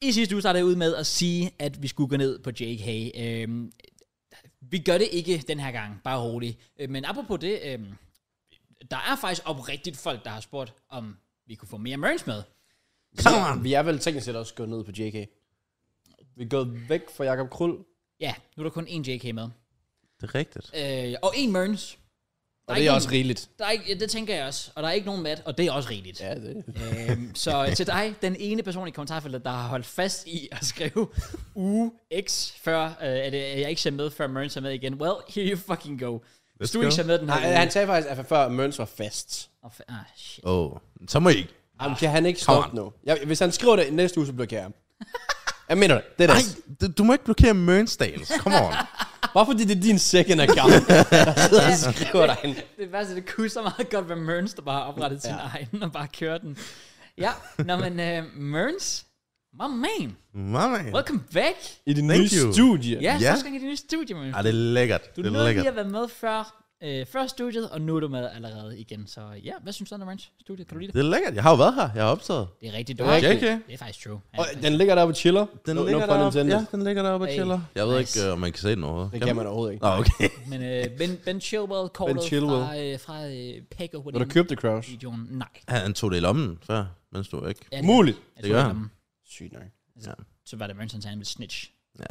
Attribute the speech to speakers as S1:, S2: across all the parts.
S1: I sidste uge startede jeg ud med at sige, at vi skulle gå ned på Jake Hay. Øhm, vi gør det ikke den her gang, bare roligt. Øh, Men apropos det, øhm, der er faktisk oprigtigt folk, der har spurgt, om vi kunne få mere Merns med.
S2: Come on. Vi er vel teknisk set også gået ned på JK. Vi er gået væk fra Jakob Krul.
S1: Ja, nu er der kun én JK med.
S3: Det er rigtigt.
S1: Øh, og én Merns.
S2: Og det er også rigeligt.
S1: Der er ikke, ja, det tænker jeg også. Og der er ikke nogen mat, og det er også rigtigt.
S2: Ja, det
S1: Øhm, så til dig, den ene person i kommentarfeltet, der har holdt fast i at skrive uge X, før øh, at øh, jeg ikke ser med, før Mørns er med igen. Well, here you fucking go. Hvis du
S3: go.
S1: ikke ser med den her
S2: Nej,
S1: uge-
S2: han sagde faktisk, at før Mørns var fast.
S1: Åh, fa- ah, shit.
S3: Åh, oh. så må I ikke.
S2: Jamen, kan han ikke stoppe nu? Jeg, hvis han skriver det næste uge, så blokerer jeg ham. Jeg mener det. Det er
S3: Nej,
S2: det.
S3: du- du må ikke blokere Mørnsdales. Come on.
S2: Bare fordi det er din second account, der sidder og skriver dig ind.
S1: Det værste, det kunne så meget godt være Mørns, der bare har oprettet sin egen og bare kører den. Ja, nå men øh, Mørns, my man,
S3: Mama.
S1: welcome back.
S2: I din
S3: Thank
S2: nye
S3: you.
S2: studie.
S1: Ja, yeah.
S3: Ja.
S1: første gang i det nye studie, man.
S3: Ah, det er lækkert.
S1: Du
S3: det er
S1: nåede lige
S3: lækkert.
S1: at være med før, øh, før studiet, og nu er du med allerede igen. Så ja, hvad synes du om det, Mørns? Studiet, kan du lide det?
S3: Det er lækkert. Jeg har jo været her. Jeg har optaget.
S1: Det er rigtigt, du
S2: Det er
S1: har-
S2: rigtigt.
S3: JK.
S1: Det er faktisk true.
S2: Og den ligger deroppe og chiller.
S3: Den
S2: No- no
S3: ligger
S2: pun
S3: deroppe.
S2: intended.
S3: Ja, den ligger deroppe og
S1: Hey,
S3: chiller. Jeg ved
S1: nice.
S3: ikke, øh, om man kan se den overhovedet.
S2: Det kan man overhovedet ikke.
S3: Nå, okay.
S1: Men øh, ben, ben Chilwell called
S2: Chilwell.
S1: fra, øh, fra øh, Packer
S2: Vil du købe The Crouch?
S1: videoen. Nej.
S3: Han han tog det i lommen før, mens du ikke.
S1: Ja,
S2: Muligt.
S1: jeg
S3: Det
S1: tror,
S3: gør
S1: var
S3: han.
S1: ham.
S2: Sygt nok.
S1: Så var det Mørnsen, han ville snitch.
S3: Ja.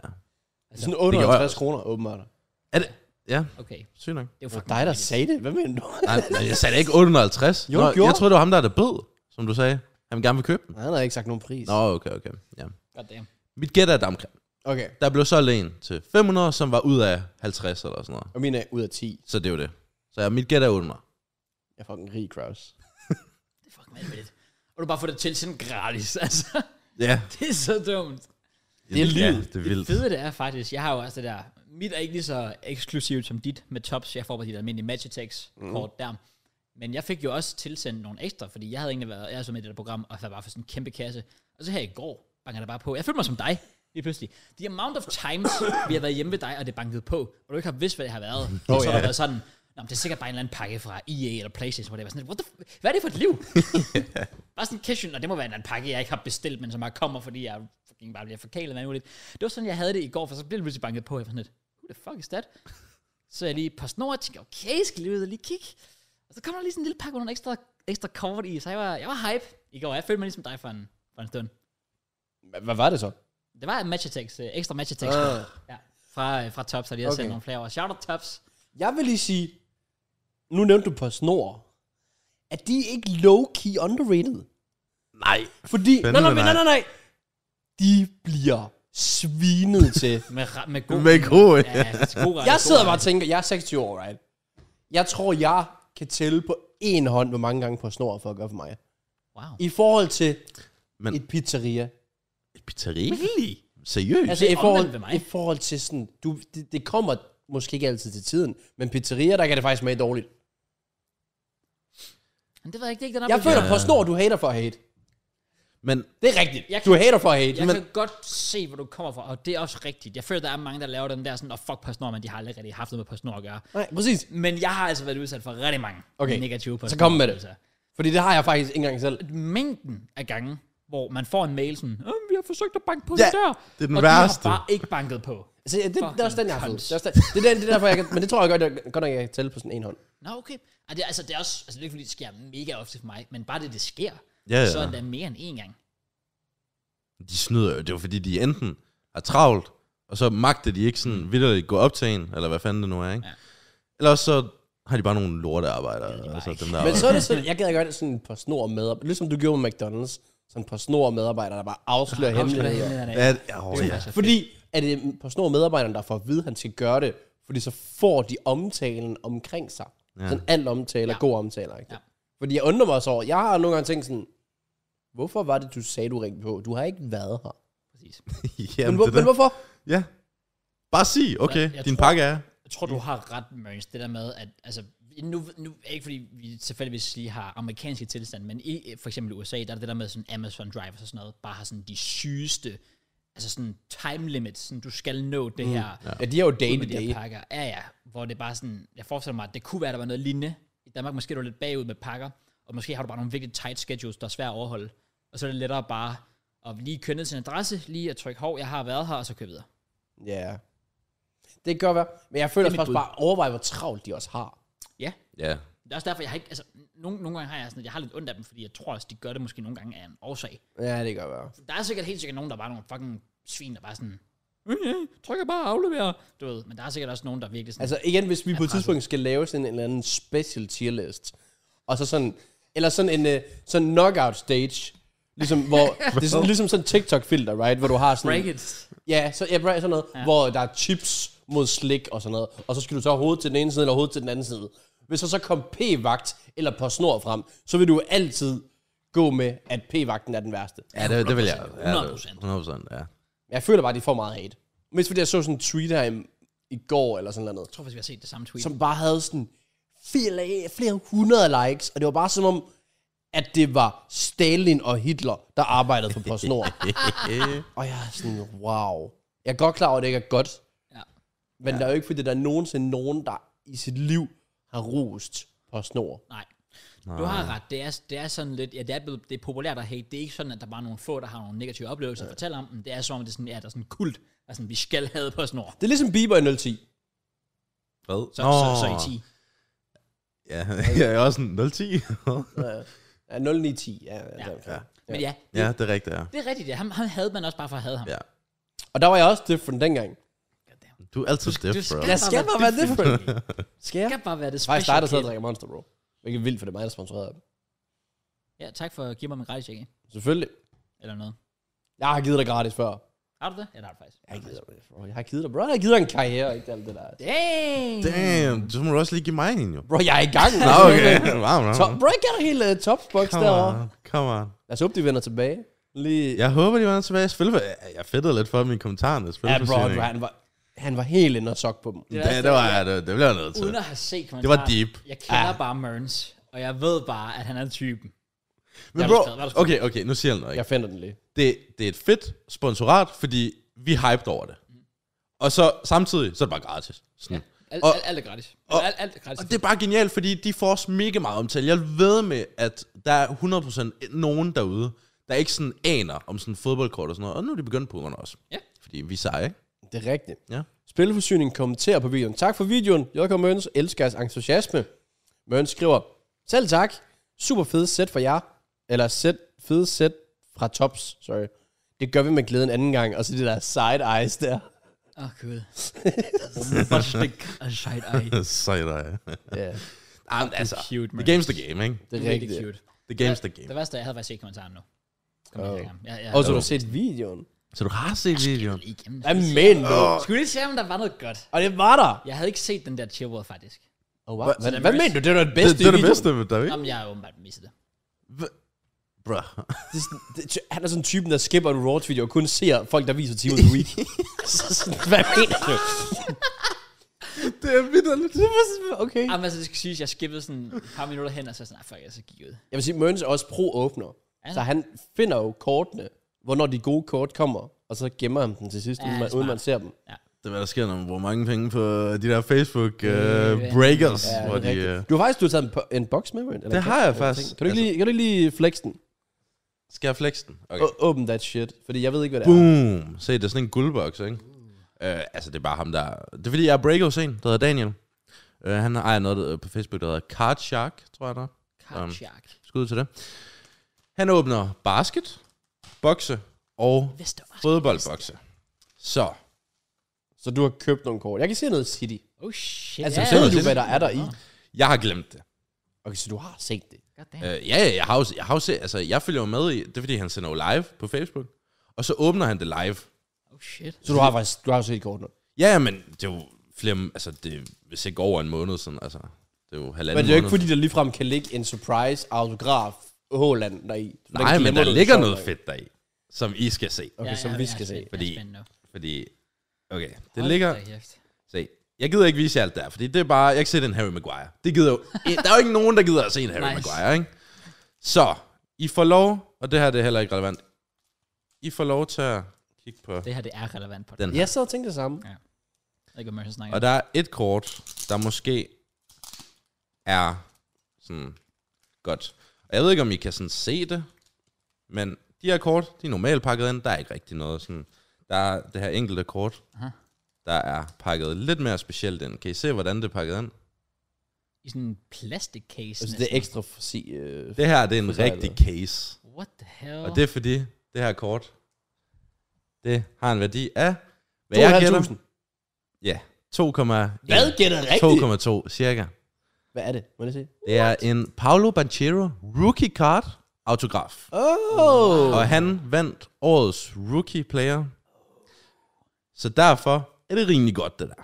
S2: Sådan
S3: jeg
S2: 58
S3: også.
S2: kroner, åbenbart.
S3: Er det? Ja,
S1: Okay,
S3: sygt nok.
S1: det var
S2: Det var
S1: fucking
S2: dig, der
S1: rigtigt.
S2: sagde det. Hvad mener du?
S3: Nej, nej, jeg sagde da ikke 850.
S2: Jo, gjorde
S3: jeg troede, det var ham, der er der bød, som du sagde. Han vil gerne vil købe den.
S2: Nej, han har ikke sagt nogen pris.
S3: Nå, okay, okay. Ja.
S1: God damn.
S3: Mit gæt er, at der, er omkring-
S2: Okay,
S3: der blev solgt en til 500, som var ud af 50 eller sådan noget.
S2: og mine er ud af 10.
S3: Så det er jo det. Så ja, mit gæt er 800.
S2: Jeg er fucking rig, Kraus.
S1: Det er fucking vanvittigt. Og du bare får det tilsendt gratis, altså.
S3: Ja.
S1: Det er så dumt.
S3: Det
S2: er livet.
S3: Ja, det er vildt.
S1: Fede det er faktisk, jeg har jo også det der, mit er ikke lige så eksklusivt som dit med tops, jeg får bare de der almindelige match kort der. Men jeg fik jo også tilsendt nogle ekstra, fordi jeg havde egentlig været, jeg er så med i det der program, og jeg var for sådan en kæmpe kasse. Og så her i går, banker der bare på. Jeg følte mig som dig, lige pludselig. The amount of times, vi har været hjemme ved dig, og det er banket på, og du ikke har vidst, hvad det har været. Oh, så har
S2: ja.
S1: det været sådan, Nå, men det er sikkert bare en eller anden pakke fra EA eller Playstation, hvor det var sådan, What the f- hvad er det for et liv? Bare sådan cashew, og det må være en eller anden pakke, jeg ikke har bestilt, men som bare kommer, fordi jeg fucking bare bliver forkælet med alt muligt. Det var sådan, jeg havde det i går, for så blev det pludselig banket på, og jeg var sådan lidt, who the fuck is that? Så jeg lige på snor, og tænkte, okay, jeg skal lige ud og lige kigge. Og så kommer der lige sådan en lille pakke med nogle ekstra, ekstra kort i, så jeg var, jeg var hype i går. Jeg følte mig ligesom dig for en, for en stund.
S2: Hva- Hvad var det så?
S1: Det var en match attacks, øh, ekstra match attacks.
S2: Ah.
S1: Ja, fra, øh, fra Tops, og de har okay.
S2: Okay.
S1: sendt nogle flere år. Shout out Tops.
S2: Jeg vil lige sige, nu nævnte du på snor, at de er ikke low-key underrated.
S3: Nej.
S2: Fordi, nej,
S3: Fandme
S2: nej, nej,
S3: nej.
S2: nej, nej, de bliver svinet til.
S1: Med, ra- med god...
S3: Med god, ja.
S1: ja. god ret,
S2: Jeg
S1: god
S2: sidder
S1: ret.
S2: bare og tænker, jeg er 26 år, right? Jeg tror, jeg kan tælle på en hånd, hvor mange gange på snor for at gøre for mig.
S1: Wow.
S2: I forhold til
S3: Men
S2: et pizzeria.
S3: pizzeria? Really? Seriøst?
S2: Altså,
S1: Det er
S2: i forhold,
S1: omvendt ved mig.
S2: i forhold til sådan, du, det, det kommer måske ikke altid til tiden, men pizzerier, der kan det faktisk smage dårligt.
S1: Men det ved jeg ikke, det er ikke den
S2: Jeg
S1: oplevelse.
S2: føler på snor, du hater for at hate.
S3: Men
S2: Det er rigtigt.
S1: Jeg
S2: du hater for at hate.
S1: Jeg
S2: men
S1: men, kan godt se, hvor du kommer fra, og det er også rigtigt. Jeg føler, der er mange, der laver den der sådan, og fuck på snor, men de har aldrig rigtig haft noget med på snor at gøre.
S2: Nej, præcis.
S1: Men jeg har altså været udsat for rigtig mange
S2: Okay,
S1: negative på
S2: så kom med det. Fordi det har jeg faktisk ikke engang selv.
S1: Mængden af gange, hvor man får en mail sådan, "Øh, vi har forsøgt at banke på
S3: Ja,
S1: ja, dør,
S3: det er den
S1: og
S3: værste.
S1: de har bare ikke banket på.
S2: Altså, det, det, er også den, jeg har fået.
S1: Fucking
S2: Det er, også den, det, er den, det er derfor, jeg kan, men det tror jeg godt, jeg, godt nok, jeg kan tælle på sådan en hånd.
S1: Nå, okay. Ej, det, er- altså, det er også, altså, det er ikke, fordi det sker mega ofte for mig, men bare det, det sker,
S3: Ja, ja.
S1: så er det mere end én gang.
S3: de snyder jo. Det er jo fordi, de enten er travlt, og så magter de ikke sådan vildt gå op til en, eller hvad fanden det nu er, ikke?
S1: Ja.
S3: Ja. Eller også så har de bare nogle lortearbejdere.
S1: de bare
S3: altså,
S1: ikke.
S3: dem, der
S2: Men
S3: arbejder.
S2: så er det sådan, jeg gider gøre det sådan på snor med, ligesom du gjorde med McDonald's, sådan på snor medarbejdere, der bare afslører hemmeligheder.
S3: Ja,
S1: Ja,
S3: ja, åh, ja.
S1: altså
S2: Fordi er det på snor medarbejderen, der får at vide, at han skal gøre det, fordi så får de omtalen omkring sig. Ja.
S3: Ja.
S2: Sådan alt omtale er
S1: Ja.
S2: god omtale. Ikke?
S1: Ja.
S2: Ja. Fordi jeg undrer mig så over, jeg har nogle gange tænkt sådan, hvorfor var det, du sagde, du ringte på? Du har ikke været her.
S1: præcis.
S3: Jamen,
S2: men, hvor,
S3: det er
S2: men hvorfor?
S3: det. Ja. Bare sig, okay,
S1: Jeg- jeg
S3: din
S1: tror-
S3: pakke er.
S1: Jeg tror, du har ret, Mørns, det der med, at altså, nu, nu ikke fordi vi tilfældigvis lige har amerikanske tilstand, men i øh, for eksempel USA, der er det der med sådan Amazon Drive og sådan noget, bare har sådan de sygeste, altså sådan time limits, sådan du skal nå det her, ja.
S2: Ja, de er jo day
S1: med
S2: to
S1: de
S2: day.
S1: her pakker. Ja, ja, hvor det bare sådan, jeg forestiller mig, at det kunne være, at der var noget lignende. I Danmark måske er du lidt bagud med pakker, og måske har du bare nogle virkelig tight schedules, der er svære at overholde, og så er det lettere bare og lige kønne sin adresse, lige at trykke hov, jeg har været her, og så køre videre.
S2: Ja. Det kan godt være. Men jeg føler
S1: Det er
S2: også
S1: mit
S2: bare, bare overvej, hvor travlt de også har.
S3: Ja.
S1: Det er også derfor, jeg har ikke, altså, nogle, nogle gange har jeg sådan, at jeg har lidt ondt af dem, fordi jeg tror også, de gør det måske nogle gange af en årsag.
S2: Ja, det kan godt være.
S1: Der er sikkert helt sikkert nogen, der bare er nogle fucking svin, der bare sådan, "Øh, øh, trykker bare og afleverer, du ved. Men der er sikkert også nogen, der virkelig sådan,
S2: Altså igen, hvis vi på et
S1: presset.
S2: tidspunkt skal lave sådan en eller anden special tier list, og så sådan, eller sådan en øh, sådan knockout stage, ligesom, hvor, det er sådan, ligesom sådan en TikTok-filter, right? Hvor du har sådan...
S1: break it.
S2: Ja, så, ja, break, sådan noget, ja. hvor der er chips mod slik og sådan noget, og så skal du så hovedet til den ene side eller hovedet til den anden side. Hvis så så kom p-vagt eller på snor frem, så vil du altid gå med, at p-vagten er den værste.
S3: Ja, det, det vil jeg. Ja,
S1: 100%.
S3: 100%, ja.
S2: Jeg føler bare, at de får meget hate. Mest fordi jeg så sådan en tweet her i, i går eller sådan noget.
S1: Jeg tror faktisk, vi har set det samme tweet.
S2: som bare havde sådan flere, flere hundrede likes, og det var bare som om, at det var Stalin og Hitler, der arbejdede på PostNord. og jeg er sådan, wow. Jeg er godt klar over, at det ikke er godt,
S1: Ja.
S2: men ja. der er jo ikke, fordi der er nogensinde nogen, der i sit liv har rost PostNord.
S1: Nej. Du har ret. Det er, det er sådan lidt, ja, det er, blevet, det er populært at hate. Det er ikke sådan, at der bare er nogle få, der har nogle negative oplevelser og fortæller om dem. Det er som om, det er sådan, ja, der er sådan en kult, der er sådan, vi skal have på snor.
S2: Det er ligesom Bieber i 010.
S3: Hvad?
S1: Så, så, så, i 10.
S3: Ja, jeg er også en 010.
S2: Ja, 0910. Ja, ja,
S1: Ja.
S2: ja.
S1: Men ja,
S3: ja, det er rigtigt, ja.
S1: det er rigtigt. Ja. Ham, ham havde man også bare for at have ham.
S3: ja.
S2: Og der var jeg også different dengang.
S3: Du er altid stiff, bro.
S2: Jeg skal bare være different. Skal
S1: Det
S2: jeg?
S1: skal bare være det
S2: Det var
S1: special
S2: faktisk dig, der sad og
S1: kid.
S2: drikker Monster, bro. Hvilket er vildt, for det er mig, der sponsorerede dem.
S1: Ja, tak for at give mig min gratis ikke?
S2: Selvfølgelig.
S1: Eller noget.
S2: Jeg har givet dig gratis før.
S1: Har du det? Ja, det har du faktisk.
S2: Jeg har givet dig, bro. Jeg har givet dig, bro. Jeg har givet dig en karriere, ikke alt det der.
S1: Damn!
S3: Damn, så må du også lige give mig en, jo.
S2: Bro, jeg er i gang.
S3: Nå, okay. Wow, wow.
S2: Ah, Top, bro, jeg gav dig hele uh, topbox
S3: Come
S2: derovre.
S3: on, come on.
S2: Lad os håbe, de vender tilbage. Lige...
S3: Jeg håber, de var tilbage. Selvfølgelig, var- jeg fedtede lidt for mine kommentarer. Ja,
S2: ja bro, bro, han var, han var helt inde og sok på dem.
S1: Det er
S3: Det, det var jeg, det, det blev jeg nødt til.
S1: Uden at have set kommentarer.
S3: Det var deep.
S1: Jeg kender ja. bare Mørns, og jeg ved bare, at han er typen.
S3: Men
S1: Hvad er
S3: bro,
S1: du skrevet? Hvad er du skrevet?
S3: okay, okay, nu siger jeg noget.
S2: Jeg
S3: Ikke?
S2: finder den lige.
S3: Det, det er et fedt sponsorat, fordi vi er hyped over det. Og så samtidig, så er det bare gratis. Sådan.
S1: Alt,
S3: Og-
S1: alt, alt er gratis.
S3: og-
S1: alt, alt er gratis.
S3: Og det er bare genialt, fordi de får også mega meget omtale. Jeg ved med, at der er 100% nogen derude, der ikke sådan aner om sådan fodboldkort og sådan noget. Og nu er de begyndt på Pokémon også.
S1: Ja.
S3: Fordi vi er seje, ikke?
S2: Det er rigtigt.
S3: Ja.
S2: Spilforsyning kommenterer på videoen. Tak for videoen. JK Møns elsker jeres entusiasme. Møns skriver, selv tak. Super fede sæt for jer. Eller sæt, fede sæt fra Tops. Sorry. Det gør vi med glæden anden gang. Og så de der side eyes der.
S1: Åh, oh, gud. Bare stik og side eye.
S3: Sej dig.
S2: Ja,
S3: Jamen, altså,
S1: Cute,
S3: the game's the game, ikke?
S2: det er
S1: Rigtig
S2: rigtigt.
S1: cute.
S3: The game's the
S1: Det
S3: game.
S1: værste er, jeg havde faktisk ikke kommentaren nu. Kom
S2: Åh.
S1: oh. ja, ja.
S2: Og så har du set videoen.
S3: Så du har set videoen?
S1: Lige igennem.
S2: Amen, bro.
S1: Skulle lige se, om der var noget godt.
S2: Og det var
S3: Oh,
S2: der.
S1: Jeg havde ikke set den der Chilwell, faktisk.
S2: Oh, wow.
S1: Så
S2: Hvad,
S1: den
S2: hvad
S1: mørk-
S2: mener du? Det var det
S3: Det,
S2: bedste i
S3: det er det
S2: videoen.
S3: bedste ved dig, ikke?
S1: Jamen, jeg har åbenbart misset det.
S3: Bro.
S2: Det er sådan, det, han er sådan typen, der skipper en Raw video og kun ser folk, der viser Team of the Week. Så sådan, hvad mener du?
S3: det er vidderligt.
S2: Det var sådan, Okay.
S1: Jamen, altså, det skal siges, jeg skippede sådan et par minutter hen, og så sådan, nej, fuck, jeg så gik jeg ud.
S2: Jeg vil sige, Mørens er også pro-åbner.
S1: Ja.
S2: Så han finder jo kortene, hvornår de gode kort kommer, og så gemmer han dem til sidst,
S1: Ja,
S2: ja, uden, man,
S1: smart.
S2: uden man ser dem.
S3: Det er, hvad der sker, når man bruger mange penge på øh, de der Facebook-breakers,
S2: Ja,
S3: hvor de...
S2: det er
S3: øh,
S2: rigtigt. Du har faktisk du har taget en, po- en boks med, Mørens. eller
S3: Det
S2: en
S3: har
S2: kop,
S3: jeg
S2: eller
S3: faktisk. Altså,
S2: ting. Kan du ikke, lige, kan du ikke lige flex den?
S3: Skal jeg flexe den? Okay.
S2: Okay. Open that shit, fordi jeg ved ikke, hvad det er.
S3: Boom! Se, det er sådan en guldboks, ikke? Øh, altså, det er bare ham, der... Det er fordi, jeg er breaker hos en, der hedder Daniel. Øh, han ejer noget øh, på Facebook, der hedder Card Shark, tror jeg der.
S1: Karchak.
S3: Skud til det. Han åbner basket, bokse og
S1: Vestermark.
S3: fodboldbokse. Så,
S2: Så du har købt nogle kort. Jeg kan se noget City.
S1: Oh shit.
S2: Altså,
S1: Ja,
S2: ved
S1: ja.
S2: du, hvad der er der i?
S3: jeg har glemt det.
S2: Okay, så du har set det.
S1: God damn.
S3: Øh, ja, ja, jeg har jo, jeg har jo set, altså, jeg følger jo med i, det er fordi, han sender jo live på Facebook, og så åbner han det live.
S2: Øh,
S1: Oh shit.
S2: Så du har faktisk du har set kortene.
S3: Ja, ja, men det er jo flere, altså, det er vist ikke over en måned siden, altså, det er jo halvanden
S2: Men det er jo ikke,
S3: måned.
S2: fordi der ligefrem kan ligge en surprise autograf Håland deri. Den
S3: Nej, men
S2: glemmer
S3: der
S2: du,
S3: ligger
S2: så
S3: noget
S2: nok.
S3: fedt deri, som I skal se.
S2: Okay, som vi skal se.
S3: Fordi-
S1: Fordi...
S3: Fordi, okay, det ligger...
S1: Det
S3: Se, jeg gider ikke vise jer alt der, fordi det er bare... Jeg kan se den Harry Maguire. Det gider jo... der er jo ikke nogen, der gider at se en Harry
S1: Nice.
S3: nice. Maguire, ikke? Så, I får lov, og det her det er heller ikke relevant. I får lov til at kigge på
S1: her, det er relevant på det.
S3: den her.
S2: Jeg sad og tænkte det samme.
S1: Jeg ved ikke, hvad man snakker
S3: Og der er et kort, der måske er sådan godt. Og jeg ved ikke, om I kan sådan se det, men De her kort, de er normalt pakket ind. Der er ikke rigtig noget sådan... Der er det her enkelte kort,
S1: Aha.
S3: der er pakket lidt mere specielt ind. Kan I se, hvordan det er pakket ind?
S1: I sådan en plastikcase.
S2: Altså,
S1: næsten.
S2: det er ekstra for sig. Øh,
S3: Det her, det er en
S2: Forseglet.
S3: rigtig case.
S1: What the hell?
S3: Og det er fordi, det her kort, det har en værdi af... Hvad jeg gætter?
S2: 2.500.
S3: Ja, 2,1.
S2: Hvad gætter rigtigt?
S3: 2,2 cirka.
S2: Hvad er det? Må jeg lige se?
S3: Det er en Paolo Banchero rookie card autograf.
S2: Oh!
S3: Og han vandt årets rookie player. Så derfor er det rimelig godt, det der.
S1: Fuck,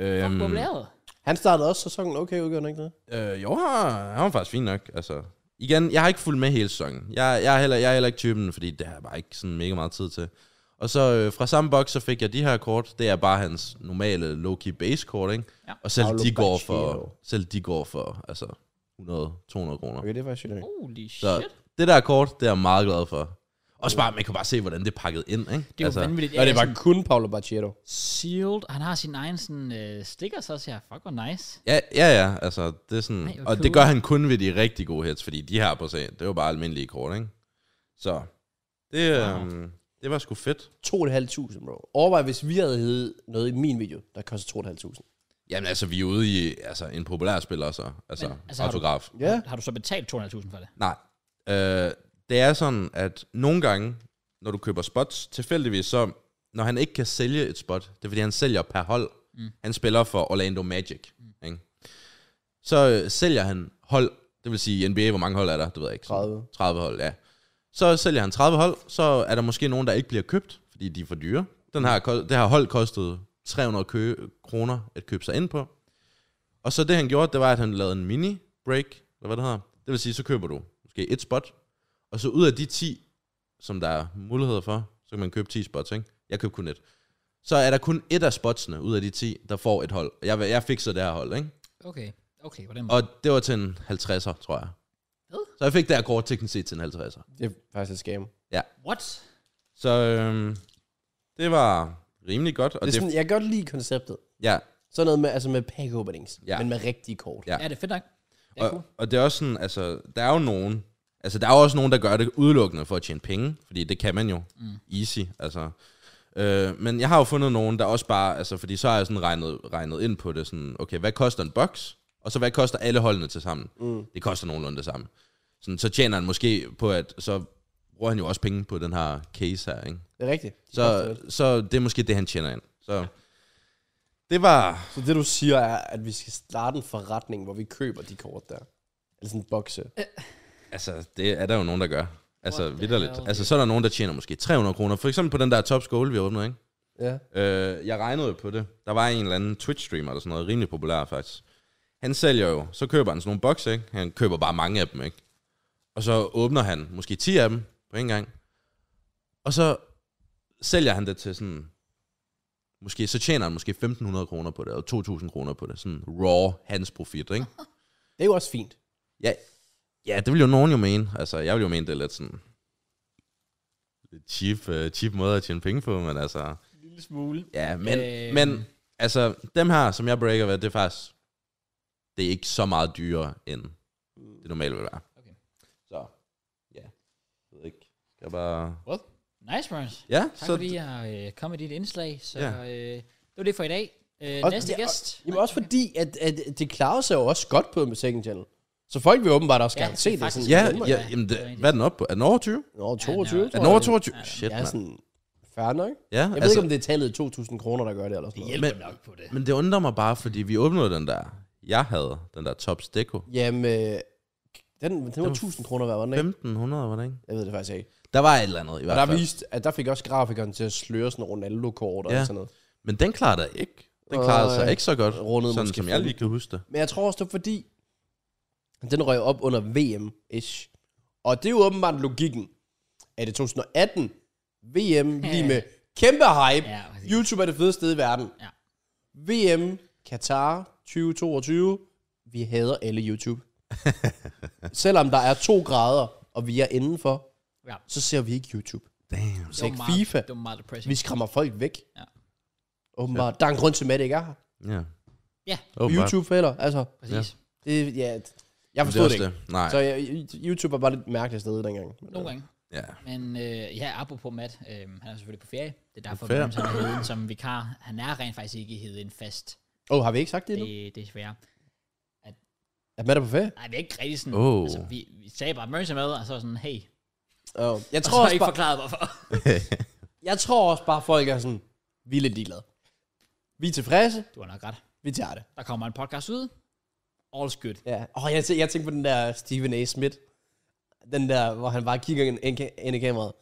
S3: Øhm,
S1: hvor blev det?
S2: Han startede også sæsonen okay, udgjorde han ikke det?
S3: øh, jo, han han var faktisk fint nok. Altså, igen, jeg har ikke fulgt med hele sæsonen. Jeg, jeg, er heller, jeg er heller ikke typen, fordi det har jeg bare ikke sådan mega meget tid til. Og så øh, fra samme boks, så fik jeg de her kort. Det er bare hans normale low-key base kort, ikke?
S1: Ja.
S3: Og selv
S2: Paolo
S3: de, går
S2: Banchero.
S3: for, selv de går for altså 100-200 kroner.
S2: Okay, det er faktisk sygt. nok.
S1: Holy
S3: Så
S1: shit.
S3: det der kort, det er jeg meget glad for. Også bare, man kan bare se, hvordan det er pakket ind, ikke? Altså,
S1: Det er jo vanvittigt.
S2: altså- Nå, det var kun Paolo Barchetto.
S1: Sealed. Han har sin egen sådan, øh, stickers også her. Fuck, hvor nice.
S3: Ja, ja, ja, altså, det er sådan...
S1: Ej, hvor
S3: og
S1: cool.
S3: det gør han kun ved de rigtig gode hits, fordi de her på sagen, det var bare almindelige kort, ikke? Så det,
S1: Wow.
S3: øhm, det var sgu fedt.
S2: 2.500, bro. Overvej, hvis vi havde hed noget i min video, der koster 2.500.
S3: Jamen altså, vi er ude i altså, en populær spiller, så. Altså,
S1: Men, altså,
S3: altså
S1: har du-
S3: autograf. Du...
S2: Ja.
S1: Har du så betalt 200.000 for det?
S3: Nej. Øh, det er sådan, at nogle gange, når du køber spots, tilfældigvis så, når han ikke kan sælge et spot, det er fordi, han sælger per hold. Mm. Han spiller for Orlando Magic, mm. ikke? Så øh, sælger han hold, det vil sige i NBA, hvor mange hold er der, det ved jeg ikke. Sådan
S2: 30.
S3: 30 hold, ja. Så sælger han 30 hold, så er der måske nogen, der ikke bliver købt, fordi de er for dyre. Den her, ko- det her hold kostede 300 kø- kroner at købe sig ind på. Og så det han gjorde, det var, at han lavede en mini-break, eller hvad det hedder. Det vil sige, så køber du måske et spot, og så ud af de 10, som der er muligheder for, så kan man købe 10 spots, ikke? Jeg købte kun et. Så er der kun et af spotsene ud af de 10, der får et hold. Jeg, jeg fik så det her hold, ikke?
S1: Okay. Okay, hvordan? Og,
S3: Og det var til en 50'er, tror jeg.
S1: Hvad?
S3: Så jeg fik det her kort teknisk set til en 50'er.
S2: Det er faktisk et scam.
S1: What?
S3: Så øhm, det var rimelig godt. Og
S2: Det er sådan, jeg kan godt lide konceptet.
S3: ja,
S2: Sådan noget med, altså med pack openings,
S3: Ja.
S2: men med rigtige kort.
S3: Ja.
S1: Ja, det er fedt nok. Det er
S3: og,
S1: cool.
S3: og det er også sådan, altså, der er jo nogen, altså, der er jo også nogen, der gør det udelukkende for at tjene penge, fordi det kan man jo, mm. easy, altså. Øh, men jeg har jo fundet nogen, der også bare, altså, fordi så har jeg sådan regnet, regnet ind på det, sådan, okay, hvad koster en boks, og så hvad koster alle holdene til sammen? Mm. Det koster nogenlunde det samme. Sådan, så tjener han måske på, at så bruger han jo også penge på den her case her, ikke?
S2: Det er rigtigt. Det koster
S3: Så,
S2: lidt.
S3: så det er måske det, han tjener ind. Så det var,
S2: så det du siger er, at vi skal starte en forretning, hvor vi køber de kort der. Eller sådan en bokse.
S1: Øh.
S3: Altså, det er der jo nogen, der gør. Altså,
S1: What the
S3: vidderligt.
S1: hell,
S3: Altså, så er der nogen, der tjener måske 300 kroner. For eksempel på den der Top School, vi åbnede, ikke?
S2: Ja.
S3: Øh, jeg regnede jo på det. Der var en eller anden Twitch-streamer eller sådan noget, rimelig populær faktisk. Han sælger jo, så køber han sådan nogle bokse, ikke? Han køber bare mange af dem, ikke? Og så åbner han måske 10 af dem på en gang. Og så sælger han det til sådan... Måske, så tjener han måske 1.500 kroner på det, og 2.000 kroner på det. Sådan raw hans profit, ikke?
S2: Det er jo også fint.
S3: Ja, ja det vil jo nogen jo mene. Altså, jeg vil jo mene, det er lidt sådan... Lidt cheap, uh, cheap måde at tjene penge på, men altså...
S1: En lille smule.
S3: Ja, men,
S1: Øhm.
S3: øh... men altså, dem her, som jeg breaker ved, det er faktisk... Det er ikke så meget dyrere, end det normalt vil være.
S1: Okay.
S3: Så, ja. Jeg ved ikke. Skal jeg bare...
S1: Nice, Burns.
S3: Ja,
S1: Tak
S3: så...
S1: fordi I har øh, kommet i dit indslag. Så
S3: Ja.
S1: øh, det var det for i dag. Øh,
S2: Og-
S1: næste
S2: ja, og-
S1: gæst.
S2: Jamen også fordi, at, at det klarer sig jo også godt på med Second Channel. Så folk vil åbenbart også
S1: Ja,
S2: gerne
S1: det
S2: se
S1: er
S2: det.
S1: faktisk-
S2: Sådan,
S3: Ja,
S1: Nummer,
S3: ja
S1: ja.
S3: jamen,
S1: Det er
S3: det,
S1: rigtigt.
S3: hvad er den op på? Er den over 20?
S2: Nå, 22,
S1: Ja,
S2: tror
S3: Er
S2: jeg.
S3: den over 22?
S1: Ja,
S3: Shit,
S2: Jeg er
S3: mand.
S2: sådan, fair nok.
S3: Ja, altså-
S2: Jeg ved ikke, om det er tallet 2.000 kroner, der gør det, eller sådan noget.
S1: Hjælper
S3: men-
S1: nok på det.
S3: Men det undrer mig bare, fordi vi åbnede den der... Jeg havde den der Tops Deco.
S2: Jamen, øh, den, den var
S3: var
S2: 1.000 kroner hver, var den ikke?
S3: 1500, var det ikke?
S2: Jeg ved det faktisk ikke.
S3: Der var et eller andet i
S2: Og
S3: hvert
S2: der
S3: fald.
S2: viste, at der fik også grafikeren til at sløre sådan Ronaldo-kort og
S3: Ja.
S2: sådan noget.
S3: Men den klarede jeg ikke. Den
S2: Og,
S3: klarede
S2: øh,
S3: sig ikke så godt,
S2: rundede
S3: sådan
S2: måske
S3: som jeg lige
S2: 15.
S3: kan huske det.
S2: Men jeg tror også, det er fordi, den røg op under VM-ish. Og det er jo åbenbart logikken. Er det 2018? VM lige med kæmpe hype.
S1: Ja, præcis.
S2: YouTube er det fedeste sted i verden.
S1: Ja.
S2: VM, Katar 2022. Vi hader alle YouTube. Selvom der er to grader, og vi er indenfor,
S1: Ja.
S2: så ser vi ikke YouTube.
S3: Damn.
S1: Det var
S2: ikke
S1: meget-
S2: FIFA.
S1: Det var meget depressing.
S2: Vi skræmmer folk væk.
S1: Ja.
S2: Åbenbart. Der er en grund til, at det ikke er her.
S3: Ja.
S1: Ja,
S2: Oh,
S3: Åbenbart.
S2: YouTube heller. Altså,
S1: præcis.
S2: det, ja,
S3: er
S2: jeg forstod det
S3: også
S2: ikke.
S3: Nej.
S2: Så jeg, YouTube var bare lidt mærkeligt sted dengang. Men,
S1: Nogle
S2: øh,
S1: gange.
S3: Ja.
S1: Men øh, ja, apropos Matt, øh, han er selvfølgelig på ferie. Det er derfor,
S3: På ferie.
S1: at han er heden som vikar. Han er rent faktisk ikke heden en fast.
S2: Åh, oh, har vi ikke sagt det endnu?
S1: Det, det er svært.
S2: At Matt er på ferie?
S1: Nej, vi er ikke rigtig sådan...
S3: Oh.
S1: Altså, vi, vi sagde bare, Mørns er med, og så sådan, hey.
S2: Oh. Jeg,
S1: Og
S2: tror
S1: så har
S2: også
S1: jeg ikke
S2: bare,
S1: forklaret, hvorfor.
S2: jeg tror også bare, folk er sådan, vi er lidt ligeglade. Vi er tilfredse,
S1: Du har nok ret.
S2: vi tager det.
S1: Der kommer en podcast ud. All's good.
S2: Ja. Åh, oh, jeg, tæ- jeg tænkte på den der Stephen A. Smith. Den der, hvor han bare kigger ind, ind, ind i kameraet.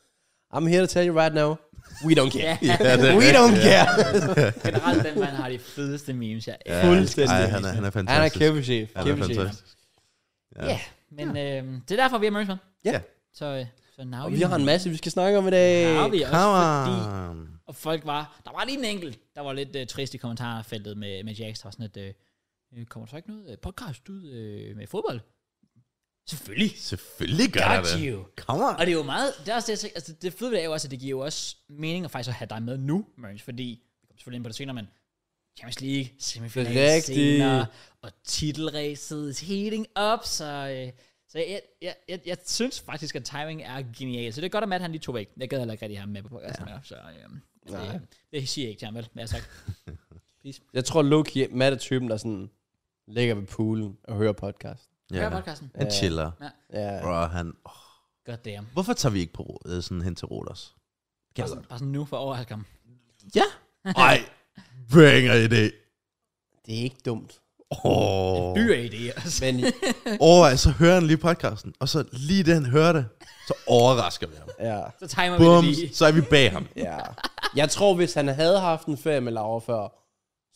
S2: I'm here to tell you right now, we don't care.
S1: Ja.
S2: we don't care.
S1: Generelt, den mand har de fedeste memes, jeg
S3: Ja,
S2: Fuldstændig.
S3: Ej, han er, han er fantastisk.
S2: han er kæmpe chef.
S3: Han er
S2: Kæmpe chef.
S3: fantastisk.
S1: Ja, yeah, men øh, det er derfor, vi er Mørns med.
S2: Ja.
S1: Så, øh, så now
S2: Og
S1: you
S2: vi har en
S1: know.
S2: masse, vi skal snakke om i dag.
S1: Har vi også,
S3: Come
S1: fordi
S3: on.
S1: Og folk var, der var lige en enkelt, der var lidt øh, trist i kommentarfeltet med, med Jax, der var sådan et, øh, øh, kommer der så ikke noget øh, podcast ud øh, med fodbold? Selvfølgelig.
S3: Selvfølgelig gør han
S1: Got
S3: det.
S1: you.
S3: Come on.
S1: Og det er jo meget, det, er også det, jeg tænker, altså, det fede ved det er jo også, at det giver jo også mening at faktisk at have dig med nu, Mørns, fordi, vi kommer selvfølgelig ind på det senere, men Champions League, semifinalen
S2: Rigtigt.
S1: senere, og titelræset, heating up, så, øh, så jeg, jeg, jeg, jeg, synes faktisk, at timing er genial. Så det er godt, at Matt han lige tog væk. Jeg gad heller ikke rigtig have ham med på podcasten. Ja. Så, øh,
S2: Nej.
S1: det, det, siger jeg ikke til ham, vel? Men jeg har sagt,
S2: Jeg tror, Loki, Matt er typen, der sådan ligger ved poolen og hører podcast.
S1: ja.
S3: Ja.
S1: hør podcasten.
S3: Han chiller.
S2: Ja.
S3: Bro, han... åh.
S1: God damn.
S3: Hvorfor tager vi ikke på ro- øh, sådan hen til Rodos?
S1: Bare sådan, bare sådan nu for over, ham.
S2: ja.
S3: Ej, banger idé.
S2: Det er ikke dumt.
S3: Åh,
S1: Dyr idé, altså.
S2: Men
S3: oh, så hører han lige podcasten, og så lige den hører det, så overrasker vi ham.
S2: ja,
S1: Så timer
S3: Bum,
S1: vi det lige.
S3: så er vi bag ham.
S2: ja. Jeg tror, hvis han havde haft en ferie med Laura før,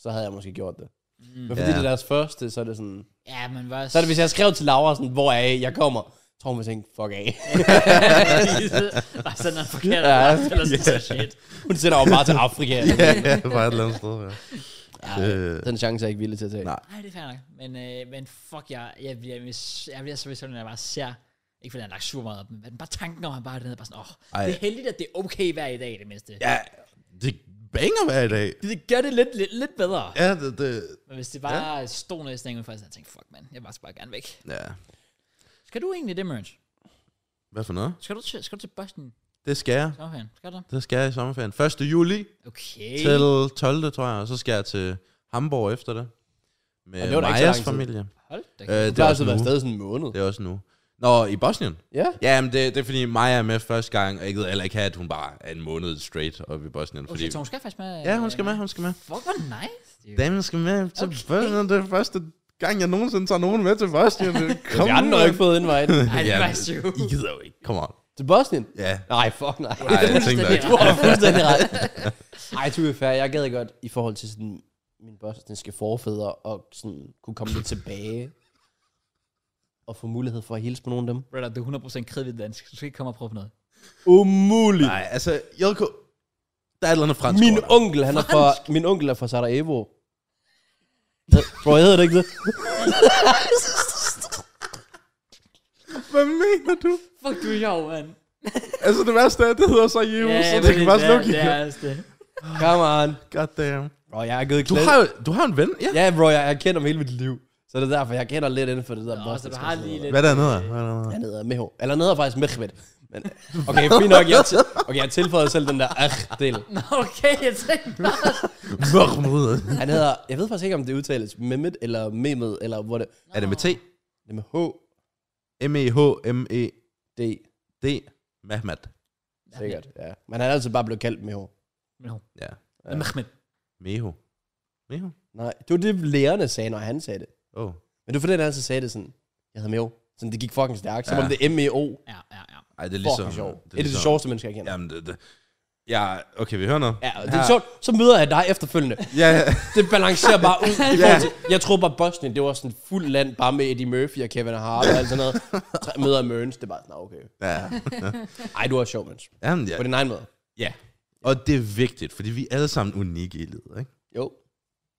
S2: så havde jeg måske gjort det. Mm. Men fordi
S3: Ja.
S2: det er deres første, så er det sådan...
S1: Ja, men hvad?
S2: Så er det, hvis jeg skrev til Laura sådan, hvor er I? Jeg kommer. Jeg tror hun, vil tænke, fuck af.
S1: Bare sådan en forkert
S2: Ja.
S1: adresse eller sådan noget shit.
S2: Hun sender jo bare til Afrika.
S3: ja, ja, bare et eller andet sted. Ja. Øh,
S2: Den chance er jeg ikke villig til at tage.
S3: Nej.
S1: Nej, det er fair nok. Men, øh, men fuck, jeg, jeg, bliver, mis- jeg bliver så misundelig, når jeg bare ser, ikke fordi han har lagt super meget op, men bare tanken om, at han bare er dernede, bare sådan, åh, oh,
S3: Ej.
S1: det er heldigt, at det er okay hver i dag i det mindste.
S3: ja, det banger hver dag.
S1: Det gør det lidt, lidt, lidt bedre.
S3: Ja, det, det,
S1: Men hvis det bare ja. stod noget i stængen, så jeg tænkte, fuck mand, jeg bare skal bare gerne væk.
S3: ja.
S1: Skal du egentlig det, Merns?
S3: Hvad for noget?
S1: Skal du til, skal du til Boston?
S3: Det skal jeg.
S1: Sommerferien? Skal du?
S3: Det skal jeg i sommerferien. 1. juli
S1: Okay.
S3: til 12. tror jeg, og så skal jeg til Hamburg efter det. Med
S2: Og
S3: det
S2: det var da ikke så lang
S3: Majas
S2: tid.
S3: familie.
S1: Hold da
S3: Øh,
S2: Det har altså
S3: en
S2: været
S3: uge.
S2: stadig sådan en måned.
S3: Det er også nu. Nå, i Bosnien?
S2: Ja.
S3: Ja, men det, det er fordi Maja er med første gang, og jeg gider heller ikke have, at hun bare er en måned straight oppe i Bosnien.
S1: Okay,
S3: Fordi,
S1: så hun skal faktisk med. øh,
S3: ja, hun skal med, hun skal med.
S1: Fuck, hvor nice. dude.
S3: Damen skal med til
S1: Okay.
S3: okay. Bosnien, det er første gang, jeg nogensinde tager nogen med til Bosnien. Kom
S2: Vi andre har
S3: nu.
S2: ikke fået invite.
S1: Ej, det
S3: Ja,
S1: er faktisk jo.
S3: I gider jo ikke. Kom on.
S2: Til Bosnien?
S3: Ja.
S2: Nej, fuck nej.
S3: Nej, jeg tænkte
S1: fuldstændig
S3: ikke.
S2: Du har fuldstændig ret. Ej, du er fair. Jeg gad godt i forhold til sådan min bosniske forfædre og sådan kunne komme lidt tilbage og få mulighed for at hilse på nogle af dem.
S1: Brother, du er 100% kridvidt dansk, så du skal ikke komme og prøve på noget.
S2: Umuligt.
S3: Nej, altså, JK, der er et eller andet fransk
S2: Min
S3: over dig.
S2: onkel, han er fra, min onkel er fra Sarajevo. Bro, jeg hedder det ikke det.
S3: Hvad mener du?
S1: Fuck, du er sjov, mand.
S3: Altså, det værste er, at det hedder så EU, så det kan bare slukke i
S1: det. Er, altså det.
S2: Come on.
S3: God damn.
S2: Bro, jeg er gået i
S3: Du
S2: klasse-
S3: har jo du har en ven, ja.
S2: Ja, bro, jeg, jeg kender ham hele mit liv. Så det er derfor, jeg kender lidt inden for det der
S1: Nå, så
S2: bosniske.
S1: du har lige lidt...
S3: Hvad er der nede? Hvad er der nede?
S2: Han hedder Meho. Eller han hedder faktisk Mehmet. Men, okay, fint nok. Jeg, til, okay, jeg tilføjede selv den der ah-del.
S1: Nå, okay, jeg tænkte bare...
S3: Mørmod.
S2: Han hedder, jeg ved faktisk ikke, om det udtales Mehmet eller Mehmet, eller hvor det
S3: Er det med T? E
S2: det er med H,
S3: M-E-H-M-E-D.
S2: D,
S3: Mehmet.
S2: sikkert. Ja. Men han er altså bare blevet kaldt Meho.
S1: Nå,
S3: Ja.
S1: ja. Mehmet.
S3: Meho. Meho?
S2: Nej, det var det, lærerne sagde, når han sagde det.
S3: Oh.
S2: Men det var fordi, han altid sagde det sådan, jeg hedder Meho. Sådan, det gik fucking stærkt. Som
S3: Ja.
S2: om det er M-E-O.
S1: Ja, ja, ja.
S3: Ej, det er ligesom...
S2: Fucking sjovt. Det er det sjoveste menneske, jeg kender.
S3: Jamen, det, det. Ja, okay, vi hører noget.
S2: Ja, og det er sjovt. Så møder jeg dig efterfølgende.
S3: Ja, ja.
S2: Det balancerer bare ud. I
S3: Ja.
S2: forhold til, jeg tror bare, Bosnien, det var sådan fuld land, bare med Eddie Murphy og Kevin Hart og alt sådan noget. Tre- Møder Mørns, det er bare, nå okay.
S3: ja.
S2: Ej, du er sjov, mens.
S3: Jamen, ja.
S2: På din egen måde.
S3: ja. Og det er vigtigt, fordi vi er alle sammen unikke i livet, ikke?
S2: Jo,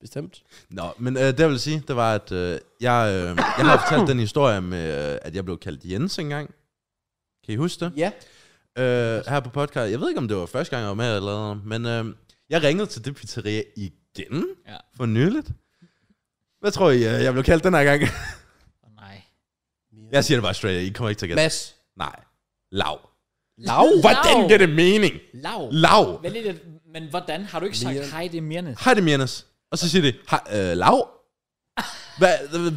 S2: bestemt.
S3: Nå, men øh, det jeg vil sige, det var, at øh, jeg, øh, jeg har fortalt den historie med, øh, at jeg blev kaldt Jens engang. Kan I huske det?
S2: Ja.
S3: øh, her på podcast. Jeg ved ikke, om det var første gang, jeg var med eller noget, men øh, jeg ringede til det pizzeria igen
S1: Ja.
S3: for nyligt. Hvad tror I, øh, jeg blev kaldt den her gang?
S1: Åh, nej.
S3: jeg siger det bare straight, I kommer ikke til at gætte.
S2: Mads.
S3: Nej, lav.
S2: Lav?
S3: Hvordan giver det mening?
S1: Lav.
S3: Lav.
S1: Vel, lidt, men hvordan? Har du ikke sagt, hej, det er Mirnes?
S3: Hej, det er Mirnes. Og så siger de, "Hej, øh, lav? Hva,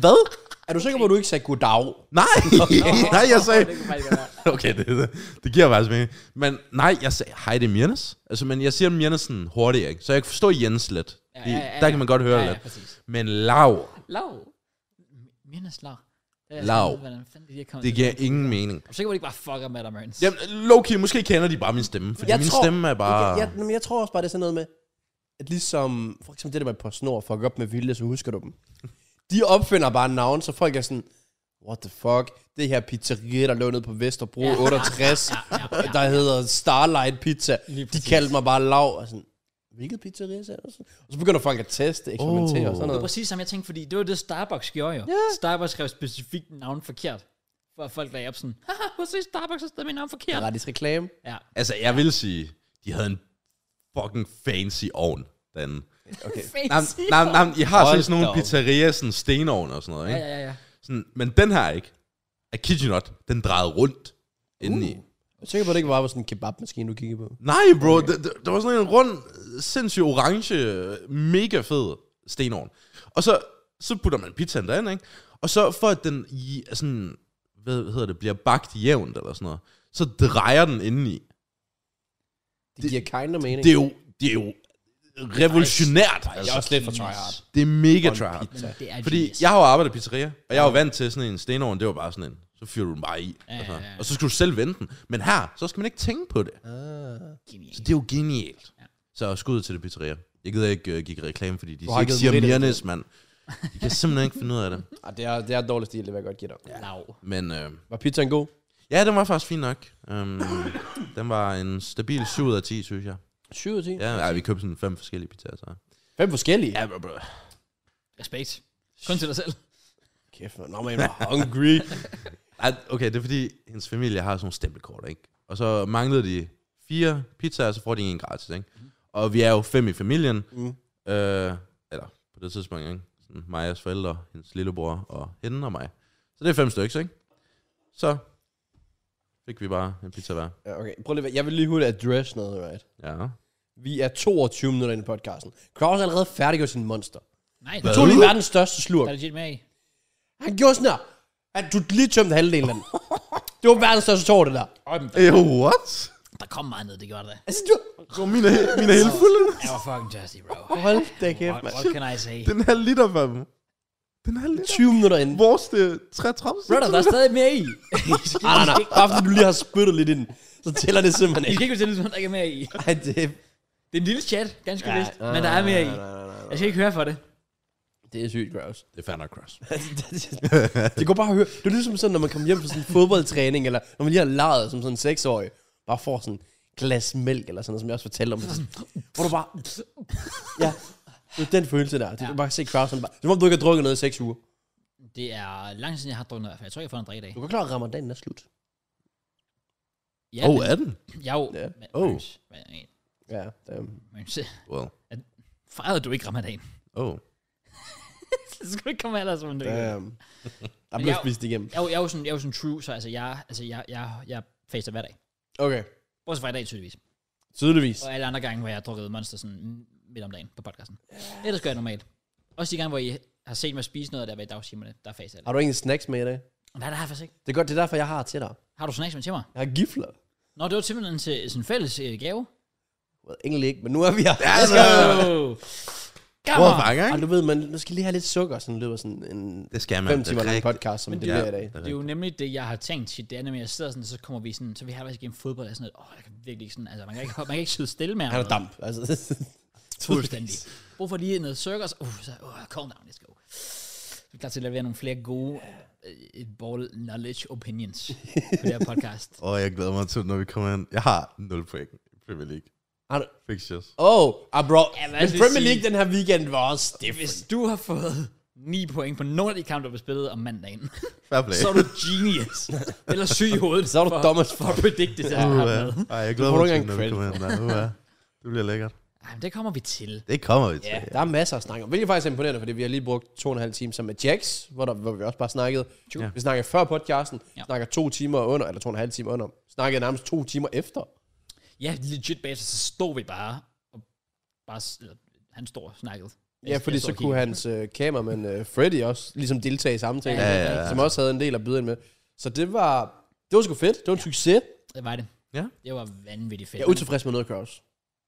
S3: hvad?
S2: Er du sikker på, at du ikke sagde goddag?
S3: Nej, nej, jeg sagde,
S1: Det kunne faktisk godt være.
S3: okay, det, det, det giver faktisk mening. Men nej, jeg sagde, hej, det er Mirnes. Altså, men jeg siger Mirnes sådan hurtigt, ikke? Så jeg kan forstå Jens lidt.
S1: Ja,
S3: Fordi
S1: ja, ja,
S3: Der
S1: ja.
S3: kan man godt høre
S1: Ja, ja,
S3: lidt.
S1: præcis.
S3: Men lav,
S1: Lav. M- Mirnes lav. Det er
S3: Lav.
S1: sådan, Hvordan fanden det, de er kommet
S3: det
S1: til.
S3: giver ingen mening.
S1: Jeg er sikker på, at de ikke bare fucker med dig, Mørens.
S3: Jamen, Loki, måske kender de bare min stemme, fordi jeg min tror, stemme er bare...
S2: Jeg, jeg, jamen, jeg tror også bare, det er sådan noget med, at ligesom, for eksempel det der med på snor, fuck op med vilje, så husker du dem. De opfinder bare navn, så folk er sådan, what the fuck, det her pizzeria, der lå nede på Vesterbro
S1: Ja.
S2: 68, der hedder Starlight Pizza,
S1: Lige
S2: de
S1: præcis.
S2: kaldte mig bare lav, og sådan, hvilket pizzeria sagde du? Og så begynder folk at teste, eksperimentere oh. og sådan
S1: Det var
S2: noget.
S1: præcis som jeg tænkte, fordi det var det, Starbucks gjorde jo. Starbucks skrev specifikt navn forkert. For at folk lagde op sådan, haha, hvor se Starbucks har stadig mit navn forkert.
S2: Gratis reklame.
S1: Ja.
S3: Altså, jeg vil sige, de havde en fucking fancy ovn derinde.
S2: Okay.
S3: Nam, nam, nam, I har
S2: Hold
S3: set sådan
S2: da
S3: nogle
S2: op.
S3: pizzerier, sådan stenovn og sådan noget,
S1: Ja,
S3: ikke?
S1: ja, ja.
S3: Sådan, men den her ikke. Er Kitchenot, den drejede rundt indeni. Uh.
S2: Jeg er sikker på, at det ikke bare var sådan en kebabmaskine, du kiggede på.
S3: Nej, bro, okay. det, det, det var sådan en rund, sindssygt orange, mega fed stenovn. Og så, så putter man pizzaen derind, ikke? Og så for at den i, er sådan, hvad hedder det, bliver bagt jævnt eller sådan noget, så drejer den indeni.
S2: Det giver kinder mening.
S3: Det er jo, det er jo revolutionært. altså.
S2: det er også lidt for tryhard.
S3: Det er mega
S2: en
S3: tryhard.
S1: Men det er
S3: Fordi
S1: genius.
S3: jeg har jo arbejdet i pizzeria, og jeg er jo vant til sådan en stenovn, det var bare sådan en, så fyrer du den bare i.
S1: Ja,
S3: altså.
S1: ja, ja.
S3: Og så skal du selv vente den. Men her, så skal man ikke tænke på det.
S1: Genius.
S3: Så det er jo genialt.
S1: Ja.
S3: Ja. Så skud ud til det pizzeria. Jeg gider ikke uh, give reklame, fordi de
S2: Du har
S3: ikke
S2: givet
S3: siger
S2: dem lidt af
S3: Mirnes, mand. De kan simpelthen ikke finde ud af det.
S2: Ah, det, er, det er dårlig stil, det vil jeg godt give dig.
S1: Lav.
S3: Men øh,
S2: Var pizzaen god?
S3: ja, den var faktisk fin nok. Um, den var en stabil 7 ud af 10, synes jeg.
S2: 7 ud af 10.
S3: Ja, ej, vi købte sådan fem forskellige pizzaer. Så.
S2: Fem forskellige?
S3: Ja, bro, bro.
S1: Respekt. Kun til dig selv.
S2: Kæft, man. Nå, man var hungry.
S3: Ej, okay, det er fordi, hendes familie har sådan nogle stempelkort, ikke? Og så manglede de fire pizzaer, så får de en gratis, ikke? Og vi er jo fem i familien. Mm. Øh, eller på det tidspunkt, ikke? Sådan Majas forældre, hendes lillebror og hende og mig. Så det er fem stykker, ikke? Så fik vi bare en pizza hver.
S2: ja, okay, prøv lige, at- jeg vil lige hurtigt address noget, right?
S3: Ja.
S2: Vi er 22 minutter inde i podcasten. Kraus er allerede færdiggjort sin monster.
S1: Nej,
S2: Han
S1: det
S2: tog lige verdens største slurk.
S1: er legit med i.
S2: Han gjorde sådan her. At du lige tømte halvdelen af den. Det var verdens største tår, det der.
S1: Øj, men der,
S3: Ew, what?
S1: der kom meget ned, det gjorde det.
S2: Altså, du...
S3: Så mine, mine hele fulde.
S1: Jeg var fucking thirsty, bro.
S2: Hold da kæft,
S1: What,
S2: mand.
S1: what can I say?
S3: Den her liter, fam. Den her liter.
S2: 20 minutter inde.
S3: Vores, det er 33
S1: Brother, der er stadig mere i.
S2: Ah, nej, nej. Bare fordi du lige har spyttet lidt ind, så tæller det simpelthen
S1: I skal
S2: ikke.
S1: ikke fortælle, at der ikke er mere i.
S2: Ej, det,
S1: Det er en lille chat, ganske vist, men der er mere i. Jeg skal ikke høre for det.
S2: det er sygt, Kraus.
S3: Det er fair nok, Cross.
S2: Altså, det kunne bare høre. Det er ligesom sådan, når man kommer hjem fra sådan en fodboldtræning, eller når man lige har leget som sådan en seksårig, bare får sådan et glas mælk, eller sådan noget, som jeg også fortalte om. Sådan, hvor du bare... Ja, det er den følelse der. Du kan bare se Kraus, han bare... Det er som om, du ikke har drukket noget i seks uger.
S1: Det er lang siden, jeg har drukket noget, i hvert fald. Jeg tror, jeg får en drik i dag.
S2: Du kan klare, at ramadanen er slut.
S1: Ja,
S3: Åh, oh,
S1: men-
S3: er den?
S1: Jo.
S2: Ja.
S1: Men,
S3: Oh.
S1: Møns, men-
S2: Ja, det,
S1: Møns,
S3: Well,
S1: Fejrede du ikke ramadan?
S3: oh.
S1: Så skulle du ikke komme ellers, men du ikke.
S2: det, der blev
S1: jeg-
S2: spist igennem.
S1: Jeg, er jo- jeg, er jo sådan, jeg er jo sådan true, så altså, jeg, altså, jeg, jeg, jeg faster hver dag.
S2: Okay,
S1: Bortset fra i dag, tydeligvis.
S2: tydeligvis.
S1: Og alle andre gange, hvor jeg har drukket Monster sådan midt om dagen på podcasten. Ellers gør jeg normalt. Også de gange, hvor I har set mig spise noget, der var i dagtimerne, der er faste
S2: Har du ingen snacks med i dag?
S1: Nej, det har jeg faktisk ikke.
S2: Det er godt, det er derfor, jeg har til dig.
S1: Har du snacks med til mig?
S2: Jeg har gifler.
S1: Nå, det var simpelthen til sådan en fælles øh, gave.
S2: Well, egentlig ikke, men nu er vi her.
S3: Ja, altså,
S1: Oh. Come
S3: hvor
S1: on.
S3: mange,
S2: Og
S3: ikke?
S2: du ved, man man skal lige have lidt sukker, sådan lyder sådan en
S3: Det skal man.
S2: fem
S3: det er
S2: timer lang
S3: rigtigt.
S2: podcast, som det bliver i dag.
S1: Det er jo nemlig det, jeg har tænkt. Shit, det er nemlig, jeg sidder sådan, så kommer vi sådan, så vi har faktisk en fodbold, og sådan noget, åh, jeg kan virkelig ikke sådan, altså man kan ikke, man kan ikke sidde stille med
S2: Han er damp. Altså.
S1: Fuldstændig. Brug for lige noget cirkus, uh, så, uh, calm down, let's go. Så er vi klar til at levere nogle flere gode uh, ball knowledge opinions på det her podcast.
S3: Åh, oh, jeg glæder mig til, når vi kommer hen. Jeg har 0 point i Premier League.
S2: Har du-
S3: Fixtures.
S2: Oh, ah bro.
S1: Ja, hvad
S2: men
S1: skal vi
S2: Premier
S1: sige?
S2: League den her weekend var også stift.
S1: Hvis du har fået 9 point på nogle af de kampe, der blev spillet om mandagen,
S3: Fair play.
S1: så er du genius. Eller syg i hovedet.
S2: Så er du
S1: for-
S2: dum as
S1: For
S2: fuck.
S1: at predicte det, der har med.
S3: Ej, jeg glæder
S2: Du får
S3: mig
S2: ikke
S3: til,
S2: engang
S3: når vi
S2: credit
S3: kommer hen der. Uh, det bliver lækkert.
S1: Ej, men det kommer vi til.
S3: Det kommer vi til.
S1: Ja.
S3: Yeah.
S2: Der er masser at snakke om, hvilket faktisk er imponerende, fordi vi har lige brugt to og en halv time sammen med Jax, hvor, der, hvor vi også bare snakkede.
S1: True.
S2: Ja. Vi snakkede før podcasten,
S1: Ja.
S2: ja. snakker to timer under, eller to og en halv time under, snakkede nærmest to timer efter.
S1: Ja, legit bagefter, så stod vi bare, og bare, s- eller, han står og snakkede.
S2: Ja, fordi
S1: Jeg stod
S2: så
S1: og
S2: kunne
S1: kiggede.
S2: hans øh, kameraman øh, Freddy også ligesom deltage i samtalen,
S1: Ja,
S2: ja,
S1: ja,
S2: ja,
S3: ja.
S2: som også havde en del at byde ind med. Så det var, det var sgu fedt, det var en succes.
S1: Det var det.
S3: Ja.
S1: Det var vanvittigt fedt.
S2: Jeg er utilfreds med noget, Kraus.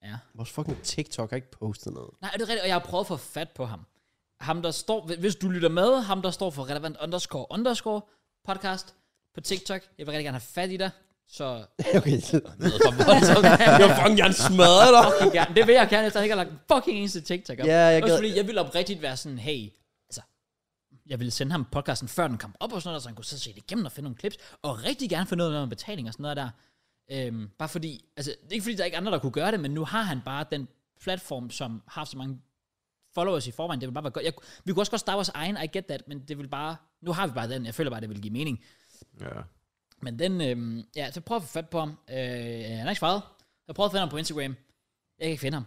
S1: ja.
S2: Vores fucking TikTok har ikke postet noget.
S1: Nej, det er rigtigt, og jeg har prøvet at få fat på ham. Ham, der står, hvis du lytter med, ham, der står for relevant underscore underscore podcast på TikTok. Jeg vil rigtig gerne have fat i dig, så
S2: okay,
S1: ved for voldsomt.
S2: jeg vil fucking gerne smadre dig.
S1: fucking gerne. Det vil jeg gerne, efter jeg ikke har lagt en fucking eneste TikTok op.
S2: Ja, jeg
S1: Også
S2: gad-
S1: fordi, jeg ville oprigtigt være sådan, hey, altså, jeg ville sende ham podcasten, før den kom op og sådan noget, så han kunne sidde og se det igennem og finde nogle klips, og rigtig gerne finde noget med noget betaling og sådan noget der. Øhm, bare fordi, altså, det er ikke fordi, der er ikke andre, der kunne gøre det, men nu har han bare den platform, som har haft så mange followers i forvejen, det vil bare være godt. Jeg, vi kunne også godt starte vores egen, I get that, men det vil bare, nu har vi bare den, jeg føler bare, det vil give mening.
S3: Ja.
S1: Men den, øh, ja, så prøv at få fat på ham. Øh, han har ikke svaret. Jeg prøvede at finde ham på Instagram. Jeg kan ikke finde ham.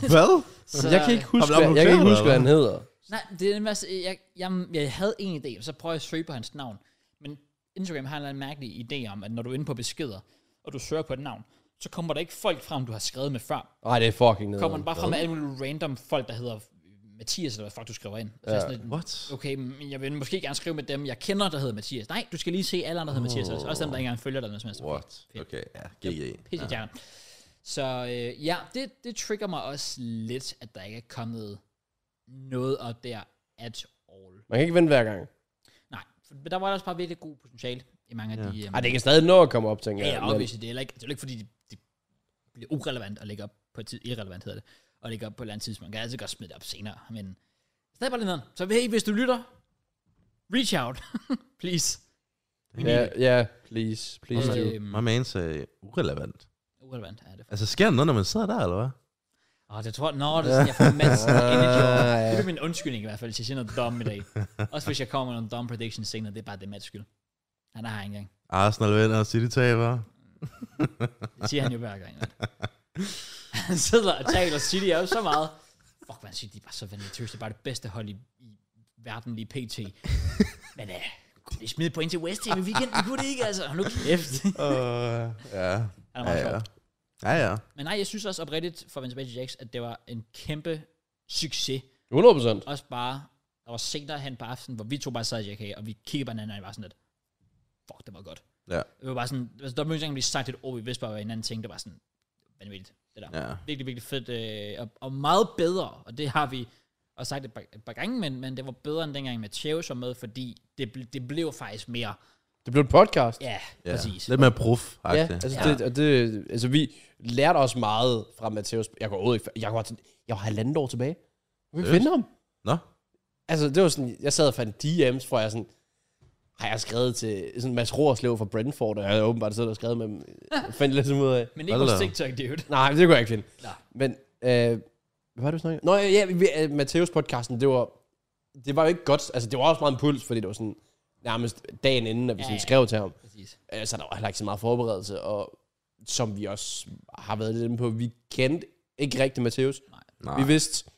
S3: Hvad?
S1: Så,
S2: Jeg kan ikke huske,
S3: Har vi
S2: hvad, jeg kan ikke
S3: opnoteret,
S2: huske, hvad han hedder.
S1: Nej, det er en masse, jeg, jeg, jeg havde en idé, og så prøvede jeg at søge på hans navn. Men Instagram har en eller anden mærkelig idé om, at når du er inde på beskeder, og du søger på et navn, så kommer der ikke folk frem, du har skrevet med før.
S2: Nej, det er fucking nederen.
S1: Kommer den bare frem med alle mulige random folk, der hedder Mathias, eller hvad fuck du skriver ind. Så ja. sådan lidt,
S3: What?
S1: okay, men jeg vil måske gerne skrive med dem, jeg kender, der hedder Mathias. Nej, du skal lige se alle andre, der hedder Mathias, også, også dem, der ikke engang følger dig. eller Noget som helst.
S3: What? Okay, ja. GG.
S1: Pisse ja. Så øh, ja, det, det trigger mig også lidt, at der ikke er kommet noget op der at all.
S2: Man kan ikke vente hver gang.
S1: Nej, for, men der var også bare virkelig god potentiale i mange af ja. de... Um,
S2: Ej, det kan stadig nå at komme op, tænker
S1: ja,
S2: jeg.
S1: ja,
S2: men-
S1: obviously, det er heller ikke, det er jo ikke fordi, det, det bliver urelevant at lægge op på et tid, irrelevant hedder det, og lægge op på et eller andet tidspunkt. Man kan altid godt smide det op senere, men stadig bare lidt noget. Så hey, hvis du lytter, reach out, please.
S2: Ja, ja, please, please
S1: Og,
S2: do.
S1: øhm,
S3: My man sagde urelevant.
S1: Urelevant er det.
S3: Altså, sker der noget, når man sidder der, eller hvad?
S1: Åh, det tror jeg, nå, det er sådan, jeg får masser af energy. Det er min undskyldning i hvert fald, hvis jeg siger noget dumt i dag. Også hvis jeg kommer med nogle dumme predictions senere, det er bare det Mats skyld. Han er her ikke engang.
S3: Arsenal vinder, City taber.
S1: Det siger han jo hver gang. mand. Han sidder og taler City op så meget. Fuck, man City de er bare så vanvittigt. Det er bare det bedste hold i, i verden lige pt. Men øh, kunne de smide point til West Ham i weekenden? Kunne de ikke, altså? Hold nu kæft.
S3: Uh, ja.
S1: Han er
S3: Ja,
S1: meget sjov.
S3: ja. Ja, ja.
S1: Men nej, jeg synes også oprigtigt, for at vende tilbage til Jax, at det var en kæmpe succes
S2: 100 procent.
S1: også bare, der var senere hen på aftenen, hvor vi to bare sad i JK, og vi kiggede på hinanden, og vi var sådan lidt, fuck, det var godt.
S3: Ja.
S1: Det var bare sådan, altså, der var ikke engang lige sagt et ord, vi vidste bare, hvad hinanden tænkte, det var sådan, vanvittigt, det der. Ja.
S3: Ja.
S1: Virkelig, virkelig fedt, øh, og, og, meget bedre, og det har vi også sagt et par, et par gange, men, men det var bedre end dengang med Tjeus var med, fordi det, ble, det blev faktisk mere,
S2: Det blev et podcast.
S1: ja,
S3: ja.
S1: ja. præcis.
S3: Lidt mere prof,
S2: Ja,
S3: faktisk.
S2: altså,
S1: Ja.
S2: det, og det, altså vi lærte os meget fra Matteus. Jeg går ud, jeg var, jeg var halvandet år tilbage. Jeg kunne ikke
S3: Seriøst?
S2: finde ham.
S3: Nå?
S2: Altså, det var sådan, jeg sad og fandt DM's, hvor jeg sådan, har jeg skrevet til sådan Mads Roerslev fra Brentford, og jeg havde åbenbart siddet og skrevet med dem. Jeg fandt lidt som ud af.
S1: Men ikke
S3: Hold
S1: hos
S3: da.
S1: TikTok, dude.
S2: Nej, det kunne jeg ikke finde.
S1: Nå.
S2: Men, øh, hvad var det, du snakkede om? Nå, ja, vi, øh, Matteus-podcasten, det var, det var jo ikke godt. Altså, det var også meget en puls, fordi det var sådan, nærmest dagen inden, at vi
S1: Ja,
S2: sådan
S1: ja.
S2: skrev til ham.
S1: Præcis.
S2: Øh, Så der var heller ikke så meget forberedelse, og som vi også har været lidt inde på, vi kendte ikke rigtig Matteus.
S3: Nej.
S2: Vi vidste,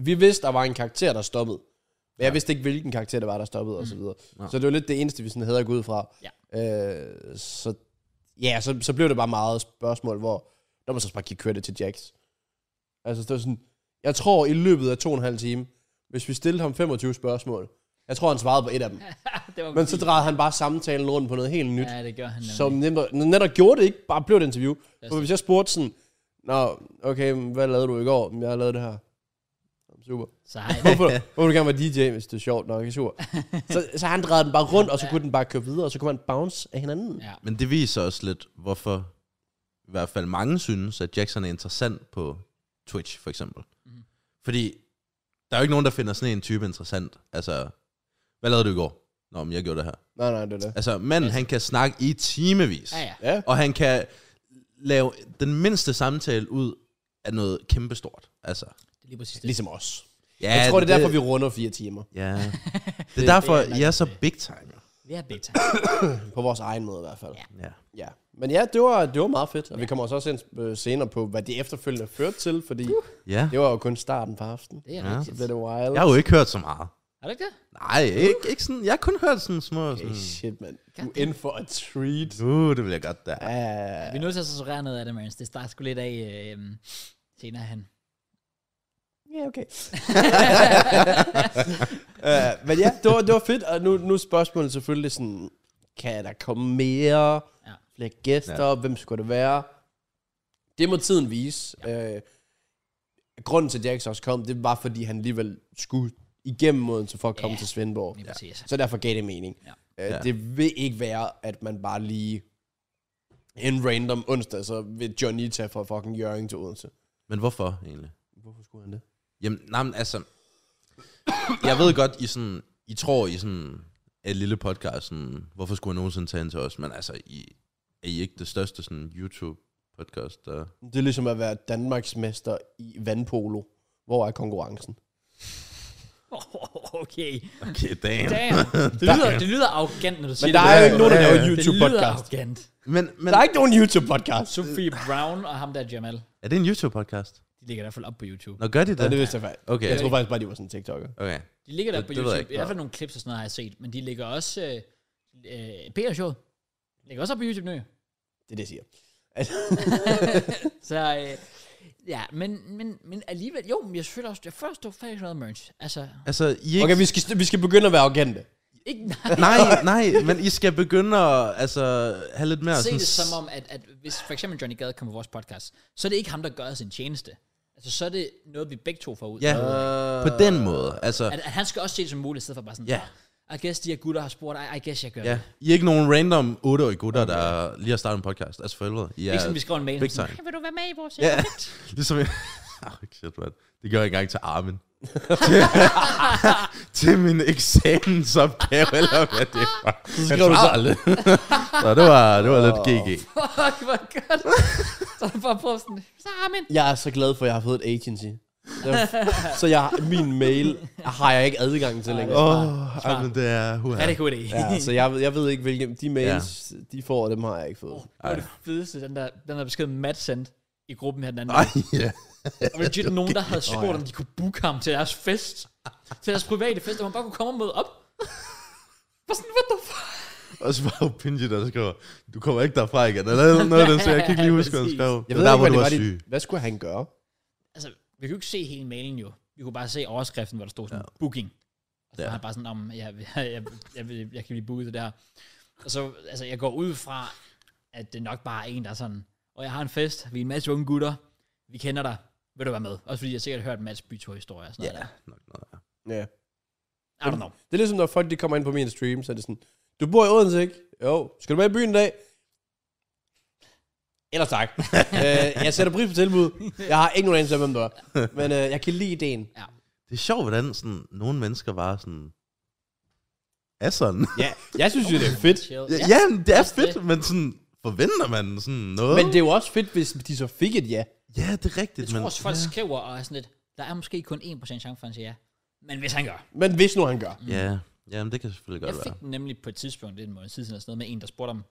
S2: vi vidste, der var en karakter, der stoppede. Men jeg vidste ikke, hvilken karakter det var, der stoppede, og så videre.
S3: Nej.
S2: Så det var lidt det eneste, vi sådan havde at gå ud fra. Ja. Øh, så ja, så, så blev det bare meget spørgsmål, hvor når man så bare gik credit til Jax. Altså, det var sådan, jeg tror i løbet af to og en halv time, hvis vi stillede ham 25 spørgsmål, jeg tror, han svarede på et af dem.
S1: Ah, det var
S2: Men så drejede han bare samtalen rundt på noget helt nyt.
S1: Ja, det gør han nemlig.
S2: Som netop, netop gjorde det ikke, bare blev et interview. For hvis jeg spurgte sådan, Nå, okay, men hvad lavede du i går? "Jamen, Jeg lavede det her. "Nå, Super.
S1: Så hej.
S2: Hvorfor, hvorfor vil du gerne være DJ, hvis det er sjovt nok? "Okay, Super. Så, så han drejede den bare rundt, og så kunne den bare køre videre, og så kunne man bounce af hinanden.
S1: Ja.
S3: Men det viser også lidt, hvorfor i hvert fald mange synes, at Jackson er interessant på Twitch, for eksempel. Mm.
S1: Mhm.
S3: Fordi der er jo ikke nogen, der finder sådan en type interessant. Altså, hvad lavede du i går? Nå, men jeg gjorde det her.
S2: Nej, nej, det er det.
S3: Altså, manden, han kan snakke i timevis.
S1: Ja, ja.
S2: Ja.
S3: Og han kan lave den mindste samtale ud af noget kæmpestort. Altså,
S1: Det er lige præcis det.
S2: Ligesom os.
S3: ja,
S2: Jeg tror, det er derfor, vi runder fire timer.
S3: Ja. Det er derfor,
S1: det er
S3: I er så big time.
S1: Vi er big time.
S2: På vores egen måde i hvert fald.
S1: Ja.
S3: Ja.
S2: Ja. Men ja, det var, det var meget fedt. Og vi kommer også også ind øh, senere på, hvad det efterfølgende førte til, fordi
S3: ja.
S2: det var jo kun starten på aftenen.
S1: Det er
S3: Ja.
S2: Så
S1: rigtigt.
S2: blev det wild.
S3: Jeg har jo ikke hørt så meget.
S1: Er det ikke det?
S3: Nej, ikke, ikke sådan. Jeg har kun hørt sådan små...
S2: Okay,
S3: Sådan,
S2: shit, mand. Du er in for a treat.
S3: uh, det vil jeg godt der.
S2: Ah.
S1: Vi er nødt til at censurere noget af det, Mørens. Det starter sgu lidt af øh, øhm, senere han.
S2: Ja, okay. uh, men ja, det var, det var fedt, og nu, nu er spørgsmålet selvfølgelig sådan, kan der komme mere,
S1: Ja.
S2: ja. flere gæster, ja. hvem skulle det være? Det må tiden vise. Ja. Uh, grunden til, at Jax også kom, det var, fordi han alligevel skulle igennem Odense for at komme
S1: Ja.
S2: ja. til Svendborg.
S1: Lige præcis.
S2: Så derfor gav det mening. Ja.
S3: Ja.
S2: Øh, det vil ikke være, at man bare lige en random onsdag, så vil Johnny tage fra fucking Jørgen til Odense.
S3: Men hvorfor egentlig?
S2: Hvorfor skulle han det?
S3: Jamen, nej, men altså... Jeg ved godt, I, sådan, I tror, I sådan et lille podcast, sådan, hvorfor skulle jeg nogensinde tage ind til os? Men altså, I, er I ikke det største sådan, YouTube-podcast, der...
S2: Det er ligesom at være Danmarks mester i vandpolo. Hvor er konkurrencen?
S1: Oh, okay.
S3: Okay, damn.
S1: Damn. Det lyder, det lyder arrogant, når du siger
S2: Men der er jo ikke nogen, der
S3: Ja, ja, ja.
S2: laver
S1: Det lyder
S2: YouTube-podcast.
S1: arrogant.
S3: Men, men
S2: Der er ikke nogen YouTube-podcast.
S1: Sofie Brown og ham der Jamal,
S3: er det en YouTube-podcast?
S1: de ligger i hvert fald op på YouTube.
S3: Nå, gør de det?
S2: Ja, det vidste jeg faktisk.
S3: Okay.
S2: Jeg tror faktisk bare, de var sådan TikToker.
S3: Okay.
S1: De ligger der
S3: Det-
S1: på
S3: det ved jeg
S1: YouTube.
S3: ikke,
S1: I hvert fald
S3: nej.
S1: nogle klips og sådan noget har jeg set, men de ligger også... Øh, øh, Peter Show ligger også op på YouTube nu. jo.
S2: Det er det, jeg siger.
S1: Så øh, ja, men, men, men alligevel... Jo, men jeg føler også... Jeg forstår faktisk noget merch. Altså,
S3: Altså, I er ikke...
S2: Okay, vi skal, vi skal begynde at være arrogante.
S1: ikke...
S3: nej, nej, men I skal begynde at altså, have lidt mere...
S1: se
S3: sådan,
S1: det som om, at, at hvis for eksempel Johnny Gade kommer på vores podcast, så er det ikke ham, der gør os en tjeneste. Altså, så er det noget, vi begge to får ud.
S3: Ja,
S1: af.
S2: Øh.
S3: på den måde. Altså,
S1: At, at han skal også se det som muligt, i stedet for bare sådan,
S3: Ja.
S1: I guess de her gutter har spurgt, I, I guess jeg gør
S3: ja.
S1: det.
S3: I er ikke nogen random 8-årige gutter, der lige har startet en podcast. Altså, for helvede. I
S1: Ikke
S3: er
S1: sådan, Ligesom vi skriver en mail.
S3: big
S1: sådan,
S3: time.
S1: "Hey, vil du være med i vores
S3: Ja, ligesom jeg... Oh, shit, man. Det gør jeg ikke engang til Armin. til, til min eksamensopgave, eller hvad det var. Så
S2: skriver du så-
S3: aldrig. så det var, det var lidt GG.
S1: Fuck, hvor godt. Så er bare prøv sådan, så Armin.
S2: Jeg er så glad for, at jeg har fået et agency. Så- Så jeg, min mail har jeg ikke adgang til længere.
S3: Åh, oh, Armin, det er... Huha.
S1: Ja, det er god idé.
S2: Ja, altså. så jeg, ved- jeg ved ikke, hvilke de mails, de får, dem har jeg ikke fået.
S1: Det var det fedeste, den der, den der besked, Matt sendte i gruppen her den anden.
S3: Ej,
S1: dag.
S3: ja.
S1: Og legit nogen, der havde spurgt, om de kunne booke ham til deres fest. Til deres private fest, hvor han bare kunne komme og møde op. Bare sådan, what the fuck?
S3: Og så var jo Pinji, der skriver, du kommer ikke derfra igen. Eller noget, der så jeg kan ikke lige huske, hvad han
S1: Præcis.
S3: skrev.
S2: Jeg
S3: Det
S2: ved
S3: var der,
S2: ikke,
S3: hvor
S2: hvad
S3: du
S2: det
S3: var
S2: var,
S3: syg.
S2: de, hvad skulle han gøre?
S1: Altså, vi kunne ikke se hele mailen jo. Vi kunne bare se overskriften, hvor der stod sådan, ja. booking. Og så
S3: Ja.
S1: var han bare sådan, om jeg, jeg, jeg, jeg, jeg, jeg kan blive booket det der. Og så, altså, jeg går ud fra, at det nok bare er en, der er sådan, og jeg har en fest, vi er en masse unge gutter, vi kender dig, vil du være med? Også fordi jeg sikkert har hørt en masse bytur-historier og sådan noget
S3: Nok noget, ja.
S2: Ja.
S1: der. I don't know.
S2: Det er ligesom, når folk de kommer ind på min stream, så er det sådan, du bor i Odense, ikke? Jo. Skal du med i byen i dag? Ellers tak. øh, jeg sætter pris på tilbud. Jeg har ikke nogen anelse om, hvem du er. Men øh, jeg kan lide ideen.
S3: Det er sjovt, hvordan sådan, nogle mennesker bare sådan... Er sådan.
S2: Ja, jeg synes jo, det er fedt.
S1: Chill.
S3: Ja, ja men det er
S1: også
S3: fedt,
S1: det.
S3: men sådan... Forventer man sådan noget?
S2: Men det er jo også fedt, hvis de så fik et ja.
S3: ja, det er rigtigt,
S1: Jeg tror
S3: men...
S1: også, folk
S3: ja.
S1: skriver og er sådan lidt, der er måske kun 1% chance for, at han siger ja. Men hvis han gør.
S2: Men hvis nu han gør.
S3: Ja, jamen det kan selvfølgelig godt
S1: Jeg
S3: være.
S1: fik den nemlig på et tidspunkt, det er en måned siden, eller sådan noget, med en, der spurgte om,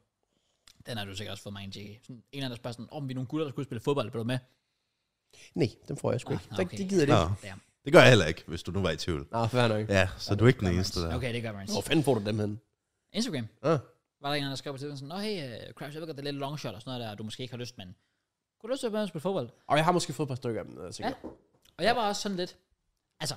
S1: den har du sikkert også fået mig en JK. Sådan, en eller anden, der spørger sådan, om vi er nogle gutter, der skulle spille fodbold, blev du med?
S2: Nej, den får jeg sgu
S1: Ah,
S2: ikke. Ah,
S1: okay.
S2: okay. De gider det
S3: Nå,
S2: ikke.
S1: Ja.
S3: det gør jeg heller ikke, hvis du nu var i tvivl.
S2: Nå, fair nok.
S3: Ja, så du er ikke den eneste der.
S1: Okay, det gør man. altså.
S2: Hvor fanden får du dem hen?
S1: Instagram.
S2: Ah.
S1: Var der en, der skrev på tidspunkt sådan, Nå hey, uh, Crash, jeg ved godt, det er lidt long shot og sådan noget der, du måske ikke har lyst, men kunne du lyst til at være med og spille fodbold?
S2: Og jeg har måske fået et par stykker af dem. Jeg
S1: Ja.
S2: ja.
S1: Og jeg var også sådan lidt, altså,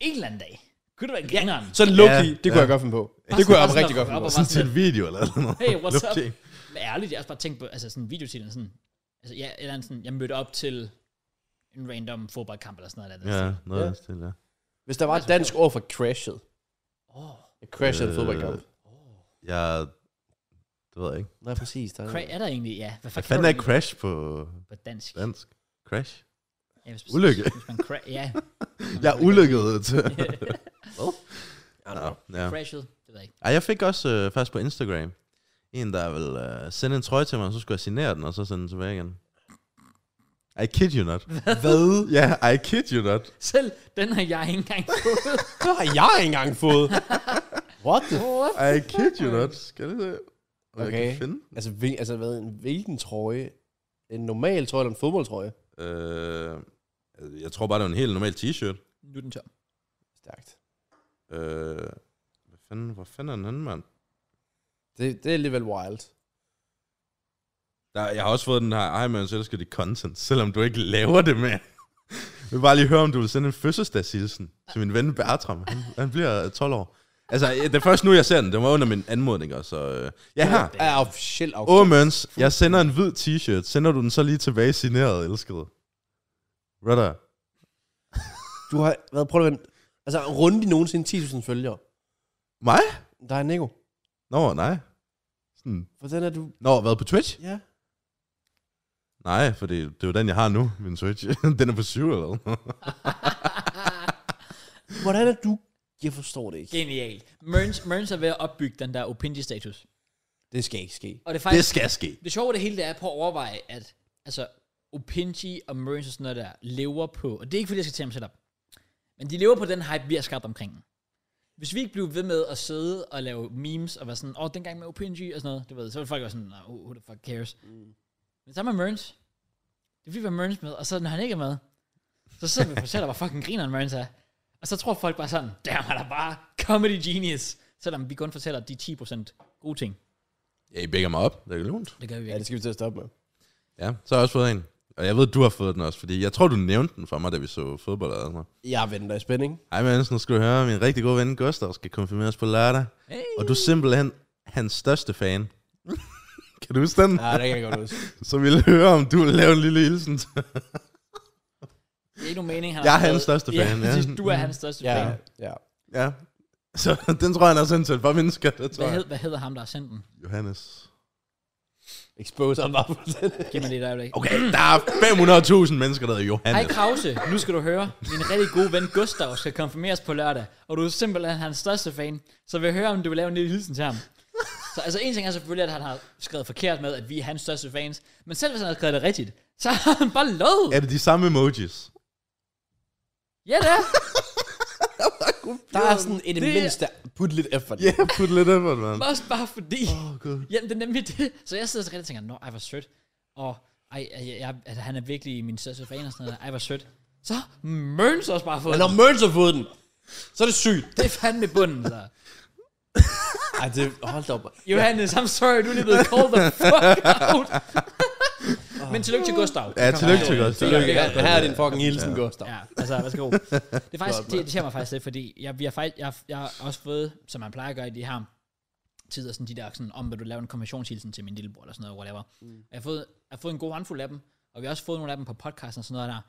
S1: en eller anden dag, kunne det være grineren?
S2: Så low-key,
S3: Ja,
S2: det kunne
S3: ja.
S2: jeg godt finde på. Det kunne
S1: Bare
S2: jeg op
S1: sådan
S2: rigtig
S1: at fuck
S2: godt finde på.
S1: op og
S3: Sådan
S1: bare
S3: til en video eller noget.
S1: Hey, what's up?
S3: Okay.
S1: Men ærligt, jeg har også bare tænkt på, altså sådan videotitlen, sådan, altså jeg, eller anden sådan, jeg mødte op til en random fodboldkamp eller sådan noget. Der, der,
S3: Ja,
S1: sådan,
S3: noget
S2: Ja.
S3: ja. til, ja.
S2: Hvis der var et dansk ord for crashet.
S1: Åh,
S2: Jeg crashede en
S3: Øh,
S2: fodboldkamp.
S3: Jeg... Det ved jeg ikke.
S2: Nej, præcis. Der
S1: cra- er der egentlig, ja. Hvad
S3: Hvad
S1: kalder
S3: fanden
S1: du
S3: er
S1: det
S3: crash på
S1: på dansk?
S3: dansk? Crash?
S1: Ja, hvis,
S3: Ulykke.
S1: Hvis man cra- ja,
S3: Jeg er ulykket til.
S2: Ja.
S3: ja.
S1: crashet, det ved jeg ikke.
S3: Ej, jeg fik også øh, faktisk på Instagram en, der ville øh, sende en trøje til mig, og så skulle jeg signere den, og så sende den tilbage igen. I kid you not. Hvad? Ja, yeah, I kid you not.
S1: Selv den har jeg ikke engang fået.
S2: Det har jeg ikke engang fået. What the f-
S1: What?
S3: I kid you not. Skal det se? Og jeg
S2: Okay.
S3: kan finde.
S2: Altså, hvil, altså hvad, en, hvilken trøje? En normal trøje eller en fodboldtrøje?
S3: Øh, jeg tror bare, det var en helt normal t-shirt.
S1: Nu er den tom.
S2: Stærkt.
S3: Øh, hvad fanden, hvor fanden er den anden, mand?
S2: Det, det er alligevel wild.
S3: Der, jeg har også fået den her, ej, man, så elsker det content, selvom du ikke laver det med. Jeg vil bare lige høre, om du vil sende en fødselsdagshilsen til min ven Bertram. Han, han bliver 12 år. Altså, det er først nu, jeg ser den. Den var under min anmodning, og så... Øh, ja, her.
S2: Ja, ah, officielt af.
S3: Åh, Møns, jeg sender en hvid t-shirt. Sender du den så lige tilbage signeret, elskede? Brother.
S2: Du har været, prøv at vente. Altså, rundt i nogensinde 10.000 følgere.
S3: Mig?
S2: Der er Nico.
S3: Nå, nej. Sådan.
S2: Hvordan er du?
S3: Nå, hvad på Twitch?
S2: Ja.
S3: Nej, for det, det er jo den, jeg har nu, min Twitch. den er på 7 eller hvad?
S2: Hvordan er du? Jeg forstår det ikke.
S1: Genial. Mørns, Mørns er ved at opbygge den der Opinji-status.
S2: Det skal ikke ske.
S1: Og det er faktisk...
S3: skal ske.
S1: Det sjove ved det hele, det er, prøv at overveje, at altså, Opinji og Merns og sådan noget der, lever på, og det er ikke fordi, jeg skal tage dem setup, men de lever på den hype, vi har skabt omkring dem. Hvis vi ikke blev ved med at sidde og lave memes, og være sådan, åh, oh, dengang med Opinji og sådan noget, du ved, så ville folk være sådan, "Nå, who the fuck cares? Mm. Men sammen med Merns, det er fordi, vi har Merns med, og så når han ikke er med, så sidder vi og fortæller, hvor fucking grineren Merns er. Og så tror folk bare sådan, der var der bare comedy genius, selvom vi kun fortæller de 10% gode ting.
S3: Ja, I bækker mig op. Det er jo lunt.
S1: Det gør vi
S2: Ja,
S1: ikke.
S2: det skal vi til at stoppe med.
S3: Ja, så har jeg også fået en. Og jeg ved, du har fået den også, fordi jeg tror, du nævnte den for mig, da vi så fodbold og sådan noget.
S2: Jeg venter i spænding.
S3: Hej Mads, nu skal du høre, min rigtig gode ven Gustav skal konfirmeres på lørdag.
S1: Hey.
S3: Og du er simpelthen hans største fan. kan du huske den?
S2: Nej, det Ah, kan jeg godt huske.
S3: Så vi vil høre, om du vil lave en lille hilsen. til-
S1: Det er ikke nogen mening, han
S3: Jeg
S1: har
S3: er hans
S1: skrevet.
S3: største fan, ja.
S1: præcis. Du er hans største
S2: Ja,
S1: fan.
S2: ja.
S3: ja. Så den tror jeg, han har sendt til et par mennesker, det tror
S1: Hvad, hed,
S3: jeg.
S1: hvad hedder ham, der har sendt den?
S3: Johannes.
S2: Expose ham bare på den.
S1: Giv mig lige et øjeblik.
S3: Okay, der er 500.000 mennesker, der hedder
S1: Hej
S3: Johannes.
S1: Krause, nu skal du høre. Min rigtig gode ven Gustav skal konfirmeres på lørdag, og du er simpelthen hans største fan, så vil jeg høre, om du vil lave en lille hilsen til ham. Så altså en ting er selvfølgelig, at han har skrevet forkert med, at vi er hans største fans, men selv hvis han har skrevet det rigtigt, så har han bare lovet.
S3: Er det de samme emojis?
S1: Ja, det er.
S2: Der er sådan et det...
S1: Det-
S2: mindste put lidt effort.
S3: Ja, yeah, put lidt effort, man.
S1: Også bare fordi.
S3: Åh, gud.
S1: Jamen, det er nemlig det. Så jeg sidder sådan rigtig og tænker, nå, ej, hvor sødt. Og ej, jeg, jeg, altså, han er virkelig min største fan og sådan noget. Ej, hvor sødt. Så Mørns også bare fået
S2: Men
S1: den.
S2: når Mørns har fået den, så er det sygt.
S1: Det er fandme bunden, så.
S2: Ej, det, hold da op.
S1: Johannes, I'm sorry, du er lige blevet called the fuck out. Men tillykke til Gustav.
S3: Ja, tillykke til Gustav.
S2: Tillykke. Her er din fucking hilsen, Gustav.
S1: Ja, altså, værsgo. Det er faktisk, det, det irriterer mig faktisk lidt, fordi jeg, vi har faktisk, jeg, jeg har også fået, som man plejer at gøre i de her tider, sådan de der, sådan, om vil du lave en konfirmationshilsen til min lillebror, eller sådan noget, whatever. Mm. Jeg, har fået, jeg har fået en god håndfuld af dem, og vi har også fået nogle af dem på podcasten og sådan noget der.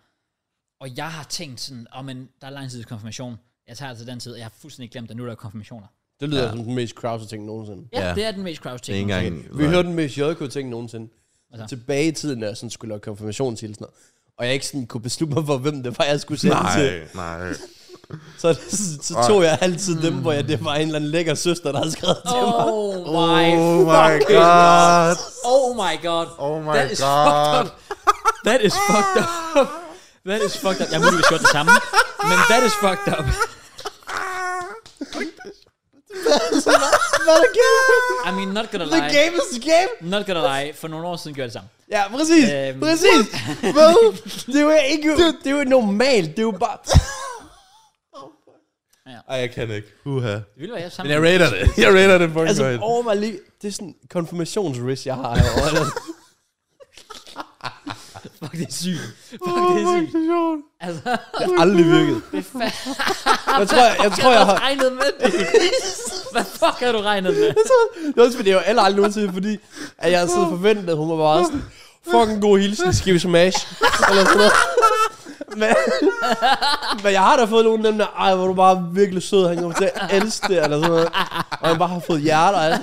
S1: Og jeg har tænkt sådan, om men der er lang tid til konfirmation. Jeg tager altså den tid, og jeg har fuldstændig glemt, at nu er der konfirmationer.
S2: Det lyder som den mest crowded ting nogensinde.
S1: Ja,
S3: Ja.
S1: ja. det er den mest crowd
S3: Det er ikke
S1: ting.
S3: engang...
S2: Vi hørte den mest JK ting nogensinde.
S1: Altså.
S2: Tilbage i tiden, når jeg sådan skulle lave konfirmationshilsner. Og jeg ikke sådan kunne beslutte mig for, hvem det var, jeg skulle sende til.
S3: Nej, nej.
S2: Så, så, så tog jeg altid dem, hvor jeg, det var en eller anden lækker søster, der havde skrevet til mig.
S1: Oh my
S3: Oh my
S1: fucking
S3: god.
S1: Oh my god.
S3: Oh my
S1: That is fucked
S3: god.
S1: up. That is fucked up. That is fucked up. Jeg har muligvis gjort det samme. Men that is fucked up.
S2: Hvad er der galt?
S1: I mean, not gonna
S2: The
S1: lie.
S2: game is the game.
S1: Not gonna lie. For nogle år siden gjorde jeg det samme.
S2: Ja, præcis.
S1: Øhm.
S2: Præcis. Hvad? Det er jo ikke... Det, det er jo normalt. Det er jo bare...
S3: Ej, jeg kan ikke. Uha.
S1: Det ville være jeg
S3: Men
S1: sammen.
S3: jeg rater det. Jeg rater det fucking
S2: Altså,
S3: højt.
S2: over mig lige... Det er sådan en konfirmationsrisk, jeg har herovre.
S1: Fuck, det er sygt. Fuck, det er sygt. Altså,
S2: Det har aldrig virket. Jeg tror, jeg, jeg, tror, jeg
S1: jeg
S2: har...
S1: har regnet med det. Hvad fuck har du regnet med?
S2: Det er også fordi, jeg jo heller aldrig nogensinde, fordi at jeg havde siddet og forventet, at hun var bare sådan, fucking god hilsen, skal vi smash? Eller sådan noget. Men, men jeg har da fået nogle af dem der, ej, hvor er du bare virkelig sød, han kommer til at elske det, eller sådan noget. Og han bare har fået hjerter, altså.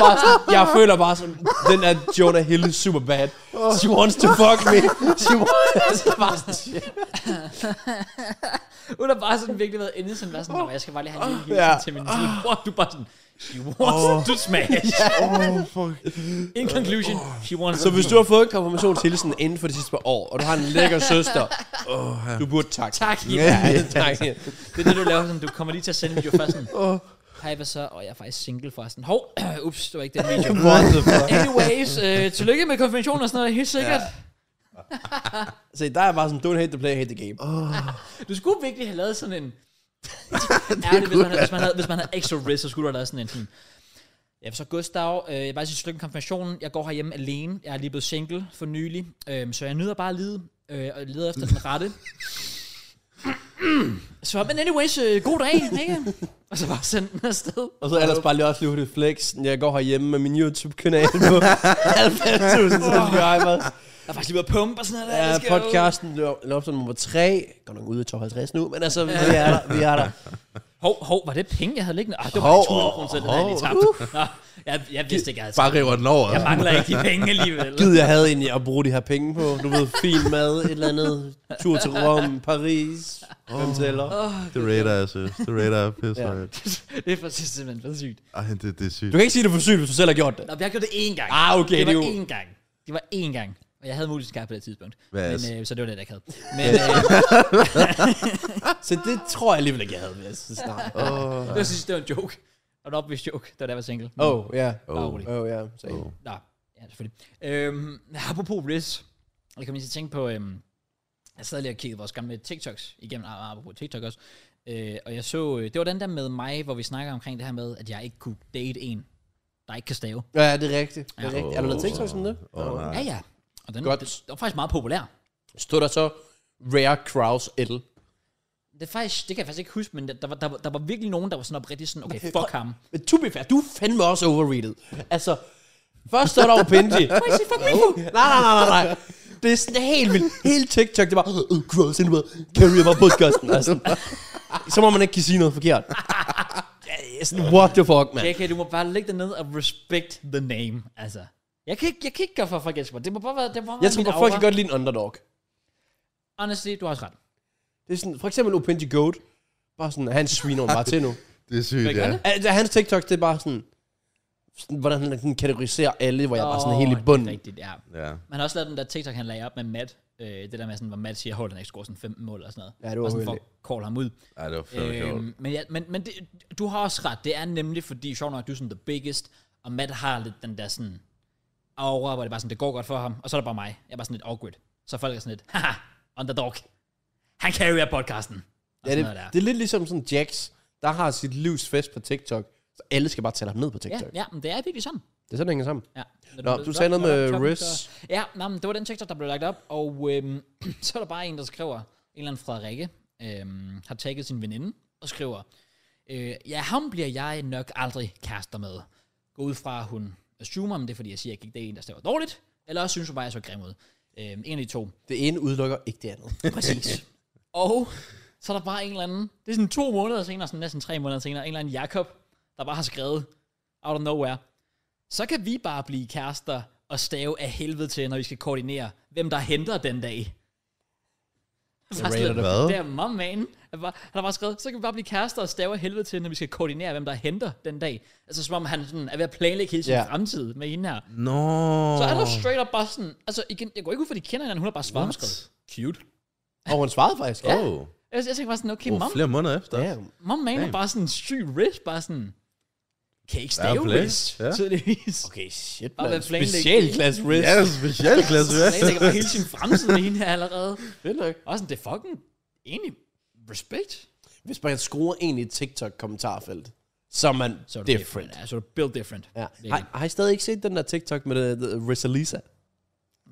S2: Bare sådan, jeg føler bare sådan, den der Jonah Hill er super bad. She wants to fuck me. She wants to bare sådan, shit.
S1: Hun har bare sådan virkelig været inde som var sådan, "Nå, jeg skal bare lige have en lille
S2: Ja.
S1: hilsen til min lille bror. Du er bare sådan, she wants to smash.
S3: Oh, fuck.
S1: In conclusion, she wants
S2: Så hvis du har fået en konfirmationshilsen inden for de sidste par år, og du har en lækker søster, du burde takke.
S1: Tak, Hina.
S2: Ja, tak.
S1: Det er det, du laver, sådan, du kommer lige til at sende en video først sådan, Hej, hvad så? Og jeg er faktisk single forresten. Hov, ups, det var ikke den video.
S2: What the fuck?
S1: Anyways, øh, tillykke med konfirmationen og sådan noget, helt sikkert.
S2: Se, der er bare sådan, don't hate the player, hate the game.
S1: Du skulle virkelig have lavet sådan en... Ærligt, hvis, man havde, hvis, man havde, hvis man havde extra risk, så skulle du have lavet sådan en sådan... Ja, så Gustav, øh, jeg vil bare sige tillykke med konfirmationen. Jeg går herhjemme alene. Jeg er lige blevet single for nylig. Øh, så jeg nyder bare at lide øh, og leder efter den rette. så, men anyways, øh, god dag, ikke? Og så bare sende den afsted.
S2: Og så ellers bare lige også lige hurtigt flex. Jeg går herhjemme med min YouTube-kanal på 90.000 subscribers.
S1: Der er faktisk lige været pumpe og sådan noget. der.
S2: Ja,
S1: Det skal jo-
S2: podcasten blev blev optaget nummer 3. Går nok ude i top 50 nu, men altså, vi er der. Vi er der.
S1: Hov, hov, var det penge, jeg havde liggende? Ah, det var
S2: Hov,
S1: bare 200 kroner selv, den havde jeg lige tabt. Nå, jeg, jeg vidste ikke, jeg havde tabt.
S3: Bare river den over.
S1: Jeg mangler ikke de penge alligevel.
S2: Gid, jeg havde egentlig at bruge de her penge på. Du ved, fin mad, et eller andet. Tur til Rom, Paris. Hvem tæller?
S3: The radar er søs. The radar er pisse.
S2: Ja.
S3: Ja.
S1: det er for sidst simpelthen for sygt.
S3: Ej, det, det er sygt.
S2: Du kan ikke sige det for sygt, hvis du selv har gjort det.
S1: Nå, men jeg gjorde det én gang.
S2: Ah, okay,
S1: det var
S2: det er jo-
S1: én gang. Det var én gang. Og jeg havde muligvis skarp på det tidspunkt.
S3: Hvad er
S1: Men,
S3: det?
S1: øh, så det var det, jeg ikke havde. Men øh,
S2: Så det tror jeg alligevel ikke, jeg havde. Jeg synes, nej.
S3: Åh.
S1: det var sidst, det var en joke. Det var en opvist joke, da jeg var single. Men-
S2: Oh, ja.
S1: Bare rolig.
S2: Oh, ja. Så-
S3: Åh.
S1: Nå, ja, selvfølgelig. Øhm, apropos Riz, jeg kom lige til at tænke på, øhm, jeg sad lige og kiggede vores gamle TikToks igennem, ah, apropos TikTok også, øh, og jeg så, øh, det var den der med mig, hvor vi snakker omkring det her med, at jeg ikke kunne date en, der ikke kan stave.
S2: Ja, det er rigtigt. Det er
S1: Ja.
S2: rigtigt. Er du lavet TikTok sådan det?
S3: Åh,
S2: Nå.
S3: nej.
S1: Ja, ja. Og den,
S2: Godt.
S1: Den, den var faktisk meget populær.
S2: Stod der så Rare Kraus L.
S1: Det, er faktisk, det kan jeg faktisk ikke huske, men der, der, var, der, var, der var virkelig nogen, der var sådan oprigtigt sådan, okay, fuck ham.
S2: Men to be fair, du er fandme også overrated. Altså, først står der over Benji. nej, nej, nej, nej, nej. Det er sådan helt vildt. Hele TikTok, det var, oh, gross in the carry over podcasten. Altså, så må man ikke kunne sige noget forkert. Ja, Sådan, what the fuck, man.
S1: Okay, du må bare lægge dig ned og respect the name, altså. Jeg kan ikke, jeg kan ikke gøre for, at folk elsker mig. Det må bare være, det må bare
S2: Jeg
S1: være
S2: tror
S1: min
S2: bare, folk
S1: aura.
S2: kan godt lide en underdog.
S1: Honestly, du har også ret.
S2: Det er sådan, for eksempel Opinji Goat. Bare sådan, han sviner bare til nu.
S3: Det er sygt,
S1: Hvad gør
S3: ja.
S1: det?
S2: Altså, hans TikTok, det er bare sådan, sådan hvordan han sådan kategoriserer alle, hvor jeg bare sådan
S1: Åh,
S2: helt i
S1: det er
S2: bunden.
S1: Rigtigt, ja.
S3: ja.
S1: Man har også lavet den der TikTok, han lagde op med Matt. Øh, det der med, sådan, hvor Matt siger, at han ikke scorer sådan 15 mål og sådan noget.
S2: Ja, det var
S1: og sådan, for
S2: uheldigt.
S1: at call ham ud.
S3: Ej, det var fandme sjovt.
S1: Øhm, men ja, men, men det, du har også ret. Det er nemlig, fordi sjovt nok, du er sådan the biggest, og Matt har lidt den der sådan aura, hvor det er bare sådan, det går godt for ham, og så er det bare mig. Jeg er bare sådan lidt awkward. Så folk er sådan lidt, haha, underdog. Han carrier podcasten. Og
S2: Ja,
S1: sådan
S2: det,
S1: noget der.
S2: det er lidt ligesom sådan Jax, der har sit livs fest på TikTok. Så alle skal bare tale ham ned på TikTok. Ja,
S1: ja, ja, men det er virkelig sådan.
S2: Det er sådan, det hænger sammen.
S1: Ja. Når
S2: Nå,
S1: bliver
S2: du
S1: lagt
S2: sagde noget
S1: op
S2: med
S1: af toppen,
S2: Riz.
S1: så- Ja, nej, men det var den TikTok, der blev lagt op, og øhm, så er der bare en, der skriver, en eller anden Frederikke, øhm, har taget sin veninde og skriver, øh, ja, ham bliver jeg nok aldrig kærester med. Gå ud fra, at hun assumer, om det er, fordi jeg siger, at jeg ikke det er en, der staver dårligt, eller også synes hun bare, jeg så grim ud. Øhm, en af de to.
S2: Det ene udelukker ikke det andet.
S1: Præcis. og så er der bare en eller anden, det er sådan to måneder senere, sådan næsten tre måneder senere, en eller anden Jakob, der bare har skrevet, out of nowhere, så kan vi bare blive kærester og stave af helvede til, når vi skal koordinere, hvem der henter den dag. Det
S2: rater det.
S3: Hvad?
S1: er my man. Han var- han har bare skrevet, så kan vi bare blive kærester og stave af helvede til, når vi skal koordinere, hvem der henter den dag. Altså som om han sådan er ved at planlægge hele sin
S2: Ja.
S1: yeah. fremtid med hende her.
S3: Nå.
S1: Så er der straight up bare sådan, altså igen, jeg går ikke ud for, de kender hinanden, hun har bare svaret og skrevet, cute.
S2: Og hun svarede faktisk.
S3: Åh,
S2: Ja.
S3: oh.
S1: Jeg, jeg tænkte bare sådan, okay,
S3: oh,
S1: mom,
S3: flere måneder efter.
S2: Damn.
S1: mom man er
S3: Damn.
S1: bare sådan en syg risk, bare sådan, kan ikke
S3: Fair
S1: stave
S3: play.
S1: risk,
S3: Ja.
S1: ja. tydeligvis. Okay.
S2: Okay, shit,
S1: Bare
S2: man.
S1: være planlægge.
S2: Specialklasse risk.
S3: Ja,
S2: Ja.
S3: specielt klasse, ja.
S1: Planlægger bare hele sin fremtid med hende her allerede.
S2: Fedt nok.
S1: Og sådan, det er fucking, egentlig, respekt.
S2: Hvis man skruer en i et TikTok-kommentarfelt, så er man
S1: Så er du
S2: different.
S1: Ja, så er du built different.
S2: Ja.
S1: Virkelig.
S2: Har, har I stadig ikke set den der TikTok med the, the Risalisa?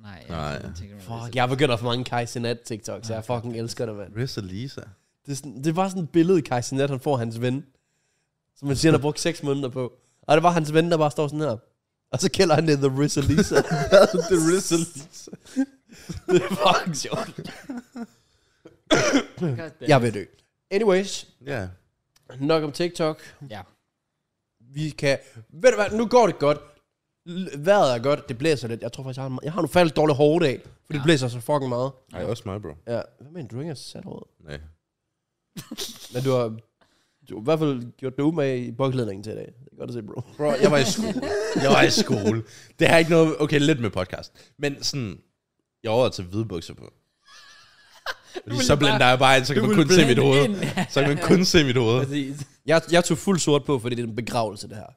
S1: Nej,
S3: Nej.
S1: jeg tænker,
S2: Fuck, jeg begynder at få mange Kai Sinat TikToks, så jeg fucking elsker det, mand.
S3: Riz og Lisa.
S2: Det er, sådan, det var sådan et billede, Kai Sinat, han får hans ven. Som man siger, han har brugt 6 måneder på. Og det var hans ven, der bare står sådan her. Og så kalder han det The Riz Lisa.
S3: The Riz og Lisa.
S2: det er fucking sjovt.
S1: God damn.
S2: Jeg vil dø. Anyways,
S3: Ja.
S2: nok om TikTok.
S1: Ja.
S2: Vi kan... Ved du hvad, nu går det godt. L- Vejret er godt, det blæser lidt. Jeg tror faktisk, jeg har, en- jeg har nu faldet dårlig hårde dag, fordi ja. det blæser så fucking meget.
S3: Ej, også mig, bro.
S2: Ja. Hvad mener du, du ikke har sat håret?
S3: Nej.
S2: Men du har, du har i hvert fald gjort det umage i bokledningen til i dag. Det er godt at se, bro.
S3: Bro, jeg var i skole. Jeg var i skole. Det har ikke noget... Okay, lidt med podcast. Men sådan... Jeg var til hvide bukser på. Fordi
S1: ville
S3: så
S1: bare-
S3: blænder jeg bare ind, så kan
S1: du
S3: man
S1: ville
S3: kun se mit
S1: blende
S3: hoved.
S1: ind.
S3: Så kan man kun se mit hoved.
S2: Præcis. Jeg, jeg tog fuld sort på, fordi det er en begravelse, det her.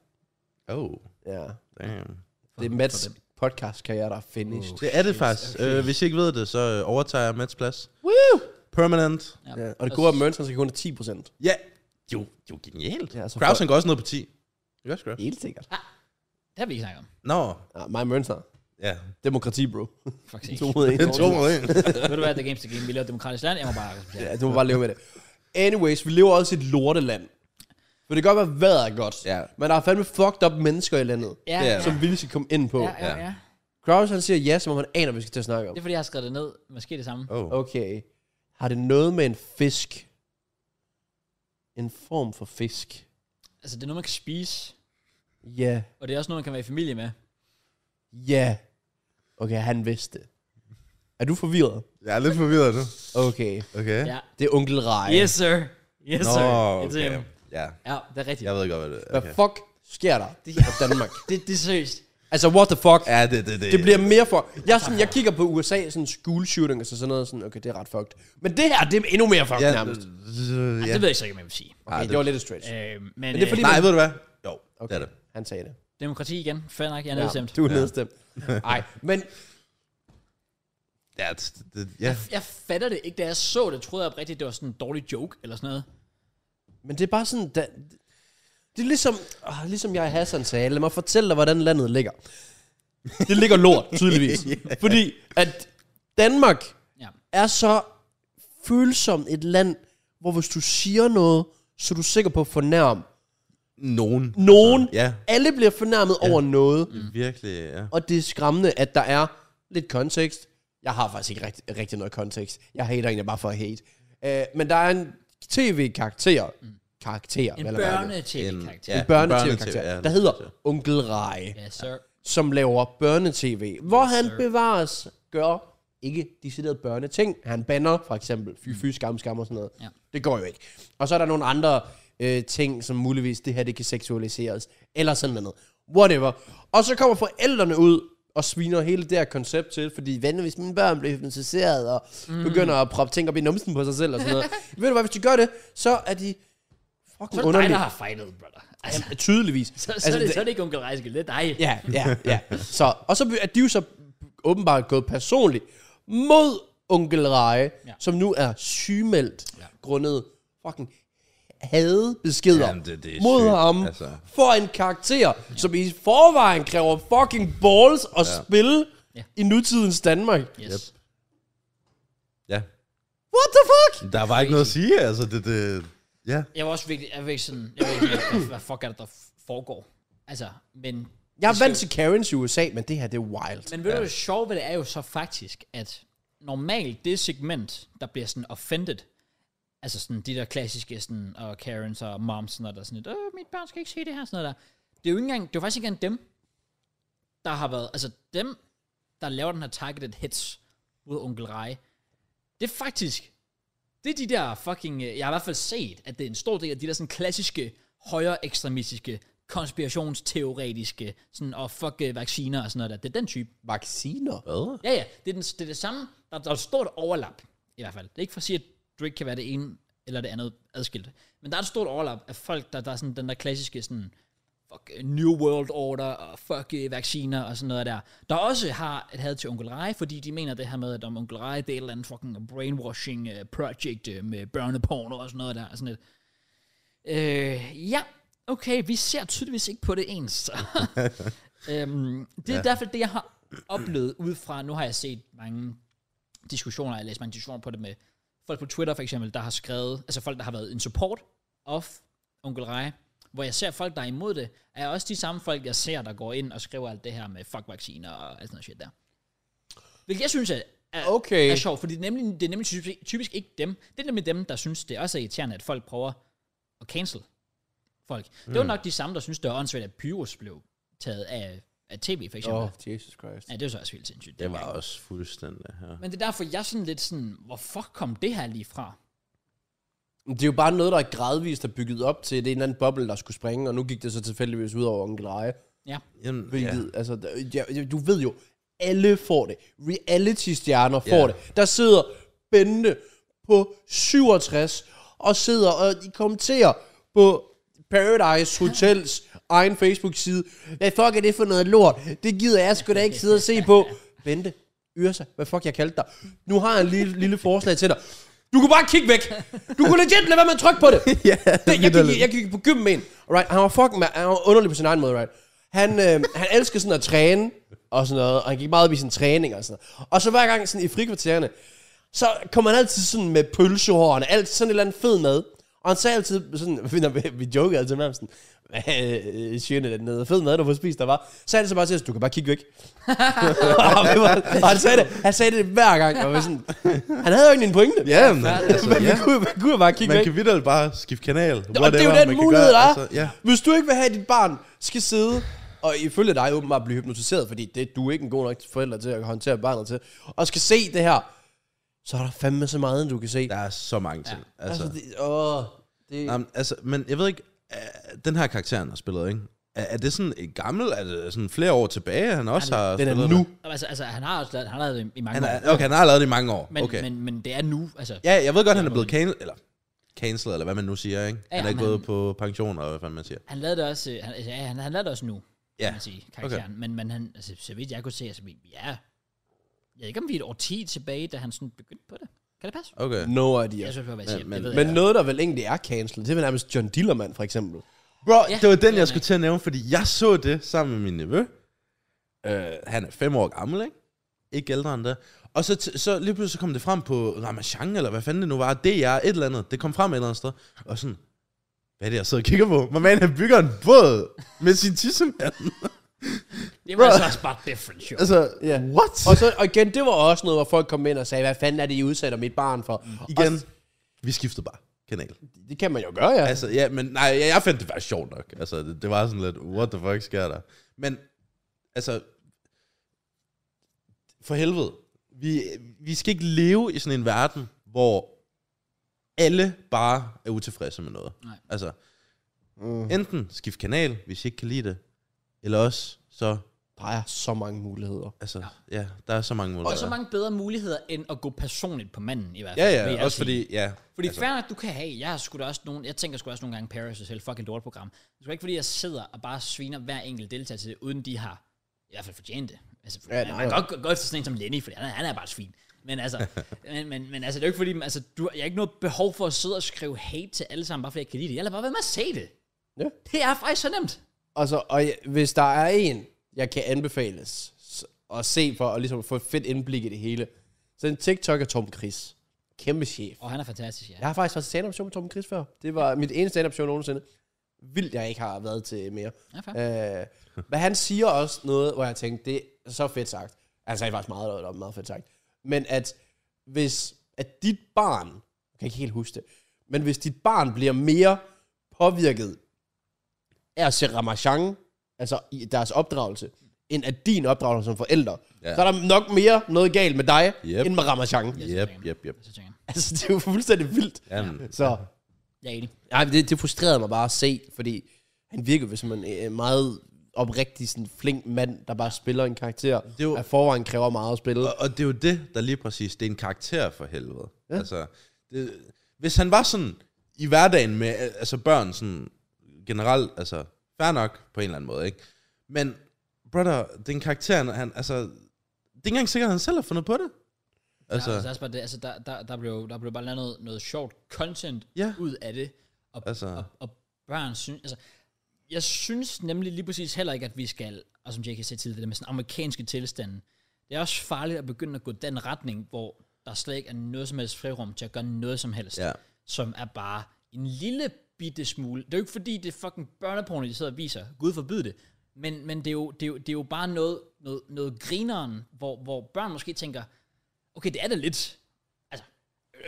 S3: Oh,
S2: Ja.
S3: damn.
S2: Det er Mads podcast karriere der er finished.
S3: Det er det faktisk. Øh, hvis I ikke ved det, så øh, overtager jeg Mats plads.
S2: Woo!
S3: Permanent.
S2: Ja. Og det gode er, at Mørns, han skal kun have 10 procent.
S3: Ja, jo, jo genialt.
S2: Ja,
S3: Ja,
S2: så
S3: Kraus, han går også ned på 10. Ikke også, Kraus?
S2: Helt sikkert.
S1: Det har vi ikke snakket om.
S3: Nå,
S2: Ja, mig og Mørns har.
S3: ja.
S2: Demokrati, bro.
S1: Fuck
S2: To
S1: sake.
S2: mod en.
S3: To mod en.
S1: Ved du hvad, The Games The Game, vi lever i et demokratisk land, jeg må bare respektere.
S2: Ja, du må bare leve med det. Anyways, vi lever også i et lorteland. For det kan godt være, at vejret er godt.
S3: Ja.
S2: Men der er fandme fucked up mennesker i landet,
S1: Ja,
S3: Det
S1: ja,
S3: er
S2: som vi lige skal komme ind på.
S1: ja, ja, ja.
S2: Kraus, han siger ja, som om han aner, hvad vi skal til at snakke om.
S1: Det er fordi, jeg har skrevet det ned. Måske det samme.
S3: Oh.
S2: Okay. Har det noget med en fisk? En form for fisk?
S1: Altså, det er noget, man kan spise,
S2: Ja.
S1: og det er også noget, man kan være i familie med.
S2: Ja. Okay, han vidste det. Er du forvirret?
S3: Jeg er lidt forvirret nu.
S2: Okay.
S3: Okay.
S1: Ja.
S2: Det er onkel Rej.
S1: Yes, sir. Yes,
S3: Nå,
S1: sir. It's
S3: okay.
S1: him.
S3: Ja,
S1: Ja, det er rigtigt.
S3: jeg ved godt, hvad det er.
S2: Hvad
S3: Okay.
S2: fuck sker der i Danmark?
S1: Det, det er seriøst.
S2: altså, what the fuck?
S3: Ja, det, det, det.
S2: Det bliver mere for... Jeg, er sådan, jeg kigger på USA, sådan school shooting og så sådan noget, sådan, okay, det er ret fucked. Men det her, det er endnu mere fucked
S3: ja,
S2: ja, nærmest.
S3: d-
S2: Okay,
S3: d- d-
S1: Ja.
S3: ja.
S1: Det ved jeg så ikke, om jeg vil sige.
S3: Ej,
S2: det var lidt et stretch.
S1: Øh, men, men
S2: det er fordi-
S3: Nej, ved du hvad? Jo, det
S2: Okay,
S3: er det.
S2: han sagde det.
S1: øh, demokrati igen. Fair nok, jeg er nedstemt.
S2: du er nedstemt. Nej, men
S3: Ja, det, det, ja.
S1: Jeg fatter det ikke. Da jeg så det, troede jeg oprigtigt, det var sådan en dårlig joke eller sådan noget.
S2: Men det er bare sådan, da, det er ligesom, åh, ligesom jeg og Hassan sagde, lad mig fortælle dig, hvordan landet ligger. Det ligger lort, tydeligvis. Fordi at Danmark
S1: Ja.
S2: er så følsomt et land, hvor hvis du siger noget, så er du sikker på at fornærme
S3: Nogen.
S2: nogen.
S3: Ja, Mm.
S2: Alle bliver fornærmet over noget,
S3: virkelig, ja.
S2: og det er skræmmende, at der er lidt kontekst. Jeg har faktisk ikke rigtig, rigtig noget kontekst. Jeg hater egentlig bare for at hate. Uh, men der er en tv-karakter.
S3: Mm.
S2: Karakter,
S1: En
S2: vel at mærke.
S1: børne-tv-karakter.
S3: ja.
S1: Ja.
S2: en børnetv-karakter,
S3: børne-tv, ja.
S2: der hedder Onkel Rej,
S1: ja, sir.
S2: som laver børnetv, hvor han bevares gør ikke decideret børneting. Han banner for eksempel fy fy skam skam og sådan noget.
S1: Mm. Ja.
S2: Det går jo ikke. Og så er der nogle andre øh, ting, som muligvis det her, det kan seksualiseres, eller sådan noget. Whatever. Og så kommer forældrene ud og sviner hele det her koncept til, fordi hvad hvis mine børn bliver hypnotiseret og mm. begynder at proppe ting op i numsen på sig selv og sådan noget. Ved du hvad, hvis de gør det, så er de
S1: Så
S2: fucking
S1: er det dig,
S2: underlige.
S1: der har fejlet, brother. Altså,
S2: Jamen, Tydeligvis. Altså,
S1: så, så, er det, så er det ikke onkel Rejskel, det er dig.
S2: Ja, ja, ja. Så, og så er de jo så åbenbart gået personligt mod onkel Reje, ja. som nu er sygemeldt ja. grundet fucking hadbeskeder
S3: Jamen, det- det er
S2: mod
S3: sygt,
S2: ham
S3: altså.
S2: for en karakter, ja. som i forvejen kræver fucking balls at ja. spille
S1: Ja.
S2: ja. i nutidens Danmark.
S1: Yes.
S3: Yep. Ja.
S2: What the fuck?
S3: Der var ikke noget at sige, altså. Det, det, ja.
S1: Jeg var også virkelig, jeg var ikke sådan, jeg var ikke, hvad, hvad fuck er det, der foregår? Altså, men...
S2: Jeg er vant til Karens i USA, men det her, det er wild.
S1: Men ved ja. du, det sjove ved det er jo så faktisk, at normalt det segment, der bliver sådan offended, altså sådan de der klassiske sådan, og Karens og moms, sådan noget, der er sådan lidt, øh, mit børn skal ikke se det her, sådan noget der. Det er jo ikke engang, det er jo faktisk ikke engang dem, der har været, altså dem, der laver den her targeted hits mod onkel Rej, det er faktisk, det er de der fucking, øh, jeg har i hvert fald set, at det er en stor del af de der sådan klassiske, højere ekstremistiske, konspirationsteoretiske, sådan, og fuck øh, vacciner og sådan noget der. Det er den type.
S2: Vacciner?
S3: Hvad?
S1: Ja, ja, det er, den, det, er det samme. Der, der er et stort overlap, i hvert fald. Det er ikke for at sige, at du ikke kan være det ene eller det andet adskilt. Men der er et stort overlap af folk, der, der er sådan den der klassiske sådan, fuck, øh, New World Order og fuck øh, vacciner og sådan noget der, der også har et had til Onkel Rai, fordi de mener det her med, at om Onkel Rai, det er et eller andet fucking brainwashing øh, project øh, med børneporno og sådan noget der. og Sådan et. Øh, ja, okay, vi ser tydeligvis ikke på det ens. så. øhm, det er ja. derfor det, jeg har oplevet udefra. Nu har jeg set mange diskussioner, jeg har læst mange diskussioner på det med folk på Twitter for eksempel, der har skrevet, altså folk, der har været en support of Onkel Rej, hvor jeg ser folk, der er imod det, er også de samme folk, jeg ser, der går ind og skriver alt det her med fuck vacciner og alt sådan noget shit der. Hvilket jeg synes er, er,
S2: Okay.
S3: Øh.
S1: er sjovt, fordi det er nemlig, det er nemlig typisk, typisk ikke dem. Det er nemlig dem, der synes, det også er irriterende, at folk prøver at cancel folk. Mm. Det var nok de samme, der synes, det var åndssvagt, at Pyrus blev taget af, af tv, for eksempel.
S2: Åh,
S1: Oh.
S2: oh, Jesus Christ.
S1: Ja, det er så også helt sindssygt.
S3: Det var også fuldstændig her.
S1: Men det er derfor, jeg er sådan lidt sådan, hvorfor kom det her lige fra?
S2: Det er jo bare noget, der er gradvist er bygget op til. Det er en eller anden boble, der skulle springe, og nu gik det så tilfældigvis ud over onkel Reje.
S1: Ja,
S3: Jamen, ja.
S2: Hvilket, ja. altså, d- ja, ja, du ved jo, alle får det. Reality-stjerner får
S3: Ja.
S2: det. Der sidder Bente på 67 og sidder og de kommenterer på Paradise Hotels egen Facebook-side. Hvad fuck er det for noget lort? Det gider jeg sgu da ikke sidde og se på. Bente, Yrsa, hvad fuck jeg kaldte dig? Nu har jeg en lille, lille forslag til dig. Du kunne bare kigge væk. Du kunne legit lade være med at trykke på det.
S3: ja,
S2: Det, jeg, gik, jeg gik på gym med en, right? Han var fucking mad- han var underlig på sin egen måde, right? Han, øh, han elsker sådan at træne og sådan noget, og han gik meget op i sin træning og sådan noget. Og så hver gang sådan i frikvartererne, så kom han altid sådan med pølsehår, han er altid sådan et eller andet fed mad. Og han sagde altid sådan, når vi, vi jokede altid med ham sådan, "Øh, Sjøne, den noget fed mad, du får spist der var. Så han så bare til os, du kan bare kigge væk. og, vi var- og han sagde det, han sagde det hver gang. Og vi var sådan, han havde jo egentlig en pointe.
S3: Ja, men, altså,
S2: Men
S3: ja.
S2: vi kunne, vi kunne jo bare kigge
S3: Man
S2: væk.
S3: kan videre bare skifte kanal. Whatever,
S2: Og det er jo
S3: man
S2: den
S3: kan
S2: mulighed,
S3: gøre.
S2: der er.
S3: Altså, ja.
S2: Hvis du ikke vil have, at dit barn skal sidde og ifølge dig åbenbart blive hypnotiseret, fordi det, du er ikke en god nok forælder til at håndtere barnet til, og skal se det her, så er der fandme så meget, du kan se.
S3: Der er så mange ting. Ja. Altså,
S2: altså, det, åh, det,
S3: Jamen, altså, men jeg ved ikke, øh, den her karakter, han har spillet, ikke? Er, er det sådan et gammelt, er det sådan flere år tilbage, han også har
S2: den er
S3: spillet
S2: nu.
S3: det?
S1: Altså, altså han har også lavet, han har lavet det i mange
S3: Han
S1: år.
S3: er, okay, han har lavet det i mange år.
S1: Men,
S3: okay.
S1: men, men det er nu, altså. Ja.
S3: ja, jeg ved godt, han er blevet cancelled, eller cancelled, eller hvad man nu siger, ikke? Han er
S1: men
S3: ikke gået
S1: han-
S3: på pension, eller hvad fanden man siger.
S1: Han lavede det også, øh, han, altså, ja, han, han lavede det også nu, ja.
S3: Ja,
S1: kan man sige, karakteren. Okay. Men, men han, altså, så vidt jeg kunne se, altså, vi vi er, jeg ved ikke om vi er et årti tilbage, da han sådan begyndte på det. Kan det passe?
S3: Okay.
S2: no idea.
S1: Jeg synes på, hvad jeg siger,
S3: men-
S1: det ved
S2: altså. Men
S1: jeg.
S2: noget, der vel egentlig er cancelled, det er vel nærmest John Dillermand, for eksempel.
S3: Bro,
S1: Ja,
S3: ja, det var den,
S1: det er
S3: jeg skulle til at nævne, fordi jeg så det sammen med min nevø. Øh, han er fem år gammel, ikke? Ikke ældre end det. Og så, t- så lige pludselig så kom det frem på Ramachan, eller hvad fanden det nu var. Det er et eller andet. Det kom frem et eller andet sted. Og sådan, hvad er det, jeg sidder og kigger på? My man, han bygger en båd med sin tissemand.
S1: Det var altså også bare different, jo.
S3: altså,
S2: Ja.
S3: what?
S2: Og så og igen, det var også noget, hvor folk kom ind og sagde, hvad fanden er det, I udsætter mit barn for?
S1: Mm.
S3: igen,
S2: Og,
S3: vi skiftede bare kanal.
S2: det kan man jo gøre, ja.
S3: Altså, ja, men nej, jeg, jeg fandt det faktisk sjovt nok. Altså, det, det var sådan lidt, what the fuck sker der? Men, altså, for helvede, vi, vi skal ikke leve i sådan en verden, hvor alle bare er utilfredse med noget.
S1: Nej.
S3: Altså, mm. enten skift kanal, hvis I ikke kan lide det, eller også, så,
S2: Der er så mange muligheder.
S3: altså, ja, ja der er så mange måder.
S1: Og så mange bedre muligheder, end at gå personligt på manden, i hvert fald.
S3: Ja,
S1: vil jeg
S3: ja, også
S1: sige.
S3: fordi, ja.
S1: Fordi altså. fair nok, du kan have, jeg har sgu da også nogle, jeg tænker sgu også nogle gange Paris er selv fucking lortprogram. Det er sgu ikke, fordi jeg sidder og bare sviner hver enkelt deltager til det, uden de har i hvert fald fortjent det. Altså, for,
S2: Ja,
S1: ja,
S2: nej,
S1: man kan
S2: nej.
S1: godt gå- gå efter sådan en som Lenny, for han, er- han er bare et svin. Men altså, men, men, men altså, det er jo ikke fordi, altså, du, jeg har ikke noget behov for at sidde og skrive hate til alle sammen, bare fordi jeg kan lide det. Jeg lader bare være med at se det.
S2: Ja.
S1: Det er faktisk så nemt.
S2: Altså, og jeg- hvis der er en, jeg kan anbefales s- at se for, og ligesom få et fedt indblik i det hele, så er det en TikTok af Tom Chris. Kæmpe chef.
S1: Og han er fantastisk, ja.
S2: Jeg har faktisk været stand-up show med Tom Chris før. Det var mit eneste stand-up show nogensinde. Vildt, jeg ikke har været til mere.
S1: Ja, fair.
S2: Øh, men han siger også noget, hvor jeg tænkte, det er så fedt sagt. Han sagde faktisk meget, noget, der var meget fedt sagt. Men at hvis at dit barn, jeg kan ikke helt huske det, men hvis dit barn bliver mere påvirket af at se Ramachan, altså i deres opdragelse, end at din opdragelse som forælder,
S3: Ja.
S2: så er der nok mere noget galt med dig,
S3: Yep.
S2: end med Ramachan.
S3: Yep, yep, yep.
S1: Så tænker jeg,
S2: Altså, det er jo fuldstændig vildt.
S3: Jamen,
S2: Så
S1: jeg er enig.
S2: Nej, det, det frustrerede mig bare at se, fordi han virker jo som en øh, meget oprigtig, sådan flink mand, der bare spiller en karakter, det
S3: jo-
S2: jo... at forvejen kræver meget at spille.
S3: Og, og det er jo det, der lige præcis, det er en karakter for helvede. Ja. Altså, det, hvis han var sådan i hverdagen med al- altså børn sådan generelt, altså fair nok på en eller anden måde, ikke? Men brother, den karakter, han- han, altså, det er ikke engang sikkert, at han selv har fundet på det.
S1: Altså,
S3: Altså,
S1: ja, altså, også bare det, altså der, der, der, blev, der blev bare lavet noget, noget sjovt content
S3: Ja.
S1: ud af det. Og, altså.
S3: Altså.
S1: og, og børn synes... Altså, jeg synes nemlig lige præcis heller ikke, at vi skal, og som JK sagde tidligere, det der med sådan amerikanske tilstanden, det er også farligt at begynde at gå den retning, hvor der slet ikke er noget som helst frirum til at gøre noget som helst,
S3: Ja.
S1: som er bare en lille bitte smule. Det er jo ikke fordi, det er fucking børneporno, de sidder og viser. Gud forbyde det. Men, men det, er jo, det, er jo, det er jo bare noget, noget, noget grineren, hvor, hvor børn måske tænker, okay, det er da lidt. Altså,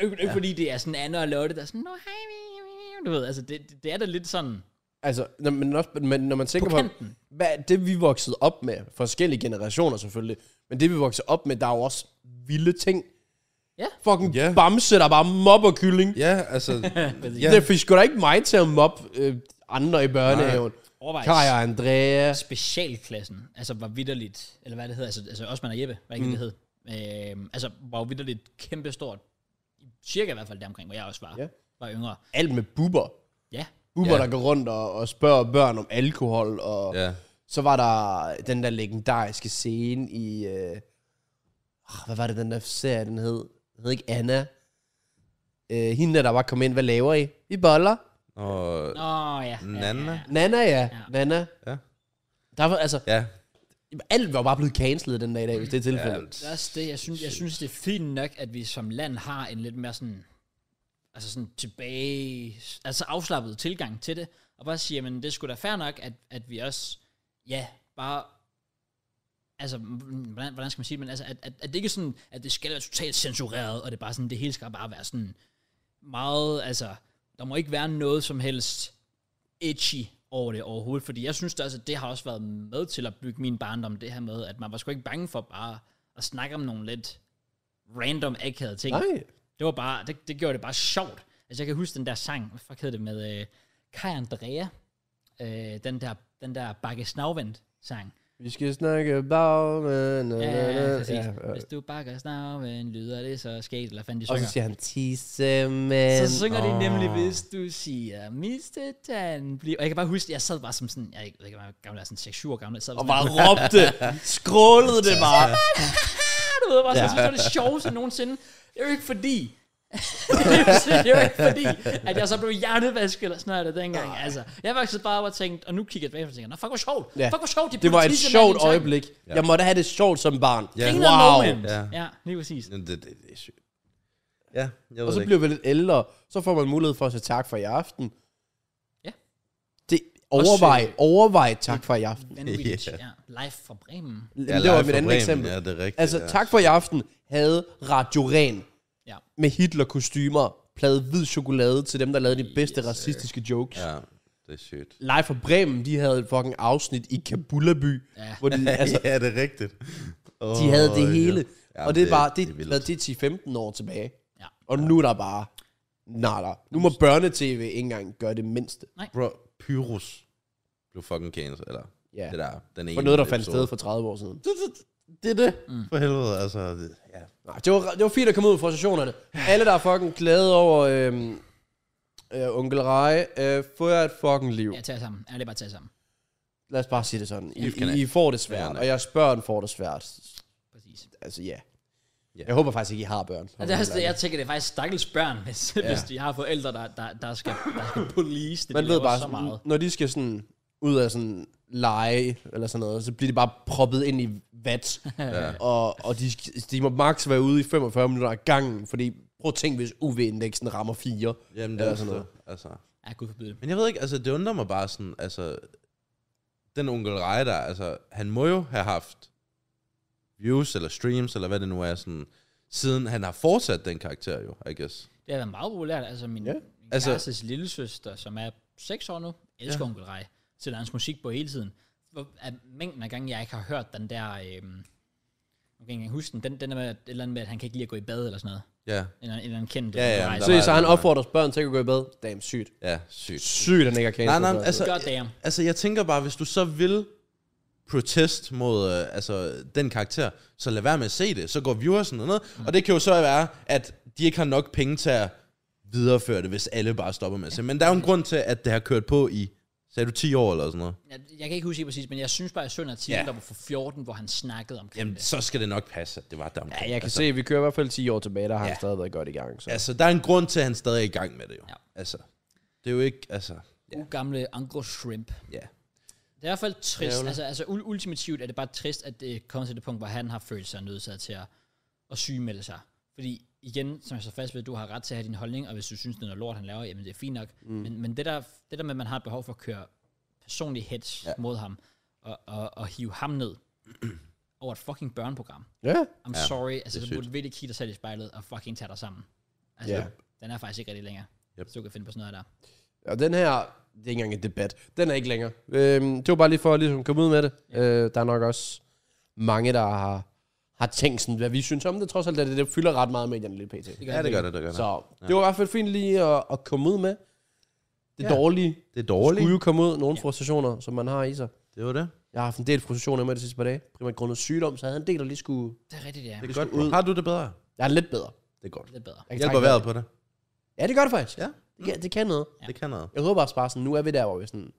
S1: ikke, ikke ja. fordi det er sådan Anna og Lotte, der er sådan, nå hej, mi, mi, mi." du ved, altså, det, det- det er da lidt sådan,
S2: Altså, når, men, også, men når man tænker
S1: På
S2: på,
S1: kanten.
S2: hvad er det vi voksede op med, forskellige generationer selvfølgelig, men det vi voksede op med, der er jo også vilde ting.
S1: Ja.
S2: Fucking
S3: Ja.
S2: yeah. bamse, der bare mobber kylling. Yeah.
S3: ja, altså, ja,
S2: Det fik sgu da ikke mig til at mobbe øh, andre i børnehaven.
S1: overvejs.
S2: Kaja og Andrea.
S1: Specialklassen, altså var vidderligt, eller hvad det hedder, altså, altså Osman og Jeppe, hvad ikke mm. det hed, øhm, altså var jo vidderligt kæmpestort, cirka i hvert fald deromkring, hvor jeg også var,
S2: Ja.
S1: var yngre.
S2: Alt med buber.
S1: Ja,
S2: Uber,
S3: Ja.
S2: ja. der går rundt og, og spørger børn om alkohol, og ja.
S3: Ja.
S2: så var der den der legendariske scene i, øh, ah, hvad var det, den der serie, den hed? Den hed ikke Anna. Øh, hende der, der bare kom ind, hvad laver I? I boller.
S3: Og,
S1: Åh, ja.
S3: Nana?
S1: Ja, ja,
S2: Nana, ja.
S1: Ja.
S2: ja. Nana.
S3: Ja.
S2: Der var, altså,
S3: ja.
S2: alt var bare blevet cancelet den dag i dag, hvis det er tilfældet.
S1: Det er også det, jeg synes, jeg synes, det er fint nok, at vi som land har en lidt mere sådan, altså sådan tilbage, altså afslappet tilgang til det, og bare sige, jamen det skulle da fair nok, at, at vi også, ja, bare, altså, mm, hvordan, hvordan skal man sige det, men altså, at, at, at det ikke er sådan, at det skal være totalt censureret, og det er bare sådan, det hele skal bare være sådan meget, altså, der må ikke være noget som helst edgy over det overhovedet, fordi jeg synes da også, at det har også været med til at bygge min barndom, det her med, at man var sgu ikke bange for bare at snakke om nogle lidt random akavede ting.
S2: Nej.
S1: Det var bare, det, det gjorde det bare sjovt. Altså jeg kan huske den der sang, hvad fuck hed det, med øh, Kai Andrea, øh, den der, den der Bakke Snavvendt sang.
S2: Vi skal snakke bag... Na, na, na,
S1: Ja, ja, præcis.
S2: ja, ja.
S1: Hvis du bakker snavvendt, lyder det så skægt, eller fanden de
S2: Og så
S1: synger.
S2: siger han, tissemænd.
S1: Så synger de
S3: Åh.
S1: nemlig, hvis du siger, Mr. Dan, bliv... Og jeg kan bare huske, jeg sad bare som sådan, jeg ved ikke, hvor gammel jeg er, sådan 6-7 år gammel, jeg sad
S2: Og
S1: sådan,
S2: bare råbte, skrålede det bare.
S1: du ved, bare, ja. jeg synes, det var det sjoveste nogensinde. Det er jo ikke fordi, det er jo ikke fordi, at jeg så blev hjernevasket eller sådan noget af det dengang. Altså, jeg voksede bare op og tænkte, og nu kigger jeg tilbage og tænker, nå, fuck hvor sjovt.
S2: Ja.
S1: Fuck hvor sjovt, de
S2: Det var et
S1: puttede tissemand i
S2: sjovt
S1: en tank."
S2: øjeblik. Jeg måtte have det sjovt som barn.
S3: Ja.
S1: Ingen wow.
S2: Wow.
S1: moment. Ja.
S3: Ja.
S1: ja, lige præcis.
S3: Det, det, det er sygt. Ja, jeg ved
S2: Og så
S3: det ikke.
S2: bliver vi lidt ældre, så får man mulighed for at sige tak for i aften.
S1: Ja.
S2: Det, overvej, overvej tak for i aften.
S1: Vanvittigt. Yeah. Ja. Live fra Bremen.
S2: Ja, det var
S3: live
S2: mit
S3: fra
S2: andet
S3: Bremen,
S2: eksempel.
S3: Ja, det er rigtigt.
S2: Altså,
S3: ja.
S2: tak for i aften havde Radio Ren
S1: Ja.
S2: med Hitler-kostymer, pladet hvid chokolade til dem, der lavede de bedste racistiske jokes.
S3: Ja, det er sygt.
S2: Live fra Bremen, de havde et fucking afsnit i Kabulaby,
S1: Ja.
S2: hvor de, altså,
S3: Altså, ja, det er rigtigt. Oh,
S2: de havde det hele.
S3: Ja.
S2: og det er bare,
S3: det
S2: det,
S3: er
S2: det,
S3: vildt.
S2: hvad, det er 10-15 år tilbage.
S1: Ja.
S2: Og nu er der bare, nej, nej. Nu må børnetv ikke engang gøre det mindste.
S3: Bro, Pyrus blev fucking cancel, eller?
S2: Ja.
S3: Det der, den ene
S2: For noget, der fandt
S3: episode.
S2: sted for 30 år siden.
S3: Det er det. Mm. For helvede, altså. det- Ja.
S2: Nej, det var, det var fint at komme ud af frustrationerne. Alle, der er fucking glade over øhm, øh, onkel Rai, øh, får jeg et fucking liv.
S1: Ja, tag jer sammen. Ærligt bare tag jer sammen.
S2: Lad os bare sige det sådan. I,
S3: Liv kan
S2: I, I får det svært,
S3: Ja,
S2: og jeres børn får det svært.
S1: Præcis.
S2: Altså, ja.
S3: Ja.
S2: Yeah. Jeg håber faktisk ikke, I har børn.
S1: Og det er også det, jeg tænker, det er faktisk stakkels børn, hvis, ja. hvis de har forældre, der, der, der skal, der skal police det.
S2: Man
S1: de
S2: ved
S1: laver
S2: bare,
S1: så meget.
S2: når de skal sådan ud af sådan lege eller sådan noget, så bliver de bare proppet ind i vat. ja. Og, og de, de må maks være ude i 45 minutter af gangen, fordi prøv at tænke, hvis UV-indeksen rammer 4.
S3: Jamen, det
S2: Eller
S3: er
S2: sådan
S3: sådan
S2: noget.
S3: noget. Altså.
S1: Ja, gud forbyde det.
S3: Men jeg ved ikke, altså, det undrer mig bare sådan, altså, den onkel Rej der, altså, han må jo have haft views eller streams, eller hvad det nu er, sådan, siden han har fortsat den karakter jo, I guess.
S1: Det har været meget populært. Altså min,
S2: Ja.
S1: ja. min altså,
S3: Altså-
S1: kærestes lillesøster, som er 6 år nu, elsker ja. Onkel Rej. Sætter hans musik på hele tiden. Hvor, at mængden af gange, jeg ikke har hørt den der... Øhm, jeg kan ikke engang huske den. Den, den er med, et eller andet med, at han kan ikke lide at gå i bad eller sådan noget.
S3: Ja,
S1: Eller en eller anden kendt
S3: Ja, ja,
S1: Onkel
S3: men
S1: Rej.
S3: der
S2: Så,
S3: var-
S2: så han opfordrer børn til at gå i bad. Damn, sygt.
S3: ja, sygt.
S2: Sygt, han ikke har
S3: Nej,
S2: cancer.
S3: nej, men altså,
S1: God damn.
S3: altså, jeg tænker bare, hvis du så vil protest mod øh, altså, den karakter, så lad være med at se det, så går viewersen og noget, og det kan jo så være, at de ikke har nok penge til at videreføre det, hvis alle bare stopper med at se. Men der er jo en grund til, at det har kørt på i, sagde du 10 år eller sådan noget?
S1: Jeg, jeg kan ikke huske helt præcis, men jeg synes bare, at jeg så en artikel,
S3: Ja.
S1: der var fra 14, hvor han snakkede omkring
S3: Jamen,
S1: det.
S3: så skal det nok passe, at det var der.
S2: Ja, jeg kan altså, se, at vi kører i hvert fald 10 år tilbage, der har ja. han stadig været godt i gang. Så.
S3: Altså, der er en grund til, at han stadig er i gang med det jo.
S1: Ja.
S3: Ja. Altså, det er jo ikke, altså,
S1: Ja. Ugamle Angro Shrimp.
S3: ja.
S1: Det er i hvert fald trist. Altså, altså ul- ultimativt er det bare trist, at det kommer til det punkt, hvor han har følt sig nødsaget til at, at sygemelde sig. Fordi igen, som jeg så fast ved, du har ret til at have din holdning, og hvis du synes, det er noget lort, han laver, jamen det er fint nok. Mm. Men, men det, der, det der med, at man har et behov for at køre personlig hets ja. mod ham, og, og, og hive ham ned over et fucking børneprogram.
S2: Ja.
S1: I'm ja, sorry, altså
S3: det er
S1: du burde virkelig kigge dig selv i spejlet og fucking tage dig sammen. Altså,
S2: Ja.
S1: den er faktisk ikke rigtig længere.
S3: Yep.
S1: Så du kan finde på sådan noget der.
S2: Og den her, det er ikke engang en debat. Den er ikke længere. Øhm, det var bare lige for at ligesom komme ud med det. Ja. Øh, der er nok også mange, der har, har tænkt sådan, hvad vi synes om det. Trods alt, at det, det fylder ret meget med medierne lige pt.
S3: Ja, det gør det, det gør det. Så.
S2: Så det var i hvert fald fint lige at, at komme ud med. Det
S3: Ja.
S2: ja. dårlige
S3: Det er
S2: skulle
S3: dårligt.
S2: jo komme ud. Nogle frustrationer, som man har i sig.
S3: Det var det.
S2: Jeg har haft en del frustrationer med det sidste par dage. Primært grundet sygdom, så jeg havde en del, der lige skulle...
S1: Det er rigtigt, ja.
S3: Det
S1: Det
S3: er godt. Har du det bedre?
S2: Jeg er lidt bedre.
S3: Det er godt.
S1: er lidt bedre.
S2: Jeg kan
S3: Hjælper
S2: trække
S3: vejret på det.
S2: Ja, det gør det faktisk.
S3: Ja.
S2: Det kan, det kan noget.
S1: Ja.
S3: Det kan noget.
S2: Jeg håber også bare sådan, nu er vi der, hvor vi sådan,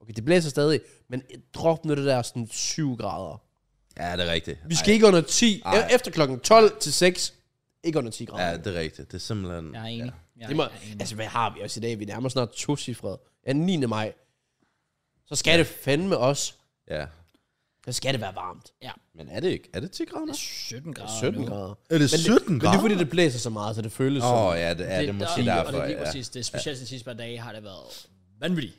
S2: okay, det blæser stadig, men drop nu det der sådan 7 grader.
S3: Ja, det er rigtigt.
S2: Vi skal Ej. ikke under 10.
S3: Ej.
S2: E- Efter klokken 12 til 6, ikke under 10
S3: Ej,
S2: grader.
S3: ja, det er rigtigt. Det er simpelthen...
S1: Jeg er enig. Ja.
S2: det må,
S1: jeg er enig.
S2: altså, hvad har vi også i dag? Vi nærmer snart to cifrede. Ja, 9. maj. Så skal det fandme os.
S3: Ja.
S2: Så skal det være varmt.
S3: Men er det ikke? Er det 10 grader?
S1: 17 grader.
S2: 17
S1: nu.
S2: grader.
S3: Er det
S2: Men
S3: 17
S2: Men det er fordi, det blæser så meget, så det føles oh,
S3: Åh,
S2: sådan.
S3: oh, ja, det, ja, det, er måske
S1: og,
S3: derfor.
S1: Og det er lige
S3: ja.
S1: præcis det. Specielt de sidste par dage har det været vanvittigt.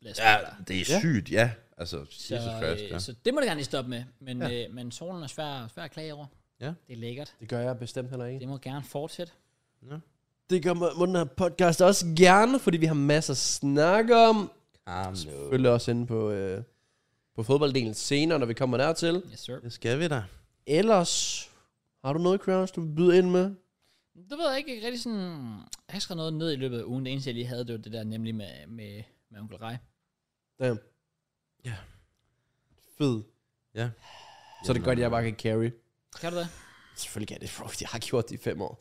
S1: blæst.
S3: ja, det er sygt, ja. Altså,
S1: Så,
S3: Jesus Christ, ja.
S1: øh, så det må det gerne lige stoppe med. Men, ja. øh, men solen er svær, svær at klage over.
S3: Ja.
S1: Det er lækkert.
S2: Det gør jeg bestemt heller ikke.
S1: Det må gerne fortsætte.
S2: Det gør må, må den her podcast også gerne, fordi vi har masser at snakke om.
S3: Ah, no.
S2: Følg også inde på, øh, på fodbolddelen senere, når vi kommer dertil.
S1: Yes, sir.
S3: Det skal vi da.
S2: Ellers, har du noget, Kraus, du vil byde ind med?
S1: Det ved jeg ikke rigtig sådan... Jeg har skrevet noget ned i løbet af ugen. Det eneste, jeg lige havde, det var det der nemlig med, med, med onkel Rej.
S2: Damn.
S3: Ja.
S2: Fed.
S3: Ja.
S2: Så er det godt, jeg bare kan carry.
S1: Kan du det?
S2: Selvfølgelig kan jeg det, bro. Jeg har gjort det i fem år.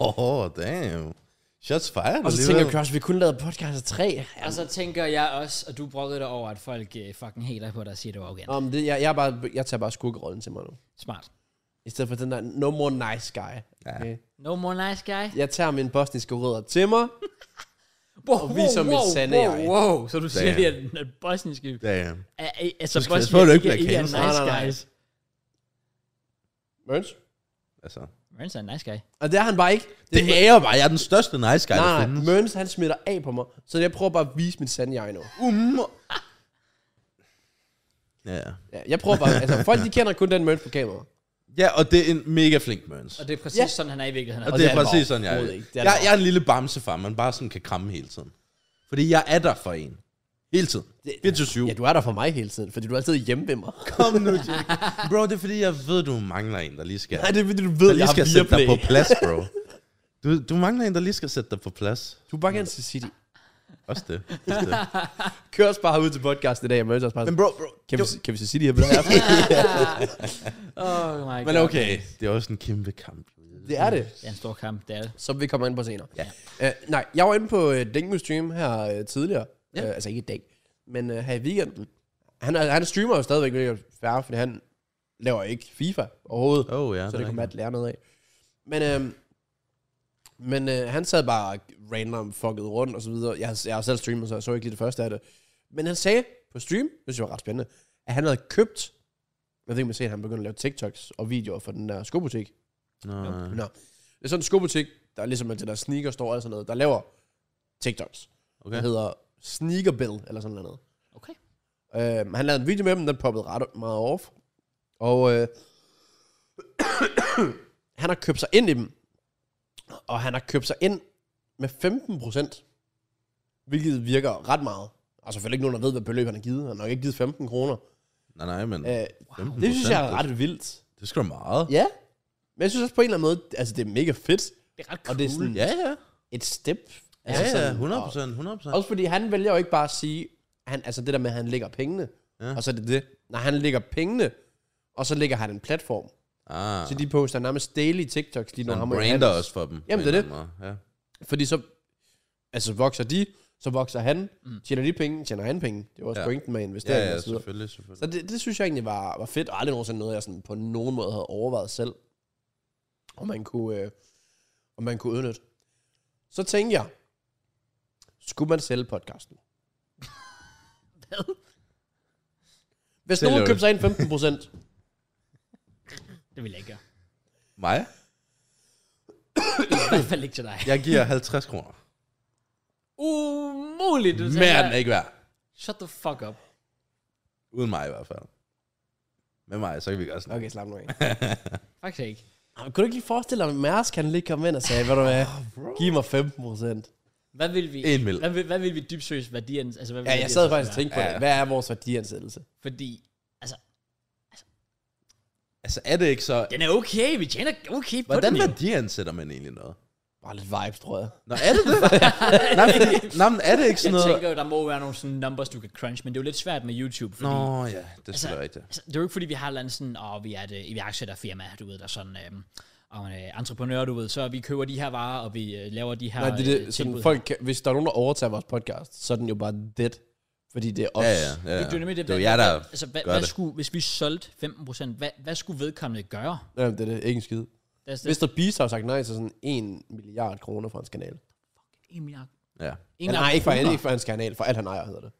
S3: Åh, oh, damn. Shots fired
S2: Og så tænker jeg, Kraus, vi kun lavede podcast af tre.
S1: Og så tænker jeg også, og du brokkede dig over, at folk øh, fucking hater på dig og siger, at det var okay.
S2: Om det, jeg, jeg, er bare, jeg tager bare skurkerollen til mig nu.
S1: Smart.
S2: I stedet for den der no more nice guy.
S3: Ja.
S2: Okay?
S1: No more nice guy.
S2: Jeg tager mine bosniske rødder til mig.
S1: Wow,
S2: Og viser mit sande
S1: wow,
S2: jeg.
S1: wow, Så du siger
S3: Damn.
S1: lige, at, at bosniske...
S3: Damn.
S1: Er, er, altså,
S3: Du skal passe
S1: bosniske
S3: på, at du ikke
S1: ikke,
S3: bliver
S1: ikke er
S3: cancelled.
S1: nice
S2: Nej, nej, nej.
S1: guys.
S2: Møns.
S3: Altså,
S1: Mørens er en nice guy.
S2: Og det er han bare ikke.
S3: det ærer mig. Jeg er den største nice guy, der
S2: Nej,
S3: findes.
S2: nej, Møns han smitter af på mig. Så jeg prøver bare at vise mit sande jeg nu.
S3: Um. Ja.
S2: Ja, jeg prøver bare, altså folk de kender kun den Møns på kamera.
S3: ja, og det er en mega flink møns.
S1: Og
S3: Og
S1: det er præcis
S2: Ja.
S1: ja. sådan, han er i virkeligheden.
S3: det,
S1: Og
S2: det
S3: det
S2: er
S3: er
S2: det
S3: præcis
S2: bare
S3: sådan, jeg er.
S2: overhovedet ikke. Det er det
S3: Jeg, jeg er en lille bamsefar, man bare sådan kan kramme hele tiden. Fordi jeg er der for en. Hele tiden. 24
S2: Ja, du er der for mig hele tiden, fordi du er altid hjemme ved mig.
S3: Kom nu, Jake. Bro, det er fordi, jeg ved, du mangler en, der lige skal...
S2: Nej, det er fordi, du ved,
S3: der lige
S2: jeg
S3: skal
S2: har
S3: sætte dig
S2: Viaplay.
S3: på plads, bro. Du, du mangler en, der lige skal sætte dig på plads.
S2: Du er bare gerne til City.
S3: Også det. Også det.
S2: Kør os bare ud til podcast i dag, og mødes os bare.
S3: Men
S2: sådan,
S3: bro, bro.
S2: Kan vi,
S3: jo-
S2: kan vi se City her på det her?
S1: oh my god.
S3: Men okay, det er også en kæmpe kamp. Oh,
S2: det er det.
S1: Det er en stor kamp, det er det.
S2: Som vi kommer ind på senere.
S3: Ja.
S2: Uh, nej, jeg var inde på uh, Dengue Stream her uh, tidligere. Ja. Uh, altså ikke i dag, men uh, her i weekenden. Han, er, han streamer jo stadigvæk virkelig færre, fordi han laver ikke FIFA overhovedet.
S3: Åh, oh, ja.
S2: så det kunne
S3: er rigtigt.
S2: Matt lære noget af. Men, øhm, men øh, han sad bare random fucket rundt og så videre. Jeg, jeg har selv streamet, så jeg så ikke lige det første af det. Men han sagde på stream, det synes jeg var ret spændende, at han havde købt, jeg ved ikke, om I har set, at han begyndte at lave TikToks og videoer for den der skobutik.
S3: Nå.
S2: Nå. Det er sådan en skobutik, der er ligesom at det der sneaker står og sådan noget, der laver TikToks. Okay.
S3: Okay.
S2: Der hedder Sneaker Bill, eller sådan noget.
S1: Okay.
S2: Øh, han lavede en video med dem, den poppede ret meget off. Og øh, han har købt sig ind i dem. Og han har købt sig ind med 15 procent. Hvilket virker ret meget. Og selvfølgelig ikke nogen, der ved, hvad beløb han har givet. Han har nok ikke givet 15 kroner.
S3: Nej, nej, men...
S2: Øh,
S3: 15
S2: det synes jeg er
S3: procent,
S2: ret vildt.
S3: Det er sgu da meget.
S2: Ja. Men jeg synes også på en eller anden måde, altså det er mega fedt.
S1: Det er ret cool.
S2: Og det er sådan
S3: Ja, ja.
S2: et step.
S3: Ja,
S2: Altså
S3: ja,
S2: sådan-
S3: 100
S2: og-
S3: procent, 100 procent.
S2: Også fordi han vælger jo ikke bare at sige, han, altså det der med, at han lægger pengene, ja.
S3: Ja.
S2: og så er det det. Nej, han lægger pengene, og så lægger han en platform.
S3: Ah,
S2: Ja. Så de poster nærmest daily TikToks lige nu.
S3: så han
S2: ham og
S3: brander
S2: Johannes.
S3: også for dem. på
S2: Jamen, det
S3: en
S2: er
S3: eller anden måde. Ja.
S2: Fordi så altså, vokser de, så vokser han, mm. tjener de penge, tjener han penge. Det var også ja.
S3: Ja.
S2: pointen med
S3: Ja,
S2: investeringen
S3: ja,
S2: og så videre.
S3: selvfølgelig, selvfølgelig.
S2: Så det, det synes jeg egentlig var, var fedt, og aldrig nogensinde noget, jeg sådan på nogen måde havde overvejet selv, om man kunne, øh, om man kunne udnytte. Så tænkte jeg, skulle man sælge podcasten?
S1: Hvad?
S2: Hvis
S3: Sælger
S2: nogen
S3: du?
S2: købte sig ind 15 procent,
S1: Det vil jeg ikke gøre.
S3: Mig?
S1: I hvert fald ikke til dig.
S3: Jeg giver 50 kroner.
S1: Umuligt, du
S3: Mere er
S1: tænker.
S3: den ikke værd.
S1: Shut the fuck up.
S3: Uden mig i hvert fald. Med mig, så kan vi gøre sådan.
S2: okay, slap nu af.
S1: Faktisk ikke.
S2: Jamen, Ah, kunne du ikke lige forestille dig, at Mærsk han lige kom ind og sagde, ved du hvad, giv mig 15 procent.
S1: Hvad vil vi...
S3: En mil.
S1: Hvad vil, hvad vil vi dybsøges værdien... Altså, hvad vil
S2: Ja, jeg sad
S1: værdiansættelsen
S2: faktisk
S1: være?
S2: og tænkte på
S3: Ja.
S2: det. Hvad er vores værdiansættelse?
S1: Fordi... Altså,
S3: Altså, er det ikke så...
S1: den er okay. Vi tjener okay på
S3: Hvordan
S1: den jo.
S3: værdiansætter man egentlig noget?
S2: Bare lidt vibes, tror jeg.
S3: Nå, er det det? nej, fordi, nej, men er det ikke
S1: Jeg
S3: sådan noget...
S1: tænker jo, der må være nogle sådan numbers, du kan crunch, men det er jo lidt svært med YouTube, fordi...
S3: Nå, ja, det er selvfølgelig rigtigt.
S1: Altså, det er jo ikke, fordi vi har et eller andet sådan, og vi er et, øh, iværksætterfirma, du ved, der sådan, øhm, og øh, entreprenør, du ved, så vi køber de her varer, og vi øh, laver de her
S2: Nej, det,
S1: øh,
S2: det, sådan
S1: tilbud
S2: folk kan, hvis der er nogen, der overtager vores podcast, så er den jo bare dead. Fordi det er os.
S3: Ja, ja, ja.
S1: Det, det, er nemlig det,
S3: det var
S1: hvad-
S3: jer, der...
S1: hvad- altså, hvad,
S3: gør
S1: hvad
S3: det.
S1: skulle, hvis vi solgte 15%, hvad, hvad skulle vedkommende gøre?
S2: ja. det er det. Ikke en skid.
S1: Altså, det er
S2: Mr. Beast har jo sagt nej til sådan 1 milliard kroner for hans kanal.
S1: en milliard.
S3: Ja.
S1: En
S2: Ja,
S1: milliard
S2: nej, ikke for,
S1: kroner.
S2: alle, ikke for hans kanal, for alt han ejer hedder det.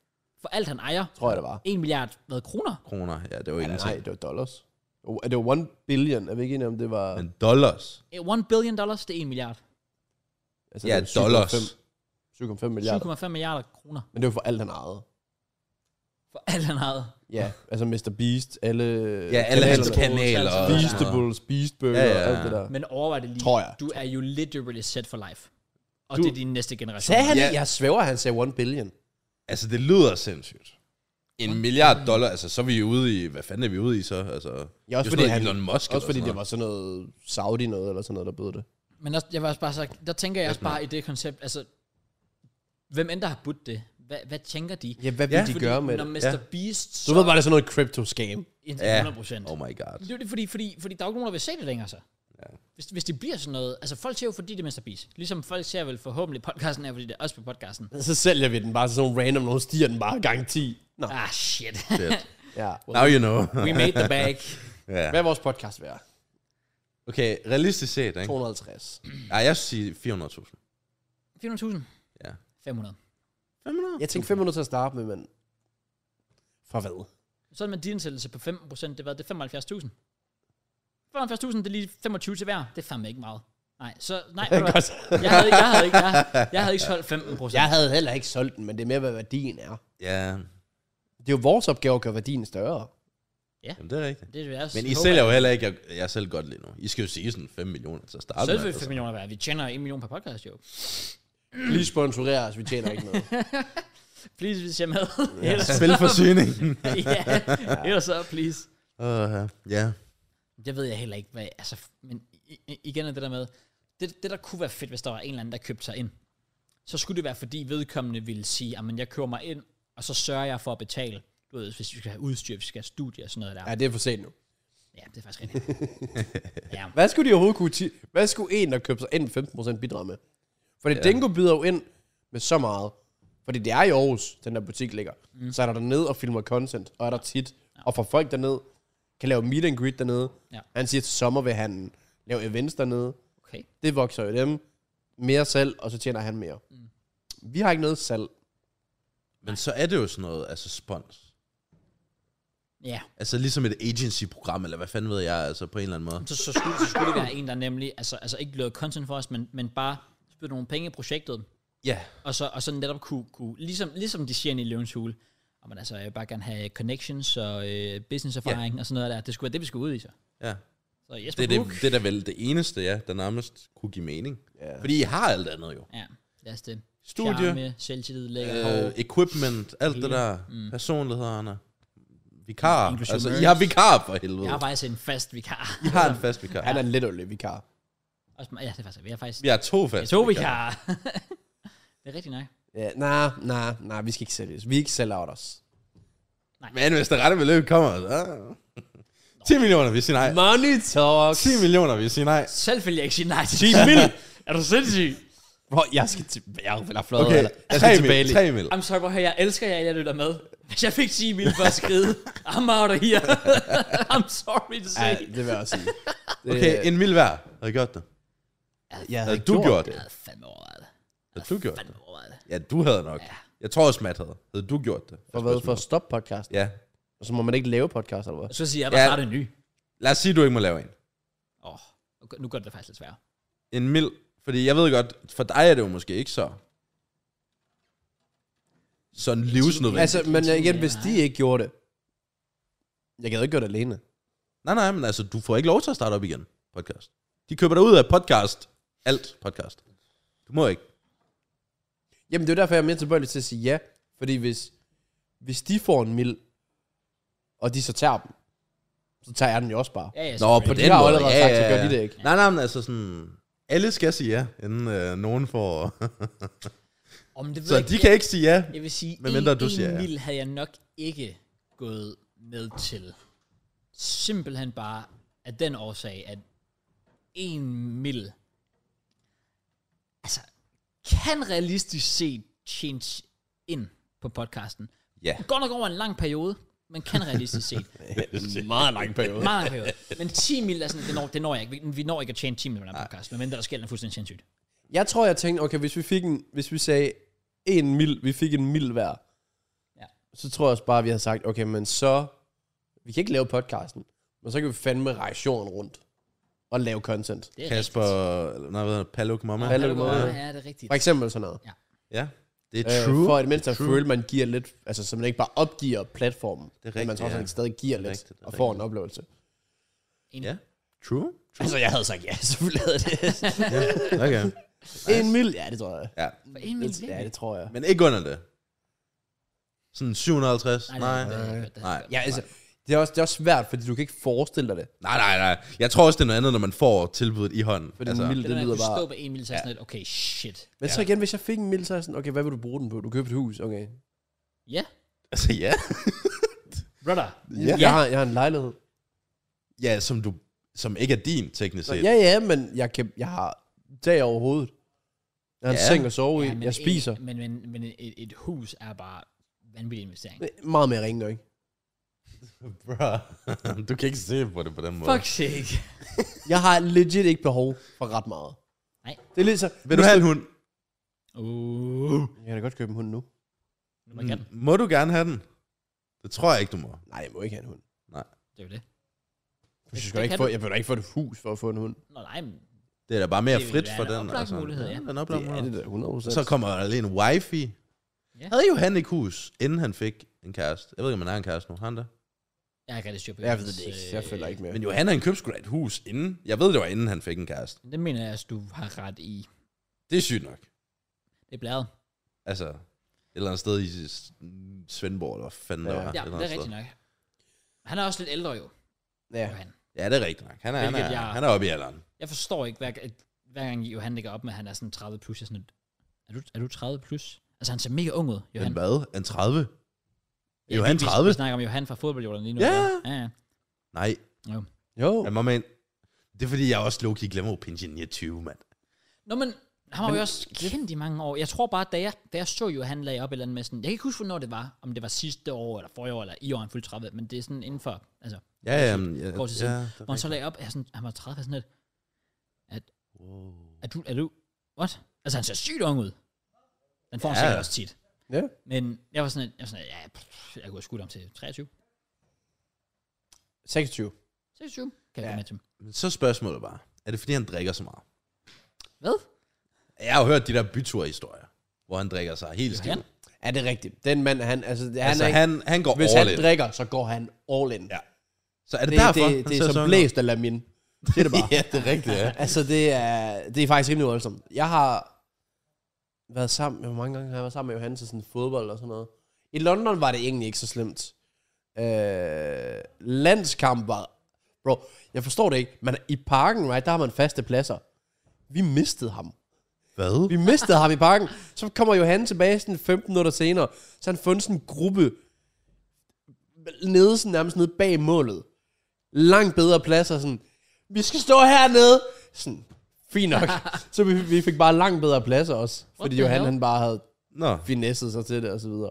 S1: For alt han ejer.
S2: Tror jeg det var.
S1: 1 milliard hvad, kroner?
S3: Kroner, ja, det var
S2: Nej,
S3: ingenting.
S2: nej, det var dollars. Jo, Er det var 1 billion? Er vi ikke enige om, det var...
S3: Men dollars.
S1: 1 Eh, billion dollars, det er 1 milliard.
S2: Altså,
S3: Ja,
S2: det var
S3: dollars.
S2: 7,5 7,5 milliarder.
S1: 7,5 milliarder kroner.
S2: Men det var for alt, han ejede.
S1: For alt han ejede.
S2: Ja, altså Mr. Beast, alle...
S3: Ja, alle Øh, hans
S2: kanalerne.
S3: kanaler. og-
S2: Beastables, Beastburger,
S3: Ja,
S2: ja,
S3: ja,
S2: ja,
S3: ja.
S2: alt det der.
S1: Men overvej det lige.
S2: Tror jeg.
S1: Du er jo literally set for life. Og
S2: Du-
S1: det er din næste generation.
S2: Sagde han
S3: Ja.
S2: ja. Jeg svæver, han sagde 1 billion.
S3: Altså, det lyder sindssygt. En milliard dollar, altså, så er vi ude i... Hvad fanden er vi ude i så? Altså,
S2: Ja, også
S3: det er jo sådan
S2: fordi,
S3: noget
S2: han,
S3: Elon Musk
S2: også fordi
S3: eller
S2: det
S3: sådan
S2: var sådan noget Saudi noget, eller sådan noget, der bød det.
S1: Men også, jeg var også bare så, der tænker jeg også bare i det koncept, altså, hvem end der har budt det? Hvad, hvad tænker de?
S2: Ja, hvad vil
S3: Ja,
S2: de
S1: Fordi
S2: gøre med
S1: når
S2: det?
S1: Mr.
S3: Ja.
S1: Beast
S2: Du
S1: så
S2: ved bare, det er sådan noget crypto-scam.
S3: noget.
S1: 100 procent.
S3: Ja. Oh my god.
S1: Det er jo det, fordi, fordi, fordi der er jo ikke nogen, der vil se det længere så. Ja. Hvis, hvis det bliver sådan noget, altså folk ser jo fordi det er Mr. Beast. Ligesom folk ser vel forhåbentlig podcasten er, fordi det er også på podcasten.
S2: Så sælger vi den bare til sådan nogle random, nogen stiger den bare gang 10. Nå,
S1: Ah, shit.
S3: Shit.
S2: ja.
S3: Now you know.
S1: We made the bag.
S3: ja.
S2: Hvad er vores podcast værd?
S3: Okay, realistisk set, ikke?
S2: 250.
S3: Ej, jeg skulle sige 400.000.
S1: 400.000.
S3: Ja.
S1: 500.
S3: 500?
S2: Jeg tænkte 500 til at starte med, men... For hvad?
S1: Så er det med din sættelse på 15%, det, var, det er 75.000. 75.000, det er lige 25 til hver. Det er fandme ikke meget. Nej, så nej, ved du hvad? jeg havde, ikke- jeg havde ikke, jeg, jeg havde ikke solgt 15 procent.
S2: Jeg havde heller ikke solgt den, men det er mere, hvad værdien er.
S3: Ja,
S2: Det er jo vores opgave at gøre værdien større.
S3: jamen, det er rigtigt.
S1: Det er det, jeg
S3: Men I
S1: håber,
S3: sælger jo
S1: at-
S3: heller ikke, jeg, jeg selv godt lige nu. I skal jo sige sådan 5 millioner til at starte
S1: Selvfølgelig 5
S3: altså.
S1: millioner hver. Vi tjener 1 million per podcast, jo.
S2: Lige sponsorer os, vi tjener ikke noget.
S1: Please, hvis jeg er med. Ellers,
S3: Selvforsyningen.
S1: ja, ellers så, please.
S3: Åh, ja.
S1: Jeg ved jeg heller ikke, hvad... Altså, men i- i- igen er det der med... Det, det, der kunne være fedt, hvis der var en eller anden, der købte sig ind, så skulle det være, fordi vedkommende ville sige, at jeg køber mig ind, og så sørger jeg for at betale. Du ved, hvis vi skal have udstyr, hvis vi skal have studier og sådan noget der.
S2: Ja, det er for sent nu.
S1: Ja, det er faktisk rigtigt. ja.
S2: Hvad skulle de overhovedet kunne ti- Hvad skulle en, der købte sig ind 15% bidrage med? Fordi ja. Dingo byder jo ind med så meget. Fordi det er i Aarhus, den der butik ligger. Mm. Så er der dernede og filmer content, og er der tit. Ja. Og får folk dernede, kan lave meet and greet dernede.
S1: Ja.
S2: Han siger, til sommer vil han lave events dernede.
S1: Okay.
S2: Det vokser jo dem. Mere salg, og så tjener han mere. Mm. Vi har ikke noget salg.
S3: Men så er det jo sådan noget, altså spons.
S1: Ja.
S3: Altså ligesom et agency-program, eller hvad fanden ved jeg, altså på en eller anden måde.
S1: Så, så, skulle, så skulle det være en, der nemlig, altså, altså ikke lavede content for os, men, men bare spytte nogle penge i projektet,
S3: Ja,
S1: og så, og så netop kunne, kunne ligesom, ligesom de siger inde i Løvens Hule, og man altså, jeg vil bare gerne have connections og øh, business erfaring og sådan noget der. Det skulle være det, vi skulle ud i så.
S3: ja.
S1: Så Jesper
S3: Det er, det,
S1: Buch.
S3: det er da vel det eneste, ja, der nærmest kunne give mening.
S2: Ja.
S3: Fordi I har alt andet jo.
S1: Ja, lad os det.
S3: Studie,
S1: Charme, selvtillid, lækker
S3: øh,
S1: hår.
S3: equipment, alt det
S1: Hele.
S3: der, personlighederne, vikarer.
S1: Inklusive
S3: altså, I
S1: merch.
S3: har vikarer for helvede.
S1: Jeg har faktisk en fast vikar.
S3: I har en fast vikar.
S2: Han er lidt øjelig vikar.
S1: Også mig- Ja, det er faktisk, vi har faktisk
S3: Vi har to fast
S1: to vikarer. det er rigtig nok.
S2: Ja, nej, nej, nej, vi skal ikke sælges. Vi er ikke sell-outers.
S3: Men hvis det rette beløb kommer, så... 10 millioner, vi siger nej.
S2: Money talks.
S3: 10 millioner, vi siger nej.
S1: Selv vil jeg ikke sige nej til
S2: 10 mil.
S1: Er du sindssyg?
S2: Bro, jeg skal til... Jeg er flot.
S3: Okay,
S2: Okay. Jeg
S3: 3
S2: skal tilbage
S3: mil,
S2: lige.
S3: 3 mil.
S1: I'm sorry, prøv at høre, jeg elsker jer, jeg lytter med. Hvis jeg fik 10 mil for at skride, I'm out of here. I'm sorry to
S2: Ja,
S1: say.
S2: det vil jeg også sige. Det,
S3: Okay, en mil hver. Har I gjort det?
S2: jeg
S3: Havde du gjort det?
S1: Jeg havde fandme overvejet det.
S3: Har du gjort det?
S1: Fandme overvejet det.
S3: Ja, du havde nok. Jeg tror også, Matt havde. Havde du gjort det?
S2: For hvad? For at stoppe podcast?
S3: Ja.
S2: Og så må man ikke lave podcast, eller hvad?
S1: Jeg skulle sige, jeg var
S3: Ja.
S1: snart en ny.
S3: Lad os sige, at du ikke må lave en.
S1: Åh, oh, nu gør det faktisk lidt sværere.
S3: En mil. Fordi jeg ved godt, for dig er det jo måske ikke så... Sådan livsnødvendigt.
S2: Altså, men
S1: det er
S2: igen,
S1: sådan,
S2: hvis de ikke gjorde det... Jeg gad ikke gøre det alene.
S3: Nej, nej, men altså, du får ikke lov til at starte op igen, podcast. De køber dig ud af podcast. Alt podcast. Du må ikke.
S2: Altså, Jamen, det er jo derfor, jeg er mere tilbøjelig til at sige ja. Fordi hvis, hvis de får en mil, og de så tager dem, så tager jeg den jo også bare.
S1: Ja, ja,
S3: Nå,
S1: selvfølgelig.
S3: på
S2: de
S3: den
S2: har
S3: måde.
S2: allerede
S3: ja,
S2: sagt,
S3: ja,
S2: så gør
S3: ja.
S2: de det ikke.
S3: Nej, nej, men altså sådan... Alle skal sige ja, inden øh, nogen får...
S1: Åh, men det ved
S3: så
S1: jeg ikke.
S3: de kan ikke sige ja.
S1: Jeg vil sige,
S3: Medmindre
S1: en,
S3: du
S1: en
S3: siger ja.
S1: mil havde jeg nok ikke gået med til. Simpelthen bare af den årsag, at en mil. Altså, kan realistisk set tjene ind på podcasten.
S3: Ja.
S1: Godt nok over en lang periode, men kan realistisk set.
S2: en meget lang periode.
S1: Meget lang periode. Men 10 mil, er sådan, det, når, det når jeg ikke. Vi- Vi når ikke at tjene 10 mil med den her podcast, medmindre der sker noget fuldstændig sindssygt.
S2: Jeg tror, jeg tænkte, okay, hvis vi, fik en, hvis vi sagde en mil, vi fik en mil hver,
S1: Ja.
S2: ja. så tror jeg også bare, vi havde sagt, okay, men så, vi kan ikke lave podcasten, men så kan vi fandme reaktionen rundt og lave content.
S1: Det er
S3: Kasper, eller, nej, hvad hedder det? Paluk Mama.
S2: Paluk.
S1: rigtigt.
S2: Mama.
S1: Ja, det er rigtigt.
S2: For eksempel sådan noget.
S3: Ja, det er
S2: Øh,
S3: true.
S2: for at mindst at
S3: True.
S2: føle, man giver lidt, altså så man ikke bare opgiver platformen,
S3: er
S2: men man
S3: rigtigt,
S2: trods
S3: ja.
S2: alt stadig giver
S3: Det er
S2: lidt
S3: rigtigt, det er
S2: og får en
S3: rigtigt.
S2: oplevelse.
S3: Ja, true.
S2: Altså, jeg havde sagt ja, selvfølgelig havde jeg det.
S3: Okay.
S2: en mil, ja, det tror jeg.
S3: Ja.
S1: For en mil
S2: Ja, det tror jeg.
S3: Men ikke under det. Sådan 750. Nej, nej,
S1: det
S3: nej.
S1: har jeg hørt, det har
S3: Nej.
S1: jeg hørt.
S2: Ja, altså, det er, også, det er også svært, fordi du kan ikke forestille dig det.
S3: Nej, nej, Jeg tror også, det er noget andet, når man får tilbuddet i hånden.
S2: Fordi
S3: Altså,
S2: en mil,
S1: Det,
S2: det,
S1: det
S2: lyder
S1: lyder
S2: bare...
S1: stå på en mil, så er jeg sådan lidt, okay, shit.
S2: Men så igen, hvis jeg fik en mil, så er jeg sådan, okay, hvad vil du bruge den på? Du køber et hus, okay.
S1: Ja,
S3: altså, ja.
S1: brother.
S2: Ja. Jeg, har, jeg har en lejlighed.
S3: Ja, som, du, som ikke er din, teknisk
S2: Så,
S3: set.
S2: ja, ja, men jeg, kan, jeg har tag over hovedet. Jeg har
S3: Ja.
S2: en seng at sove i.
S1: men
S2: jeg spiser.
S1: En, men men, men et, et hus er bare vanvittig investering.
S2: Det er Meget mere ringe, ikke?
S3: Bruh. du kan ikke se på det på den måde.
S1: Fuck sake.
S2: Jeg har legit ikke behov for ret meget.
S1: Nej.
S2: Det er lidt så...
S3: Vil du have en hund?
S1: Uh.
S2: Jeg kan da godt købe en hund nu.
S1: Nu må jeg
S2: Mm.
S1: gerne.
S3: Må du gerne have den? Det tror jeg ikke, du må.
S2: Nej, jeg må ikke have en hund.
S1: Det er jo det.
S2: Jeg, skal
S1: det
S2: ikke
S1: kan
S2: få,
S1: du.
S2: jeg vil da ikke få et hus for at få en hund.
S1: Nå, nej, men
S3: Det er da bare mere
S1: Det vil
S3: frit
S1: være
S3: for
S1: en
S3: den. altså.
S1: oplagt mulighed, ja.
S3: ja. Den
S2: Det er
S3: oplagt
S2: det da 100
S3: Så kommer der lige en wifi.
S1: Ja.
S3: Ja. Havde jo han ikke hus, inden han fik en kæreste. Jeg ved ikke, om han har en kæreste nu. Har Han der.
S1: jeg har ikke rigtig styr på
S2: Jeg ved
S1: hans,
S2: det ikke.
S1: øh,
S2: Jeg følger ikke med.
S3: Men jo, han han købte sgu da et hus inden. Jeg ved, det var inden han fik en kæreste.
S1: Det mener jeg, at du har ret i.
S3: Det er sygt nok.
S1: Det er blæret.
S3: Altså, et eller andet sted i S- Svendborg, eller hvad fanden der
S2: Ja.
S3: var.
S1: Ja,
S3: et eller
S1: det
S3: andet
S1: er
S3: sted.
S1: rigtigt nok. Han er også lidt ældre jo.
S2: Ja.
S1: Johan.
S3: Ja, det er rigtigt nok. Han er, han er,
S1: Hvilket jeg-
S3: han er oppe i alderen.
S1: Jeg forstår ikke, hver, at hver gang Johan ligger op med, at han er sådan 30 plus. Jeg er sådan, lidt, er du, er du 30 plus? Altså, han ser mega ung ud,
S3: Han
S1: Johan.
S3: hvad? Han 30?
S1: Ja,
S3: Johan
S1: vi- vi-
S3: 30?
S1: Vi snakker om Johan fra fodboldjorden lige nu.
S3: Ja.
S1: ikke? ja, ja.
S3: Nej,
S2: Jo.
S3: han må man... Det er fordi, jeg også low-key glemmer at Pinchen 29, mand.
S1: Nå, men han var jo også kendt i mange år. Jeg tror bare, da jeg, da jeg så Johan lagde op et eller andet med sådan, jeg kan ikke huske, hvornår det var, om det var sidste år, eller forrige år, eller i år, han fyldte 30, men det er sådan inden for, altså,
S3: Ja, ja, men, ja, ja,
S1: Kort tid siden.
S3: det er
S1: hvor han så
S3: rigtigt.
S1: lagde op, jeg er sådan, han var 30, jeg er sådan lidt,
S3: Wow.
S1: er du, er du, what? Altså, han ser sygt ung ud. Den får han
S3: Ja.
S1: sikkert også tit.
S2: Ja.
S1: Men jeg var sådan, lidt- jeg var sådan, lidt, ja, pff, jeg kunne have skudt om til 23.
S2: 26.
S1: 26 kan jeg ja.
S2: Ja.
S1: gå med til.
S3: Men så er spørgsmålet bare, er det fordi, han drikker så meget?
S1: Hvad?
S3: Jeg har jo hørt de der bytur-historier, hvor han drikker sig helt
S1: Johan?
S3: skidt.
S2: Er det rigtigt? Den mand, han, altså, han
S3: Altså,
S2: er ikke,
S3: han, han går
S2: hvis
S3: all
S2: han
S3: in.
S2: drikker, så går han all in.
S3: Ja. Så er det,
S2: Det, det,
S3: derfor,
S2: det, det er som
S3: sådan
S2: blæst af lamin. Det er det bare.
S3: ud? ja, det er rigtigt, ja.
S2: Altså, det er, det er faktisk rimelig voldsomt. Jeg har været sammen, hvor mange gange har jeg været sammen med Johan til sådan fodbold og sådan noget. I London var det egentlig ikke så slemt. Øh, landskamp var... Bro, jeg forstår det ikke, men i parken, right, der har man faste pladser. Vi mistede ham.
S3: Hvad?
S2: Vi mistede ham i parken. Så kommer Johan tilbage sådan 15 minutter senere. Så har han fundet sådan en gruppe nede, sådan nærmest nede bag målet. Langt bedre pladser. Sådan, vi skal stå hernede. Sådan, fint nok. så vi, vi fik bare langt bedre pladser også. Fordi
S1: the
S2: Johan
S1: hell?
S2: han bare havde
S3: Nå,
S2: finesset sig til det og så videre.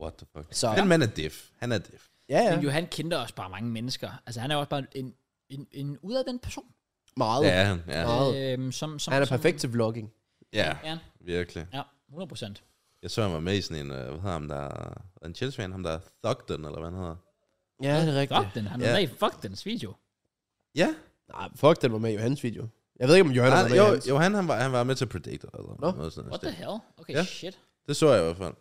S3: what the fuck.
S2: Så-
S3: Den mand er diff. Han er diff.
S2: Ja, ja.
S1: Men Johan kendte også bare mange mennesker. Altså, han er jo også bare en, en, en udadvendt person.
S2: Meget.
S3: Ja, han, ja.
S2: Meget.
S1: Øhm, som, som,
S2: Han er
S1: som,
S2: perfekt til vlogging.
S3: Ja,
S1: Ja,
S3: virkelig.
S1: ja 100 procent.
S3: Jeg så mig med i sådan en, øh, hvad hedder ham der, en Chelsea-fan, ham der er Thugden, eller hvad han hedder.
S2: Ja, det er rigtigt.
S1: Fuck den, han er
S3: Ja.
S1: med i Fuck dens video.
S3: Ja,
S2: Nej, fuck, den var med i Johans video. Jeg ved ikke, om Johan
S3: han,
S2: var med
S3: jo,
S2: i hans.
S3: jo han, han, var, han var med til Predator, eller
S2: Nå.
S3: noget sådan
S1: What
S3: noget.
S1: the hell? Okay,
S3: Ja.
S1: shit.
S3: Det så jeg i hvert fald.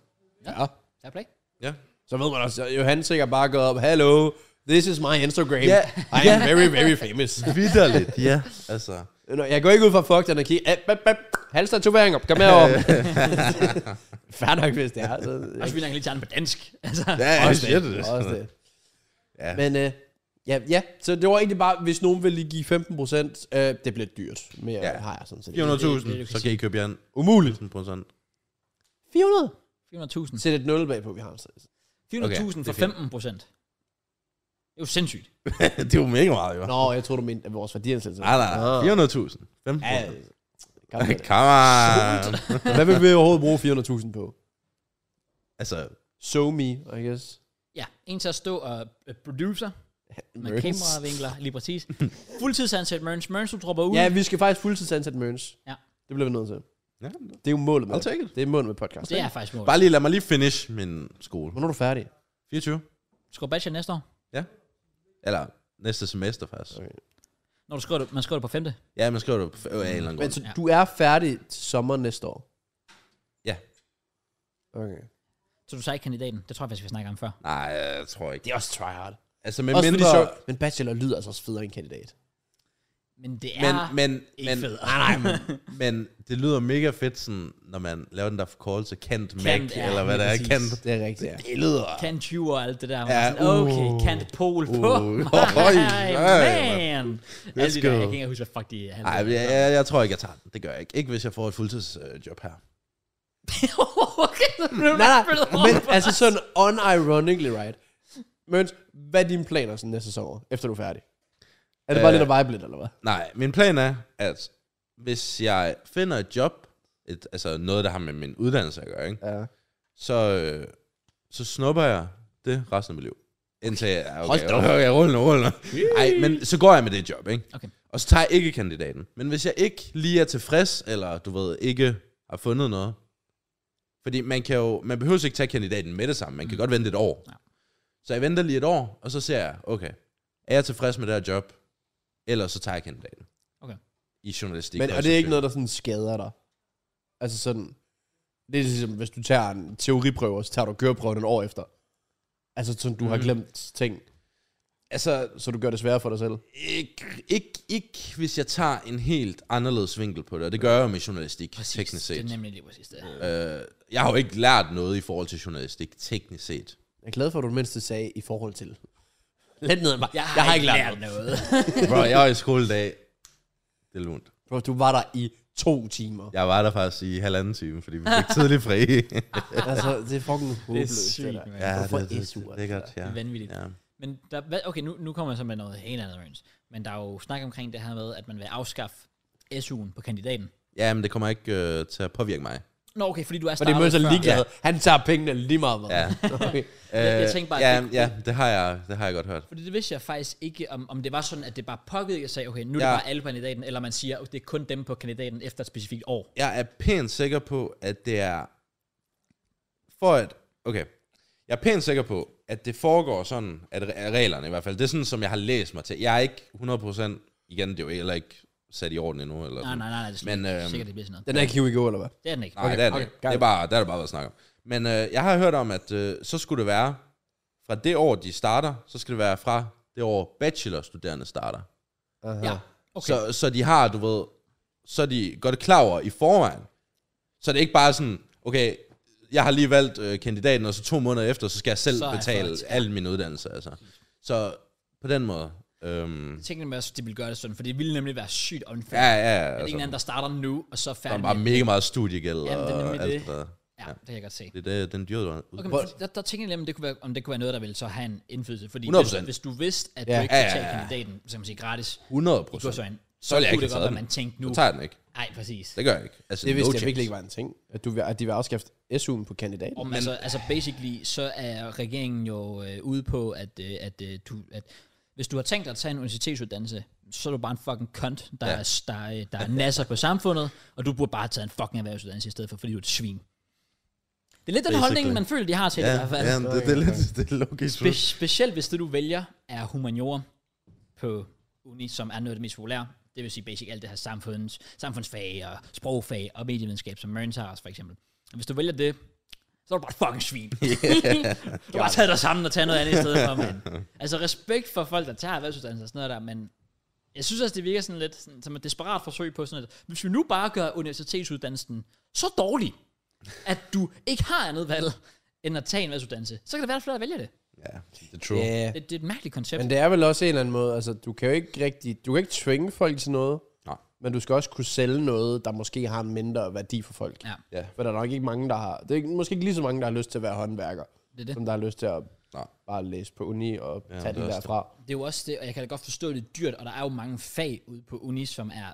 S2: Ja.
S1: Fair play.
S3: Ja.
S2: Så ved man også, at Johan sikkert bare går op, Hello, this is my Instagram.
S3: Ja.
S2: I am very, very famous.
S3: Vidderligt, ja. Altså,
S2: Nå, jeg går ikke ud fra fuck, den er kig. Æ, bap, bap. Halster tovering op, kom herom. Fair nok, hvis det er. Så,
S1: Og så vil han lige tage den på dansk. Altså,
S3: ja,
S2: også
S3: shit,
S2: det.
S3: er
S2: Også
S3: sådan
S2: det.
S3: Ja.
S2: Men øh, ja, ja, så det var egentlig bare, hvis nogen ville give 15 procent, øh, det blev dyrt. Mere
S3: Ja.
S2: ja. har jeg sådan set. ikke.
S1: det- det- det- det-
S3: 400.000,
S1: det-
S3: så kan I købe jer en
S2: Umuligt.
S3: 1000%.
S2: 400?
S1: 400.000.
S2: Sæt et nul bagpå, vi har. altså. Så.
S1: 400.000
S3: Okay, det
S1: for
S3: er fint.
S1: 15 procent. Det er jo sindssygt.
S3: det er jo mega meget, jo.
S2: Nå, jeg tror du mente, at vores værdiansættelse.
S3: Nej,
S2: Nå.
S3: nej, nej. 400.000. 15
S2: Ja, kom med det.
S3: Come on.
S2: Hvad vil vi overhovedet bruge 400.000 på?
S3: altså,
S2: So me, I guess.
S1: Ja, en til at stå og øh, producer med
S2: Merns.
S1: kameravinkler, lige præcis. Fuldtidsansat Mørns. Mørns, du dropper ud.
S2: Ja, vi skal faktisk fuldtidsansætte Mørns.
S1: Ja.
S2: Det bliver vi nødt til.
S3: ja.
S2: Det er jo målet med
S3: I'll take it.
S2: Det er målet med podcast.
S1: det er faktisk målet.
S3: Bare lige lad mig lige finish min skole.
S2: Hvornår er du færdig?
S3: 24.
S1: Skriv bachelor næste år,
S3: Eller næste semester, faktisk.
S2: Okay.
S1: når du skriver det, man skriver det på femte.
S3: Ja, man skriver det på f- øh, af en eller anden
S2: Men
S3: grund.
S2: så
S1: Ja.
S2: du er færdig til sommer næste år?
S3: Ja.
S2: Okay.
S1: Så du tager ikke kandidaten. Det tror jeg faktisk, vi snakker om før.
S3: Nej, jeg tror ikke.
S2: Det er også tryhard.
S3: Altså, med
S2: Også
S3: mindre...
S2: fordi, så, men bachelor lyder altså også federe end kandidat.
S1: Men det er
S3: men, men,
S1: ikke
S3: men,
S1: federe.
S3: nej, nej, men, men det lyder mega fedt, sådan, når man laver den der forkortelse, Kent, Mac,
S1: ja,
S3: eller hvad
S1: lige
S3: der er,
S1: præcis.
S3: Kent.
S2: Det er rigtigt, ja.
S3: Det lyder...
S1: kan 20 og alt det der.
S3: Ja,
S1: Ja, sådan,
S3: uh,
S1: okay, kan det pol på?
S3: uh,
S1: Ej,
S3: øj,
S1: man. Alle de
S3: go.
S1: der, jeg kan ikke huske, hvad fuck de handler.
S3: Nej,
S1: Ej,
S3: jeg, jeg, jeg, tror ikke, jeg tager den. Det gør jeg ikke. Ikke hvis jeg får et fuldtidsjob her.
S1: okay, så blev
S2: Nej,
S1: det
S2: nej,
S1: spillet
S2: men
S1: over.
S2: altså sådan unironically right. Møns, hvad er dine planer sådan næste sommer, efter du er færdig? Er det bare
S3: Øh,
S2: lidt at vibe lidt, eller hvad?
S3: Nej, min plan er, at hvis jeg finder et job, et, altså noget, der har med min uddannelse at gøre, ikke?
S2: Ja.
S3: så, øh, så snupper jeg det resten af mit liv. Indtil jeg... Okay,
S2: Hold da op.
S3: okay, okay, rulle nu, rulle nu. Ej, men så går jeg med det job, ikke?
S1: Okay.
S3: Og så tager jeg ikke kandidaten. Men hvis jeg ikke lige er tilfreds, eller du ved, ikke har fundet noget. Fordi man kan jo... Man behøver ikke tage kandidaten med det samme. Man
S2: Mm.
S3: kan godt vente et år.
S1: Ja.
S3: Så jeg venter lige et år, og så ser jeg, okay, er jeg tilfreds med det her job? Ellers så tager jeg kandidaten.
S1: Okay.
S3: I journalistik.
S2: Men og
S3: højst
S2: det er ikke
S3: sandsynligt.
S2: noget, der sådan skader dig? Altså sådan... Det er ligesom, hvis du tager en teoriprøve, og så tager du køreprøven en år efter. Altså sådan, du mm. har glemt ting,
S3: Altså,
S2: så du gør det sværere for dig selv.
S3: Ikke, ikke, ikke hvis jeg tager en helt anderledes vinkel på det, og det gør jeg jo med journalistik, Præcis, teknisk
S1: Det
S3: set.
S1: er nemlig lige præcis det.
S3: Øh, jeg har jo ikke lært noget i forhold til journalistik, teknisk set.
S2: Jeg er glad for, at du mindst sagde i forhold til... Lidt ned ad mig.
S1: Jeg har, jeg har ikke lært noget.
S3: Bro, jeg var i skole i dag. Det er lunt.
S2: Bro, du var der i to timer.
S3: Jeg var der faktisk i halvanden time, fordi vi fik tidlig fri.
S2: altså, det er fucking håbløst, det,
S1: sygt,
S2: det der.
S1: mand.
S2: Ja, det, det,
S3: det, det, det er
S2: altså.
S3: godt, ja.
S1: altså. Vanvittigt.
S3: ja.
S1: Men der, hvad- okay, nu, nu kommer jeg så med noget helt andet, Røns. Men der er jo snak omkring det her med, at man vil afskaffe SU'en på kandidaten.
S3: Ja, men det kommer ikke øh, til at påvirke mig.
S1: Nå, okay, fordi du er
S2: Og det er
S1: startet
S2: Møns er
S1: før.
S2: ligeglad. Han tager pengene lige meget, hvad?
S3: Ja. Øh,
S2: Okay.
S1: Jeg- jeg tænkte bare, at
S3: ja,
S1: det-
S3: ja, det har jeg, det har jeg godt hørt.
S1: Fordi det vidste jeg faktisk ikke, om, om det var sådan, at det bare påvirkede, jeg sagde, okay, nu er
S3: Ja.
S1: det bare alle på kandidaten, eller man siger, at det er kun dem på kandidaten efter et specifikt år.
S3: jeg er pænt sikker på, at det er for at, okay, jeg er pænt sikker på, at det foregår sådan, at re- at reglerne i hvert fald, det er sådan, som jeg har læst mig til. Jeg er ikke 100%, igen, det er jo heller ikke sat i orden endnu, eller
S1: Nej,
S3: sådan.
S1: nej, nej, det er
S3: Men,
S1: Men,
S3: øhm,
S1: øh, sikkert, det bliver sådan noget.
S2: Den er ikke go, eller hvad?
S1: Det er den ikke.
S3: Nej, okay, det er det
S2: okay,
S3: ikke.
S2: got
S3: Det er
S2: it.
S3: bare, der er det bare at snakke om. Men øh, jeg har hørt om, at øh, så skulle det være, fra det år, de starter, så skal det være fra det år, bachelorstuderende starter.
S2: Aha.
S1: Ja,
S3: Okay.
S1: okay.
S3: Så, så de har, du ved, så er de godt klar over i forvejen. Så det er ikke bare sådan, okay, jeg har lige valgt øh, kandidaten, og så to måneder efter, så skal jeg selv
S1: Så er jeg
S3: betale
S1: fucked, ja.
S3: al min uddannelse. Altså. Så på den måde. Øhm,
S1: Jeg tænkte nemlig også, at de ville gøre det sådan, for det ville nemlig være sygt unfair. Ja,
S3: ja, ja, ja.
S1: altså, at
S3: Altså,
S1: en eller anden,
S3: der
S1: der starter nu, og så er
S3: er
S1: færdig
S3: bare
S1: med-
S3: mega meget studiegæld og
S1: Jamen, det er nemlig
S3: alt det
S1: det.
S3: der.
S1: Ja, det kan jeg godt se.
S3: Det er det, den dyre uddannelse.
S1: Okay, men fordi der, der tænker jeg nemlig, om det, kunne være, om det kunne være noget, der ville så have en indflydelse. Fordi
S3: 100%.
S1: hvis, hvis du vidste, at du
S2: Ja.
S1: ikke kunne
S3: Ja, ja,
S1: tage
S3: ja.
S1: kandidaten, som man siger, gratis,
S3: 100
S1: i
S3: procent.
S1: godsøjne, så,
S3: Så
S1: så
S3: ville jeg
S1: kunne
S3: ikke
S1: det
S3: have
S1: godt være,
S3: taget
S1: man tænkte nu.
S3: Nu tager jeg den ikke.
S1: Nej, præcis.
S3: Det gør jeg ikke. Altså,
S2: Det
S3: no
S2: vidste jeg
S3: chance.
S2: virkelig ikke var en ting, at, du, vil- at de vil afskaffe SU'en på kandidaten.
S1: Om, altså, altså basically, så er regeringen jo øh, ude på, at, øh, at, øh, du, at hvis du har tænkt dig at tage en universitetsuddannelse, så er du bare en fucking cunt, der,
S3: Ja.
S1: ja. er, der, øh, der er nasser på samfundet, og du burde bare have taget en fucking erhvervsuddannelse i stedet for, fordi du er et svin. Det er lidt den
S3: Basically.
S1: holdning, man føler, de har til det i hvert fald.
S3: ja, det, det, er lidt det er logisk.
S1: Spe- specielt hvis det, du vælger, er humaniora på uni, som er noget af det mest populære. Det vil sige basic alt det her samfunds, samfundsfag og sprogfag og medievidenskab, som Mørns har også for eksempel. Og hvis du vælger det, så er du bare et fucking svin. Yeah. du har bare taget dig sammen og taget noget andet i stedet for, mand. Altså respekt for folk, der tager erhvervsuddannelser og sådan noget der, men jeg synes også, det virker sådan lidt sådan, som et desperat forsøg på sådan noget. Hvis vi nu bare gør universitetsuddannelsen så dårlig, at du ikke har andet valg end at tage en erhvervsuddannelse, så kan det være, at flere vælger det.
S3: Ja, det er true.
S2: Ja,
S1: Det, det er et mærkeligt koncept.
S2: men det er vel også en eller anden måde, altså du kan jo ikke rigtig, du kan ikke tvinge folk til noget,
S3: Nej.
S2: men du skal også kunne sælge noget, der måske har en mindre værdi for folk.
S1: Ja.
S3: Ja.
S2: For der er nok ikke mange, der har, det er ikke, måske ikke lige så mange, der har lyst til at være håndværker,
S1: Det er det.
S2: som der har lyst til at
S3: Nej.
S2: Bare læse på uni og
S3: Ja,
S2: ja,
S3: det
S2: tage
S3: er
S2: den
S3: også
S2: derfra.
S1: Det er jo også det, og jeg kan da godt forstå, at det er dyrt, og der er jo mange fag ude på uni, som er,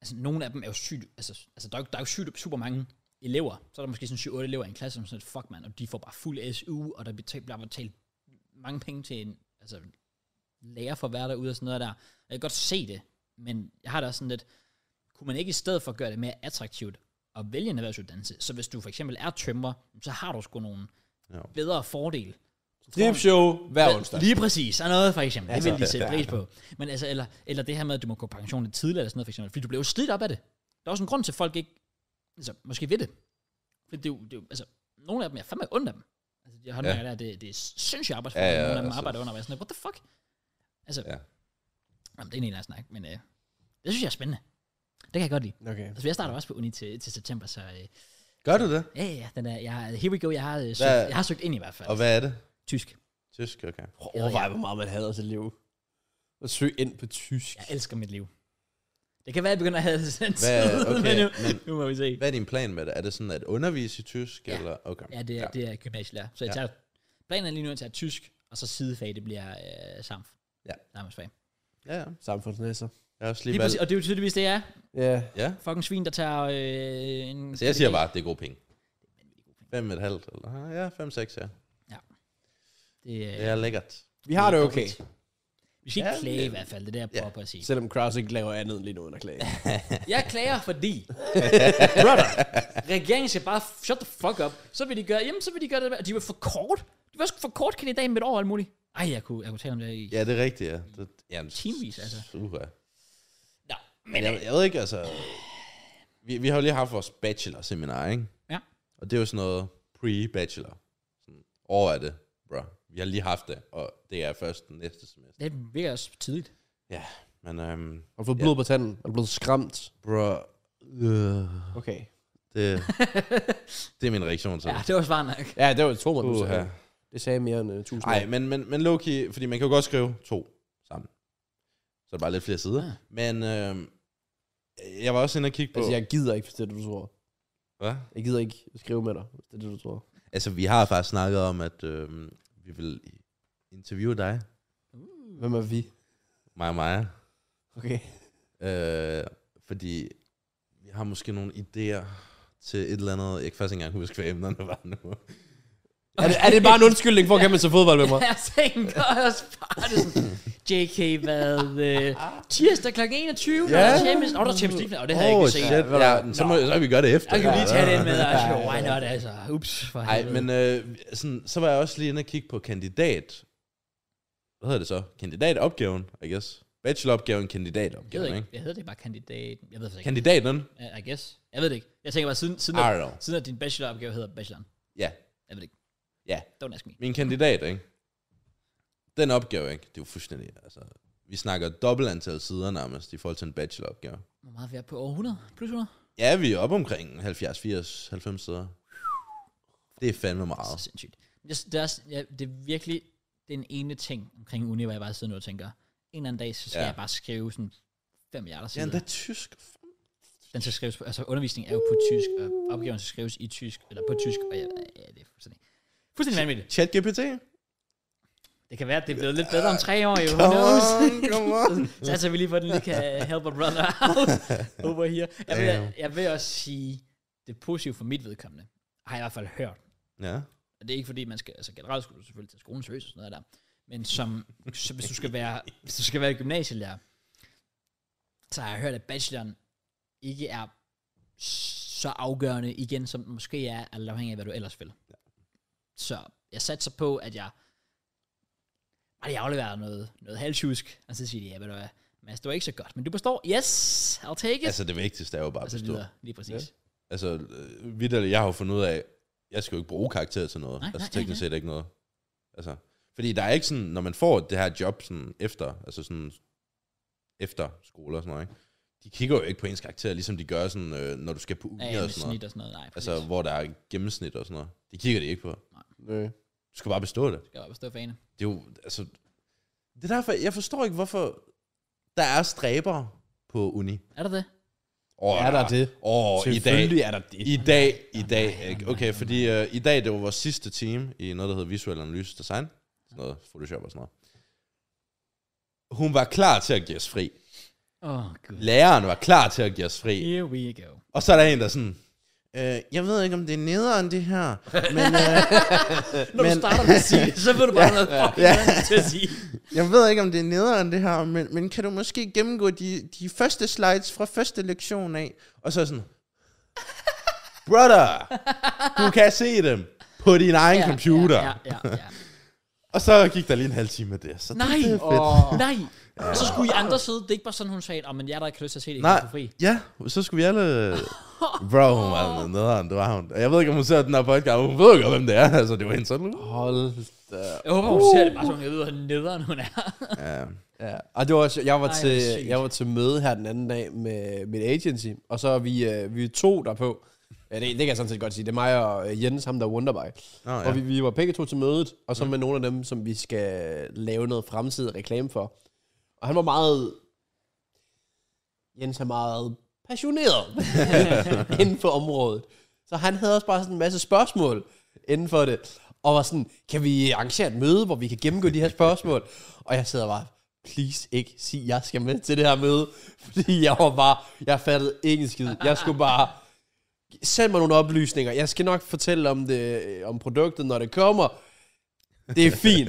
S1: altså nogle af dem er jo sygt, altså, altså der er jo, der er jo sygt, super mange elever, så er der måske sådan 7-8 elever i en klasse, som sådan, fuck man, og de får bare fuld SU, og der betalt- bliver betalt mange penge til en altså, lærer for at være derude og sådan noget der. Jeg kan godt se det, men jeg har da også sådan lidt, kunne man ikke i stedet for gøre det mere attraktivt at vælge en erhvervsuddannelse, så hvis du for eksempel er tømrer, så har du sgu nogle
S3: Ja.
S1: bedre fordele.
S2: Strip show hver
S1: Vel,
S2: onsdag.
S1: Lige præcis, sådan noget for eksempel. Altså,
S2: Altså,
S1: det vil de sætte
S2: ja.
S1: pris på. Men altså, eller, eller det her med, at du må gå på pension lidt tidligere, eller sådan noget for eksempel, fordi du bliver jo slidt op af det. Der er også en grund til, at folk ikke altså, måske ved det. Fordi det, er jo- det, er jo- altså, nogle af dem, jeg er fandme ondt af dem. Altså, de håndværker ja. der, det, det er sindssygt arbejdsforhold, ja,
S3: Ja,
S1: ja,
S3: ja,
S1: nogle af dem
S3: altså.
S1: arbejder under, og jeg er sådan, what the fuck? Altså, ja.
S3: Ja.
S1: jamen, det er en helt anden snak, men øh, det synes jeg er spændende. Det kan jeg godt lide.
S2: Okay.
S1: Altså, jeg starter også på uni til, til september, så øh,
S3: Gør du det?
S1: ja, ja, ja, den er, jeg, har- here we go, jeg har, øh, søgt,
S3: Hvad-
S1: jeg har søgt ind i hvert fald.
S3: Og hvad er det?
S1: Tysk.
S3: Tysk, okay.
S2: Prøv at overveje, hvor meget man hader sit liv. Og søge ind på tysk.
S1: Jeg elsker mit liv. Det kan være, at jeg begynder at have sådan en
S3: Hvad-
S1: tid,
S3: okay,
S1: men, nu,
S3: men-
S1: nu må vi se.
S3: Hvad er din plan med det? Er det sådan at undervise i tysk?
S1: Ja.
S3: Ja. Eller? Okay.
S1: Ja, det er, ja. det er gymnasielærer. Så jeg
S3: Ja.
S1: tager, planen er lige nu at tage tysk, og så sidefag, det bliver øh, samf.
S3: Ja.
S1: Samfundsfag.
S3: ja, ja.
S2: Samfundsnæsser.
S3: Jeg har også lige,
S1: Lige præcis,
S3: valgt.
S1: og det er jo tydeligvis det, jeg er.
S2: Ja.
S3: Ja.
S1: Fucking svin, der tager øh, en...
S3: Så Altså, jeg siger bare, at det er gode penge. Fem et halvt, eller? Ja, fem, seks, ja.
S1: Det, øh,
S3: Det er lækkert.
S2: Vi har det okay.
S1: Vi skal ikke
S3: Ja,
S1: klage
S3: men-
S1: i hvert fald, det er det, jeg prøver på at sige.
S2: Selvom Kraus ikke laver andet end lige nu end at klage.
S1: Jeg klager, fordi... Brother, regeringen skal bare f- shut the fuck up. Så vil de gøre... Jamen, så vil de gøre det der. De var for kort. De var sgu for kort kandidat med et år og alt muligt. Ej, jeg kunne, jeg kunne tale om det i...
S3: Ja, det er rigtigt, ja. Det, jamen,
S1: Timevis, altså. øh,
S3: Uha.
S1: Nå,
S3: Men jeg, jeg ved ikke, altså... Vi, vi har jo lige haft vores bachelor-seminar, ikke?
S1: Ja.
S3: Og det er jo sådan noget pre-bachelor. Sådan, år er det, bro. Vi har lige haft det, og det er først næste semester.
S1: det virker også tidligt.
S3: Ja, men øhm,
S2: Og fået blod på tanden. Og blevet skræmt.
S3: bro, øh,
S2: Okay.
S3: det, det er min reaktion til
S1: Ja,
S3: det.
S1: det var svar nok.
S2: Ja, det var et tomer, du
S3: Uha.
S2: sagde. Det sagde mere end uh, 1000
S3: Nej, men, men, men Loki, fordi man kan jo godt skrive to sammen. Så er der bare lidt flere sider.
S1: Ja.
S3: Ja. Men øhm, jeg var også inde og kigge på...
S2: Altså, jeg gider ikke, hvis det er det, du tror.
S3: Hvad?
S2: Jeg gider ikke skrive med dig, hvis det er det, du tror.
S3: Altså, vi har faktisk snakket om, at øh, vi vil interviewe dig,
S2: Hvem er vi?
S3: mig og Maja.
S2: Okay.
S3: Øh, fordi vi har måske nogle idéer til et eller andet. Jeg kan faktisk ikke engang huske, hvad emnerne var nu.
S2: Er det, er det bare en undskyldning for, at man se fodbold med mig?
S1: Uh. Jeg tænker også bare det er sådan, JK, hvad? Øh, tirsdag kl. 21, ja.
S2: Ja.
S1: der er Champions League. Oh, der er Champions League, og det havde jeg
S3: Åh,
S1: ikke set.
S3: Oh, shit. Ja, så, må, så kan vi gøre det efter.
S1: Jeg kan jo lige tage
S3: Ja.
S1: den med, altså, why not, altså. Ups, for
S3: Nej,
S1: helvede.
S3: men øh, sådan, så var jeg også lige inde og kigge på kandidat. Hvad hedder det så? Kandidatopgaven, I guess. Bacheloropgaven,
S1: Jeg ved
S3: kandidatopgaven,
S1: ikke,
S3: ikke?
S1: jeg hedder det bare kandidat. Jeg ved det ikke.
S3: Kandidaten?
S1: I guess. Jeg ved det ikke. Jeg tænker bare, siden, siden,
S3: I
S1: at,
S3: don't know.
S1: siden at din bacheloropgave hedder bacheloren.
S3: Ja,
S1: Jeg ved det ikke.
S3: ja.
S1: Don't ask me.
S3: Min kandidat, ikke? Den opgave, ikke? Det er jo fuldstændig, altså... Vi snakker dobbelt antal sider nærmest i forhold til en bacheloropgave.
S1: Hvor meget er vi er på? Over 100? Plus 100?
S3: Ja, vi er oppe omkring 70, 80, 90 sider. Det er fandme
S1: Så
S3: meget.
S1: sindssygt. Jeg, det, er, også- ja, det er virkelig den ene ting omkring uni, hvor jeg bare sidder nu og tænker, en eller anden dag, så skal ja.
S3: Ja.
S1: jeg bare skrive sådan 5 milliarder
S3: Ja,
S1: sider.
S3: det er tysk.
S1: Den skal skrives på, altså undervisningen er jo på tysk, og opgaven skal skrives i tysk, eller på tysk, og ja, ja det er fuldstændig, fuldstændig vanvittigt.
S3: Chat GPT?
S1: Det kan være, at det er blevet lidt bedre om tre år, jo. Who knows?
S3: Come on, come on.
S1: Så altså, vi lige får den lige kan help a brother out over here. Jeg vil,
S3: Damn.
S1: jeg vil også sige, det positive for mit vedkommende, har jeg i hvert fald hørt,
S3: Ja.
S1: Og det er ikke fordi, man skal, altså generelt skulle du selvfølgelig tage skolen seriøst og sådan noget der, men som, så hvis du skal være, hvis du skal være gymnasielærer, så har jeg hørt, at bacheloren ikke er så afgørende igen, som den måske er, alt afhængig af, hvad du ellers vil. Så jeg satser på, at jeg bare lige afleverer noget, noget halvtjusk, og så siger de, ja, ved du hvad, Mads, det var ikke så godt, men du består, yes, I'll take it,
S3: Altså, det vigtigste er jo bare
S1: og
S3: at
S1: så
S3: bestå.
S1: videre, lige præcis.
S2: Ja.
S3: Altså, øh, vitterligt, jeg har jo fundet ud af, jeg skal jo ikke bruge karakterer til noget.
S1: Nej,
S3: Nej, altså,
S1: nej,
S3: teknisk
S1: ja,
S3: set ikke noget. Altså, fordi der er ikke sådan, når man får det her job sådan efter, altså sådan efter skole og sådan noget, ikke? de kigger jo ikke på ens karakter, ligesom de gør sådan, øh, når du skal på uni
S1: Ja, ja,
S3: og
S1: med
S3: sådan noget.
S1: snit og sådan noget, nej, præcis.
S3: Altså, hvor der er gennemsnit og sådan noget. Det kigger de ikke på.
S2: Øh.
S3: Du skal bare bestå det.
S1: jeg var bestå fane.
S3: Det er jo, altså... Det er derfor, jeg forstår ikke, hvorfor der er stræber på uni.
S1: Er der det?
S3: Og,
S2: Er der det?
S3: Og i dag,
S2: Selvfølgelig er der det.
S3: I dag, i dag, ikke? Okay, fordi øh, i dag, det var vores sidste time i noget, der hedder Visuel Analyse Design. sådan noget, Photoshop og sådan noget. Hun var klar til at give os fri.
S1: Åh, oh, gud.
S3: Læreren var klar til at give os fri.
S1: Here we go.
S3: Og så er der en, der er sådan, øh, jeg ved ikke, om det er nederen, det her, men øh,
S1: Når men,
S3: Men-
S1: du starter med at sige det, så ved du bare noget fucking
S3: ja.
S1: andet til at sige.
S3: jeg ved ikke, om det er nederen, det her, men, men kan du måske gennemgå de, de første slides fra første lektion af? Og så er jeg sådan, brother, du kan se dem på din egen ja, computer.
S1: Ja, ja, ja. ja.
S3: Og så gik der lige en halv time med det. Så
S1: Nej,
S3: det, det er fedt.
S1: oh. nej. Og så skulle I andre sidde. Det er ikke bare sådan, hun sagde, at oh, men jeg der ikke har lyst til at se det, jeg
S3: Nej,
S1: kan få fri.
S3: ja, så skulle vi alle... Bro, hun var noget nederen, det var hun. Og Jeg ved ikke, om hun ser den her podcast, hun ved ikke, hvem det er. Altså, det var en sådan...
S2: Hold da.
S1: Jeg håber, hun ser det bare, så hun ved, hvor nederen hun er.
S3: Ja.
S2: Ja. Og det var også, jeg var,
S1: Ej,
S2: Ej,
S1: hvor sygt.
S2: til, jeg var til møde her den anden dag med mit agency, og så er vi, øh, vi er to derpå. Ja, det, det kan jeg sådan set godt sige. Det er mig og øh, Jens, ham der er Wonderby.
S3: Nå,
S2: Ja.
S3: ja.
S2: Og vi, vi var begge to til mødet, og så med nogle af dem, som vi skal lave noget fremtidig reklame for. Og han var meget... Jens er meget passioneret inden for området. Så han havde også bare sådan en masse spørgsmål inden for det. Og var sådan, kan vi arrangere et møde, hvor vi kan gennemgå de her spørgsmål? Og jeg sidder bare, please ikke sig, jeg skal med til det her møde. Fordi jeg var bare, jeg fattede ingen skid. Jeg skulle bare send mig nogle oplysninger. Jeg skal nok fortælle om, det, øh, om produktet, når det kommer. Det er fint.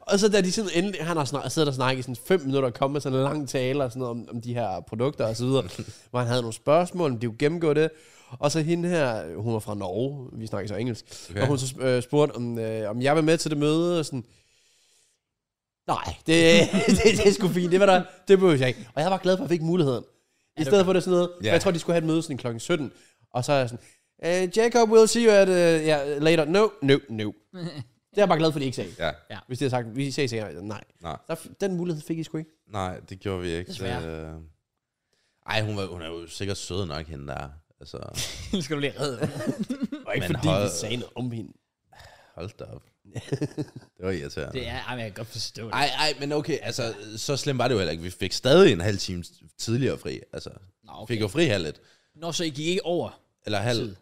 S2: og så da de sådan endelig, han har snak, siddet og snakket i sådan fem minutter og kommet med sådan en lang tale og sådan noget om, om de her produkter og så videre, hvor han havde nogle spørgsmål, om de kunne gennemgå det. Og så hende her, hun var fra Norge, vi snakker så engelsk, okay. og hun så øh, spurgte, om, øh, om jeg var med til det møde, og sådan, nej, det, det, det er sgu fint, det var der, det behøver jeg ikke. Og jeg var glad for, at jeg fik muligheden. I stedet for det er sådan noget,
S3: Ja.
S2: yeah. jeg tror, de skulle have et møde sådan kl. 17, og så er jeg sådan, øh, Jacob, we'll see you at, uh, yeah, later. No, no, no. det er jeg bare glad for, at de ikke sagde.
S3: ja.
S2: Hvis de havde sagt, vi ses senere, nej.
S3: Nej.
S2: Der, den mulighed fik I sgu ikke.
S3: Nej, det gjorde vi ikke.
S1: Desværre.
S3: Det, øh... Ej, hun, var, hun er jo sikkert sød nok, hende der. Altså,
S1: Nu skal du lige redde.
S2: Og ikke
S3: Men
S2: fordi
S3: hold-
S2: vi sagde noget om hende.
S3: hold da op. Det var irriterende.
S1: Det er, ej, men jeg kan godt forstå det.
S3: Ej, ej, men okay, altså, så slemt var det jo heller ikke. Vi fik stadig en halv time tidligere fri. Altså,
S1: Nå,
S3: okay.
S1: okay.
S3: fik jo fri halv et.
S1: Nå, så I gik ikke over.
S3: Eller halv,
S1: Tid.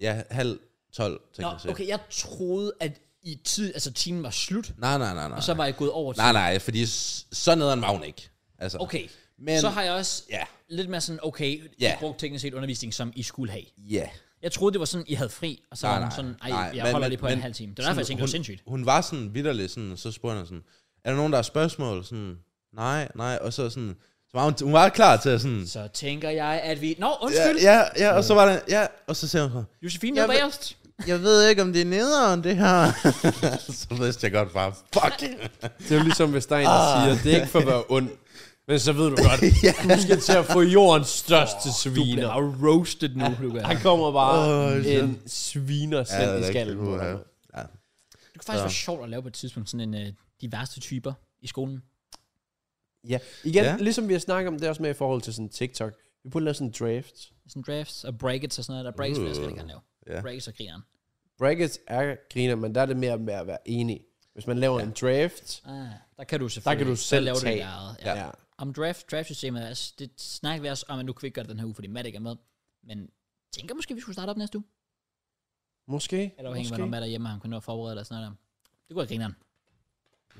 S3: ja, halv tolv,
S1: Nå,
S3: teknisk set.
S1: okay, jeg troede, at I tid, altså timen var slut,
S3: Nej, nej, nej, nej.
S1: og så var jeg gået over til.
S3: Nej, nej, fordi s- så nederen var hun ikke. Altså,
S1: Okay,
S3: Men-
S1: så har jeg også
S3: Ja,
S1: lidt mere sådan, okay, I
S3: Ja.
S1: brugte teknisk set undervisning, som I skulle have.
S3: ja.
S1: Jeg troede, det var sådan, I havde fri, og så nej,
S3: Nej,
S1: var nej,
S3: nej,
S1: sådan, ej,
S3: nej,
S1: jeg
S3: men-
S1: holder
S3: men-
S1: lige på en
S3: men
S1: halv time. Det var derfor, jeg tænkte, det var sindssygt.
S3: Hun var sådan vidderlig, sådan, så spurgte han sådan, er der nogen, der har spørgsmål? Sådan, nej, nej, og så sådan, så var hun, hun var klar til at sådan,
S1: Så tænker jeg, at vi... Nå,
S3: ja,
S1: undskyld, ja,
S3: ja, ja, og så var det, ja, og så sagde hun så,
S1: ja. Josefine
S3: Jeg
S1: er
S3: ved-
S1: bagerst.
S3: jeg ved ikke, om det er nederen, det her. så vidste jeg godt bare, fuck.
S2: Det er jo ligesom, hvis der er en,
S3: Ah.
S2: der siger, det er ikke for at være ond. Men så ved du godt, du skal til at få jordens største
S1: Du bliver
S2: sviner.
S1: bare roasted nu, Lukas.
S2: Han kommer bare
S3: Åh, shit.
S2: en sviner
S3: Ja, det
S2: selv
S3: er
S2: i
S3: rigtigt,
S2: skallen. på
S3: uha.
S2: dig.
S3: Ja.
S1: Det kunne faktisk være sjovt at lave på et tidspunkt sådan en øh, de værste typer i skolen.
S2: Ja, igen,
S3: Ja.
S2: ligesom vi har snakket om, det er også med i forhold til sådan TikTok. Vi burde lave sådan en draft.
S1: Sådan drafts og brackets og sådan noget. Der er brackets, uh, jeg
S3: Uh,
S1: skal jeg gerne lave.
S3: ja.
S1: Brackets og grineren.
S2: Brackets er griner, men der er det mere med at være enig. Hvis man laver ja. en draft,
S1: Ah, der kan du
S2: der
S1: selvfølgelig.
S2: kan du
S1: så
S2: selv
S1: laver
S2: tage.
S1: det der, ja. ja.
S2: ja.
S1: Om draft, draftsystemet, altså, det snakker vi også om, at nu kan vi ikke gøre det den her uge, fordi Matt ikke er med. Men tænker måske, vi skulle starte op næste uge.
S2: Måske.
S1: Eller afhængig af, hvornår Matt er hjemme, og han kunne nå at forberede dig og sådan noget der. Det kunne være grineren.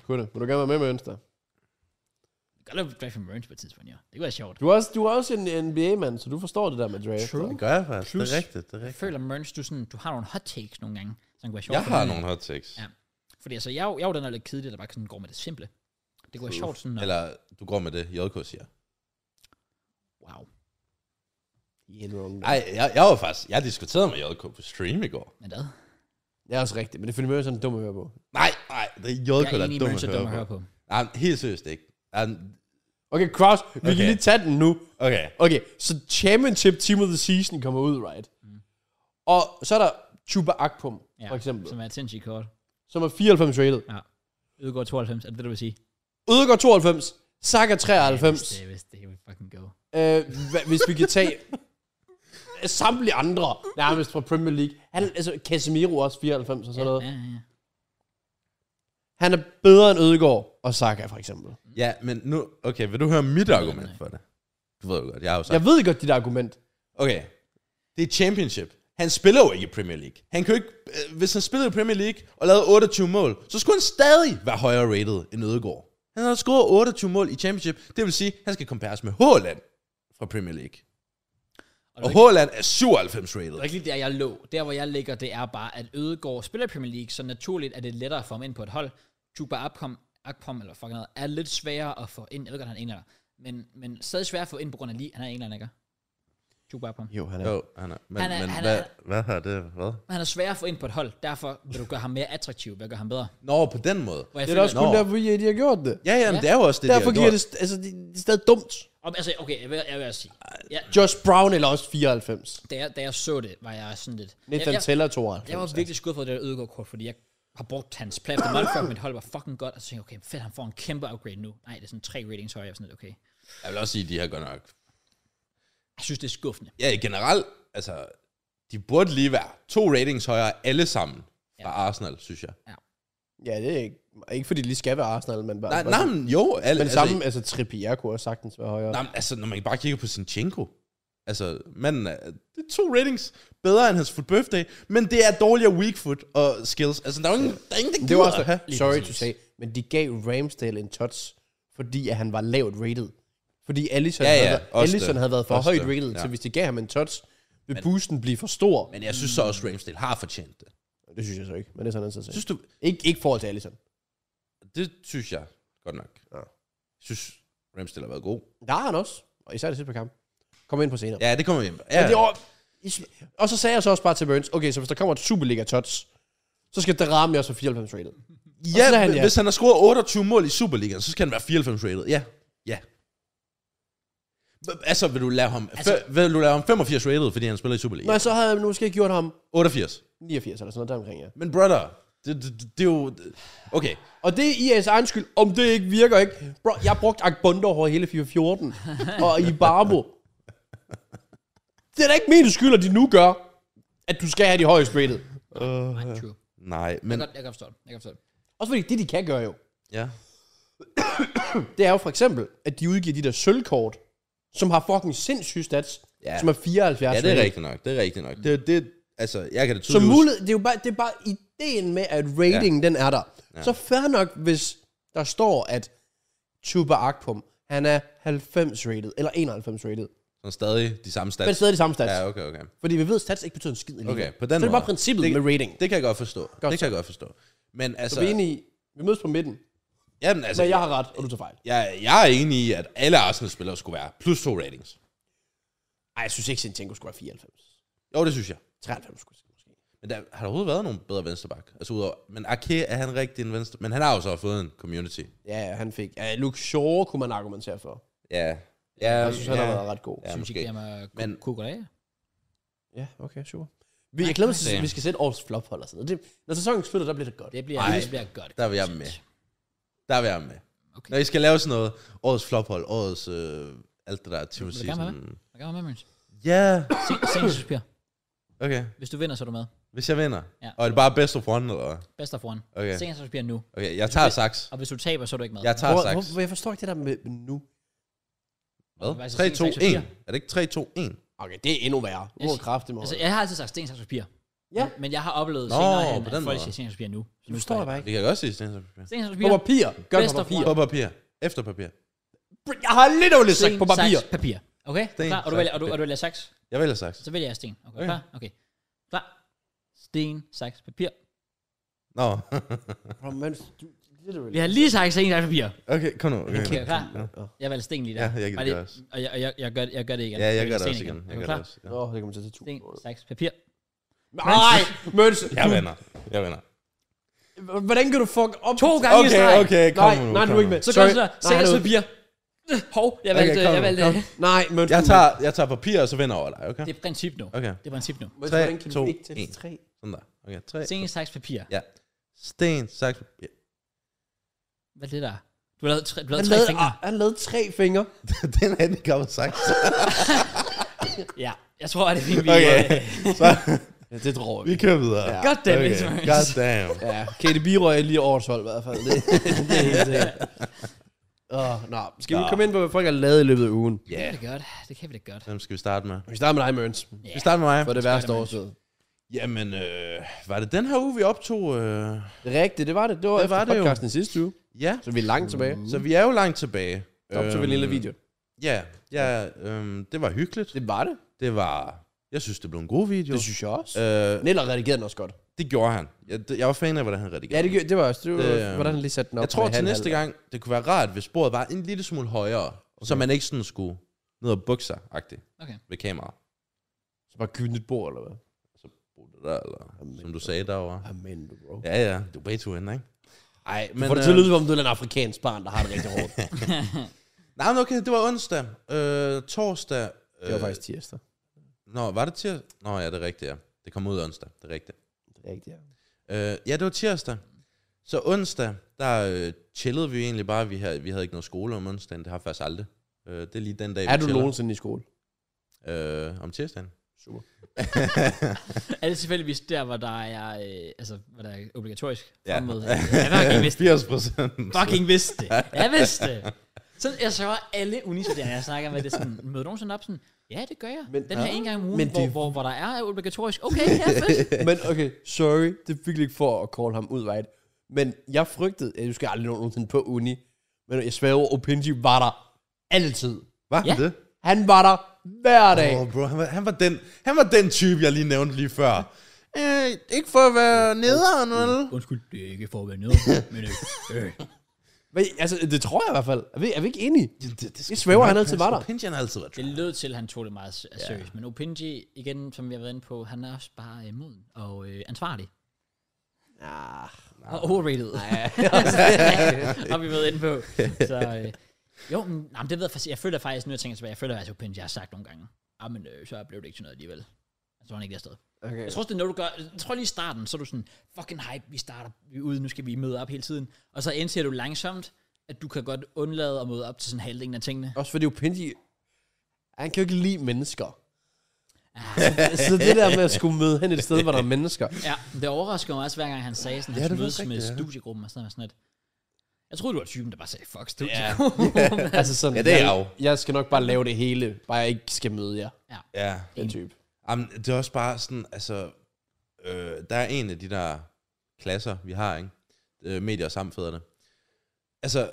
S2: Kunne det. Vil du gerne være med med onsdag?
S1: Vi kan godt lave draft from Burns på et tidspunkt, ja. Det kunne være sjovt.
S2: Du er også, du er også en NBA-mand, så du forstår det der med draft.
S1: True.
S3: Det gør jeg faktisk,
S1: Plus-
S3: det er rigtigt, det er
S1: Jeg
S3: rigtigt.
S1: føler, Merns, du, sådan, du har nogle hot takes nogle gange, som kunne være sjovt.
S3: Jeg
S1: for
S3: har
S1: nogen.
S3: nogle hot takes.
S1: Ja. Fordi altså, jeg, er jo- jeg er jo den der lidt kedelig, der bare sådan går med det simple. Det kunne være sjovt sådan, at,
S3: Eller du går med det, JK siger.
S1: wow.
S2: Nej.
S3: Nej, jeg, jeg var faktisk, jeg diskuterede med JK på stream i går.
S1: Men hvad?
S2: Jeg er også rigtig, men det finder mig sådan dum at høre på.
S3: Nej, nej, det er JK,
S1: Jeg er
S3: der
S1: enig i,
S3: er dum
S1: Merns
S3: at
S1: er dum
S3: høre
S1: at høre
S3: på.
S1: på.
S3: Nej, helt seriøst ikke. Um,
S2: Okay, Cross, vi okay. kan
S3: Okay.
S2: lige tage den nu.
S3: okay.
S2: Okay, så Championship Team of the Season kommer ud, right? Mm. Og så er der Chuba Akpom, ja. for eksempel,
S1: Som er et sindssygt kort.
S2: som er 94 rated.
S1: Ja. Udgår 92, er det det, du vil sige?
S2: Ødegaard 92, Saka 93.
S1: Ja, hvis det, vil fucking go.
S2: Øh, hva- hvis vi kan tage samtlige andre, nærmest fra Premier League. Han, altså, Casemiro også 94 og sådan noget.
S1: Ja, ja, ja.
S2: Han er bedre end Ødegaard og Saka, for eksempel.
S3: Ja, men nu, okay, vil du høre mit argument for det? Du ved jo godt, jeg har jo sagt.
S2: Jeg ved godt dit argument.
S3: Okay, det er championship. Han spiller jo ikke i Premier League. Han kan jo ikke, øh, hvis han spillede i Premier League og lavede 28 mål, så skulle han stadig være højere rated end Ødegaard. Han har scoret 28 mål i Championship. Det vil sige, at han skal compares med Haaland fra Premier League. Og, og Haaland er 97 rated.
S1: Det var ikke lige der, jeg lå. Der, hvor jeg ligger, det er bare, at Ødegård spiller i Premier League, så naturligt er det lettere at få ham ind på et hold. Juba Akpom, Akpom eller fucking noget, er lidt sværere at få ind. Jeg ved godt, han er englænder. Men, men stadig sværere at få ind på grund af lige, han er englænder, ikke? Juba Akpom.
S2: Jo, han er.
S3: Jo, han er. Men,
S1: Han er-
S3: men
S1: han
S3: hvad,
S1: er-
S3: hvad har det hvad?
S1: Men han er sværere at få ind på et hold, derfor vil du gøre ham mere attraktiv ved at gøre ham bedre.
S3: Nå, på den måde.
S1: Hvor jeg
S2: Det er da også
S1: føler-
S3: Nå.
S2: kun derfor, at de har gjort det.
S3: Ja, ja, men det er jo også det,
S2: Derfor
S3: de
S2: giver
S3: har
S2: det, st- altså, det, det er stadig dumt.
S1: Om, altså, okay, jeg vil, jeg vil også sige. Ja,
S2: Josh Brown eller også 94.
S1: da, jeg, da jeg så det, var jeg sådan lidt... Jeg,
S2: Nathan
S1: jeg,
S2: Teller
S1: jeg
S2: 92.
S1: var virkelig skuffet over det der Ødegaard-kort, fordi jeg har brugt hans plads på Motherfucker, mit hold var fucking godt, og så tænkte jeg, okay, fedt, han får en kæmpe upgrade nu. Nej, det er sådan tre ratings højere, jeg var sådan lidt, okay.
S3: Jeg vil også sige, at de har godt nok...
S1: Jeg synes, det er skuffende.
S3: Ja, generelt, altså, de burde lige være to ratings højere alle sammen fra ja. Arsenal, synes jeg.
S2: Ja, det er ikke, ikke fordi det lige skal være Arsenal, men bare...
S3: Nej,
S2: bare
S3: nej, men jo. Alle,
S2: men
S3: altså,
S2: samme, altså Trippier kunne også sagtens være højere.
S3: Nej, men altså, når man bare kigger på Sinchenko. Altså, manden er, det er to ratings bedre end hans foot birthday, men det er dårligere weak foot og skills. Altså, der er jo ingen, der, er ingen, der
S2: Det var også
S3: gider at have.
S2: det. Sorry to say, men de gav Ramsdale en touch, fordi at han var lavt rated. Fordi Allison,
S3: Ja,
S2: ja, ja,
S3: ja,
S2: havde, været-
S3: også
S2: Allison
S3: det.
S2: havde været for
S3: Også
S2: højt
S3: det,
S2: rated, ja.
S3: ja.
S2: så hvis de gav ham en touch, vil men, boosten blive for stor. Men,
S3: Men jeg synes så også, Ramsdale har fortjent det.
S2: det synes jeg så ikke, men det er sådan en så sag.
S3: Synes du,
S2: Ikke, ikke i forhold til Allison.
S3: det synes jeg godt nok.
S2: Ja.
S3: Jeg synes, Ramsdale har været god.
S2: Der har han også, og især det sidste par kampe. Kom ind på senere.
S3: Ja, det kommer vi hjem.
S2: Men
S3: Ja,
S2: det var, I sm- og så sagde jeg så også bare til Burns, okay, så hvis der kommer et Superliga-touch, så skal Darami også være 94 rated. så
S3: ja,
S2: lader han
S3: han,
S2: jer.
S3: ja, hvis han har scoret 28 mål i Superligaen, så skal han være 94 rated. Ja, ja. Hva- Altså, vil du lave ham,
S1: Altså-
S3: altså, vil du lave ham 85 rated, fordi han spiller i Superligaen?
S2: Men så havde jeg måske gjort ham
S3: 88.
S2: 89 eller sådan noget der omkring, ja.
S3: Men brother, det, det, det, det er jo... Okay,
S2: Og det er IA's egen skyld, om det ikke virker ikke. Bro, jeg brugte Akbondo over hele 414 og i Barbo. Det er da ikke min skyld, at de nu gør, at du skal have de højeste rated.
S1: Nej, true.
S3: nej,
S1: Jeg
S3: men...
S1: kan, godt- jeg kan forstå det. Jeg kan forstå det.
S2: Også fordi det, de kan gøre jo,
S3: Ja.
S2: det er jo for eksempel, at de udgiver de der sølvkort, som har fucking sindssyge stats,
S3: Ja.
S2: ja. som er 74
S3: ja, det er
S2: rated.
S3: rigtigt nok, det er rigtigt nok. Det, det, altså, jeg kan det
S2: Så
S3: tydeligt huske.
S2: mulighed, det er jo bare, det er bare ideen med, at rating, ja. den er der. Ja. Så fair nok, hvis der står, at Tuba Akpom, han er 90 rated, eller 91 rated.
S3: Så stadig de samme
S2: Men
S3: stats.
S2: stadig de samme stats.
S3: Ja,
S2: Ja.
S3: okay, okay.
S2: Fordi vi ved, at stats ikke betyder en skid alligevel.
S3: Okay, på
S2: Så
S3: den
S2: det er bare
S3: måde.
S2: princippet
S3: Det-
S2: med rating. Det,
S3: Det kan jeg godt forstå. Det kan jeg godt forstå. Men
S2: så,
S3: altså...
S2: vi er enige i, vi mødes på midten,
S3: Jamen, altså
S2: men jeg har ret, og du tager fejl.
S3: jeg, jeg er enig i, at alle Arsenal-spillere skulle være plus to ratings.
S2: Ej, jeg synes ikke, Sinchenko skulle være 94.
S3: Jo, det synes jeg.
S2: 93 skulle jeg sige, måske.
S3: Men der, har der overhovedet været nogen bedre venstreback? Altså, udover, men Ake er han rigtig en venstre... Men han har jo så fået en community.
S2: Ja, ja, han fik. Ja, Luke Shaw kunne man argumentere for.
S3: Ja. Ja,
S2: Jeg synes, han har været ret god.
S3: Ja,
S1: Synes I,
S3: måske.
S1: giver mig
S3: Men-
S1: kukurea?
S2: Ja, okay, sure. Vi, jeg glæder mig til,
S3: Damn.
S2: at vi skal sætte årets flophold og sådan noget. Det, når sæsonen slutter, der bliver det godt.
S1: Det bliver,
S3: Ej,
S1: det bliver godt.
S3: der vil jeg med. Der vil jeg med.
S1: Okay.
S3: Okay. Når I skal lave sådan noget, årets flophold, årets øh, alt det der, til at
S1: Vil du
S3: sige
S1: gerne være
S3: sådan...
S1: Hvad gør man med, Møns?
S3: Ja,
S1: Senelsespir.
S3: okay.
S1: Hvis du vinder, så er du med.
S3: Hvis jeg vinder.
S1: Ja.
S3: Ja. Og er det bare best of one, eller hvad?
S1: Best of one.
S3: Okay.
S1: Senelsespir nu.
S3: Okay, jeg tager saks.
S1: Og hvis du taber, så er du ikke med.
S3: Jeg tager
S2: Hvor,
S3: saks.
S2: hvor, hvor, jeg forstår ikke det der med med nu.
S3: Hvad?
S1: Hvad er så
S3: 3,
S1: seks,
S3: 2,
S1: seks og
S3: 1.
S1: fire?
S3: Er det ikke 3, 2, 1?
S2: Okay, det er endnu værre. Nu er
S1: Yes.
S2: kraftigt med
S1: Altså, jeg har altid sagt sten, saks, papir.
S2: Ja.
S1: Men jeg har oplevet
S3: Nå,
S1: senere hen,
S3: på
S1: at folk
S3: den måde.
S1: siger sten, saks, papir nu. Så
S2: Nu forstår jeg bare ikke.
S3: Vi kan godt sige sten, saks, papir.
S1: Sten, saks,
S2: På
S1: papir.
S2: papir. Gør det
S1: Best
S2: på
S1: of
S2: papir.
S1: one.
S3: På papir. Efter papir.
S2: Jeg har lidt dårligt sagt på
S1: Sten,
S2: papir.
S1: saks, papir. Okay? Er du
S3: Sten,
S1: klar? Og du
S3: saks,
S1: vælger, og du,
S3: papir.
S1: og du vælger saks?
S3: Jeg vælger saks.
S1: Så vælger jeg sten. Okay,
S3: Okay.
S1: klar? Okay. Klar? Sten, saks, papir.
S3: Nå.
S2: Bro, men du, literally.
S1: Vi har lige sagt sten, saks, papir.
S3: okay, kom nu. Okay.
S1: Okay, klar?
S2: Ja.
S1: Jeg valgte sten lige der.
S3: Ja, jeg kan
S1: Var
S3: det gøre også.
S1: Og jeg, og jeg, jeg, gør, jeg gør det igen.
S3: Ja, jeg
S1: vælger
S3: gør det
S1: sten
S3: også igen. Jeg
S1: Er du
S3: gør
S1: klar?
S3: det også. Ja.
S2: Nå, det kommer til at tage to.
S1: Sten, saks, papir.
S2: Nej, Møns.
S3: Jeg vinder. Jeg vinder.
S2: du- Hvordan kan du fuck op?
S1: To gange i
S3: Okay,
S1: streg.
S3: okay, kom
S2: Nej,
S3: nu.
S2: nej,
S3: kom
S2: du er ikke
S3: nu.
S2: med.
S1: Så
S2: Sorry.
S1: gør jeg sådan
S2: Nej, han er
S1: Seks papir.
S2: ude.
S1: Hov, jeg
S3: Okay,
S1: valgte,
S3: kom
S1: jeg valgte.
S3: nu, kom.
S2: Nej, Møns.
S3: Jeg
S2: du er
S3: tager, jeg tager papir, og så vinder jeg over dig, okay?
S1: Det er princip nu.
S3: Okay.
S1: Det er princip nu.
S2: med. Møns,
S3: Tre,
S2: hvordan kan du
S3: to,
S2: ikke tælle
S3: en.
S2: tre?
S3: Sådan der. Okay, tre.
S1: Sten, saks, papir.
S3: Ja. Sten, saks, papir.
S1: Hvad er det der? Du har lavet tre, du har
S2: Han
S1: lavet tre
S2: lavede,
S1: fingre.
S2: ah, han lavede tre fingre.
S3: det er en handicappet saks.
S1: Ja, jeg tror, at det er fint, vi...
S3: Okay.
S1: øh,
S3: Så
S2: Ja, det tror
S3: vi kører videre.
S2: Ja.
S1: God damn it, Mads.
S3: God damn.
S2: Ja, Katie Birøg er lige årets hold i hvert fald. Det, det er helt sikkert. Åh, nå. Skal vi
S3: Nå.
S2: komme ind på, hvad folk har lavet i løbet af ugen?
S1: Det
S3: Ja.
S1: kan vi da godt. Det kan vi da godt.
S3: Hvem skal vi starte med?
S2: Vi starter med dig, Møns.
S3: Vi starter med mig.
S2: For det værste årsted.
S3: Jamen, øh, var det den her uge, vi optog? Øh,
S2: Rigtigt, det var det. Det Mm. var,
S3: Det
S2: efter
S3: var det jo.
S2: podcasten i sidste uge.
S3: ja,
S2: Så vi er langt tilbage.
S3: så vi er jo langt tilbage. Øhm,
S2: Så optog vi en lille video.
S3: Ja, ja øhm, det var hyggeligt.
S2: Øh, Det var det.
S3: Det var... Jeg synes, det blev en god video.
S2: Det synes jeg også.
S3: øh,
S2: Nell har redigeret den også godt.
S3: det gjorde han. Jeg, det, jeg var fan af, hvordan han
S2: Ja,
S3: redigerede.
S2: det, gjorde- det var også. Det var,
S3: Det, øh,
S2: hvordan han lige satte den op.
S3: jeg tror
S2: med
S3: til
S2: halv-
S3: næste gang, det kunne være rart, hvis sporet var en lille smule højere, okay. så man ikke sådan skulle ned og bukke sig agtigt
S1: Okay.
S3: ved kameraet.
S2: halv. Så bare købe et nyt bord, eller hvad?
S3: Brug det Der, eller, som du sagde derovre.
S2: Amen, du bro.
S3: Ja, ja, du er begge to ender, ikke? Nej, men...
S2: Men, øh, Får det til at lyde, som om du er en afrikansk barn, der har det rigtig hårdt.
S3: Nej, men okay, det var onsdag. Øh, torsdag... Øh,
S2: det var faktisk tirsdag.
S3: Nå, var det tirsdag? Nå, ja, det er rigtigt, ja. Det kom ud onsdag, det er rigtigt.
S2: Det er rigtigt, ja.
S3: Øh, ja, det var tirsdag. Så onsdag, der øh, chillede vi egentlig bare. Vi havde, vi havde ikke noget skole om onsdagen. Det har faktisk aldrig. Øh, det er lige den dag,
S2: Er
S3: vi
S2: du
S3: chiller.
S2: nogensinde i skole?
S3: Øh, om tirsdagen.
S2: Super.
S1: Er det tilfældigvis der, hvor der er, øh, altså, hvor der er obligatorisk
S3: Ja.
S1: fremmøde? Jeg fucking vidste det.
S3: 80 procent.
S1: Fucking vidste det. Jeg vidste det. Sådan, jeg sørger alle unistuderende, jeg snakker med, det er sådan, møder du nogensinde op sådan, ja, det gør jeg.
S2: Men-
S1: Men, Den her
S2: Ja.
S1: en gang om ugen,
S2: Men
S1: hvor,
S2: det-
S1: hvor, hvor, der er obligatorisk. Okay, ja, fedt.
S2: Men okay, sorry, det er virkelig ikke for at call ham ud, right? Men jeg frygtede, at du skal aldrig nogensinde på uni, men jeg svæver, Opinji var der altid.
S3: Var han
S1: Ja.
S3: det?
S2: Han var der hver dag.
S3: Åh, oh, bro, han var, han, var den, han var den type, jeg lige nævnte lige før. Øh, ikke for at være
S2: Mm.
S3: nederen, vel?
S1: Undskyld, det er ikke for at være nede, men øh, øh.
S2: Men, altså, det tror jeg i hvert fald. Er vi, er vi ikke enige?
S3: Det, det,
S2: Det svæver, han altid var der.
S3: Pinjan har altid været
S1: Det lød til, at han tog det meget s- seriøst. Men Opinji, igen, som vi har været inde på, han er også bare øh, moden og øh, ansvarlig.
S2: Ah,
S1: Og overrated. og vi har været inde på. Så, øh, jo, men, nej, men det ved jeg faktisk. Jeg føler faktisk, nu jeg tænker tilbage, jeg føler faktisk, at Opinji har sagt nogle gange, ah, men øh, så blev det ikke til noget alligevel. Så var han ikke der sted.
S2: okay.
S1: Jeg tror også, det er noget, du gør. Jeg tror lige i starten, så er du sådan, fucking hype, vi starter vi er ude, nu skal vi møde op hele tiden. Og så indser du langsomt, at du kan godt undlade at møde op til sådan halvdelen af tingene.
S2: Også fordi Opinji, han kan jo ikke lide mennesker.
S1: Ah,
S2: så det der med at skulle møde hen et sted, hvor der er mennesker.
S1: Ja, det overrasker mig også, hver gang han sagde sådan, at
S3: Ja,
S1: han
S3: det var
S1: mødes med
S3: rigtigt, ja.
S1: studiegruppen og sådan noget. Sådan lidt. Jeg troede, du var typen, der bare sagde, fuck
S3: Ja.
S1: studiegruppen. Yeah.
S2: Altså sådan,
S3: Ja, det er jeg
S2: jeg, jeg skal nok bare lave det hele, bare jeg ikke skal møde jer.
S3: Ja.
S2: Den type.
S3: Jamen, det er også bare sådan, altså, øh, der er en af de der klasser, vi har, ikke? Øh, medier og samfædrene. Altså,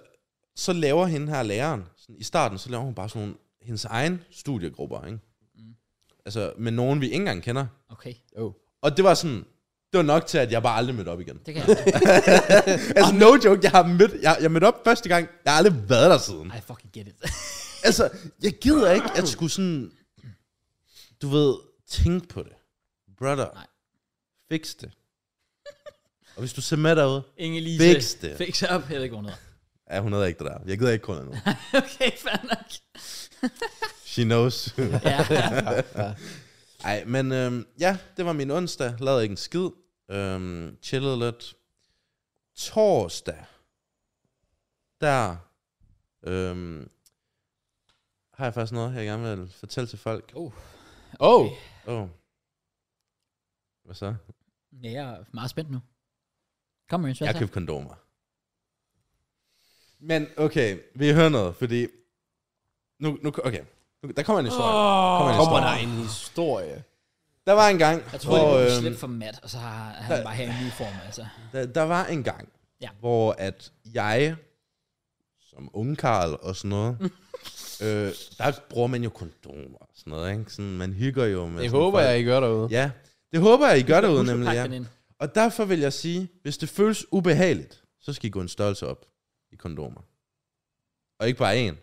S3: så laver hende her læreren, sådan, i starten, så laver hun bare sådan nogle, hendes egen studiegrupper, ikke?
S2: Mm.
S3: Altså, med nogen, vi ikke engang kender.
S1: okay,
S2: Oh.
S3: Og det var sådan, det var nok til, at jeg bare aldrig mødte op igen.
S1: det kan jeg ikke.
S3: Altså, no joke, jeg har mødt, jeg, jeg mødte op første gang, jeg har aldrig været der siden.
S1: I fucking get it.
S3: Altså, jeg gider ikke at skulle sådan, du ved, tænke på det. Brother,
S1: Nej.
S3: Nej. fix det. Og hvis du ser med derude,
S1: Inge Lise,
S3: Fix det.
S1: Fix op. Jeg ved ikke, hvor hun hedder.
S3: ja, hun havde ikke det der. Jeg gider ikke kun endnu.
S1: Okay, fair nok.
S3: She knows.
S1: Ja,
S3: Nej, men øhm, ja, det var min onsdag. Lavede ikke en skid. Øhm, chillede lidt. Torsdag, der øhm, har jeg faktisk noget, jeg gerne vil fortælle til folk.
S2: Oh.
S3: Åh. Oh. Hvad så?
S1: ja, jeg er meget spændt nu. Kom, Marins, hvad
S3: Jeg
S1: så?
S3: købte kondomer. Men okay, vi hører noget, fordi... Nu, nu, okay, nu, der kommer en historie. Oh.
S2: Kommer,
S3: en
S2: kommer der
S3: historie.
S2: en historie?
S3: Der var en gang,
S1: Jeg troede,
S3: hvor...
S1: det var
S3: øhm,
S1: slippe for mat, og så har han
S3: der-
S1: bare her en ny form, altså.
S3: der, der var en gang,
S1: Ja.
S3: hvor at jeg, som ungkarl og sådan noget, øh, der bruger man jo kondomer og sådan noget, ikke? Sådan, man hygger jo med...
S2: Det
S3: sådan
S2: håber
S3: folk.
S2: jeg, I gør derude.
S3: Ja, det håber jeg, I gør derude
S1: Husk at
S3: nemlig,
S1: pakke
S3: ja.
S1: den ind.
S3: Og derfor vil jeg sige, hvis det føles ubehageligt, så skal I gå en størrelse op i kondomer. Og ikke bare en.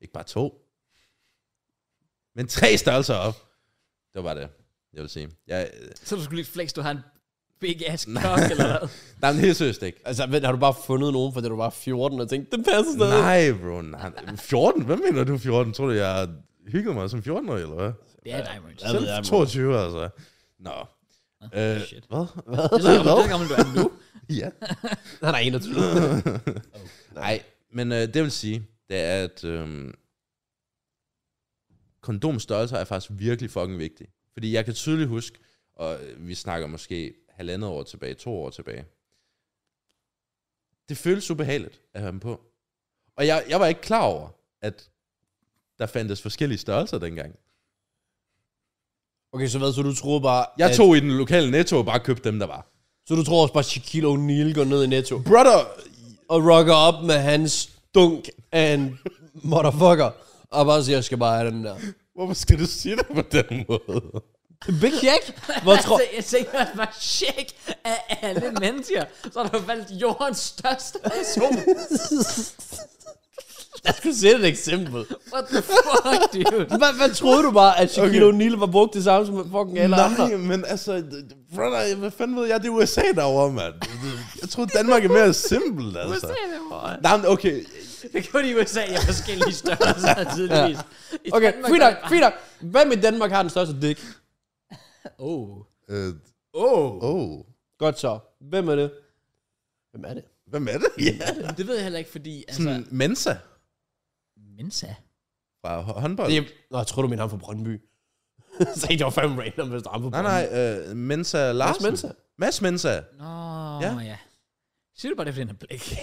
S3: Ikke bare to. Men tre størrelser op. Det var bare det, jeg vil sige. Jeg, øh,
S1: Så du skulle lige flex, du har en big ass cock, eller hvad?
S3: nej, men helt seriøst ikke.
S2: Altså, vent, har du bare fundet nogen, fordi du var 14 og tænkte, den passer stadig?
S3: Nej, bro. Nej. 14? Hvad mener du 14? Tror du, jeg hyggede mig som 14-årig, eller hvad?
S1: Det er dig, Marins.
S2: Ja.
S1: Det
S2: ved jeg,
S3: Selv
S2: bro.
S3: 22, altså. Nå. Øh,
S1: shit.
S3: hvad?
S1: er så gammel, det er så gammel, du er nu.
S3: Ja.
S2: Han er 21.
S3: Nej, men øh, det vil sige, det er, at øh, kondomstørrelser er faktisk virkelig fucking vigtig. Fordi jeg kan tydeligt huske, og øh, vi snakker måske halvandet år tilbage, to år tilbage. Det føles ubehageligt at have dem på. Og jeg, jeg var ikke klar over, at der fandtes forskellige størrelser dengang.
S2: Okay, så hvad, så du tror bare...
S3: Jeg
S2: at-
S3: tog i den lokale netto og bare købte dem, der var.
S2: Så du tror også bare, at Shaquille O'Neal går ned i netto
S3: Brother,
S2: og rocker op med hans dunk af en motherfucker, og bare siger, jeg skal bare have den der.
S3: hvorfor skal du sige det på den måde?
S2: Big Shaq? Hvor tror...
S1: Altså, jeg tænker, at var check af alle mennesker, så har du valgt jordens største person.
S2: Jeg skulle sætte et eksempel.
S1: What the fuck, dude?
S2: Hvad, hvad troede du bare, at Shaquille okay. O'Neal var brugt det samme som fucking alle andre?
S3: Nej, men altså, brother, hvad fanden ved jeg, det er USA derovre, mand. Jeg tror Danmark er mere simpelt, altså.
S1: USA, det var-
S3: Nej, men okay,
S1: Det er kun i USA, jeg er forskellige størrelser, tydeligvis. I
S2: Okay,
S1: Danmark
S2: fint
S1: er
S2: nok,
S1: det bare-
S2: fint nok. Hvem i Danmark har den største dick?
S1: Oh.
S3: Øh,
S1: Oh.
S3: oh.
S2: Godt så. Hvem er det? Hvem er det?
S3: Hvem er det? Ja.
S1: Det ved jeg heller ikke, fordi... Altså,
S2: Hmm.
S3: Sådan Mensa
S1: Mensa?
S3: fra hå- håndbold.
S2: det er... Nå, jeg tror du mener ham fra Brøndby. så det var fandme random, hvis der er ham fra
S3: Nej,
S2: Brøndby.
S3: nej, øh, Mensa Larsen.
S2: Mads Mensa.
S3: Mads Mensa.
S1: Nå,
S3: Ja.
S1: ja. ja. Siger du bare det, fordi han har blik?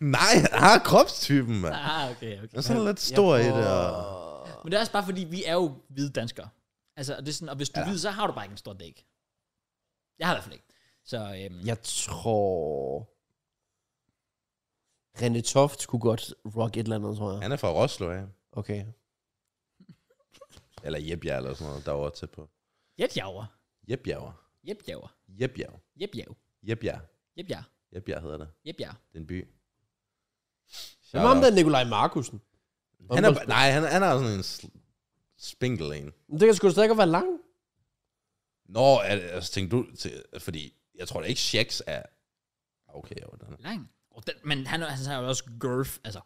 S3: Nej, han har kropstypen, mand.
S1: ah, okay, okay.
S3: Han er sådan lidt stor i det. Og...
S1: Men det er også bare fordi, vi er jo hvide danskere. Altså, og, det er sådan, og hvis du er hvid, så har du bare ikke en stor dæk. Jeg har i hvert fald ikke. Så øhm,
S2: Jeg tror... René Toft skulle godt rock et eller andet, tror jeg.
S3: Han er fra Roslo, ja.
S2: Okay.
S3: Eller Jebjerg eller sådan noget, der var til på.
S1: jebjaver.
S3: Jebjerg.
S1: Jebjaver.
S3: Jebjerg.
S1: Jebjav.
S3: Jebjerg.
S1: Jebjav.
S3: Jebjerg hedder det.
S1: Jebjav.
S3: Det er en by.
S2: Hvem er ham der Nikolaj Markusen?
S3: Han er, nej, han, han er sådan en sl- spinkel en.
S2: Men Det kan sgu da stadig godt være lang.
S3: Nå, al- altså tænkte du, til, fordi jeg tror da ikke Shax er... Okay, jo, den er.
S1: Lang. Og den, men han, er- han har jo også girth. Altså,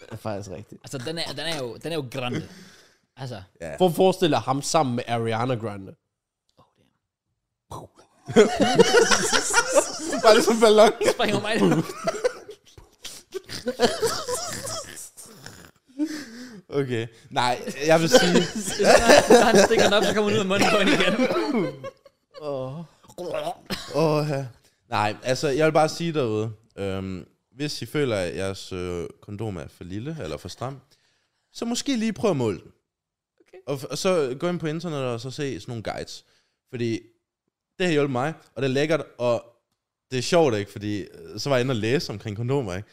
S2: Det er faktisk rigtigt.
S1: altså den, er, den, er jo, den er jo grande. Altså,
S2: For at forestille dig ham sammen med Ariana Grande.
S1: oh, damn.
S3: Bare ligesom ballon.
S1: springer mig ind.
S3: Okay, nej, jeg vil sige...
S1: Så han stikker den op, så kommer den ud af munden på hende igen.
S3: Åh, oh, Nej, altså, jeg vil bare sige derude, øhm, hvis I føler, at jeres øh, kondom er for lille eller for stram, så måske lige prøv at måle den. Okay. Og, f- og så gå ind på internettet og så se sådan nogle guides. Fordi det har hjulpet mig, og det er lækkert, og det er sjovt, ikke? Fordi øh, så var jeg inde og læse omkring kondomer, ikke?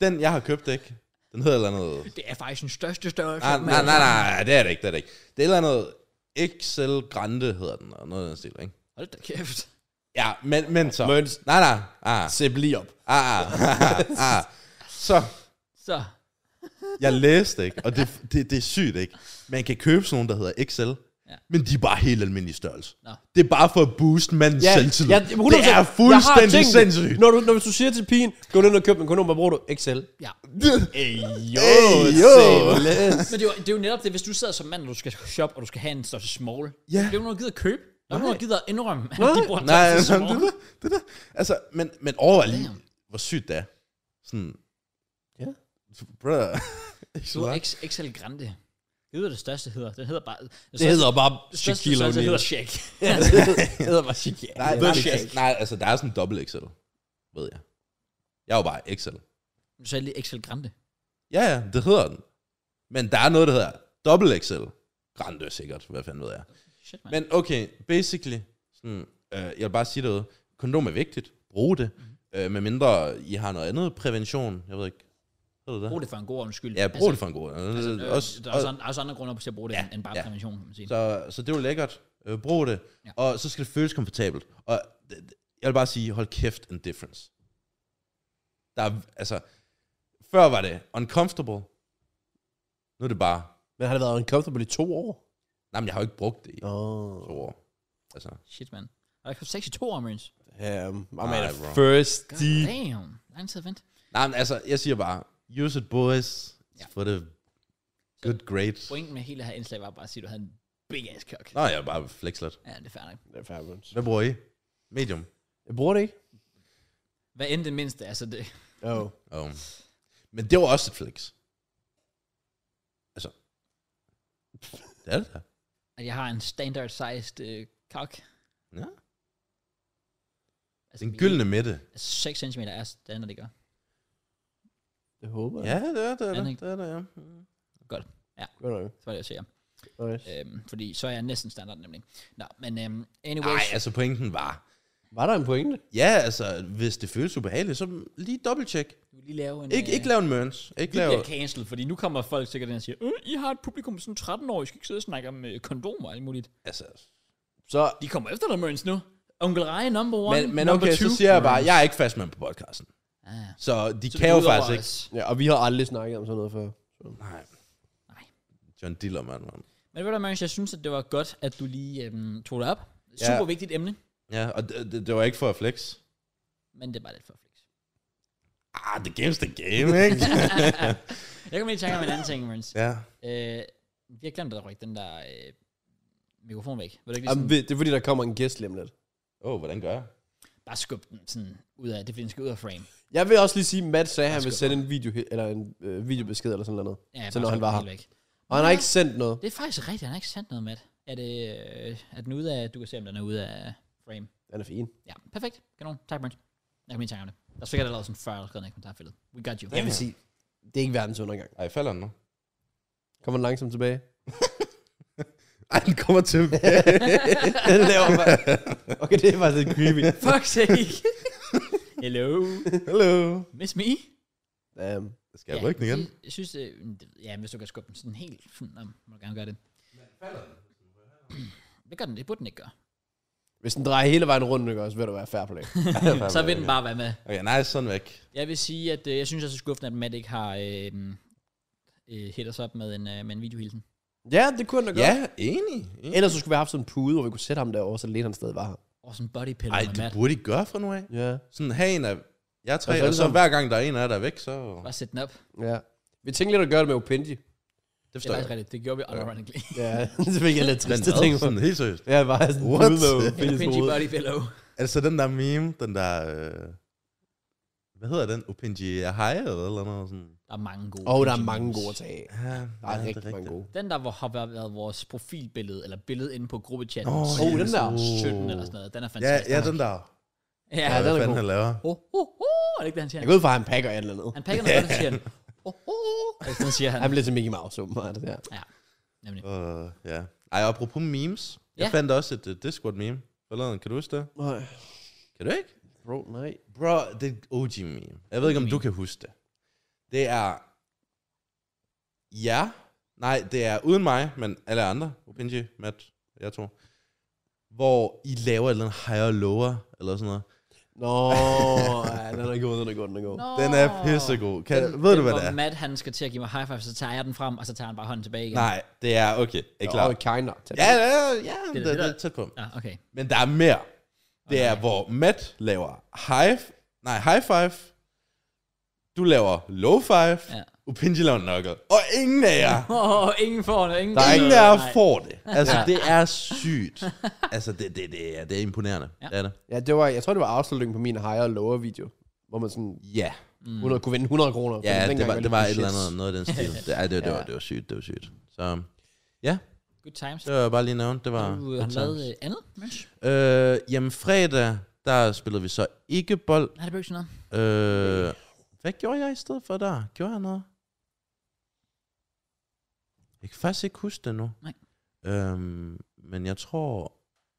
S3: Den, jeg har købt, ikke? Den hedder et eller andet...
S1: Det er faktisk den største størrelse.
S3: Nej, nej,
S1: mand.
S3: nej, nej, det er det ikke, det er det ikke. Det er et eller andet Excel Grande hedder den, og noget af den stil, ikke?
S1: Hold da kæft.
S3: Ja, men, men så.
S2: Møns,
S3: Nej, nej, ah,
S2: sæb lige op.
S3: ah, ah, ah. Så,
S1: Så,
S3: jeg læste, ikke? Og det, det, det er sygt, ikke? Man kan købe sådan nogle, der hedder XL.
S1: Ja.
S3: Men de er bare helt almindelige størrelse.
S1: Nå.
S3: Det er bare for at booste mandens ja, selvtillid.
S2: ja,
S3: Ja,
S2: 100%.
S3: det
S2: Jeg
S3: er
S2: har
S3: fuldstændig
S2: tænkt det.
S3: sindssygt.
S2: Når du, når du siger til pigen, gå ned og køb en kondom, hvad bruger du? XL.
S1: ja.
S2: Ey, yo,
S3: jo.
S1: Men det er, jo, det er jo netop det, hvis du sidder som mand, og du skal shoppe, og du skal have en størrelse small. Ja. Det er jo nogen, der gider at købe. Der er nogen, der gider at indrømme, at de bruger en
S3: Nej,
S1: størrelse
S3: altså,
S1: small.
S3: det, er det, det, er det. Altså, men, men overvej lige,
S1: Damn.
S3: hvor sygt det er. Sådan,
S2: Ja.
S3: brother.
S1: Du er X- XL Grande. Det er det største hedder. Den hedder bare...
S2: Det hedder bare
S1: Shaquille
S2: Shaquille
S1: O'Neal. Det
S2: O'Neal.
S1: hedder Shaq.
S2: Ja, det hedder bare Shaquille.
S3: Nej,
S2: Det
S3: nej,
S2: er
S3: altså,
S2: Shaq.
S3: nej, altså, der er sådan en dobbelt XL, ved jeg. Jeg er jo bare XL.
S1: Du sagde lige XL Grande.
S3: Ja, ja, det hedder den. Men der er noget, der hedder dobbelt XL. Grande sikkert, hvad fanden ved jeg.
S1: Shit, man.
S3: Men okay, basically, sådan, øh, jeg vil bare sige noget. Kondom er vigtigt. Brug det. Øh, med mindre I har noget andet prævention. Jeg ved ikke. Ved du det?
S1: Brug det for en god undskyld.
S3: Ja, brug altså, det for en god. Altså,
S1: Øh,
S3: også,
S1: der er også, an- også andre grunde til at bruge det,
S3: Ja,
S1: ja, end bare
S3: ja.
S1: ja. prævention, kan man sige.
S3: Så, så det var lækkert. Øh, brug det.
S1: Ja.
S3: Ja. Og så skal det føles komfortabelt. Og d- d- jeg vil bare sige, hold kæft en difference. Der er, altså, før var det uncomfortable. Nu er det bare,
S2: Men har det været uncomfortable i to år?
S3: nej, men jeg har jo ikke brugt det i
S2: Oh.
S3: to år. Altså,
S1: Shit, man. Har der 6 i to år, Mørens?
S2: Um, I
S3: Nej,
S2: mean, a
S3: bro.
S1: God
S2: thirsty.
S1: damn. Lang tid at vente.
S3: nej, men altså, jeg siger bare, use it boys,
S1: Ja.
S3: ja. for the good grades.
S1: Pointen med hele det her indslag var bare at sige, at du havde en big ass kok.
S3: Nå, jeg er bare flex lidt.
S1: Ja, det er færdigt.
S2: Det er fabulous.
S3: Hvad bruger I? Medium.
S2: Jeg bruger det ikke.
S1: Hvad end det mindste, altså det...
S2: Oh.
S3: Um. Men det var også et flex. Altså, det er det da.
S1: At jeg har en standard sized øh, kok.
S3: Ja.
S1: Altså,
S3: Den
S1: min-
S3: gyldne midte.
S1: Altså, 6 cm er standard, det gør.
S2: Det håber jeg.
S3: Ja, det er det, er
S1: Er den
S3: det,
S1: ikke?
S3: det, er det ja.
S1: Godt.
S2: Godt nok.
S1: Så var det, jeg siger.
S2: Nice.
S1: Øhm, fordi så er jeg næsten standard nemlig. Nå, men øhm, anyways.
S3: Nej, altså pointen var...
S2: Var der en pointe?
S3: Ja, altså, hvis det føles ubehageligt, så lige dobbelttjek.
S1: Du vil lige lave en... øh,
S3: Ikke, ikke lave en mørns. Ikke
S1: Vi bliver
S3: lave...
S1: cancelled, fordi nu kommer folk sikkert ind og siger, øh, I har et publikum sådan 13 år, I skal ikke sidde og snakke om øh, kondomer og alt muligt.
S3: Altså,
S2: Så,
S1: De kommer efter dig, Mørens, nu. Onkel Rej, number one,
S3: men, men
S1: number
S3: okay,
S1: two.
S3: så siger jeg bare, jeg er ikke fast med på podcasten.
S1: Ah.
S3: Så de
S1: Så
S3: kan
S1: det
S3: jo
S1: er ud over
S3: faktisk ikke.
S1: os.
S2: ja, og vi har aldrig snakket om sådan noget før.
S3: Nej.
S1: Nej.
S3: John Dillermand, man.
S1: Men ved du, Mørens, jeg synes, at det var godt, at du lige øhm, tog det op.
S3: Ja.
S1: Super vigtigt emne,
S3: Ja, og det, det, det var ikke for at flex.
S1: men det var lidt for flex.
S3: Ah, the game's the game, ikke?
S1: Jeg kommer lige i tanke om en anden ting, Mørens.
S3: ja.
S1: Øh, vi har glemt at rykke den der øh, mikrofon væk. Vil du ikke lige
S2: Jamen,
S1: sådan,
S2: ved- det er fordi, der kommer en gæst lige om lidt.
S3: Åh, oh, hvordan gør jeg?
S1: bare skubbe den sådan ud af, det er fordi, den skal ud af frame.
S2: Jeg vil også lige sige, at Matt sagde, at han vil
S1: skal
S2: sende en, video, eller en øh, videobesked eller sådan noget.
S1: Ja, bare
S2: Så når han
S1: skub
S2: var
S1: den helt
S2: her.
S1: væk.
S2: Og han har
S1: Ja.
S2: ikke sendt noget.
S1: Det er faktisk rigtigt, han har ikke sendt noget, Matt. Er, det, øh, er den ude af, du kan se, om den er ude af frame.
S2: Han er fin.
S1: Ja, perfekt. Kanon. Tak, Brent. Jeg kan lige tænke om det. Der er sikkert allerede sådan 40, der skrevet ned i kommentarfeltet. We got you.
S2: Jeg vil sige, det er ikke verdens undergang.
S3: Ej, falder den nu?
S2: Kommer den langsomt tilbage?
S3: Ej, den kommer til.
S2: den laver bare... Okay, det er faktisk lidt creepy.
S1: Fuck sake. Hello.
S3: Hello.
S1: Miss me?
S2: Um,
S3: Jeg skal jeg rykke den igen?
S1: Jeg, jeg synes, øh, det- ja, hvis du kan skubbe den sådan helt, sådan, om, må du gerne gøre det. Det gør den, det burde den ikke gøre.
S2: hvis den drejer hele vejen rundt, ikke også, vil du være fair på det.
S1: Så vil den bare være med.
S3: Okay, nej, sådan væk.
S1: Jeg vil sige, at øh, jeg synes, jeg er så skuffende, at Matt ikke har øh, øh, hit os op med en, øh, med en videohilsen.
S2: ja, det kunne den da
S3: Ja,
S2: godt.
S3: enig. enig.
S2: Ellers så skulle vi have haft sådan en pude, hvor vi kunne sætte ham derovre, så lidt han stadig var her.
S1: Og sådan en bodypiller
S3: Ej,
S1: med
S3: det
S1: Matt.
S3: burde I gøre fra nu af.
S2: Ja.
S3: Sådan, have en af jeg er
S2: Altså,
S3: tre, og så ligesom?
S2: alle
S3: hver gang der er en af jer, der er væk, så...
S1: Bare sæt den op. Det
S2: Ja. Vi tænkte lidt at gøre det med Opinji.
S3: Det
S1: er
S3: forstår jeg.
S1: faktisk rigtigt. Det gjorde vi unironically.
S2: Ja, det fik jeg lidt
S3: Den
S2: trist at tænke
S3: hvad?
S2: på.
S3: Sådan helt seriøst.
S2: Ja, bare sådan en pude
S3: What?
S2: med Opinjis
S1: Pingy
S2: hoved.
S1: body pillow.
S3: Altså den der meme, den der... Øh, hvad hedder den? Opinji Ahai eller eller noget sådan.
S1: Der er mange gode.
S2: Og der er
S1: Pingy
S2: mange
S1: memes.
S2: gode at tage. af.
S3: Ja,
S2: Der er rigtig mange gode.
S1: Den der hvor har været, været vores profilbillede, eller billede inde på gruppechatten,
S3: Åh,
S1: oh,
S2: Oh, den der.
S1: 17 eller sådan noget, den er
S3: Ja,
S1: fantastisk.
S3: ja, den der.
S1: ja.
S2: Ja,
S3: Ja,
S2: den
S3: hvad
S2: er
S3: fanden
S2: god.
S3: han laver.
S1: Oh, oh, oh, er det ikke det, han siger?
S2: Jeg går ud fra, at han pakker et eller andet.
S1: Han pakker noget, og så siger han, oh, oh, oh. Eller sådan siger han.
S2: Han bliver til Mickey Mouse, åbenbart. det der.
S1: Nemlig.
S3: Uh, ja. Ej, apropos memes. Jeg
S1: Ja.
S3: fandt også et uh, Discord-meme. Forleden, kan du huske det?
S2: Nej.
S3: Kan du ikke?
S2: Bro, nej.
S3: Bro, det er et OG meme. Jeg ved ikke, om
S1: OG
S3: du
S1: meme.
S3: kan huske det. Det er... Ja. Nej, det er uden mig, men alle andre. Opinji, Matt, jeg tror. Hvor I laver et eller andet higher lower, eller sådan noget.
S2: Nå, ja, den er god, den er god, den er god.
S1: Nå.
S3: Den er pissegod. Kan, ved du, hvad det
S1: hvor
S3: er?
S1: Matt, han skal til at give mig high five, så tager jeg den frem, og så tager han bare hånden tilbage igen.
S3: Nej, det er... Okay, er I
S2: Jo,
S3: klar?
S2: kinder. Tag
S3: Ja, ja, ja,
S1: er
S3: det,
S1: det
S3: det, det
S1: der.
S3: er tæt på.
S1: Ah, okay.
S3: Men der er mere. Det er,
S1: Okay.
S3: hvor Matt laver high, nej, high five, du laver low five,
S1: Ja.
S3: ja. Opinji laver knuckle. Og ingen af jer,
S1: Åh, oh, ingen får det, ingen
S2: Der er
S3: ingen
S1: noget.
S3: af jer
S1: Nej.
S3: får det. Altså, det er sygt. Altså, det, det, det, er, det er imponerende.
S1: Ja.
S3: Ja. Det er det.
S2: Ja, det var, jeg tror, det var afslutningen på min higher og lower video, hvor man sådan
S3: Ja,
S1: Mm.
S2: 100, kunne vinde 100 kroner. fordi
S3: ja
S2: dengang
S3: det var, det
S2: lidt
S3: var
S2: for
S3: et eller
S2: shits.
S3: andet, noget af den stil. Det, ej, det, det, det, var, det var sygt, det var sygt. Så ja,
S1: Good times. øh,
S3: det var jeg bare lige nævnt. Det var...
S1: Har Du har lavet øh, andet, Mørens?
S3: Øh, jamen, fredag, der spillede vi så ikke bold.
S1: Nej, det blev ikke sådan noget.
S3: Øh, hvad gjorde jeg i stedet for der? Gjorde jeg noget? Jeg kan faktisk ikke huske det nu.
S1: Nej.
S3: Øhm, men jeg tror...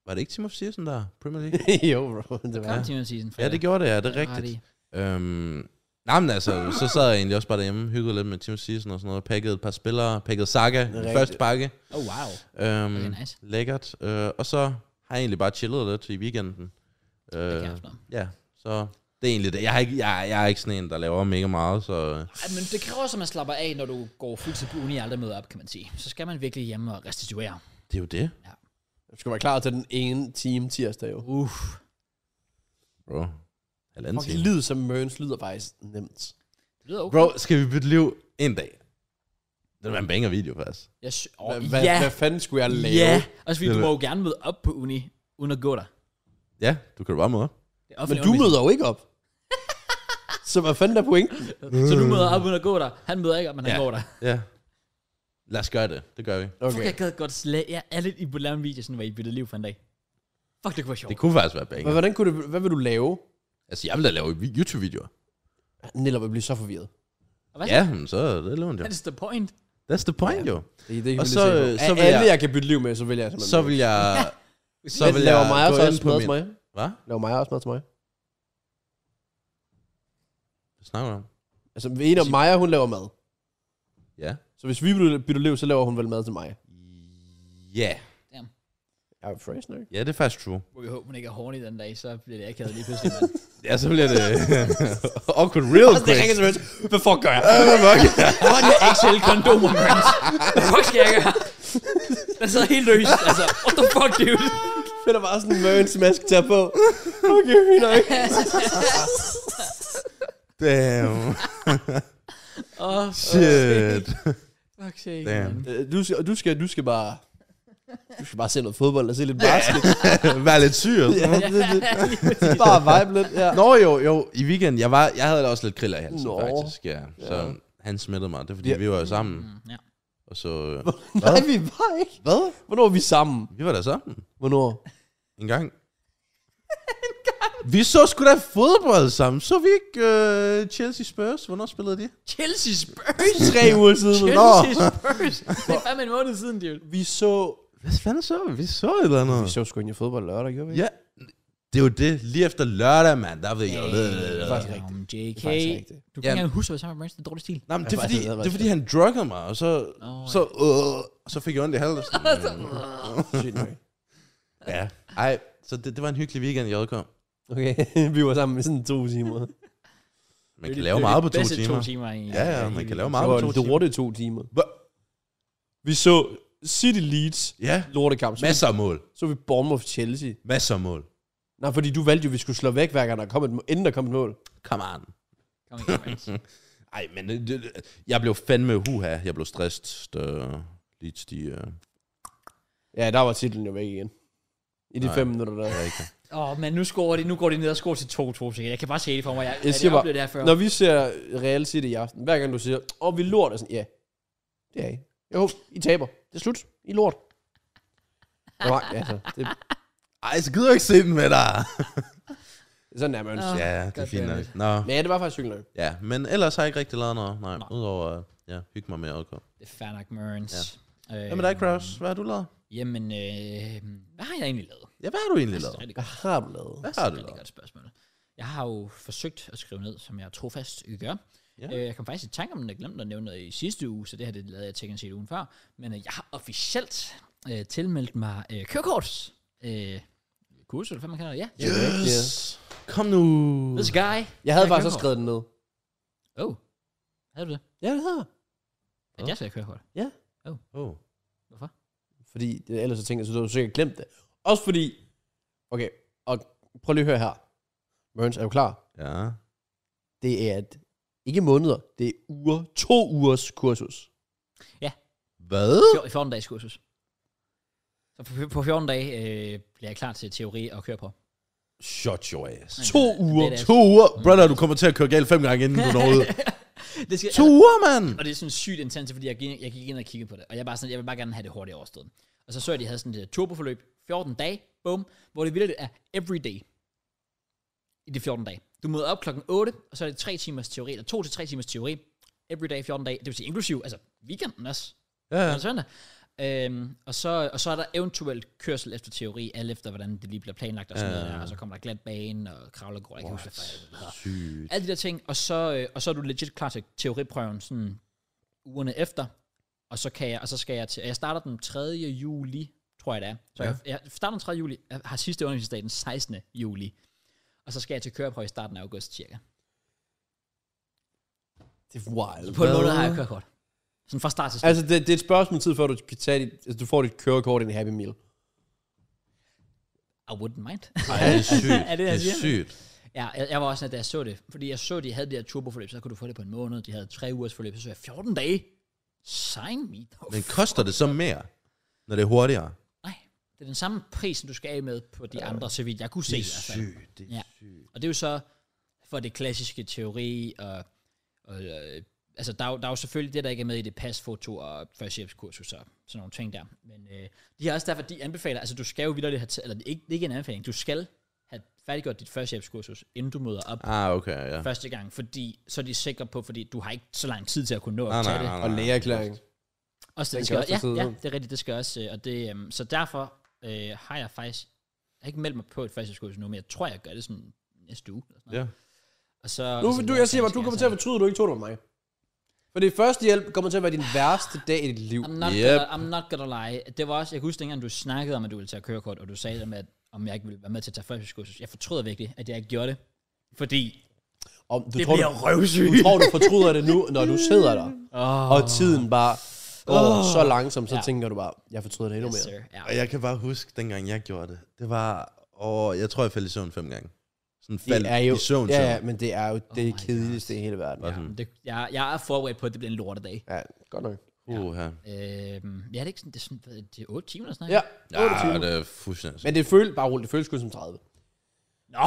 S3: Var det ikke Timo Searsen der? Premier League?
S2: jo, bro, det var
S1: Kom
S3: Ja.
S1: til min season.
S3: ja, det gjorde det, ja. Det er rigtigt. Øhm, nej, men altså, så sad jeg egentlig også bare derhjemme, hyggede lidt med Timo Searsen og sådan noget, pakkede et par spillere, pakkede Saga,
S2: er rigtigt.
S3: første pakke.
S1: Oh, wow.
S3: Øhm,
S1: Okay, nice.
S3: Lækkert. Øh, og så har jeg egentlig bare chillet lidt i weekenden.
S1: Det kan jeg
S3: Øh,
S1: forstå.
S3: ja, så det er egentlig det. Jeg, har ikke, jeg, jeg er ikke sådan en, der laver mega meget, så...
S1: Ej, men det kræver også, at man slapper af, når du går fuldtid på uni og aldrig møder op, kan man sige. Så skal man virkelig hjemme og restituere.
S3: Det er jo det.
S2: Du skal være klar til den ene time tirsdag, jo.
S1: Uff.
S3: Bro. Halvanden
S2: Okay,
S3: time.
S2: lyd som Mørns lyder faktisk nemt.
S1: Det lyder okay.
S3: Bro, skal vi bytte liv en dag? Det var en banger video, faktisk.
S1: Jeg sy- oh,
S2: Hva- Hvad,
S1: ja,
S2: hvad fanden skulle jeg lave?
S1: ja. Også fordi
S3: Det
S1: du
S3: er
S1: må jo gerne møde op på uni, uden at gå der.
S3: Ja, du kan jo bare møde op.
S1: Det er offentlig
S2: Men du
S1: undervisning.
S2: møder jo ikke op. Så hvad fanden er pointen?
S1: Så du møder op, uden at gå der. Han møder ikke op, men han
S3: Ja.
S1: går der.
S3: Ja. Lad os gøre det. Det gør vi.
S1: Okay. Fuck, jeg gad godt slæ... Jeg er lidt i på en video, sådan, hvor I byttede liv for en dag. Fuck, det kunne være sjovt.
S3: Det kunne faktisk være banger.
S2: Men hvordan kunne det, hvad vil du lave?
S3: Altså, jeg vil da lave vi- YouTube-videoer.
S2: Niller vil blive så forvirret.
S1: Hvad?
S3: Ja, men så det laver det jo.
S1: That's the point.
S3: That's the point, jo.
S2: Det, det kan
S3: Og
S2: vi
S3: så,
S2: lige se på.
S3: øh, så
S2: Af
S3: vil
S2: alle,
S3: jeg-
S2: jeg kan bytte liv med, så vil jeg simpelthen...
S3: Så vil jeg... så
S2: Men
S3: vil
S2: laver
S3: jeg
S2: mig også
S3: gå ind
S2: også
S3: på
S2: mad
S3: min-
S2: til mig.
S3: Hvad?
S2: Laver mig også mad til mig.
S3: Hvad snakker du om?
S2: Altså, en af Maja, hun laver mad.
S3: Ja.
S2: Så hvis vi bytter- bytter liv, så laver hun vel mad til mig.
S3: Ja.
S2: Jeg er phrase nok.
S3: Ja, det er faktisk true.
S1: Må vi håbe, hun ikke er horny den dag, så bliver det akavet lige pludselig. mand.
S3: Ja, så bliver det... awkward real
S2: Altså, det ringer
S3: quick.
S2: til mig. Hvad fuck gør jeg?
S1: What an XL kondomer, Grant. Hvad fuck skal jeg gøre? Den sidder helt løs. Altså, what the fuck, dude?
S2: Fedt der bare sådan en mørens mask tager på. Okay, fint nok.
S3: Damn.
S1: Oh,
S3: Shit.
S1: Fuck sake,
S3: Damn.
S1: man.
S2: Øh, Du skal, du skal, du skal bare... Du skal bare se noget fodbold og se lidt basket.
S3: Vær lidt syret.
S2: Ja, det, det. Bare vibe lidt, ja.
S3: Nå jo, jo, i weekenden, jeg, var, jeg havde da også lidt kriller i halsen
S2: Nå.
S3: faktisk, ja. Så
S2: Ja.
S3: han smittede mig, det er fordi,
S2: Ja.
S3: ja. vi var jo sammen,
S1: Mm, ja.
S3: og så...
S2: Nej, vi var ikke.
S3: Hvad?
S2: Hvornår er vi sammen?
S3: Vi var da sammen,
S2: Hvornår?
S3: en gang. Vi så sgu da fodbold sammen, så vi ikke øh, Chelsea Spurs, hvornår spillede de?
S1: Chelsea Spurs.
S2: Tre uger siden. Nå.
S1: Chelsea Spurs. Det er fandme en måned siden, dude.
S2: Vi så...
S3: Hvad fanden så vi? Vi så et eller
S2: Vi
S3: andet.
S2: så sgu ikke fodbold lørdag, gjorde vi ikke?
S3: Ja, det er jo det, lige efter lørdag, mand, der ved jeg jo
S2: er faktisk
S1: Damn, JK. Du
S2: faktisk rigtigt.
S1: kan
S3: Jamen.
S1: ikke engang huske, hvad sammen med Branson. Det er dårlig stil.
S3: Nej, men det er,
S2: Ja,
S3: fordi,
S2: faktisk, det er
S3: det er fordi, han druggede mig, og så,
S1: Nå,
S3: så, øh, så fik jeg ondt i halsen.
S2: Sygt nok.
S3: ja. Ej, så det, det var en hyggelig weekend i JK.
S2: Okay, vi var sammen i sådan to timer.
S3: Man kan lave meget på to
S1: Bedste
S3: timer.
S1: to timer i,
S3: Ja, ja, man kan lave
S2: Det
S3: meget
S2: var
S3: på to
S2: en
S3: timer.
S2: lorte to timer.
S3: Hva?
S2: Vi så City Leeds
S3: Ja,
S2: lortekamp. Så,
S3: masser af mål.
S2: så vi Bournemouth Chelsea.
S3: Masser af mål.
S2: Nej, fordi du valgte jo, at vi skulle slå væk, hver gang der kom et, må- inden der kom et mål.
S3: Come on.
S1: Kom igen, Branson.
S3: Ej, men det, det, det- jeg blev fandme huha. Jeg blev stresset. da Leeds, de... Øh,
S2: Ja, der var titlen jo væk igen. I de
S3: Nej.
S2: fem minutter der.
S3: er ikke.
S1: Åh, oh, men nu scorer de, nu går de ned og scorer til 2-2 sikkert. Jeg kan bare se det for mig. Jeg, jeg,
S2: Jeg
S1: jeg,
S2: siger bare,
S1: oplevede det her før.
S2: Når vi ser Real City i aften, hver gang du siger, åh, oh, vi lort, er sådan, ja, det er I. Jo, I taber. Det er slut. I er lort. Nå, Nej, altså, det,
S3: Ej, så gider jeg ikke se den med dig.
S2: sådan er man.
S1: Åh.
S2: Ja.
S3: ja, det er fint nok.
S1: goddammit.
S3: Nå.
S2: Men ja, det var faktisk sygt nok.
S3: Ja, men ellers har jeg ikke rigtig lavet noget. Nej, udover at ja, hygge mig med alkohol.
S1: Det er fair nok, Mørens. Ja. Øh,
S3: Hvad med dig, Kraus? Hvad har du lavet?
S1: Jamen, øh, hvad har jeg egentlig lavet?
S3: Ja, hvad har du egentlig lavet?
S1: Altså, Det er et rigtig
S2: Hvad har du lavet?
S3: Hvad
S1: godt,
S3: har
S1: et
S3: du
S1: rigtig
S3: lavet?
S1: godt spørgsmål. Jeg har jo forsøgt at skrive ned, som jeg trofast gør.
S3: Ja.
S1: Ja. Øh, jeg kom faktisk i tanke om, at jeg glemte at nævne noget i sidste uge, så det her det lavede jeg teknisk set ugen før. Men øh, jeg har officielt øh, tilmeldt mig øh, kørekorts. Øh, kursus, eller hvad man kalder det? Ja.
S3: Yes! Kom nu!
S1: This guy.
S2: Jeg havde
S1: Jeg
S2: faktisk
S1: køber.
S2: også skrevet den ned.
S1: Oh. Havde du det?
S2: Ja, det havde jeg.
S1: At jeg skal have kørekort?
S3: Oh.
S1: Hvorfor?
S2: Fordi det, ellers så tænkte jeg, så du havde sikkert glemt det. Også fordi, okay, og prøv lige at høre her. Mørens, er du klar?
S3: Ja.
S2: Det er et, ikke måneder, det er uger, to ugers kursus.
S3: Hvad?
S1: Fjor- 14 dages kursus. Så på, på 14 dage øh, bliver jeg klar til teori og køre på.
S3: Shut your ass.
S2: To uger.
S1: Det er
S3: To uger? Brother, du kommer til at køre galt fem gange, inden du når ud.
S1: det skal,
S3: To uger, mand!
S1: Og det er sådan sygt intenst, fordi jeg gik, jeg gik ind og kiggede på det. Og jeg, bare sådan, jeg vil bare gerne have det hurtigt overstået. Og så så jeg, at de havde sådan et øh, turboforløb. 14 dage, bum, hvor det vildt er everyday. I de 14 dage. Du møder op klokken 8, og så er det 3 timers teori, eller 2 til 3 timers teori. Everyday, 14 dage. Det vil sige inklusiv, altså weekenden også.
S3: Ja,
S1: Ja. Og søndag. Øhm, og, så, og så er der eventuelt kørsel efter teori, alt efter hvordan det lige bliver planlagt og sådan
S3: Ja.
S1: noget der. Og så kommer der glat bane og kravlegård, jeg kan ikke huske, hvad fanden det hedder.
S3: Sygt.
S1: Alle de der ting, og så, øh, og så er du legit klar til teoriprøven sådan ugerne efter, og så, kan jeg, og så skal jeg til, jeg starter den 3. juli, tror jeg det er. Så
S3: Ja.
S1: ja. jeg, jeg starter den 3. juli, jeg har sidste undervisningsdag den 16. juli, og så skal jeg til køreprøve i starten af august cirka.
S2: Det er wild.
S1: På en måned har jeg kørekort. Sådan fra start til slut.
S2: Altså, det, det er et spørgsmål om tid, før du kan tage dit, altså, du får dit kørekort i en Happy Meal.
S1: I wouldn't mind.
S3: Ej, det er sygt.
S1: Er det,
S3: det
S1: jeg
S3: er
S1: siger?
S3: sygt.
S1: Ja, jeg, jeg var også sådan, at da jeg så det, fordi jeg så, at de havde det her turboforløb, så kunne du få det på en måned, de havde tre ugers forløb, så så jeg 14 dage. Sign me the
S3: Men koster det så mere, når det er hurtigere?
S1: Nej, det er den samme pris, som du skal af med på de andre, så vidt jeg kunne se. i hvert fald.
S3: Det
S1: Ja. Og det er jo så for det klassiske teori, og, og øh, altså der, er jo- der er jo selvfølgelig det, der ikke er med i det pasfoto og first kursus og sådan nogle ting der. Men øh, de har også derfor, de anbefaler, altså du skal jo videre have, ta- eller det er ikke, det er ikke en anbefaling, du skal have færdiggjort dit first kursus, inden du møder op
S3: Ah, okay, ja.
S1: første gang, fordi så er de sikre på, fordi du har ikke så lang tid til at kunne nå at
S3: Nej,
S1: tage
S3: nej,
S1: det.
S3: nej,
S2: Og
S3: nej.
S2: lægeerklæring.
S1: Også det,
S2: Den
S1: det skal
S2: kan også
S1: også,
S2: tage
S1: ja,
S2: tid.
S1: ja, det er rigtigt, det skal også. øh, Og det, øhm, så derfor øh, har jeg faktisk, jeg har ikke meldt mig på et første kursus nu, men jeg tror, jeg gør det sådan næste uge. Eller sådan noget.
S3: Ja.
S1: Og så,
S2: Nu,
S1: og så
S2: du,
S1: lærer
S2: jeg siger bare,
S1: dansk,
S2: du
S1: ja, så-
S2: kommer til at fortryde, at du ikke tog det med mig. For det første hjælp kommer til at være din værste dag i dit liv.
S1: I'm not,
S3: Yep.
S1: gonna, I'm not gonna lie. Det var også, jeg kan huske dengang, du snakkede om, at du ville tage kørekort, og du sagde det med, at om jeg ikke ville være med til at tage førstehjælpskursus. Jeg fortryder virkelig, at jeg ikke gjorde det. Fordi...
S2: Og du
S1: Det
S2: tror,
S1: bliver
S2: du, røvsyg. Du tror, du fortryder det nu, når du sidder der.
S1: Oh,
S3: Ah.
S2: Og tiden bare går så langsomt, så
S1: Ja.
S2: tænker du bare, jeg fortryder det endnu mere.
S1: Ja.
S3: Og jeg kan bare huske, dengang jeg gjorde det, det var, og jeg tror, jeg faldt i søvn fem gange. Sådan faldt
S2: Det er jo,
S3: i søvn,
S2: ja,
S3: søvn.
S2: ja, men det er jo
S1: Oh my
S2: det
S1: God.
S2: kedeligste i hele verden.
S3: Bare
S2: Ja.
S3: sådan,
S1: Det, jeg, jeg er forberedt på, at det bliver en lortedag.
S2: ja, godt nok.
S3: uh, her.
S1: Øhm, ja, det er ikke sådan, det er, sådan, hvad er det, det er 8 timer eller sådan
S2: Ja,
S1: noget?
S2: 8
S3: Ja,
S2: timer.
S3: det er fuldstændig.
S2: Men det føles bare roligt, det føles sgu som 30.
S1: Nå,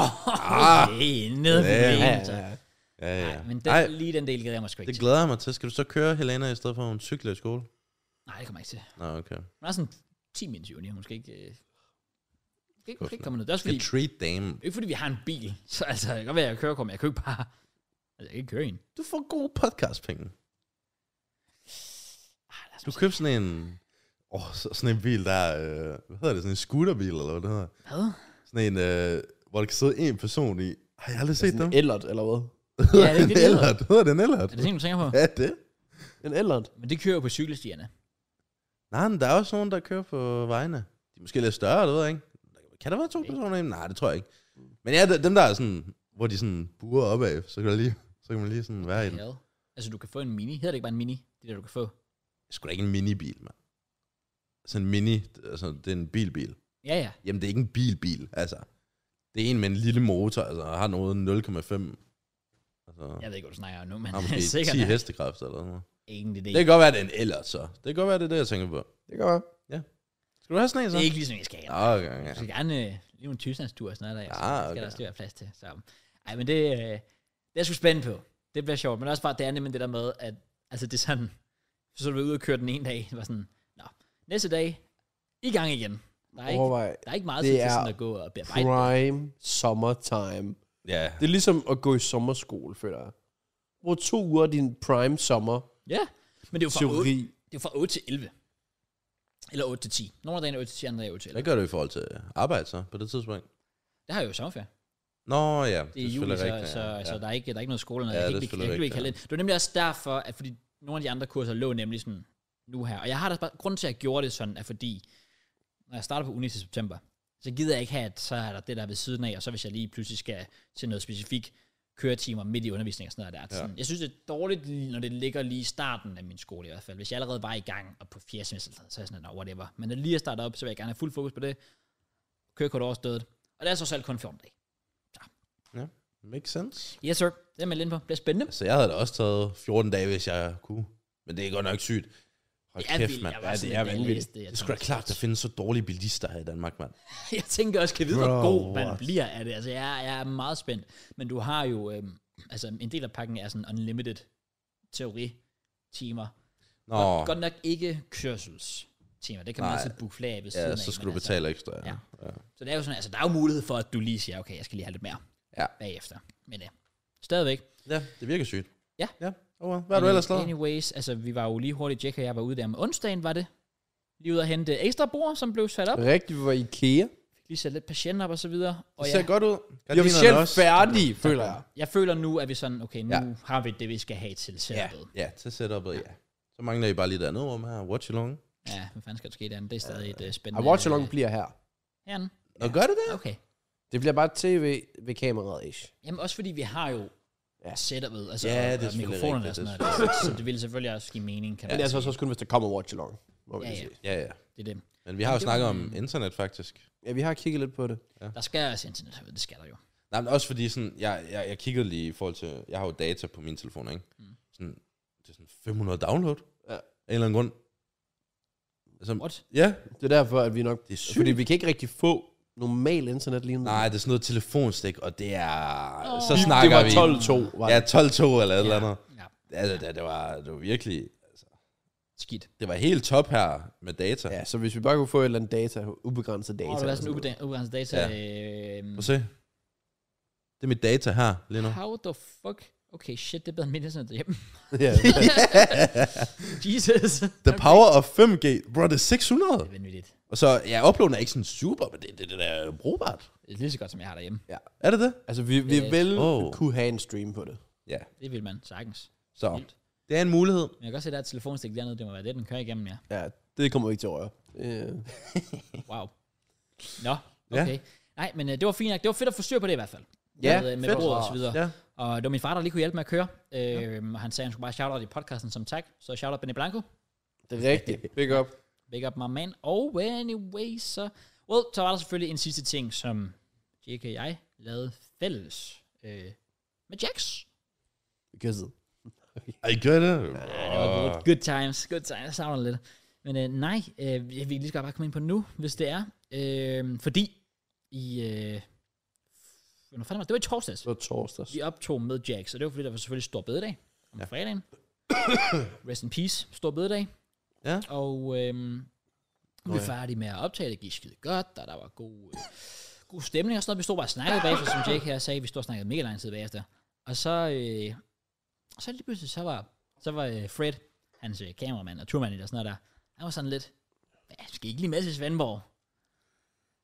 S1: okay, nede på
S3: Ah. Ja.
S1: ja, ja,
S2: ja.
S3: Ja, ja.
S1: Men den,
S3: Ej,
S1: lige den del glæder jeg mig sgu ikke
S3: det
S1: til.
S3: glæder jeg mig til. Skal du så køre Helena i stedet for, at hun cykler i skole?
S1: Nej, det kommer jeg ikke til.
S3: Nå, okay.
S1: Hun er sådan 10 minutter juni, hun skal ikke... Øh, hun skal ikke, hun skal ikke komme ned. Det er også
S3: Skal
S1: fordi,
S3: treat dame.
S1: ikke fordi vi har en bil, så altså, det kan godt være, at jeg kører, men jeg kan jo ikke bare... Altså, jeg kan ikke køre en.
S3: Du får gode podcastpenge.
S1: Ah, lad os
S3: Du
S1: nu se.
S3: købte sådan en... Åh, oh, sådan en bil, der er, øh, Hvad hedder det? Sådan en scooterbil, eller hvad det hedder?
S1: Hvad?
S3: Sådan en, øh, hvor der kan sidde en person i. Har jeg aldrig set dem?
S2: En ellert, eller hvad?
S1: Ja, det er ikke
S3: en
S1: det, det
S3: ellert. Hedder det en ellert?
S1: Er det sådan, du tænker på?
S3: Ja, det.
S2: En ellert?
S1: Men det kører jo på cykelstierne.
S3: Nej, men der er også nogen, der kører på vejene. De er måske lidt større, det ved jeg ikke. Kan der være to personer i? dem? Nej, det tror jeg ikke. Men ja, dem der er sådan, hvor de sådan buer opad, så kan, der lige, så kan man lige sådan være i den. Det
S1: Hell. Altså, du kan få en mini. Hedder det ikke bare en mini? Det der, du kan få.
S3: er sgu da ikke en minibil, mand. Sådan en mini, altså det er en bilbil.
S1: Ja, ja.
S3: Jamen det er ikke en bilbil, altså. Det er en med en lille motor, altså og har noget 0,5. Altså,
S1: Jeg ved ikke, hvad du snakker om nu, men
S3: har måske
S1: sikkert
S3: 10
S1: er
S3: hestekræfter eller sådan noget.
S1: ingen idé.
S3: Det kan godt være, det er en ellert, så. Det kan godt være, det er det, jeg tænker på.
S2: Det gør jeg.
S3: Skal du have sådan en, så?
S1: Det er ikke ligesom, jeg skal have.
S3: Nå, Ah, okay,
S1: Jeg
S3: ja.
S1: skal gerne øh, lige nogle tysklandstur og sådan noget, der,
S3: Ah,
S1: ah, okay. skal
S3: okay.
S1: der også lige være plads til. Så. Ej, men det, øh, det er jeg sgu spændt på. Det bliver sjovt, men også bare det andet, men det der med, at altså det er sådan, så er vi ude og køre den ene dag, det var sådan, nå, næste dag, i gang igen. Der er ikke,
S2: Overvej.
S1: der er ikke meget
S2: det
S1: tid til
S2: er
S1: sådan at gå og bearbejde. det.
S2: Prime summertime.
S3: Ja,
S2: Det er ligesom at gå i sommerskole, føler jeg. Brug to uger af din prime sommer
S1: Ja, men det er jo fra 8,
S2: teori.
S1: det er fra 8 til 11. Eller 8 til 10. Nogle af dagene er 8 til 10, andre er 8 til 11.
S3: hvad gør du i forhold til arbejde så, på det tidspunkt?
S1: Det har jeg jo i sommerferie.
S3: Nå ja, det,
S1: det er juli,
S3: selvfølgelig
S1: så,
S3: rigtigt,
S1: så,
S3: ja.
S1: ja. så
S3: ja.
S1: der, er ikke, der er ikke noget skole, eller
S3: Ja,
S1: noget.
S3: det er
S1: jeg kan ikke, jeg kan
S3: selvfølgelig
S1: ikke kalde det. Det var nemlig også derfor, at fordi nogle af de andre kurser lå nemlig sådan nu her. Og jeg har da bare, grunden til, at jeg gjorde det sådan, er fordi, når jeg starter på uni til september, så gider jeg ikke have, at så er der det der ved siden af, og så hvis jeg lige pludselig skal til noget specifikt, køretimer midt i undervisning og sådan noget der. At Sådan, Jeg synes, det er dårligt, når det ligger lige i starten af min skole i hvert fald. Hvis jeg allerede var i gang og på fjerde semester, eller sådan noget, så er jeg sådan, no, whatever. Men når lige er startet op, så vil jeg gerne have fuld fokus på det. Kørekort overstået. Og det er så selv kun 14 dage.
S3: Makes sense.
S1: Yes, sir. Det er man lidt på. Det bliver spændende.
S3: Så jeg havde da også taget 14 dage, hvis jeg kunne. Men det er godt nok sygt. Hold
S1: Det er
S3: kæft,
S1: vildt.
S3: mand.
S1: Jeg var
S3: Ja,
S1: sådan
S3: det
S1: lidt,
S3: er
S1: da jeg
S3: vanvittigt.
S1: læste det,
S3: Det
S1: jeg
S3: er sgu da
S1: tænkte,
S3: klart, der findes så dårlige bilister her i Danmark, mand.
S1: jeg tænker også, kan jeg vide, hvor
S3: Bro,
S1: god man
S3: what?
S1: bliver af det. Altså, jeg, jeg er meget spændt. Men du har jo, øhm, altså en del af pakken er sådan unlimited teori-timer.
S3: Nå,
S1: Godt, godt nok ikke kørselstimer. Det kan man
S3: Nej.
S1: altid booke flere af ved siden
S3: ja,
S1: af,
S3: så skal
S1: men altså-
S3: du betale ekstra.
S1: Ja.
S3: Ja. ja.
S1: Altså, så det er jo sådan, altså der er jo mulighed for, at du lige siger, okay, jeg skal lige have lidt mere
S3: Ja.
S1: bagefter. Men ja, stadigvæk.
S3: ja, det virker sygt.
S1: Ja.
S3: Ja, oh well. Hvad har du
S1: Any-
S3: ellers lavet?
S1: Anyways, altså vi var jo lige hurtigt, Jack og jeg var ude der med onsdagen, var det? Lige ude og hente ekstra bord, som blev sat op.
S2: Rigtigt, vi var i IKEA.
S1: Lige sat lidt patient op og så videre. Og
S3: Det
S1: ja,
S3: ser godt ud.
S2: Vi er
S3: Gardinerne
S2: officielt
S3: også.
S2: færdige, føler jeg.
S1: jeg føler nu, at vi sådan, okay, nu
S3: Ja.
S1: ja. har vi det, vi skal have til
S3: Ja,
S1: selskabet.
S3: ja, til setupet, ja. Så mangler I bare lige der andet rum her. Watch along.
S1: Ja, hvad fanden skal der ske derinde? Det er stadig et uh,
S2: Og
S1: spændende...
S2: Watch Along bliver her.
S1: Herinde.
S3: Nå, gør det det?
S1: Okay.
S2: Det bliver bare tv ved kameraet, ish.
S1: Jamen også fordi vi har jo
S2: Ja.
S1: ja. setupet, altså
S3: Ja, det er
S1: og- og
S3: selvfølgelig
S1: mikrofonerne
S3: rigtigt,
S1: og sådan
S3: det er
S1: noget. Så, så det ville selvfølgelig også give mening, kan
S2: Men
S1: man
S2: det er
S1: sige.
S2: altså også kun, hvis der kommer Watch Along. Må man
S1: Ja,
S2: ja,
S1: ja.
S2: ja.
S3: Ja, ja.
S1: Det er det.
S3: Men vi har jo
S1: det var-
S3: snakket om internet, faktisk.
S2: ja, vi har kigget lidt på det.
S1: Der skal også internet herude, det skal der jo.
S3: Nej, men også fordi sådan, jeg, jeg, jeg kiggede lige i forhold til, jeg har jo data på min telefon, ikke? Mm. Sådan, det er sådan 500 download.
S2: Ja.
S3: Af en eller anden grund. Altså,
S1: What?
S3: ja,
S2: Det er derfor, at vi nok...
S3: det er sygt.
S2: Fordi vi kan ikke rigtig få normal internet lige nu.
S3: Nej, det er sådan noget telefonstik, og det er...
S1: Åh.
S3: Oh. Så
S1: Det-
S3: snakker
S2: det
S3: vi...
S2: var 12-2, var
S3: Ja,
S2: det.
S3: 12-2 eller et eller andet.
S1: Ja,
S3: Altså, det, det, var, det var virkelig... Altså,
S1: skidt.
S3: det var helt top her med data. Ja.
S2: Ja, så hvis vi bare kunne få et eller andet data, ubegrænset data.
S1: Og der
S2: eller
S1: er sådan
S2: sådan noget.
S1: ubedan- ubegrænset data.
S3: Ja.
S1: Øhm,
S3: Prøv at se. Det er mit data her lige nu.
S1: how the fuck? Okay, shit, det er bedre end min internet derhjemme.
S2: ja.
S1: Jesus. Det
S3: The power of 5G. Bro, det er 600.
S1: er vanvittigt.
S3: Og så, ja, uploaden er ikke sådan super, men det, det, det er brugbart.
S1: Det er lige så godt, som jeg har derhjemme.
S3: Er det det?
S2: Altså, vi, vi
S1: Øh,
S2: vil
S3: åh.
S2: kunne have en stream på det.
S3: Ja.
S1: Det vil man sagtens.
S3: Så,
S1: Vildt.
S3: det er en mulighed.
S1: Men jeg kan godt se, at der er et telefonstik dernede, det må være det, den kører igennem, ja.
S2: Ja, det kommer vi ikke til at røre. Øh,
S1: Wow. Nå, okay. Nej, men øh, det var fint nok. Det var fedt at få styr på det i hvert fald.
S2: Ja,
S1: med, øh, med
S2: fedt.
S1: bordet og så videre.
S3: Ja.
S1: Og det var min far, der lige kunne hjælpe med at køre. Øh, og han sagde, at han skulle bare shout-out i podcasten som tak. Så shout-out Benny Blanco.
S2: det er rigtigt. Big up.
S1: Big up my man. Og anyway, så... Well, så var der selvfølgelig en sidste ting, som Jake og jeg lavede fælles øh, med Jax.
S2: Kysset.
S3: I gør det.
S1: Ja, det var
S3: Ah.
S1: good. good times, good times. Jeg savner det lidt. Men øh, nej, øh, jeg vil lige så godt bare komme ind på nu, hvis det er. Øh, fordi i... Øh, hvornår fanden var det? Det var i torsdags.
S2: Det var torsdags.
S1: Vi optog med Jax, og det var fordi, der var selvfølgelig stor bededag om ja. fredagen. Rest in peace, stor bededag.
S3: Ja.
S1: Og øhm, vi
S3: ja.
S1: var færdige med at optage, det gik skide godt, og der var god, øh, god stemning og sådan noget. Vi stod bare og snakkede bagefter, som Jake her sagde, vi stod og snakkede mega lang tid bagefter. Og så, øh, og så lige pludselig, så var, så var øh, Fred, hans øh, kameramand og turmand og sådan noget der, han var sådan lidt, hvad, skal I ikke lige med til Svendborg?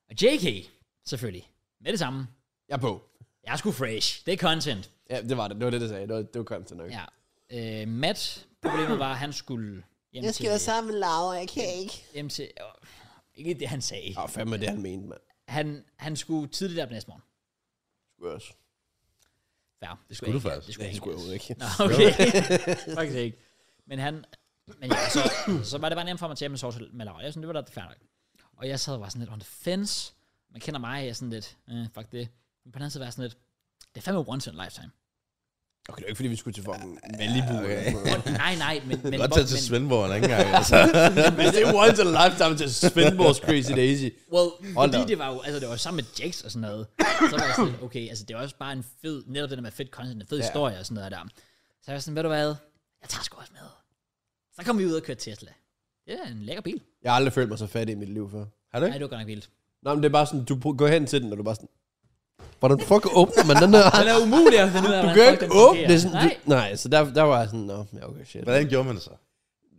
S1: Og JK, selvfølgelig, med det samme.
S2: Jeg er på.
S1: Jeg er sgu fresh. Det er content.
S2: Ja, det var det. Det var det, det sagde. Det var, det var content nok.
S1: Ja. Øh, Matt, problemet var, at han skulle hjem jeg skal til,
S2: sammen med Laura. Jeg kan ikke.
S1: hjem til øh, ikke det, han sagde.
S2: Åh, fandme det, han mente, mand.
S1: Han, han skulle tidligt op næste morgen.
S2: Skulle jeg også.
S1: Ja, det
S3: Skulle du
S1: jeg ikke.
S3: faktisk?
S1: Det
S2: Ja,
S1: skulle,
S2: det skulle jeg jo ikke.
S1: Nå, okay. Faktisk ikke. Men han... Men ja, så, så var det bare nemt for mig til at sove til med Laura. Jeg synes, det var da fair nok. Og jeg sad og var sådan lidt on the fence. Man kender mig, jeg er sådan lidt, øh, fuck det. Men på den anden side var jeg sådan lidt, det er fandme once in a lifetime.
S2: Okay, det var ikke, fordi vi skulle til fucking Malibu.
S3: okay.
S2: eller sådan noget.
S1: Nej, nej, men... men,
S3: Godt
S1: hvor-
S3: tage til
S1: men-
S3: Svendborg en anden gang. Altså.
S2: Hvis det er once in a lifetime til Svendborgs Crazy Daisy.
S1: Well,
S2: Hold
S1: fordi
S2: da op.
S1: det var jo, altså det var jo sammen med Jax og sådan noget. Så var jeg sådan, lidt, okay, altså det var også bare en fed, netop det der med fed content, en fed ja. historie og sådan noget der. Så jeg var sådan, ved du hvad, jeg tager sgu også med. Så kom vi ud og kørte Tesla. Det er en lækker bil.
S2: Jeg har aldrig følt mig så fattig i mit liv før.
S3: Har
S1: Nej,
S3: du ikke?
S1: det var godt nok vildt.
S2: Nå, men det er bare sådan, du pr- går hen til den, og du er bare sådan, hvordan fuck åbner man den der?
S1: Den er umulig at finde ud af,
S2: Du
S1: hvordan
S2: kan
S1: folk
S2: ikke
S1: den fungerer.
S2: åbne det er sådan, du,
S1: Nej,
S2: nej, så der, der var jeg sådan, nå, ja, okay, shit.
S3: Hvordan gjorde man det så?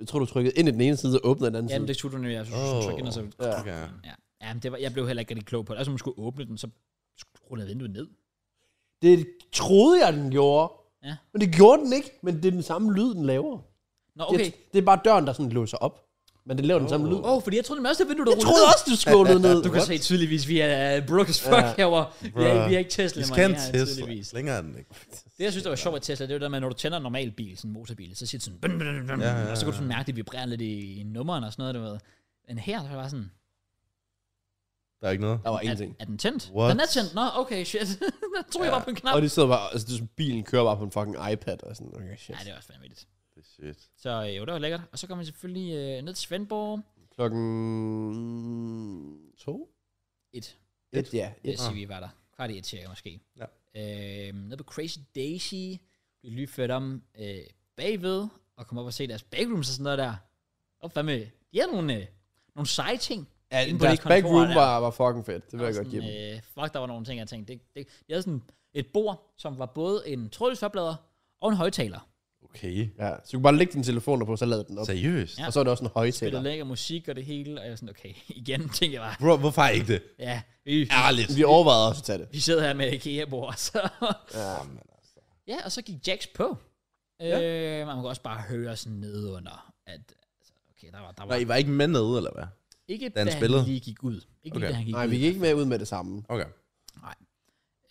S2: Jeg tror, du trykkede ind i den ene side, og åbnede den anden
S1: jamen
S2: side.
S1: det skulle du nu, jeg synes, oh.
S3: Åh.
S1: tryk ind og så...
S2: Ja.
S3: Okay.
S1: Ja, jamen, det var, jeg blev heller ikke rigtig klog på det. Altså, man skulle åbne den, så rullede vinduet ned.
S2: Det troede jeg, den gjorde.
S1: Ja.
S2: Men det gjorde den ikke, men det er den samme lyd, den laver.
S1: Nå,
S2: Det,
S1: okay.
S2: er- det er bare døren, der sådan låser op. Men det laver den samme lyd.
S1: Åh, oh, fordi jeg troede nemlig også, det vindue, der
S2: Jeg
S1: rullede
S2: troede
S1: ned.
S2: også, du skålede ned.
S1: Du kan se tydeligvis, vi er broke as fuck
S2: Ja.
S1: herovre. Vi er,
S3: Bruh.
S1: vi er ikke Tesla,
S3: Vi
S1: man.
S3: skal en
S1: her,
S3: Tesla.
S1: tydeligvis.
S3: Længere er den ikke.
S1: Det, jeg synes, der var sjovt ved Tesla, det var det der med, når du tænder en normal bil, sådan en motorbil, så siger det sådan, bum, bum, bum, bum,
S3: Ja, ja, ja.
S1: og så kan du sådan mærke, det vibrerer lidt i, i nummeren og sådan noget, du ved. Men her, der var bare sådan,
S3: Der er ikke noget.
S2: Der var
S1: er,
S2: ingenting.
S1: er den tændt?
S3: What?
S1: Den er tændt, nå, okay, shit. jeg troede, jeg var på en knap.
S2: Og det sidder bare, altså det er sådan, bilen kører bare på en fucking iPad og sådan, okay, shit.
S1: Ja, det var også vanvittigt.
S3: Det er shit.
S1: Så øh, jo, det var lækkert. Og så kom vi selvfølgelig øh, ned til Svendborg.
S2: Klokken...
S3: To?
S1: Et,
S2: Et, ja.
S1: vil
S2: Et.
S1: jeg sige, vi var der. Kvart i et cirka måske.
S3: Ja.
S1: Øh, ned på Crazy Daisy, blev lige ført om øh, bagved, og kom op og se deres backrooms og sådan noget der. Og hvad med, de havde nogle, øh, nogle seje ting.
S2: Ja,
S1: Inde på
S2: deres
S1: det kontor
S2: backroom
S1: der.
S2: var, var fucking fedt. Det vil jeg
S1: Der var
S2: godt give dem.
S1: sådan, øh, Fuck, der var nogle ting, jeg tænkte. Det, det, jeg havde sådan et bord, som var både en trådløs forblader og en højtaler.
S3: Okay.
S2: Ja, så du kan bare lægge din telefon derpå, så lad den op.
S3: Seriøst?
S1: øh, Ja.
S2: Og så er der også en
S1: Det
S2: højtaler.
S1: var lækker musik og det hele, og jeg var sådan, okay, igen tænkte jeg bare,
S3: Bro, hvorfor ikke det?
S1: ja, vi,
S3: Ærligt.
S2: Vi overvejede også at tage det.
S1: vi sidder her med IKEA-bord, så...
S3: Jamen, altså.
S1: ja, og så gik Jax på. Ja. Øh, man kunne også bare høre sådan nedenunder, at altså, okay, der var, der var
S3: Nej, I var ikke med nede, eller hvad?
S1: ikke,
S3: han
S1: da han
S3: spillede.
S1: lige gik ud. Ikke okay.
S3: Okay.
S1: da han gik
S2: Nej,
S1: ud.
S2: vi gik ikke med ud med det samme.
S3: Okay.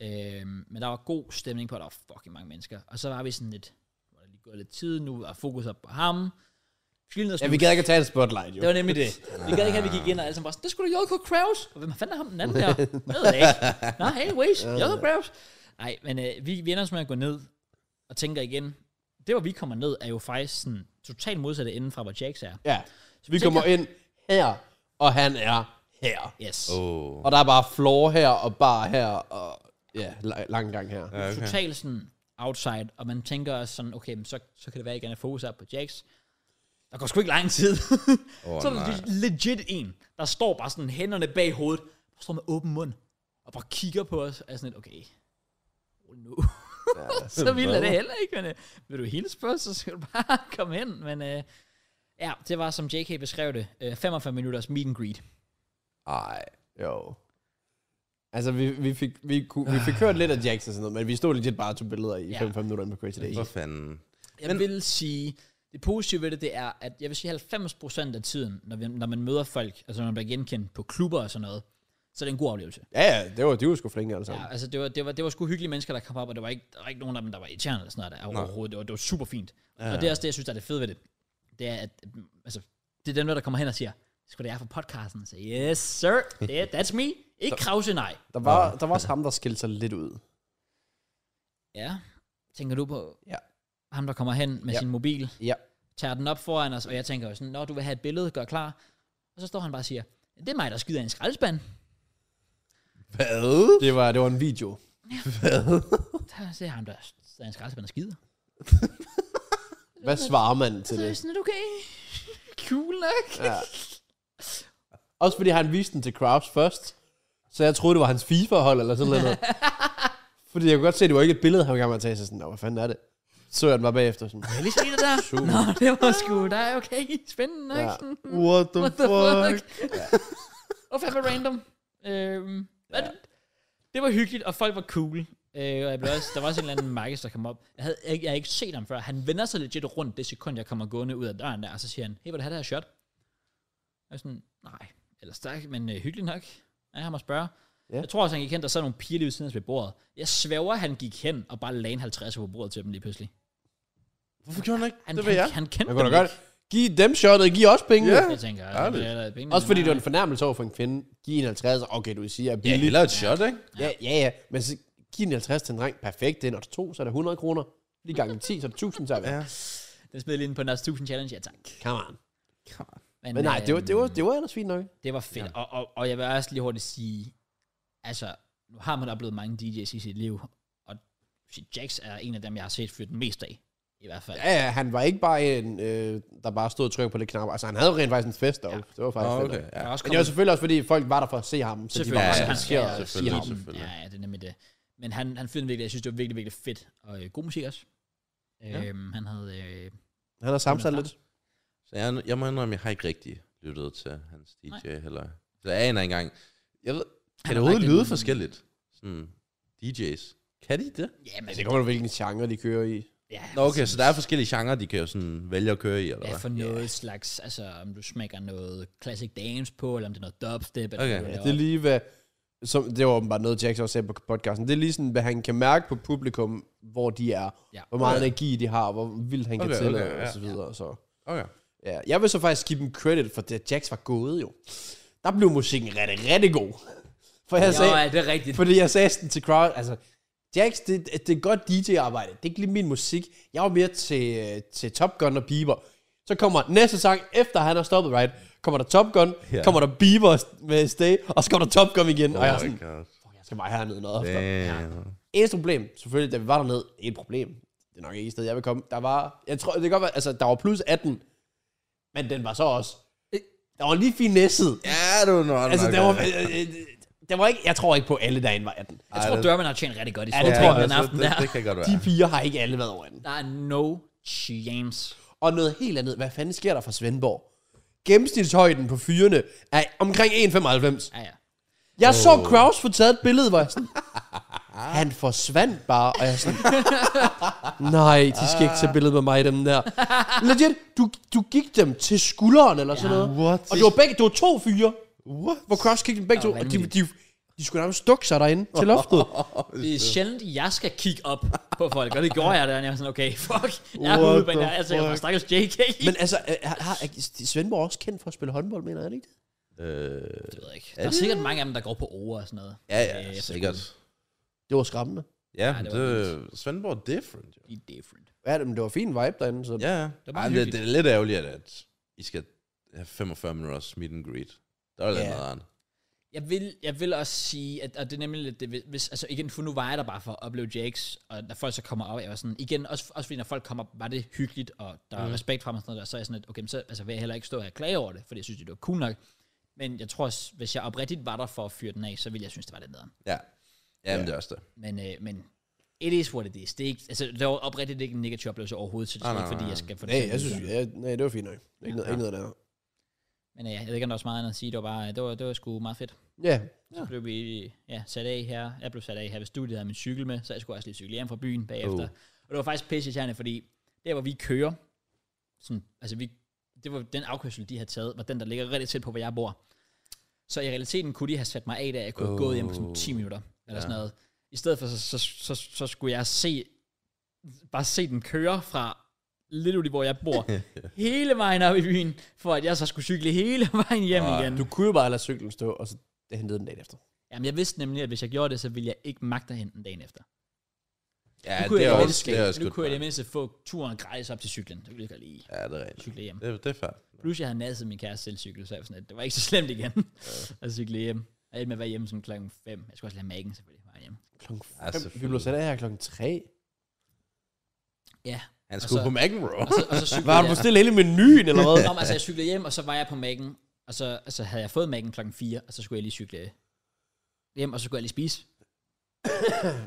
S1: Øhm, men der var god stemning på, at der var fucking mange mennesker. Og så var vi sådan lidt, nu er der lige gået lidt tid nu, og fokus op på ham. Fylde noget
S2: Ja,
S1: snus.
S2: vi gad ikke at tage en spotlight, jo.
S1: Det var nemlig det. Vi gad ikke, at vi gik ind, og alle sammen var sådan, det skulle da J.K. Kraus. Og hvem fanden er ham den anden der? Jeg ved det ikke. Nå, anyways, J.K. Kraus. Nej, men øh, vi, vi ender også med at gå ned og tænker igen. Det, hvor vi kommer ned, er jo faktisk sådan totalt modsatte inden fra, hvor Jax er.
S2: Ja, så vi kommer ind her, og han er her.
S1: Yes.
S3: Oh.
S2: Og der er bare floor her, og bar her, og ja, la- lang gang her. Ja.
S3: Ja, okay.
S1: Totalt sådan outside, og man tænker også sådan, okay, men så, så kan det være, at jeg gerne vil fokus op på Jax. Der går sgu ikke lang tid.
S3: Åh,
S1: så er der
S3: nej.
S1: legit en, der står bare sådan hænderne bag hovedet, og står med åben mund, og bare kigger på os, og er sådan lidt, okay, rolig nu. så vildt er det heller ikke, men øh, vil du hilse på, så skal du bare komme hen. Men øh, ja, det var, som JK beskrev det, øh, 45 minutters meet and greet.
S2: Ej, jo. Altså, vi, vi, fik, vi, kunne, vi fik hørt lidt af Jackson og sådan noget, men vi stod legit bare og tog billeder i
S1: Ja.
S2: 5-5 minutter inde på Crazy Days.
S3: Hvor fanden?
S1: Jeg men, vil sige, det positive ved det, det er, at jeg vil sige 90% af tiden, når, vi, når man møder folk, altså når man bliver genkendt på klubber og sådan noget, så er det en god oplevelse.
S2: Ja, ja, det var, de var sgu flinke alle sammen.
S1: Ja, altså det var, det, var, det var sgu hyggelige mennesker, der kom op, og der var ikke, der var ikke nogen af dem, der var irriterende eller sådan noget der, overhovedet. Det var, det var super fint. Ja. Og det er også det, jeg synes, der er det fede ved det. Det er, at mm, altså, det er dem, der, der kommer hen og siger, skal det er for podcasten? Så yes, sir, yeah, that's me. Ikke krause, nej.
S2: Der, var, der var også ham, der skilte sig lidt ud.
S1: Ja, tænker du på
S2: Ja.
S1: ham, der kommer hen med
S2: Ja.
S1: sin mobil,
S2: Ja.
S1: tager den op foran os, og jeg tænker jo sådan, når du vil have et billede, gør klar. Og så står han bare og siger, det er mig, der skyder i en skraldespand.
S3: Hvad?
S2: Det var, det var en video.
S1: Der ser ham, der er en skraldespand og skider.
S2: Hvad svarer man til
S1: Så er jeg
S2: det?
S1: sådan, okay, cool nok.
S2: Ja. Også fordi han viste den til Kraus først, så jeg troede, det var hans FIFA-hold eller sådan noget. fordi jeg kunne godt se, at det var ikke et billede, han var i gang med at tage sig sådan, "Nå, hvad fanden er det? Så jeg den bare bagefter sådan,
S1: Jeg lige se det der. Nå, det var sgu dig, okay. Spændende nok.
S2: ja.
S1: Ja.
S2: What the,
S1: What the fuck? Og fandme random. Øhm, ja. det, det var hyggeligt, og folk var cool. Øh, og jeg blev også, der var også en eller anden Marcus, der kom op. Jeg havde jeg, jeg havde ikke set ham før. Han vender sig legit rundt det sekund, jeg kommer gående ud af døren der, og så siger han, hey, vil du have det her shot? Jeg er sådan, nej, eller stærk, men øh, hyggeligt nok. Jeg har mig at spørge.
S2: Ja.
S1: Ja. Jeg tror også, han gik hen, der sad nogle piger lige ved siden af os ved bordet. Jeg svæver, han gik hen og bare lagde en 50 på bordet til dem lige pludselig.
S3: Hvorfor gjorde han ikke?
S1: Han,
S3: det ved
S1: han,
S3: jeg.
S1: han kendte
S2: Jeg kunne
S1: dem
S2: da godt give dem shotet, giv også penge.
S3: Ja.
S2: Yeah.
S1: Jeg tænker,
S3: Ærligt.
S1: det er da penge,
S2: Også fordi
S1: men
S2: det var
S1: nej.
S2: en fornærmelse over for en kvinde. Giv en 50, okay, du vil sige, at
S3: Ja,
S2: billigt.
S3: eller et shot, ikke?
S2: Ja, ja, ja. Men så giv en 50 til en dreng. Perfekt, det er når du to, så er det 100 kroner. Lige gange 10, så er det 1000, så er det.
S3: Ja.
S1: Den smed lige ind på den 1000 challenge, ja tak.
S2: Come on. Men
S1: øh,
S2: nej, det var, det var, det var ellers fint nok.
S1: det var fedt. Og, og, og jeg vil også lige hurtigt sige, altså, nu har man oplevet mange DJ's i sit liv, og Jax er en af dem, jeg har set fyre den mest af, i hvert fald.
S2: Ja, ja, han var ikke bare en, øh, der bare stod og trykkede på lidt knapper. Altså, han havde rent faktisk en fest dog. Ja. Det var faktisk
S3: Nå,
S2: oh, okay.
S3: okay.
S2: fedt.
S1: Der
S3: Ja.
S1: er også
S2: Men det var selvfølgelig også, fordi folk var der for at se ham. Så de var
S1: Selvfølgelig.
S2: meget
S3: Ja, ja,
S1: han skal
S2: engageret.
S1: jo
S3: selvfølgelig,
S1: sige den.
S3: selvfølgelig.
S1: Ja, ja, det er nemlig det. Men han, han fyrede den virkelig, jeg synes, det var virkelig, virkelig fedt. Og øh, god musik også.
S3: Ja.
S1: Øhm, han havde... Øh,
S2: Han har sammensat lidt.
S3: Så jeg, jeg må indrømme, jeg har ikke rigtig lyttet til hans DJ Nej. heller. Så jeg aner ikke engang. Jeg ved, kan
S1: har
S3: det overhovedet
S1: rigtig
S3: lyde
S1: en-
S3: forskelligt? Sådan DJs. Kan de det?
S1: ja, men,
S2: Altså, det kommer jo, hvilken genre de kører i.
S1: ja,
S3: Nå, okay, så der er forskellige genrer, de kan jo sådan vælge at køre i, eller
S1: Ja,
S3: hvad?
S1: for noget yeah. slags, altså om du smækker noget classic dance på, eller om det er noget dubstep, eller
S3: Okay.
S1: noget,
S2: Ja,
S1: der
S2: det er lige, hvad... Som, det var åbenbart noget, Jackson også sagde på podcasten. Det er lige sådan, hvad han kan mærke på publikum, hvor de er.
S1: Ja.
S2: Hvor meget
S3: Okay.
S2: energi de har, hvor vildt han kan
S3: Okay,
S2: tælle,
S3: okay,
S2: og
S3: ja.
S2: så videre. Så.
S3: Okay.
S2: Ja, jeg vil så faktisk give dem credit, for det Jax var gået jo. Der blev musikken rigtig, rigtig god. For jeg
S1: Nå,
S2: sagde,
S1: ja, det er rigtigt.
S2: fordi jeg sagde sådan til crowd, altså, Jax, det, det er godt DJ-arbejde. Det er ikke lige min musik. Jeg var mere til, øh, til Top Gun og Bieber. Så kommer næste sang, efter han har stoppet, right? Kommer der Top Gun,
S3: Ja.
S2: yeah. kommer der Bieber med Stay, og så kommer der Top Gun igen. Oh og jeg er
S3: Oh my
S2: sådan,
S3: god.
S2: "Fuck, jeg skal bare hernede noget efter.
S3: Damn.
S2: Eneste problem, selvfølgelig, da vi var dernede, et problem. Det er nok ikke et sted, jeg vil komme. Der var, jeg tror, det kan godt være, altså, der var plus 18, men den var så også, der var lige finesset.
S3: Ja, du er nok.
S2: Altså, der var, øh, øh, der var ikke, jeg tror ikke på, alle derinde var 18.
S1: Jeg tror, Durban har tjent rigtig godt i
S2: Ja,
S1: skolen
S2: det tror jeg
S1: den
S3: altså,
S1: aften
S3: det,
S1: der.
S3: Det kan godt være.
S2: De piger har ikke alle været over 18.
S1: Der er no chance.
S2: Og noget helt andet, hvad fanden sker der for Svendborg? Gennemsnitshøjden på fyrene er omkring 1,95.
S1: Ja, ja.
S2: Jeg så Kraus få taget et billede, hvor jeg sådan, han forsvandt bare, og jeg sådan, nej, de skal ikke tage billede med mig, dem der. Legit, du, du gik dem til skulderen, eller sådan noget.
S3: What?
S2: Og det var, begge, det var to fyre,
S3: What?
S2: hvor Kraus kiggede dem begge to,
S1: Det var
S2: og de,
S1: vanvittigt.
S2: de, de skulle nærmest dukke sig derinde til loftet.
S1: Det er sjældent, jeg skal kigge op på folk, og det gjorde jeg da, og jeg var sådan, okay, fuck, jeg er
S3: What
S1: ude, men
S3: the
S1: jeg, altså, jeg var
S3: fuck?
S1: stakkels JK. Men,
S2: Men altså, er- har, er Svendborg også kendt for at spille håndbold, mener jeg ikke det?
S3: Øh,
S1: det ved jeg ikke. Der er sikkert mange af dem, der går på over og sådan noget.
S3: ja,
S1: Øh,
S3: ja,
S1: efter
S3: sikkert.
S2: Det var skræmmende.
S3: Ja, men
S1: det var
S3: det, Svendborg different, jo.
S1: skole. De er different.
S2: Ja, men det var fin vibe derinde, så
S3: Ja, ja.
S1: var
S3: Det,
S1: meget
S3: Ej, det,
S1: hyggeligt.
S3: det, er lidt ærgerligt, at I skal have 45 minutters meet and greet. Der er lidt
S2: Ja.
S3: yeah. noget andet.
S1: Jeg vil, jeg vil også sige, at, og det er nemlig lidt, det, hvis- hvis, altså igen, for nu var jeg der bare for at opleve Jakes, og når folk så kommer op, jeg var sådan, igen, også, også fordi når folk kommer op, var det hyggeligt, og der
S3: Mhm.
S1: er respekt fra mig og sådan noget, der, så er jeg sådan, at, okay, men så altså, vil jeg heller ikke stå her og klage over det, fordi jeg synes, det var cool nok. Men jeg tror også, hvis jeg oprigtigt var der for at fyre den af, så ville jeg synes, det var lidt nederen.
S3: Ja. Ja, men det er også det.
S1: Men, øh, men it is what it is. Det er ikke, altså, det var oprigtigt ikke en negativ oplevelse overhovedet, så det er
S3: Nej,
S1: ikke,
S3: nej,
S1: fordi
S3: nej.
S1: jeg skal få det
S2: Nej,
S1: til
S2: jeg
S1: at
S2: synes,
S1: lyde.
S2: ja, nej, det var fint nok. Ikke noget, ikke noget der.
S1: Men øh, jeg ved ikke, om der er så meget andet at sige. Det var bare, det var, det var sgu meget fedt.
S2: Ja,
S1: Så blev vi ja, sat af her. Jeg blev sat af her ved studiet, jeg havde min cykel med, så jeg skulle også lige cykle hjem fra byen bagefter.
S3: Oh.
S1: Oh. Og det var faktisk pisse fordi der, hvor vi kører, sådan, altså vi, det var den afkørsel, de havde taget, var den, der ligger rigtig tæt på, hvor jeg bor. Så i realiteten kunne de have sat mig af, da jeg kunne oh.
S3: Oh.
S1: gå hjem på sådan 10 minutter, eller
S3: Ja.
S1: sådan noget. I stedet for, så, så, så, så skulle jeg se, bare se den køre fra lidt ud i, hvor jeg bor, hele vejen op i byen, for at jeg så skulle cykle hele vejen hjem
S3: Ah,
S1: igen.
S2: du kunne jo bare lade cyklen stå, og så hentede den dagen efter.
S1: Jamen, jeg vidste nemlig, at hvis jeg gjorde det, så ville jeg ikke magte at hente den dagen efter.
S3: Ja,
S1: kunne
S3: det
S1: jeg
S3: er
S1: i det
S3: også,
S1: mindste-
S3: det er også
S1: nu
S3: good
S1: kunne jeg i det
S3: point.
S1: mindste få turen gratis op til cyklen. Det ville jeg godt lige
S3: Ja, det er rigtigt.
S1: cykle hjem.
S3: Det, er- det er fair.
S1: Plus, jeg havde nasset min kæreste selv cykel, så jeg var sådan, at det var ikke så slemt igen at cykle hjem. Jeg endte med at være hjemme sådan klokken 5. Jeg skulle også lade mækken selvfølgelig var hjemme.
S2: Klokken
S3: Ja,
S2: fem. Vi blev sat af her klokken 3.
S1: Ja.
S3: Han
S1: Og
S3: skulle
S1: så-
S3: på McEnroe.
S1: Og så, og så cyklede
S2: Var du
S1: jeg.
S2: bestilt hele menuen, eller hvad?
S1: Nå, men altså, jeg cyklede hjem, og så var jeg på mækken, og så, og så havde jeg fået mækken klokken 4, og så skulle jeg lige cykle øh, hjem, og så skulle jeg lige spise.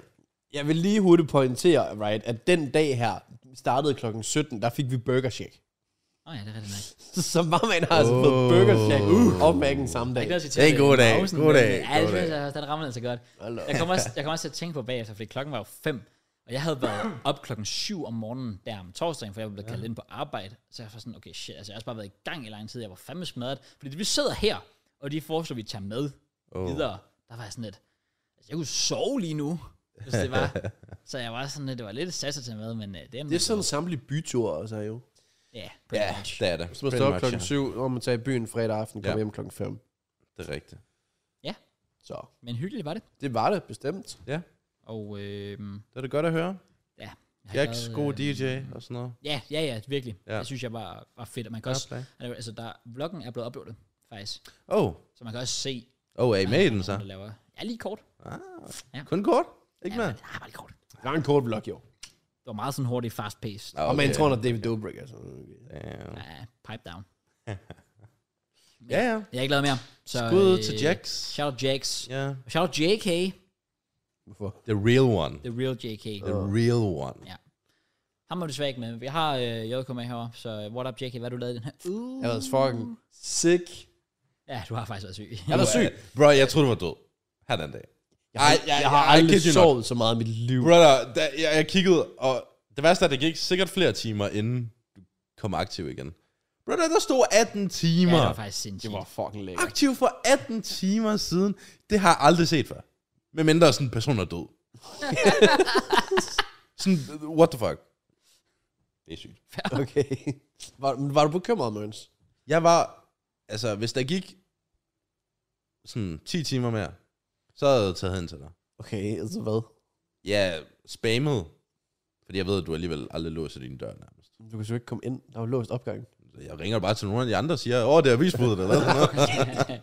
S2: Jeg vil lige hurtigt pointere, right, at den dag her startede klokken 17, der fik vi Burger Shack.
S1: Åh oh, ja, det er rigtig nice.
S2: Så mammaen har altså fået Burger Shack uh, og Mac'en samme dag.
S1: Jeg kan også sige
S3: Det er en
S1: til, at
S3: god dag,
S1: pausen,
S3: god
S1: men-
S3: dag,
S1: Ja, det
S3: god
S1: synes
S3: dag.
S1: jeg også, den rammer den så godt.
S2: Hold op.
S1: Jeg kommer også, jeg kom også til at tænke på bagefter, fordi klokken var jo fem, og jeg havde været op klokken 7 om morgenen der om torsdagen, for jeg blev kaldt ind på arbejde. Så jeg var sådan, okay shit, altså jeg har også bare været i gang i lang tid, jeg var fandme smadret. Fordi vi sidder her, og de foreslår, at vi tager med
S3: Åh.
S1: oh. videre. Der var jeg sådan lidt, altså jeg kunne sove lige nu, hvis det var. så jeg var sådan lidt, det var lidt sats at tage med, men uh, det er,
S2: Det er sådan samtlige byture også her altså, jo.
S1: Ja,
S3: Ja,
S1: yeah,
S3: det er det.
S2: Så man
S3: Pretty
S2: står op
S3: much,
S2: klokken
S3: ja.
S2: 7, og man tager i byen fredag aften, kommer
S3: Ja.
S2: hjem klokken 5.
S3: Det er rigtigt.
S2: Så
S1: men hyggeligt var det.
S2: det var det bestemt.
S1: Og øh,
S3: Det er det godt at høre.
S1: har
S3: Jacks
S1: været,
S3: god
S1: øh,
S3: DJ og sådan noget.
S1: Ja, ja, ja, virkelig.
S3: Ja.
S1: Ja. Jeg synes, jeg var, var fedt, og man kan også,
S3: Fair play.
S1: altså der, vloggen er blevet uploadet, faktisk.
S3: Oh,
S1: Så man kan også se,
S3: oh er I med i den så?
S1: Der laver. Ja, lige kort.
S3: Kun kort? Ikke
S1: ja,
S3: mere?
S1: men- Ja, bare lige kort.
S2: Det var en kort vlog jo.
S1: Det var meget sådan hurtigt, fast pace.
S3: Okay.
S2: Og man tror, at David Dobrik er sådan.
S3: Damn.
S1: Ja, pipe down.
S3: Ja, ja.
S1: Jeg er ikke lavet mere. Så,
S3: Skud
S1: øh,
S3: til Jax.
S1: Shout out Jax.
S3: Ja.
S1: Og Shout out JK.
S2: Hvorfor?
S3: The real one.
S1: The real JK.
S3: The real one.
S1: Han må desværre ikke med. Vi har øh, JK med herovre, så øh, what up JK, hvad har du lavet i den her? Uh.
S2: Jeg var fucking sick.
S1: Ja, du har faktisk været syg.
S2: Jeg var syg.
S3: Bro, jeg troede, du var død. Her den dag.
S2: Jeg har,
S3: Ej,
S2: jeg,
S3: ja,
S2: jeg har
S3: ja, I
S2: aldrig
S3: kid you not.
S2: sovet så meget i mit liv.
S3: Brother, da, jeg, jeg kiggede, og det værste er, at det gik sikkert flere timer, inden du kom aktiv igen. Brother, der stod 18
S1: ja,
S3: timer.
S1: det var faktisk
S2: Det
S1: sindssygt.
S2: var fucking lækkert.
S3: aktiv for 18 timer siden. Det har jeg aldrig set før. Med mindre sådan en person er død. sådan, what the fuck? Det er sygt.
S2: Okay. Var, men var du bekymret, Møns?
S3: Jeg var, altså hvis der gik sådan 10 timer mere, så havde jeg taget hen til dig.
S2: Okay, altså hvad?
S3: Jeg spammede, fordi jeg ved, at du alligevel aldrig låser din dør nærmest.
S2: Du kunne jo ikke komme ind. Der var låst opgangen.
S3: Jeg ringer bare til nogle af de andre og siger, åh, det er avisbuddet eller sådan noget.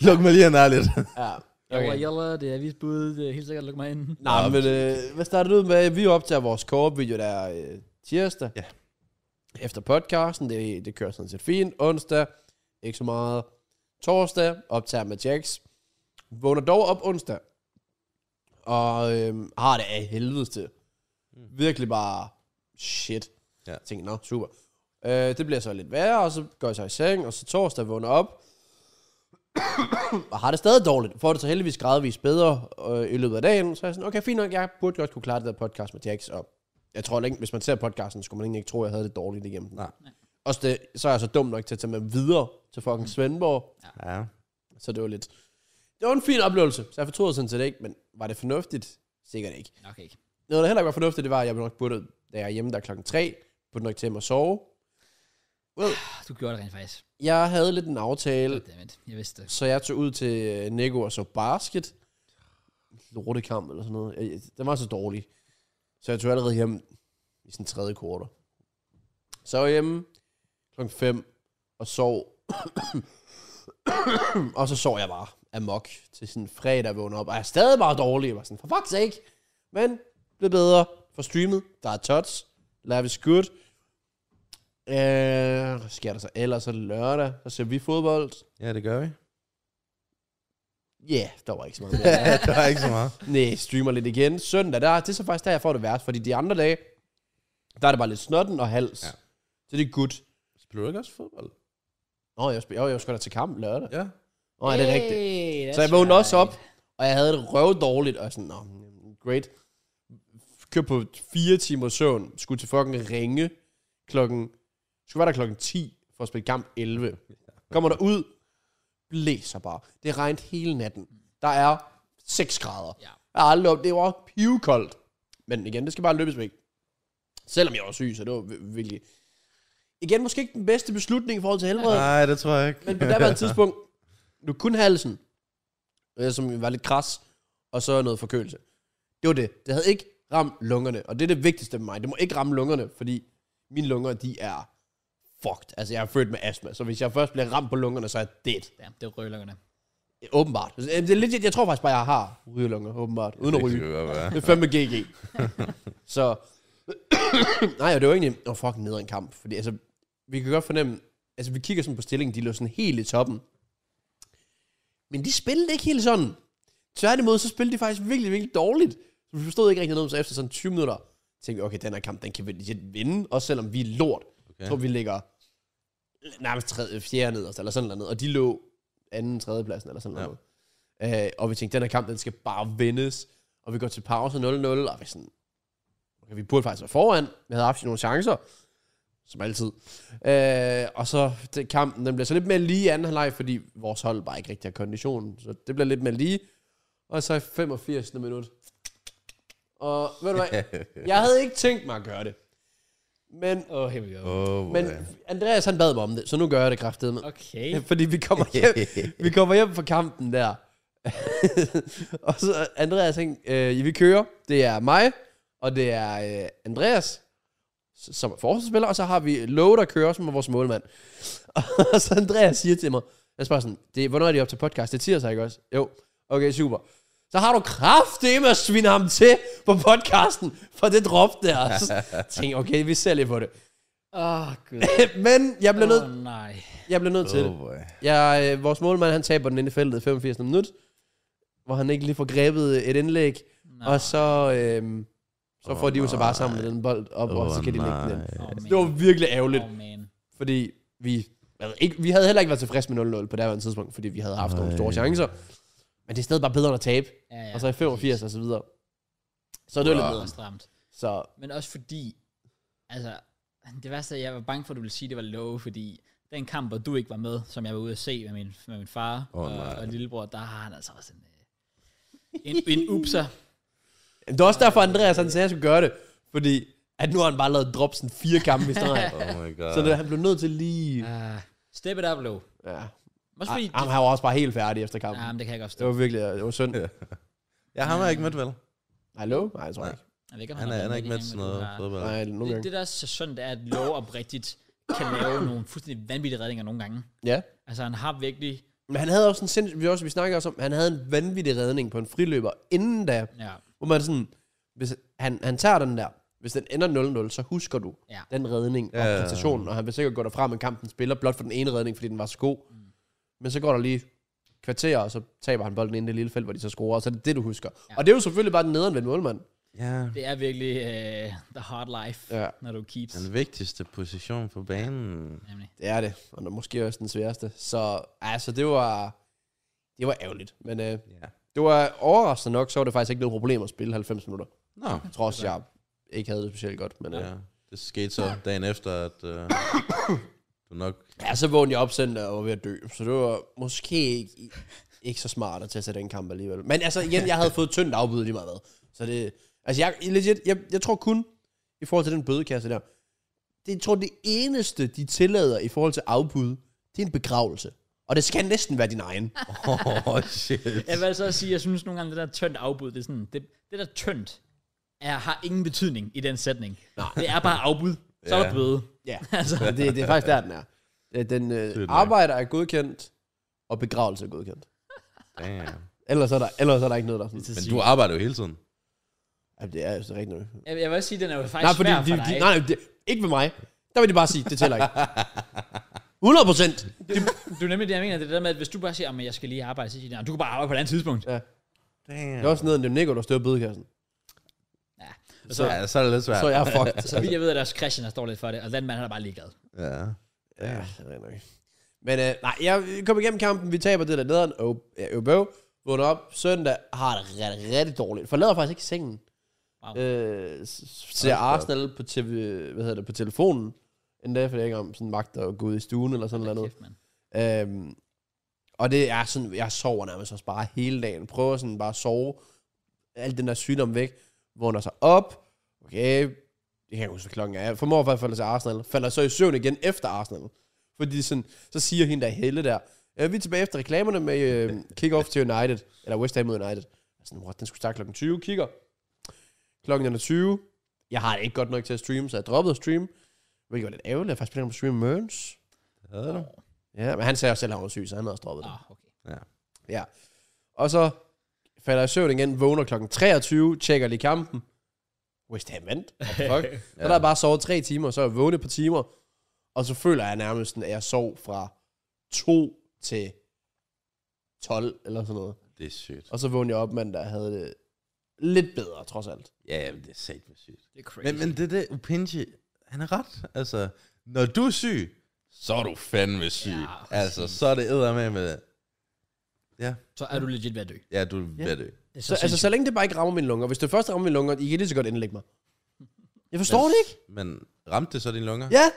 S3: Luk mig lige her lidt.
S2: Ja.
S1: Jeg var jalla, det er avisbud, det er helt sikkert, luk mig ind.
S2: Nej,
S3: Nå,
S2: men øh, hvad starter du ud med? Vi optager vores co-op-video der øh, tirsdag.
S3: Ja.
S2: Efter podcasten, det, det kører sådan set fint. Onsdag, ikke så meget. Torsdag, optager med Jax. Vågner dog op onsdag. Og øh, har det af helvedes til. Virkelig bare shit.
S3: Mm. Ja.
S2: Jeg tænker, nå, super. Øh, det bliver så lidt værre, og så går jeg så i seng, og så torsdag vågner op og har det stadig dårligt, får det så heldigvis gradvist bedre øh, i løbet af dagen, så er jeg sådan, okay, fint nok, jeg burde godt kunne klare det der podcast med Jax, og jeg tror ikke, hvis man ser podcasten, skulle man egentlig ikke tro, at jeg havde det dårligt igennem den.
S3: Nej.
S2: Også det, så er jeg så dum nok til at tage med videre til fucking Svendborg,
S3: Ja.
S2: så det var lidt, det var en fin oplevelse, så jeg fortryder sådan set ikke, men var det fornuftigt? Sikkert ikke.
S1: Nok ikke.
S2: Noget, der heller ikke var fornuftigt, det var, at jeg nok burde, da jeg er hjemme der er klokken 3, burde nok til mig at sove.
S1: Du gjorde det rent faktisk.
S2: Jeg havde lidt en aftale,
S1: Goddammit, jeg vidste det.
S2: Så jeg tog ud til øh, Nico og så basket. Lortekamp eller sådan noget. Jeg- jeg- Den var så dårlig. Så jeg tog allerede hjem i sådan tredje kvartal. Så var jeg hjemme klokken 5 og sov. og så sov jeg bare amok til sådan fredag vågnede op. Og jeg er stadig bare dårlig. Jeg var sådan, for fuck's sake. Men blev bedre. For streamet, der er tots. Life is good. Øh, hvad sker der så ellers? Så er det lørdag, så ser vi fodbold.
S3: ja, det gør vi.
S2: Ja, yeah, der var ikke så meget.
S3: Ja, der er ikke så meget.
S2: Nej, streamer lidt igen. Søndag, der, det er så faktisk der, jeg får det værst, fordi de andre dage, der er det bare lidt snotten og hals.
S3: Ja.
S2: Ja. Så det er godt.
S3: Spiller du ikke også fodbold?
S2: Nå, jeg, spiller, jo, jeg skal da til kamp lørdag.
S3: Ja.
S2: Nå, ja, det er rigtigt.
S1: Hey,
S2: Så jeg
S1: that's
S2: vågnede også
S1: right.
S2: op, og jeg havde det røv dårligt, og jeg sådan, nå, great. Kørte på fire timer søvn, skulle til fucking ringe klokken, skulle være der klokken 10 for at spille kamp 11. Kommer der ud, blæser bare. Det regnede hele natten. Der er 6 grader.
S1: Ja.
S2: Jeg har aldrig op, det var pivkoldt. Men igen, det skal bare løbes væk. Selvom jeg var syg, så det var vi- virkelig... Igen, måske ikke den bedste beslutning i forhold til helbredet.
S3: Nej, det tror jeg ikke.
S2: Men på daværende tidspunkt, du kun halsen, øh, som var lidt kras, og så noget forkølelse. Det var det. Det havde ikke ramt lungerne, og det er det vigtigste for mig. Det må ikke ramme lungerne, fordi mine lunger, de er fucked. Altså, jeg er født med astma, så hvis jeg først bliver ramt på lungerne, så er jeg dead.
S1: Ja, det er røglukkerne.
S2: Åbenbart. Øh, Det er lidt, jeg tror faktisk bare, jeg har rygelunger, åbenbart. Uden at
S3: Det
S2: ryge.
S3: kan godt være.
S2: Det er fandme GG. så, nej, og det var egentlig, åh oh, fuck, ned en kamp. Fordi altså, vi kan godt fornemme, altså vi kigger sådan på stillingen, de lå sådan helt i toppen. Men de spillede ikke helt sådan. Tværtimod, så spillede de faktisk virkelig, virkelig dårligt. Så vi forstod ikke rigtig noget, om, så efter sådan 20 minutter, tænkte vi, okay, den her kamp, den kan vi legit vinde, også selvom vi er lort. Okay.
S3: Okay.
S2: Jeg tror, vi ligger nærmest tredje, fjerde nederst, eller sådan noget, og de lå anden, tredje pladsen, eller sådan
S3: Ja.
S2: noget. Øh, og vi tænkte, den her kamp, den skal bare vindes. Og vi går til pause 0-0, og vi er sådan, okay, vi burde faktisk være foran. Vi havde haft nogle chancer, som altid. Øh, og så det, kampen, den bliver så lidt mere lige i anden halvleg, fordi vores hold bare ikke rigtig har konditionen. Så det bliver lidt mere lige. Og så i 85. minut. Og ved du hvad, jeg havde ikke tænkt mig at gøre det. Men,
S1: Oh, here we go.
S3: Åh,
S2: men Andreas han bad mig om det, så nu gør jeg det kraftedeme.
S1: Okay.
S2: Ja, Fordi vi kommer hjem, vi kommer hjem fra kampen der. og så Andreas, han, øh, vi kører. Det er mig, og det er øh, Andreas, s- som er forsvarsspiller, og så har vi Lowe, der kører, som er vores målmand. og så Andreas siger til mig, jeg spørger sådan, det, hvornår er de op til podcast? Det er tirsdag, ikke også? Jo. Okay, super. Så har du kraftedeme at svine ham til på podcasten, for det drop der. Så tænkte jeg, okay, vi ser lige på det.
S1: Åh, gud.
S2: Men jeg blev
S1: Åh,
S2: nødt
S1: nej.
S2: jeg blev nødt til det.
S3: Oh boy.
S2: Jeg, øh, vores målmand, han taber den inde i feltet i 85. minut, hvor han ikke lige får grebet øh, et indlæg,
S1: Nå,
S2: no. og så, øh, så
S3: Åh,
S2: får de jo så bare
S3: nej.
S2: samlet den bold op, oh, og så kan de lægge den. ind.
S1: åh, man.
S2: Det var virkelig ærgerligt,
S1: Åh, man.
S2: fordi vi, jeg ved ikke, vi havde heller ikke været tilfredse med 0-0 på daværende tidspunkt, fordi vi havde haft nogle store
S3: Nej.
S2: chancer. Men det er stadig bare bedre end at tabe,
S1: Ja, ja.
S2: og så i 85 og så videre. Så det var lidt bedre.
S1: lidt stramt.
S2: Så
S1: Men også fordi, altså, det værste, er, jeg var bange for, at du ville sige, at det var low, fordi den kamp, hvor du ikke var med, som jeg var ude at se med min, med min far
S3: Åh,
S1: oh, og,
S3: nej.
S1: og lillebror, der har han altså også en, øh, en, en upser.
S2: det var også derfor, Andreas han sagde, at jeg skulle gøre det, fordi at nu har han bare lavet drop sådan fire kampe i streg.
S3: Oh my god.
S2: så det, han blev nødt til lige...
S1: Uh, step it up, low.
S2: Ja.
S1: Også fordi,
S2: Ah, han var også bare helt færdig efter kampen.
S1: ah, men det kan jeg godt forstå.
S2: Det var virkelig, det var synd.
S3: Ja, ham har jeg ikke mødt, vel?
S2: Hallo? Nej, jeg tror ikke.
S1: Jeg ved ikke, om
S3: Han er, han er
S1: med
S3: ikke
S1: i
S3: mødt
S1: den,
S3: sådan
S1: men du
S3: noget
S1: har-
S3: fodbold.
S2: Nej, nogle
S1: Det,
S2: gange.
S1: det, der er så sundt, er, at low oprigtigt kan lave nogle fuldstændig vanvittige redninger nogle gange.
S2: Ja.
S1: Altså, han har virkelig...
S2: Men han havde også en sindssyg, vi, også, vi snakkede også om, han havde en vanvittig redning på en friløber inden da,
S1: Ja,
S2: hvor man sådan, hvis han, han tager den der, hvis den ender 0-0, så husker du
S1: Ja.
S2: den redning og
S3: Ja, ja,
S2: ja.
S3: ja.
S2: præstationen, og han vil sikkert gå derfra med kampen spiller, blot for den ene redning, fordi den var så god.
S1: Mm.
S2: Men så går der lige kvarter, og så taber han bolden ind i det lille felt, hvor de så scorer, og så er det det, du husker.
S1: Ja.
S2: Ja. Og det er jo selvfølgelig bare den nederen ved en målmand.
S3: Ja.
S1: det er virkelig uh, the hard life,
S2: Ja.
S1: når du er keeps.
S3: Den vigtigste position på banen.
S1: Nemlig.
S2: Det er det, og det er måske også den sværeste. Så altså, det var, det var ærgerligt. Men øh,
S3: Ja.
S2: det var overraskende nok, så var det faktisk ikke noget problem at spille 90 minutter.
S3: Nå.
S2: Trods jeg ikke havde det specielt godt. Men, øh. ja.
S3: Ja. Det skete så dagen efter, at øh, du nok...
S2: ja, så vågnede jeg op søndag og var ved at dø. Så det var måske ikke, ikke så smart at tage sig den kamp alligevel. Men altså igen, jeg havde fået tyndt afbud lige meget hvad. Så det, altså jeg, legit, jeg, jeg tror kun, i forhold til den bødekasse der, det jeg tror det eneste, de tillader i forhold til afbud, det er en begravelse. Og det skal næsten være din egen.
S3: Åh, oh, shit.
S1: Jeg vil altså også sige, at jeg synes nogle gange, det der tyndt afbud, det er sådan, det, det der tyndt, er, har ingen betydning i den sætning. Nej. Det er bare afbud. Så er
S3: Ja.
S1: der bøde.
S2: Ja,
S1: Altså.
S2: altså. det, det er faktisk der, den er. Øh, Den øh,
S3: nok.
S2: arbejder er godkendt, og begravelse er godkendt.
S3: Damn.
S2: Ellers er der, ellers er der ikke noget, der er sådan.
S1: til
S3: Men
S1: sige.
S3: du arbejder jo hele tiden.
S2: Jamen, det er jo så rigtigt nok.
S1: Jeg, jeg vil også sige, at den er jo faktisk
S2: Nej, fordi,
S1: svær
S2: de,
S1: for dig.
S2: de, nej, nej det, ikke ved mig. Der vil de bare sige, det tæller ikke. 100 procent.
S1: Du er nemlig det, jeg mener, det er det der med, at hvis du bare siger, at jeg skal lige arbejde, så siger de, "Nå, du kan bare arbejde på et andet tidspunkt.
S2: Ja. Det
S3: Damn.
S2: er også nede, end det Nico, der støver bødekassen.
S3: Så, ja, så er det lidt svært.
S2: Så er jeg fucked.
S1: Så vidt jeg ved, at der er også Christian, der står lidt for det, og den mand, han er bare ligeglad.
S3: Ja.
S2: Ja, det ved jeg nok. Men øh, nej, jeg kom igennem kampen, vi taber det der nederen, og øh, vågner op søndag, har det rigtig, rigtig dårligt, forlader faktisk ikke sengen.
S1: Wow.
S2: Øh, s- ser Arsenal på, TV, hvad hedder det, på telefonen, endda, fordi jeg ikke om sådan magter at gå ud i stuen eller sådan noget.
S1: Kæft, mand.
S2: Øhm, og det er sådan, jeg sover nærmest også bare hele dagen. Prøver sådan bare at sove. Alt den der sygdom væk. Vågner sig op. Okay, det kan jeg ikke huske, hvad klokken er. Jeg formår faktisk at falde til Arsenal. Falder så i søvn igen efter Arsenal. Fordi sådan, så siger hende der Helle der, ja, vi er tilbage efter reklamerne med øh, kick-off til United. Eller West Ham mod United. Jeg er Sådan, what, den skulle starte klokken 20. Kigger. Klokken er 20. Jeg har det ikke godt nok til at streame, så jeg droppede at streame. Hvilket var lidt ærgerligt. Jeg har faktisk begyndt at streame Mørns.
S3: Havde du?
S2: Ja, men han sagde også selv, at han var syg, så han havde også droppet det.
S1: Ah, okay.
S2: Ja. Og så falder jeg i søvn igen, vågner klokken 23, tjekker lige kampen. West Ham vandt. What the Fuck. Så
S3: Ja.
S2: der er jeg bare sovet tre timer, og så er jeg vågnet på timer. Og så føler jeg nærmest, sådan, at jeg sov fra 2 til 12 eller sådan noget.
S3: Det er sygt.
S2: Og så vågnede jeg op mandag og havde det lidt bedre, trods alt.
S3: Ja, jamen, det er sat med sygt.
S1: Det er crazy.
S3: Men, men det der, Upinji, han er ret. Altså, når du er syg, så er du fandme syg.
S1: Ja,
S3: Ja, altså, så er det æder med med Ja,
S1: Så er du legit ved at dø.
S3: ja du er ved det.
S1: Det er
S2: Så, altså, så længe det bare ikke rammer mine lunger. Hvis det først rammer mine lunger, I kan lige så godt indlægge mig. Jeg forstår det ikke.
S3: Men ramte det så dine lunger?
S2: Ja,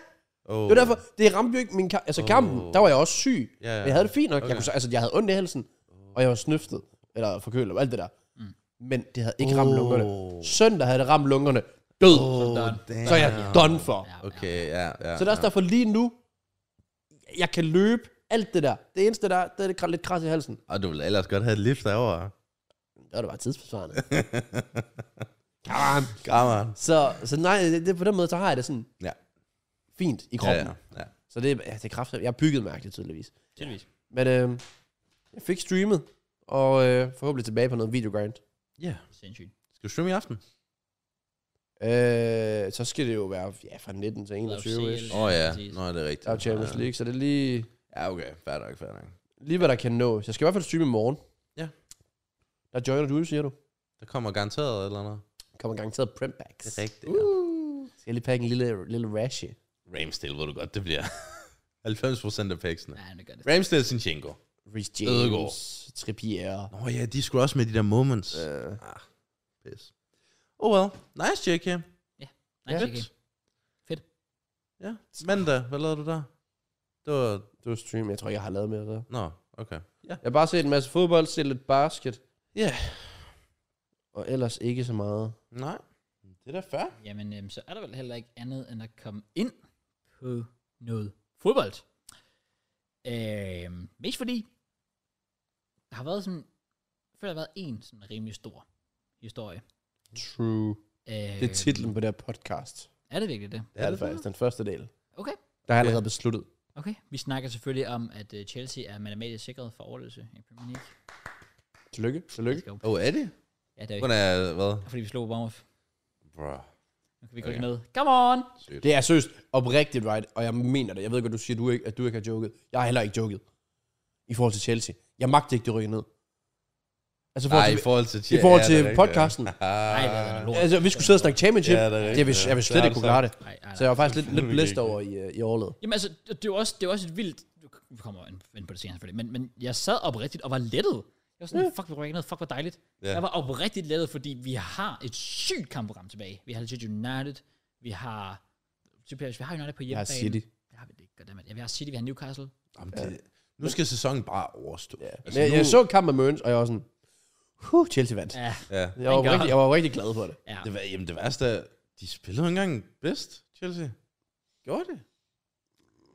S3: Oh.
S2: det var derfor. Det ramte jo ikke min kamp. Altså kampen, der var jeg også syg.
S3: Ja, ja.
S2: Men jeg havde det fint nok. Okay. Jeg,
S3: Okay.
S2: kunne, så- altså, jeg havde ondt i halsen, og jeg var snøftet, eller forkølet, og alt det der. Mm. Men det havde ikke ramt
S3: Åh.
S2: lungerne. Søndag havde det ramt lungerne. Død.
S3: Oh,
S1: Sådan.
S3: damn.
S2: Så er jeg done for.
S1: Ja, okay.
S3: Okay, ja, ja.
S2: Så det er også
S3: ja.
S2: derfor lige nu, jeg kan løbe alt det der. Det eneste der, det er det kra- lidt kras i halsen.
S3: Og du ville ellers godt have et lift derovre.
S2: Det var det bare tidsbesvarende. Come on.
S3: Gammeren.
S2: så, så nej, det, det, på den måde, så har jeg det sådan
S3: Ja.
S2: fint i
S3: Ja,
S2: kroppen.
S3: ja, ja.
S2: Så det, ja, det er kraftigt. Jeg er bygget mærkeligt, tydeligvis.
S1: Tydeligvis.
S2: Men øh, jeg fik streamet, og øh, forhåbentlig tilbage på noget videogrind.
S3: Ja.
S1: Sindssygt.
S3: Skal du streame i aften?
S2: Øh, så skal det jo være ja, fra 19 til 21. ish.
S3: Åh oh, ja,
S1: præcis.
S3: nå, det er rigtigt.
S2: Der er Champions
S3: Ja.
S2: League, så det er lige,
S3: Ja, okay, fair nok, fair nok.
S2: lige hvad der kan nå. Så jeg skal i hvert fald streame i morgen.
S3: Ja.
S2: Der joiner du, siger du.
S3: Der kommer garanteret et eller andet.
S2: Kommer garanteret print bags.
S3: rigtigt,
S2: Uh. Skal jeg lige pakke en lille, lille rashe.
S3: Ramsdale ved du godt, det bliver 90% af packsene.
S1: Nej, det gør det.
S3: Ramsdale Sinchenko.
S2: Reece
S3: Ødegaard.
S2: James. Trippier.
S3: Nå ja, de skulle også med de der moments. Uh.
S2: Øh,
S3: Ah, pis. Oh well, nice JK.
S1: Nej,
S3: Fedt.
S1: okay. Fedt.
S3: Ja, mandag, hvad lavede du der? Det var,
S2: det var stream, jeg tror ikke, jeg har lavet mere der.
S3: nå, okay.
S2: Jeg har bare set en masse fodbold, set lidt basket.
S3: Ja.
S2: Og ellers ikke så meget.
S3: Nej, det er da fair.
S1: Jamen, øhm, så er der vel heller ikke andet end at komme ind på noget fodbold. Øhm, mest fordi, der har været sådan, jeg føler, der har været en sådan rimelig stor historie.
S2: True.
S1: Øh,
S2: Det er titlen på det her podcast.
S1: Øhm, Er det virkelig det?
S2: Det er det faktisk, den første del.
S1: Okay.
S2: Der har jeg allerede besluttet.
S1: Okay, vi snakker selvfølgelig om, at øh, Chelsea er matematisk sikret for overlevelse i Premier League.
S2: Tillykke. Tillykke.
S1: Let's go.
S3: Åh, oh, er det?
S1: Ja, det er jo
S3: Hvordan er hvad?
S1: ikke, fordi vi slog Bournemouth.
S3: Bro.
S1: Nu kan vi gå
S3: Okay.
S1: okay. med. Come on!
S2: Det er seriøst oprigtigt, right? Og jeg mener det. Jeg ved godt, du siger, du ikke, at du ikke har joket. Jeg har heller ikke joket. I forhold til Chelsea. Jeg magter ikke, det rykker ned. Altså,
S3: Nej,
S2: til,
S3: i forhold til...
S2: i forhold
S3: Ja, Ah.
S2: til
S3: det er rigtigt.
S2: podcasten.
S1: Ej, det er noget lort.
S2: altså, vi skulle sidde og snakke championship.
S3: Ja,
S2: Ja,
S3: det er rigtigt.
S2: jeg, vil, jeg vil
S3: Det
S2: slet
S3: har
S2: ikke
S3: du
S2: kunne klare det.
S1: Ej, ej,
S2: Så jeg var faktisk lidt, lidt
S3: Selvfølgelig
S2: blæst
S3: ikke.
S2: over i, øh, i året.
S1: Jamen altså, det det er jo også, det er jo også et vildt... Vi kommer ind- ind på det senere selvfølgelig, men, men jeg sad oprigtigt og var lettet. Jeg var sådan, fuck, vi rykker ned, fuck, hvor dejligt.
S3: Ja.
S1: Jeg var oprigtigt lettet, fordi vi har et sygt kampprogram tilbage. Vi har Leeds United, vi har... Superiors, vi har United på hjemmebane.
S2: City.
S1: Det har vi ikke, goddammit. Ja, vi har City, vi har Newcastle.
S3: Jamen, det, nu skal sæsonen bare overstå.
S2: Ja.
S3: Altså,
S2: Men jeg,
S3: nu,
S2: jeg så kampen med Mørens, og jeg var sådan... Huh, Chelsea vandt.
S1: Ja,
S3: ja.
S2: Jeg var,
S1: Thank God.
S2: rigtig, jeg var rigtig glad for det.
S1: ja.
S3: Det, var, jamen, det værste er, de spillede jo ikke engang bedst, Chelsea. Gjorde det?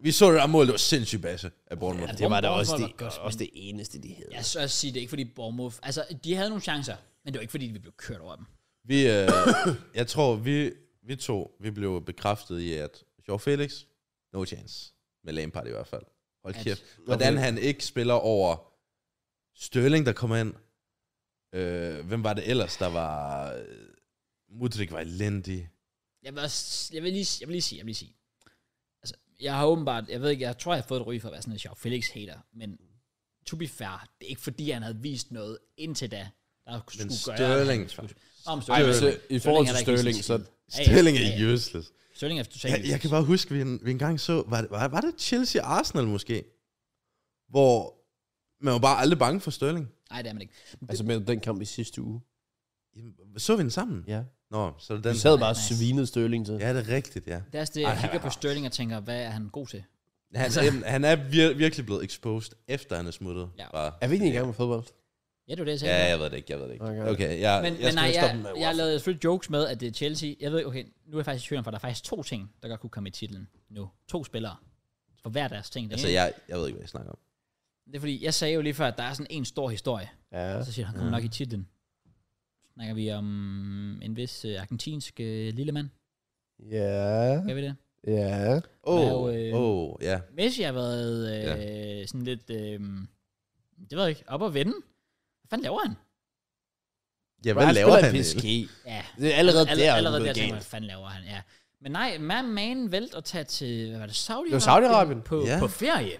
S3: Vi så det der mål, det var sindssygt basse af Bournemouth.
S1: Ja,
S3: Ja,
S1: det var da også det- også
S2: det eneste, de havde.
S1: Jeg så også sige, det er ikke fordi Bournemouth... Altså, de havde nogle chancer, men det var ikke fordi, vi blev kørt over dem.
S3: Vi, øh, jeg tror, vi, vi to vi blev bekræftet i, at Joao Felix, no chance. Med Lampard i hvert fald. Hold
S1: At-
S3: kæft. Hvordan han ikke spiller over Sterling, der kommer ind. Øh, hvem var det ellers, der var... øh, Mudrik var elendig.
S1: Jeg vil, også, jeg vil, lige, jeg vil lige sige, jeg vil lige sige. Altså, jeg har åbenbart, jeg ved ikke, jeg tror, jeg har fået et ryg for at være sådan en sjov Felix-hater, men to be fair, det er ikke fordi, han havde vist noget indtil da, der skulle
S3: Men
S1: gøre...
S3: Sterling-
S1: Om
S2: Ej, men
S1: Sterling.
S2: så, i forhold til
S1: er der ikke
S2: Sterling,
S1: sådan
S2: så...
S1: en skid.
S3: Stilling
S1: Ja, ja, ja, ja.
S3: er useless.
S1: Sterling er totalt
S3: Jeg, jeg kan bare huske, vi en, vi engang så, var det, var, var det Chelsea-Arsenal måske? Hvor man var bare aldrig bange for Sterling.
S1: Nej, det er man ikke.
S2: Altså med den kamp i sidste uge.
S3: Jamen, Så vi den sammen?
S2: Ja.
S3: Nå, så er det
S2: Vi
S3: den.
S2: sad bare og
S1: Nice.
S2: svinede Sterling til.
S3: Ja, det er rigtigt, ja.
S1: Det er også det, jeg kigger på Sterling og tænker, hvad er han god til?
S3: Han,
S1: Altså-
S3: altså, han er vir- virkelig blevet exposed, efter han er smuttet.
S1: Ja.
S3: Bare.
S2: Er vi ikke i gang med fodbold?
S1: Ja, det var det, jeg sagde.
S3: Ja, jeg ved det ikke, jeg ved det ikke.
S2: Okay.
S3: Okay, okay jeg,
S1: men,
S3: jeg
S1: men
S3: skal
S1: nej,
S3: stoppe den
S1: jeg,
S3: med
S1: jeg
S3: Watford.
S1: lavede selvfølgelig jokes med, at det er Chelsea. Jeg ved, okay, nu er jeg faktisk i tvivl om, for der er faktisk to ting, der godt kunne komme i titlen nu. To spillere. For hver deres ting. Det,
S3: Altså,
S1: ene-
S3: jeg, jeg ved ikke, hvad jeg snakker om.
S1: det er fordi, jeg sagde jo lige før, at der er sådan en stor historie.
S2: Ja.
S1: Og så siger han, han kommer nok i titlen. Så Snakker vi om en vis øh, argentinsk øh, lille mand.
S2: Ja.
S1: Gør vi det?
S2: Ja.
S3: Åh, oh,
S1: Hvad, øh,
S3: åh, ja.
S1: Messi har været øh, sådan lidt, øh, det ved jeg ikke, op og vende. Hvad fanden laver han?
S3: Ja, hvad laver han? egentlig?
S1: Ja,
S2: Det er allerede
S1: Allerede,
S2: der,
S1: allerede
S2: du
S1: der
S2: ved
S1: tænker man,
S2: galt.
S1: hvad fanden laver han? Ja. Men nej, man, man valgte at tage til, hvad var det, Saudi-Arabien?
S2: Det var Saudi-Arabien.
S1: På,
S3: Ja.
S1: på ferie.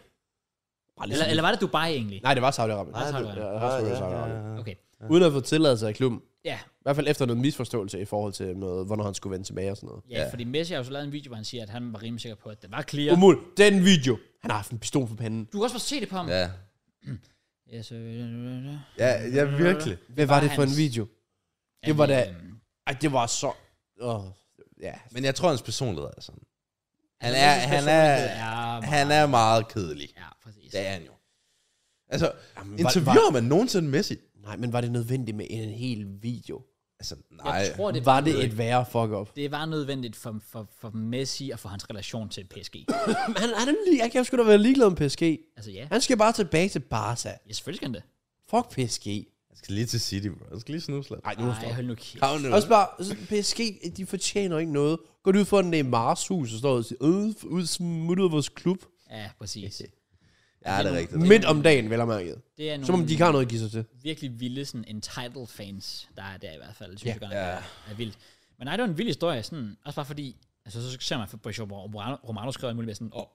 S1: Eller, eller var det Dubai egentlig?
S2: Nej, det var Saudi-Arabien.
S1: Nej, Saudi-Arabien.
S2: Ja, det var
S3: Ja,
S2: selvfølgelig
S3: ja,
S2: Saudi-Arabien.
S3: ja.
S1: Okay.
S2: Uden at få tilladelse af klubben.
S1: Ja.
S2: I hvert fald efter noget misforståelse i forhold til noget, hvornår han skulle vende tilbage og sådan noget.
S1: Ja,
S3: Ja.
S1: fordi Messi har jo så lavet en video, hvor han siger, at han var rimelig sikker på, at det var
S2: Ja.
S1: clear.
S2: Umuligt. Den video. Han har haft en pistol for panden.
S1: Du kan også bare se det på ham. Ja.
S3: Ja.
S1: Ja, så, øh,
S3: Ja, ja, virkelig.
S2: Hvad var det for en
S1: hans-
S2: video? Det var da-
S1: øhm,
S2: Ej, det var så... Åh, ja.
S3: Men jeg tror, hans personlighed er sådan. Han
S1: Messis
S3: er, han er,
S1: personlighed er
S3: han er meget kedelig.
S1: Ja, præcis.
S3: Det er han jo. Altså,
S2: Jamen, var-
S3: interviewer man nogensinde Messi?
S2: Nej, men var det nødvendigt med en hel video?
S3: Altså, nej.
S1: Jeg tror, det
S2: Var det et værre fuck-up?
S1: det var nødvendigt for, for, for Messi og for hans relation til PSG.
S2: Han, han, er lige, han kan jo sgu da være ligeglad med PSG.
S1: altså ja,
S2: Han skal bare tilbage til Barca.
S1: ja selvfølgelig skal han det.
S2: Fuck PSG.
S3: Jeg skal lige til City, bro. Jeg skal lige snuse lidt.
S2: Ej, nu
S1: Nej, hold nu kæft.
S3: Kom nu.
S2: Også bare, altså, PSG, de fortjener ikke noget. Går du ud for en Neymars hus og står og siger, øh, ud, smut ud af vores klub.
S1: Ja, præcis.
S3: Ja, det er rigtigt.
S2: Midt om dagen, vel og mærket.
S1: Det er nogle,
S2: Som om de ikke har noget at give sig til.
S1: virkelig vilde sådan entitled fans, der er der i hvert fald. Det synes
S2: Ja.
S1: jeg godt nok er, er vildt. Men nej, det var en vild historie, sådan, også bare fordi, altså så ser man for Brescia, hvor Romano, Romano skrev alt muligt med sådan, åh, oh,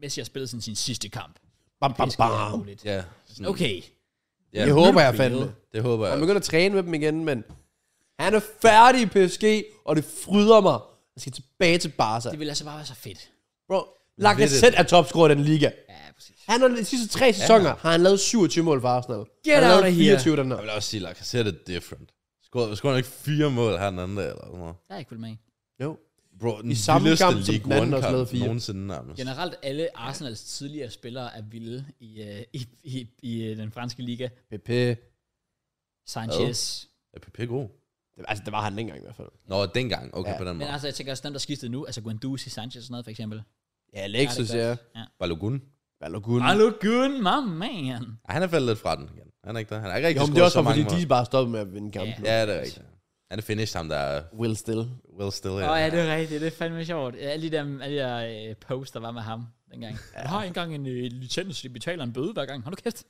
S1: Messi har spillet sådan sin sidste kamp.
S2: Bam, bam,
S1: Det er alt
S2: bam.
S1: muligt.
S3: Ja.
S1: Okay,
S3: ja.
S2: Det håber jeg fandme.
S3: Det håber jeg.
S2: Han begynder at træne med dem igen, men han er færdig i PSG, og det fryder mig. Han skal tilbage til Barca.
S1: det ville altså bare være så fedt.
S2: Bro, Lacazette er topscorer i den liga.
S1: Ja, præcis.
S2: Han har de sidste tre sæsoner, har han lavet 27 mål for Arsenal. han har
S1: out
S2: lavet
S1: of here.
S2: 24 den her.
S3: Jeg vil også sige, at Lacazette er different. Skår, skår han ikke fire mål her den anden dag, eller sådan noget?
S1: Der er ikke fuldt med i.
S2: Jo.
S3: Bro, den
S2: I samme
S3: vildeste
S2: kamp, som
S3: League
S2: den anden
S3: One
S2: også
S3: kamp
S2: lavede fire.
S3: Nogensinde nærmest.
S1: Generelt alle Arsenals tidligere spillere er vilde i, øh, i, i, i øh, den franske liga.
S2: Pepe.
S1: Sanchez.
S3: Er PP god?
S2: Det- Altså, det var han ikke engang i hvert fald.
S3: Nå, dengang. Okay,
S2: Ja.
S3: på den
S1: Men
S3: måde.
S1: altså, jeg tænker også dem, der skiftede nu, altså Guendouzi, Sanchez og sådan noget for eksempel.
S2: Ja,
S1: Ja, det
S2: Alexis,
S1: er
S2: ja.
S1: godt. ja.
S3: Balogun.
S2: Balogun.
S1: Hallo, good, my man.
S3: Ej, Han er faldet lidt fra den igen. Han er ikke der. Han er ikke
S2: Jo,
S3: rigtig
S2: men det er
S3: scoret
S2: også
S3: så
S2: bare,
S3: mange
S2: fordi
S3: mål.
S2: de er bare stoppet med at vinde kampen.
S1: Ja.
S2: Ja.
S3: Ja, det er rigtigt. Han er finished, ham der er
S2: Will still.
S3: Will Still.
S1: Åh, oh, ja, det er rigtigt. Det er fandme sjovt. Ja, Alle de der, alle de der øh, posts, der var med ham dengang. Ja. Jeg har engang en øh, licens, de betaler en bøde hver gang. Hold nu kæft.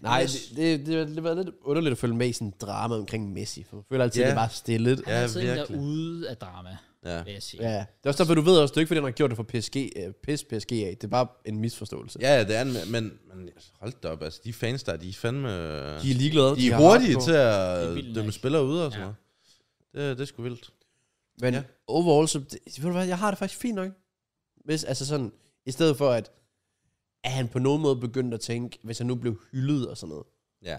S2: Nej,
S1: Yes.
S2: det, det, det, det var lidt underligt at følge med i sådan en drama omkring Messi. For jeg føler altid,
S3: Ja.
S2: yeah. det er bare stillet.
S1: Han ja, er siddet
S3: virkelig.
S1: derude af drama,
S3: Ja.
S1: vil jeg sige. Ja.
S2: Ja, det er også derfor, du ved også, det er ikke, fordi han har gjort det for PSG, øh, pis PSG af. Det er bare en misforståelse.
S3: ja, ja, det er han, men, men hold da op, altså de fans der, de er fandme...
S2: De er ligeglade.
S3: de er
S2: har
S3: hurtige
S2: hardcore.
S3: til
S1: er
S3: at
S1: vildt
S3: dømme
S1: nok.
S3: spillere ude og sådan
S1: Ja.
S3: noget. Det, det er sgu vildt.
S2: Men
S3: Ja.
S2: ja. overall, så, det, ved du hvad, jeg har det faktisk fint nok. Hvis, altså sådan, i stedet for at, at han på nogen måde begyndte at tænke, hvis han nu blev hyldet og sådan noget.
S3: Ja.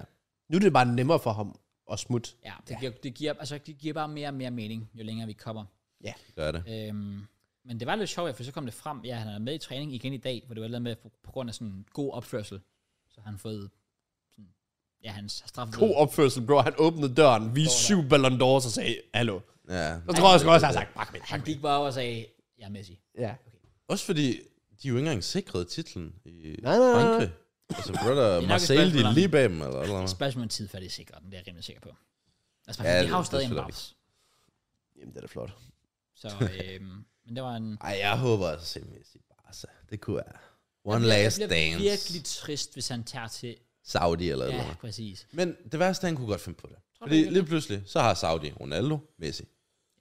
S2: Nu er det bare nemmere for ham at smutte.
S1: ja det, giver, det, giver, altså, det giver bare mere og mere mening, jo længere vi kommer.
S3: Det gør det.
S1: Øhm, men det var lidt sjovt, for så kom det frem, ja, han er med i træning igen i dag, hvor det var lidt med, på, på grund af sådan en god opførsel, så har han fået sådan, ja, hans straf.
S2: God opførsel, bro. Han åbnede døren, viste syv Ballon d'Ors og sagde, hallo.
S3: Ja.
S2: Så tror jeg sgu også, han har sagt, bak mig,
S1: Han gik bare over og sagde, jeg er Messi.
S2: Ja.
S3: Også fordi, de er jo ikke engang sikret titlen i
S2: Nej, nej, nej, nej.
S3: Frankrig. Altså, brother,
S1: et
S3: Marseille, de
S1: spørgsmål
S3: er
S1: om-
S3: lige bag dem, eller eller
S1: Et
S3: hvad?
S1: spørgsmål om tid, før de sikrer den, det er jeg rimelig sikker på. Altså,
S3: Ja,
S1: ja, de
S3: det-
S1: har jo
S3: det
S1: stadig en
S3: føler jeg
S1: babs.
S2: Jamen, det er da flot.
S1: Så, øhm, men det var en...
S3: Ej, jeg håber altså simpelthen i Barca. Det kunne være. One
S1: Jeg bliver-
S3: last
S1: jeg bliver
S3: dance.
S1: virkelig trist, hvis han tager til...
S3: Saudi eller ja.
S1: Ja,
S3: eller
S1: præcis.
S3: Men det værste, han kunne godt finde på det.
S1: Tror du
S3: Fordi
S1: ikke?
S3: lige pludselig, så har Saudi Ronaldo, Messi.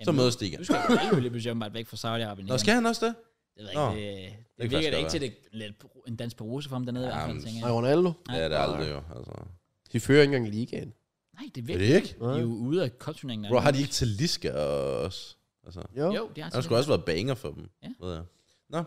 S3: Så mødes de igen.
S1: Du skal ikke lige pludselig åbenbart væk fra Saudi-Arabien.
S3: Nå, skal han også det?
S1: Jeg ved ikke,
S3: Nå.
S1: det, det,
S3: kan
S1: det virker
S3: faktisk
S1: da ikke
S3: godt
S1: til det, lidt en dans på rose for ham dernede. i hvert fald,
S3: Jamen,
S1: tænker
S2: Og
S1: jeg.
S2: Ronaldo.
S1: Nej.
S3: Ja, det er aldrig jo. Altså.
S2: De fører ikke engang ligaen.
S1: Nej, det er
S3: Er
S1: virkelig.
S3: det ikke?
S1: De er jo ude af kopturneringen.
S3: Bro, har de ikke Taliska også? Altså,
S2: Jo.
S1: Jo, det har
S3: der skulle også været banger for dem,
S1: Ja.
S3: ved jeg. Nå,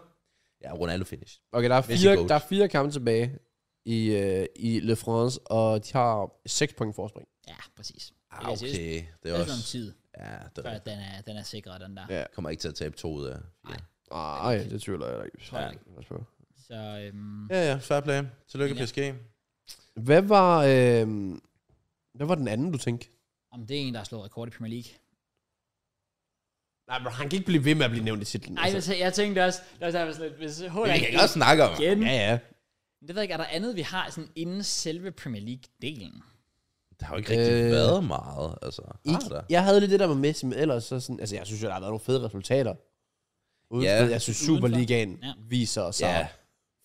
S3: ja, Ronaldo finish.
S2: Okay, der er,
S3: Messi
S2: fire,
S3: coach.
S2: der er fire kampe tilbage i, øh, i Le France, og de har 6 point forspring.
S1: Ja, præcis. Det
S3: Ah,
S1: kan sige,
S3: okay, det
S1: Det
S3: er
S1: er sådan en
S3: også...
S1: tid,
S3: Ja, det
S1: før den er, den er sikret, den der.
S2: Ja.
S3: kommer ikke til at tabe to ud af. Ja,
S2: Nej, det tvivler jeg da ikke.
S1: Tror jeg ikke.
S2: Pas på.
S1: Så øhm,
S3: ja, ja fair play. Tillykke
S1: Ja.
S3: PSG.
S2: Hvad var, øh, hvad var den anden, du tænkte?
S1: om det er en, der har slået rekord i Premier League.
S2: Nej, men han kan ikke blive ved med at blive nævnt i titlen. altså.
S1: Nej, jeg, tæ- jeg tænkte også, der var sådan lidt, hvis Holland
S3: Det kan jeg godt snakke om.
S1: igen.
S2: Ja, ja.
S1: Det ved jeg ikke, er der andet, vi har sådan inden selve Premier League-delen?
S3: Der har jo ikke rigtig
S2: Øh,
S3: været meget, altså. Har
S2: Ikke,
S3: der?
S2: jeg havde lidt det der med Messi, men ellers så sådan, altså jeg synes jo, der har været nogle fede resultater. Uden,
S3: Ja.
S2: ja. Jeg synes Superligaen
S1: Ja.
S2: ja. viser sig
S3: Ja.
S2: ja.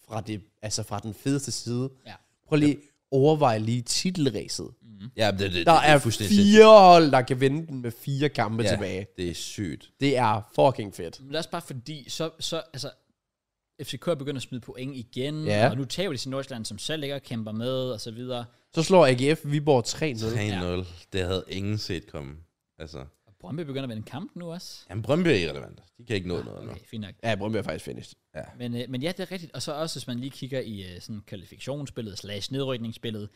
S2: fra, det, altså fra den fedeste side.
S1: Ja.
S2: Prøv lige overvej lige titelræset.
S3: Ja, det, det, det,
S2: Der
S3: Mm. det
S2: er
S3: fuldstændig
S2: fire hold, der kan vinde den med fire kampe
S3: sindssygt.
S2: ja. tilbage.
S3: det er sygt.
S2: Det er fucking fedt.
S1: Men det er også bare fordi, så, så altså, FCK er begyndt at smide point igen,
S2: Ja.
S1: og nu tager de til Nordsjælland, som selv ligger og kæmper med, og så videre.
S2: Så slår AGF Viborg 3-0.
S3: 3-0. Det havde ingen set komme. Altså,
S1: Og Brøndby begynder at vinde kamp nu også.
S3: jamen Brøndby er irrelevant. De kan ikke nå noget nu.
S1: Okay, fint nok.
S2: Ja, Brøndby er faktisk finished.
S1: Men, øh, men ja, det er rigtigt. Og så også, hvis man lige kigger i øh, sådan kvalifikationsspillet, slash nedrykningsspillet,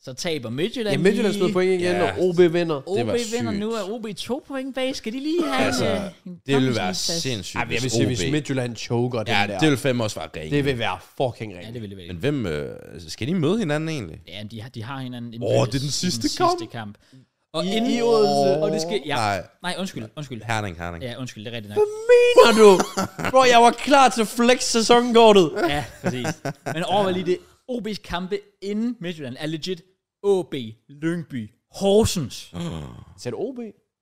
S1: så taber Midtjylland
S2: Ja, Midtjylland stod point igen,
S3: Ja.
S2: og OB vinder.
S1: OB
S3: Det var
S1: vinder
S3: sygt.
S1: nu, er OB to point bag. Skal de lige have
S3: Altså,
S1: en, øh, en
S3: Det ville være
S1: konference plads?
S3: sindssygt,
S2: Ej, men jeg vil sige,
S3: OB
S2: hvis Midtjylland choker den
S3: Ja,
S2: der,
S3: det ville fem også være rent.
S2: det vil være fucking
S1: Ja,
S2: rent.
S1: det ville det
S3: Men
S1: være.
S3: hvem... Øh, skal de møde hinanden egentlig?
S1: Ja, men de har, de har hinanden
S3: Åh, det er den sidste
S1: sidste kamp. Og
S2: I-
S1: inden,
S2: i Odense.
S1: Og det skal, ja,
S3: Nej,
S1: nej, undskyld, undskyld.
S3: Herning, Herning.
S1: Ja, undskyld, det er rigtigt nok.
S2: mener du? Bro, jeg var klar til flex sæsonkortet.
S1: Ja, præcis. Men overvej lige det. OB's kampe inden Midtjylland er legit OB, Lyngby, Horsens.
S2: Sæt OB.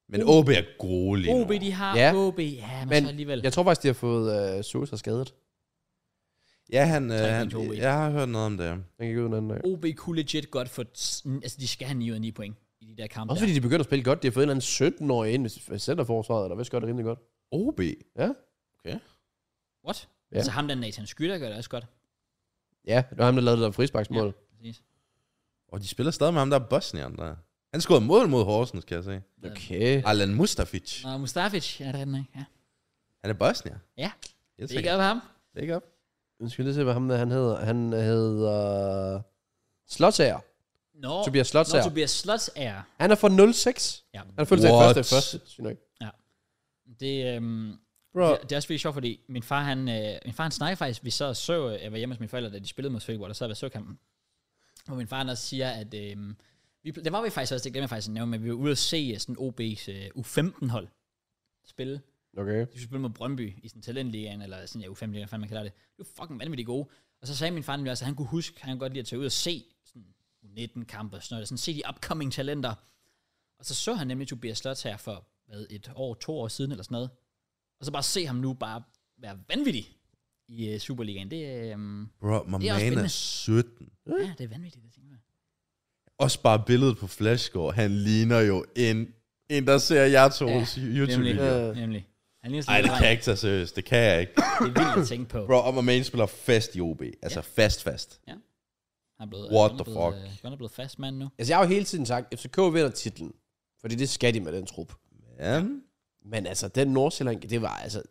S3: Men OB er gode lige nu.
S1: OB, de har
S2: Ja.
S1: OB. Ja, men,
S2: Men
S1: så Altså, alligevel.
S2: jeg tror faktisk, de har fået øh, Sosa skadet.
S3: Ja, han, øh,
S1: Tre point
S3: han,
S1: til OB.
S3: jeg har hørt noget om det.
S2: Den gik ud den anden dag.
S1: OB kunne legit godt få... t- Altså, de skal have 9 ud af 9 point i de der kampe.
S2: Også
S1: der.
S2: fordi de begynder at spille godt. De har fået en eller anden 17-årig ind i centerforsvaret, eller hvis gør det rimelig godt.
S3: OB?
S2: Ja?
S1: What?
S2: Ja.
S1: Altså, ham der Nathan Skytter gør det også godt.
S2: Ja, det var ham, der lavede det der frisbaksmål. Ja.
S1: Præcis.
S3: Og de spiller stadig med ham, der er Bosnien, der. Han scorede mål mod Horsens, kan jeg se.
S2: Okay.
S3: Alan Mustafic.
S1: Nå, Mustafic, ja, det er den, ikke? Ja.
S3: Han er Bosnier.
S1: Ja.
S3: Yes,
S1: Det er ikke op af ham.
S3: Ikke op.
S2: Nu skal vi lige se, hvad ham der, han hedder. Han hedder... Slotager.
S1: Nå,
S2: Tobias
S1: Nå,
S2: Slotager.
S1: Tobias Slots er...
S2: Han er fra 06.
S1: Ja,
S2: Han er fuldstændig
S3: What?
S2: første af første. Sygt nok.
S1: det, øhm,
S2: Bro.
S1: Det, det er også virkelig sjovt, fordi min far, han, øh, min far, han snakker faktisk, vi sad og så, øh, jeg var hjemme hos mine forældre, da de spillede mod Svendborg, der sad vi og så kampen. Og min far, han også siger, at, øh, vi, der var vi faktisk også, det glemmer jeg faktisk at nævne, men vi var ude at se øh, sådan OB's øh, U15-hold spille.
S2: Okay.
S1: De skulle spille mod Brøndby i sådan talentligaen, eller sådan, ja, U15-ligaen, hvad fanden man kalder det. Det var fucking vanvittigt gode. Og så sagde min far nemlig også, at han kunne huske, han kunne godt lide at tage ud og se sådan 19 kampe og sådan noget, sådan se de upcoming talenter. Og så så han nemlig Tobias Slot her for hvad, et år, to år siden eller sådan noget. Og så bare se ham nu bare være vanvittig i uh, Superligaen. Det, øh,
S3: Bro, my
S1: Det er også
S3: man er
S1: spændende.
S3: 17.
S1: ja, det er vanvittigt, det tænker jeg.
S3: Også bare billedet på Flashgård. Han ligner jo en, en der ser jer to
S1: Ja, Nemlig,
S3: YouTube-videoer.
S1: øh. nemlig. Han ligner sådan
S3: Nej,
S1: en
S3: det kan
S1: dreng.
S3: jeg ikke tage seriøst. Det kan jeg ikke.
S1: Det er vildt at tænke på.
S3: Bro, om man spiller fast i OB. Altså fast, fast.
S1: Han er blevet,
S3: What
S1: han er
S3: the
S1: blevet,
S3: fuck?
S1: øh, han er blevet fast mand nu.
S2: Altså, jeg har jo hele tiden sagt, FCK vinder titlen. Fordi det skal de med den trup.
S3: Ja.
S2: Men altså, den Nordsjælland, det var altså...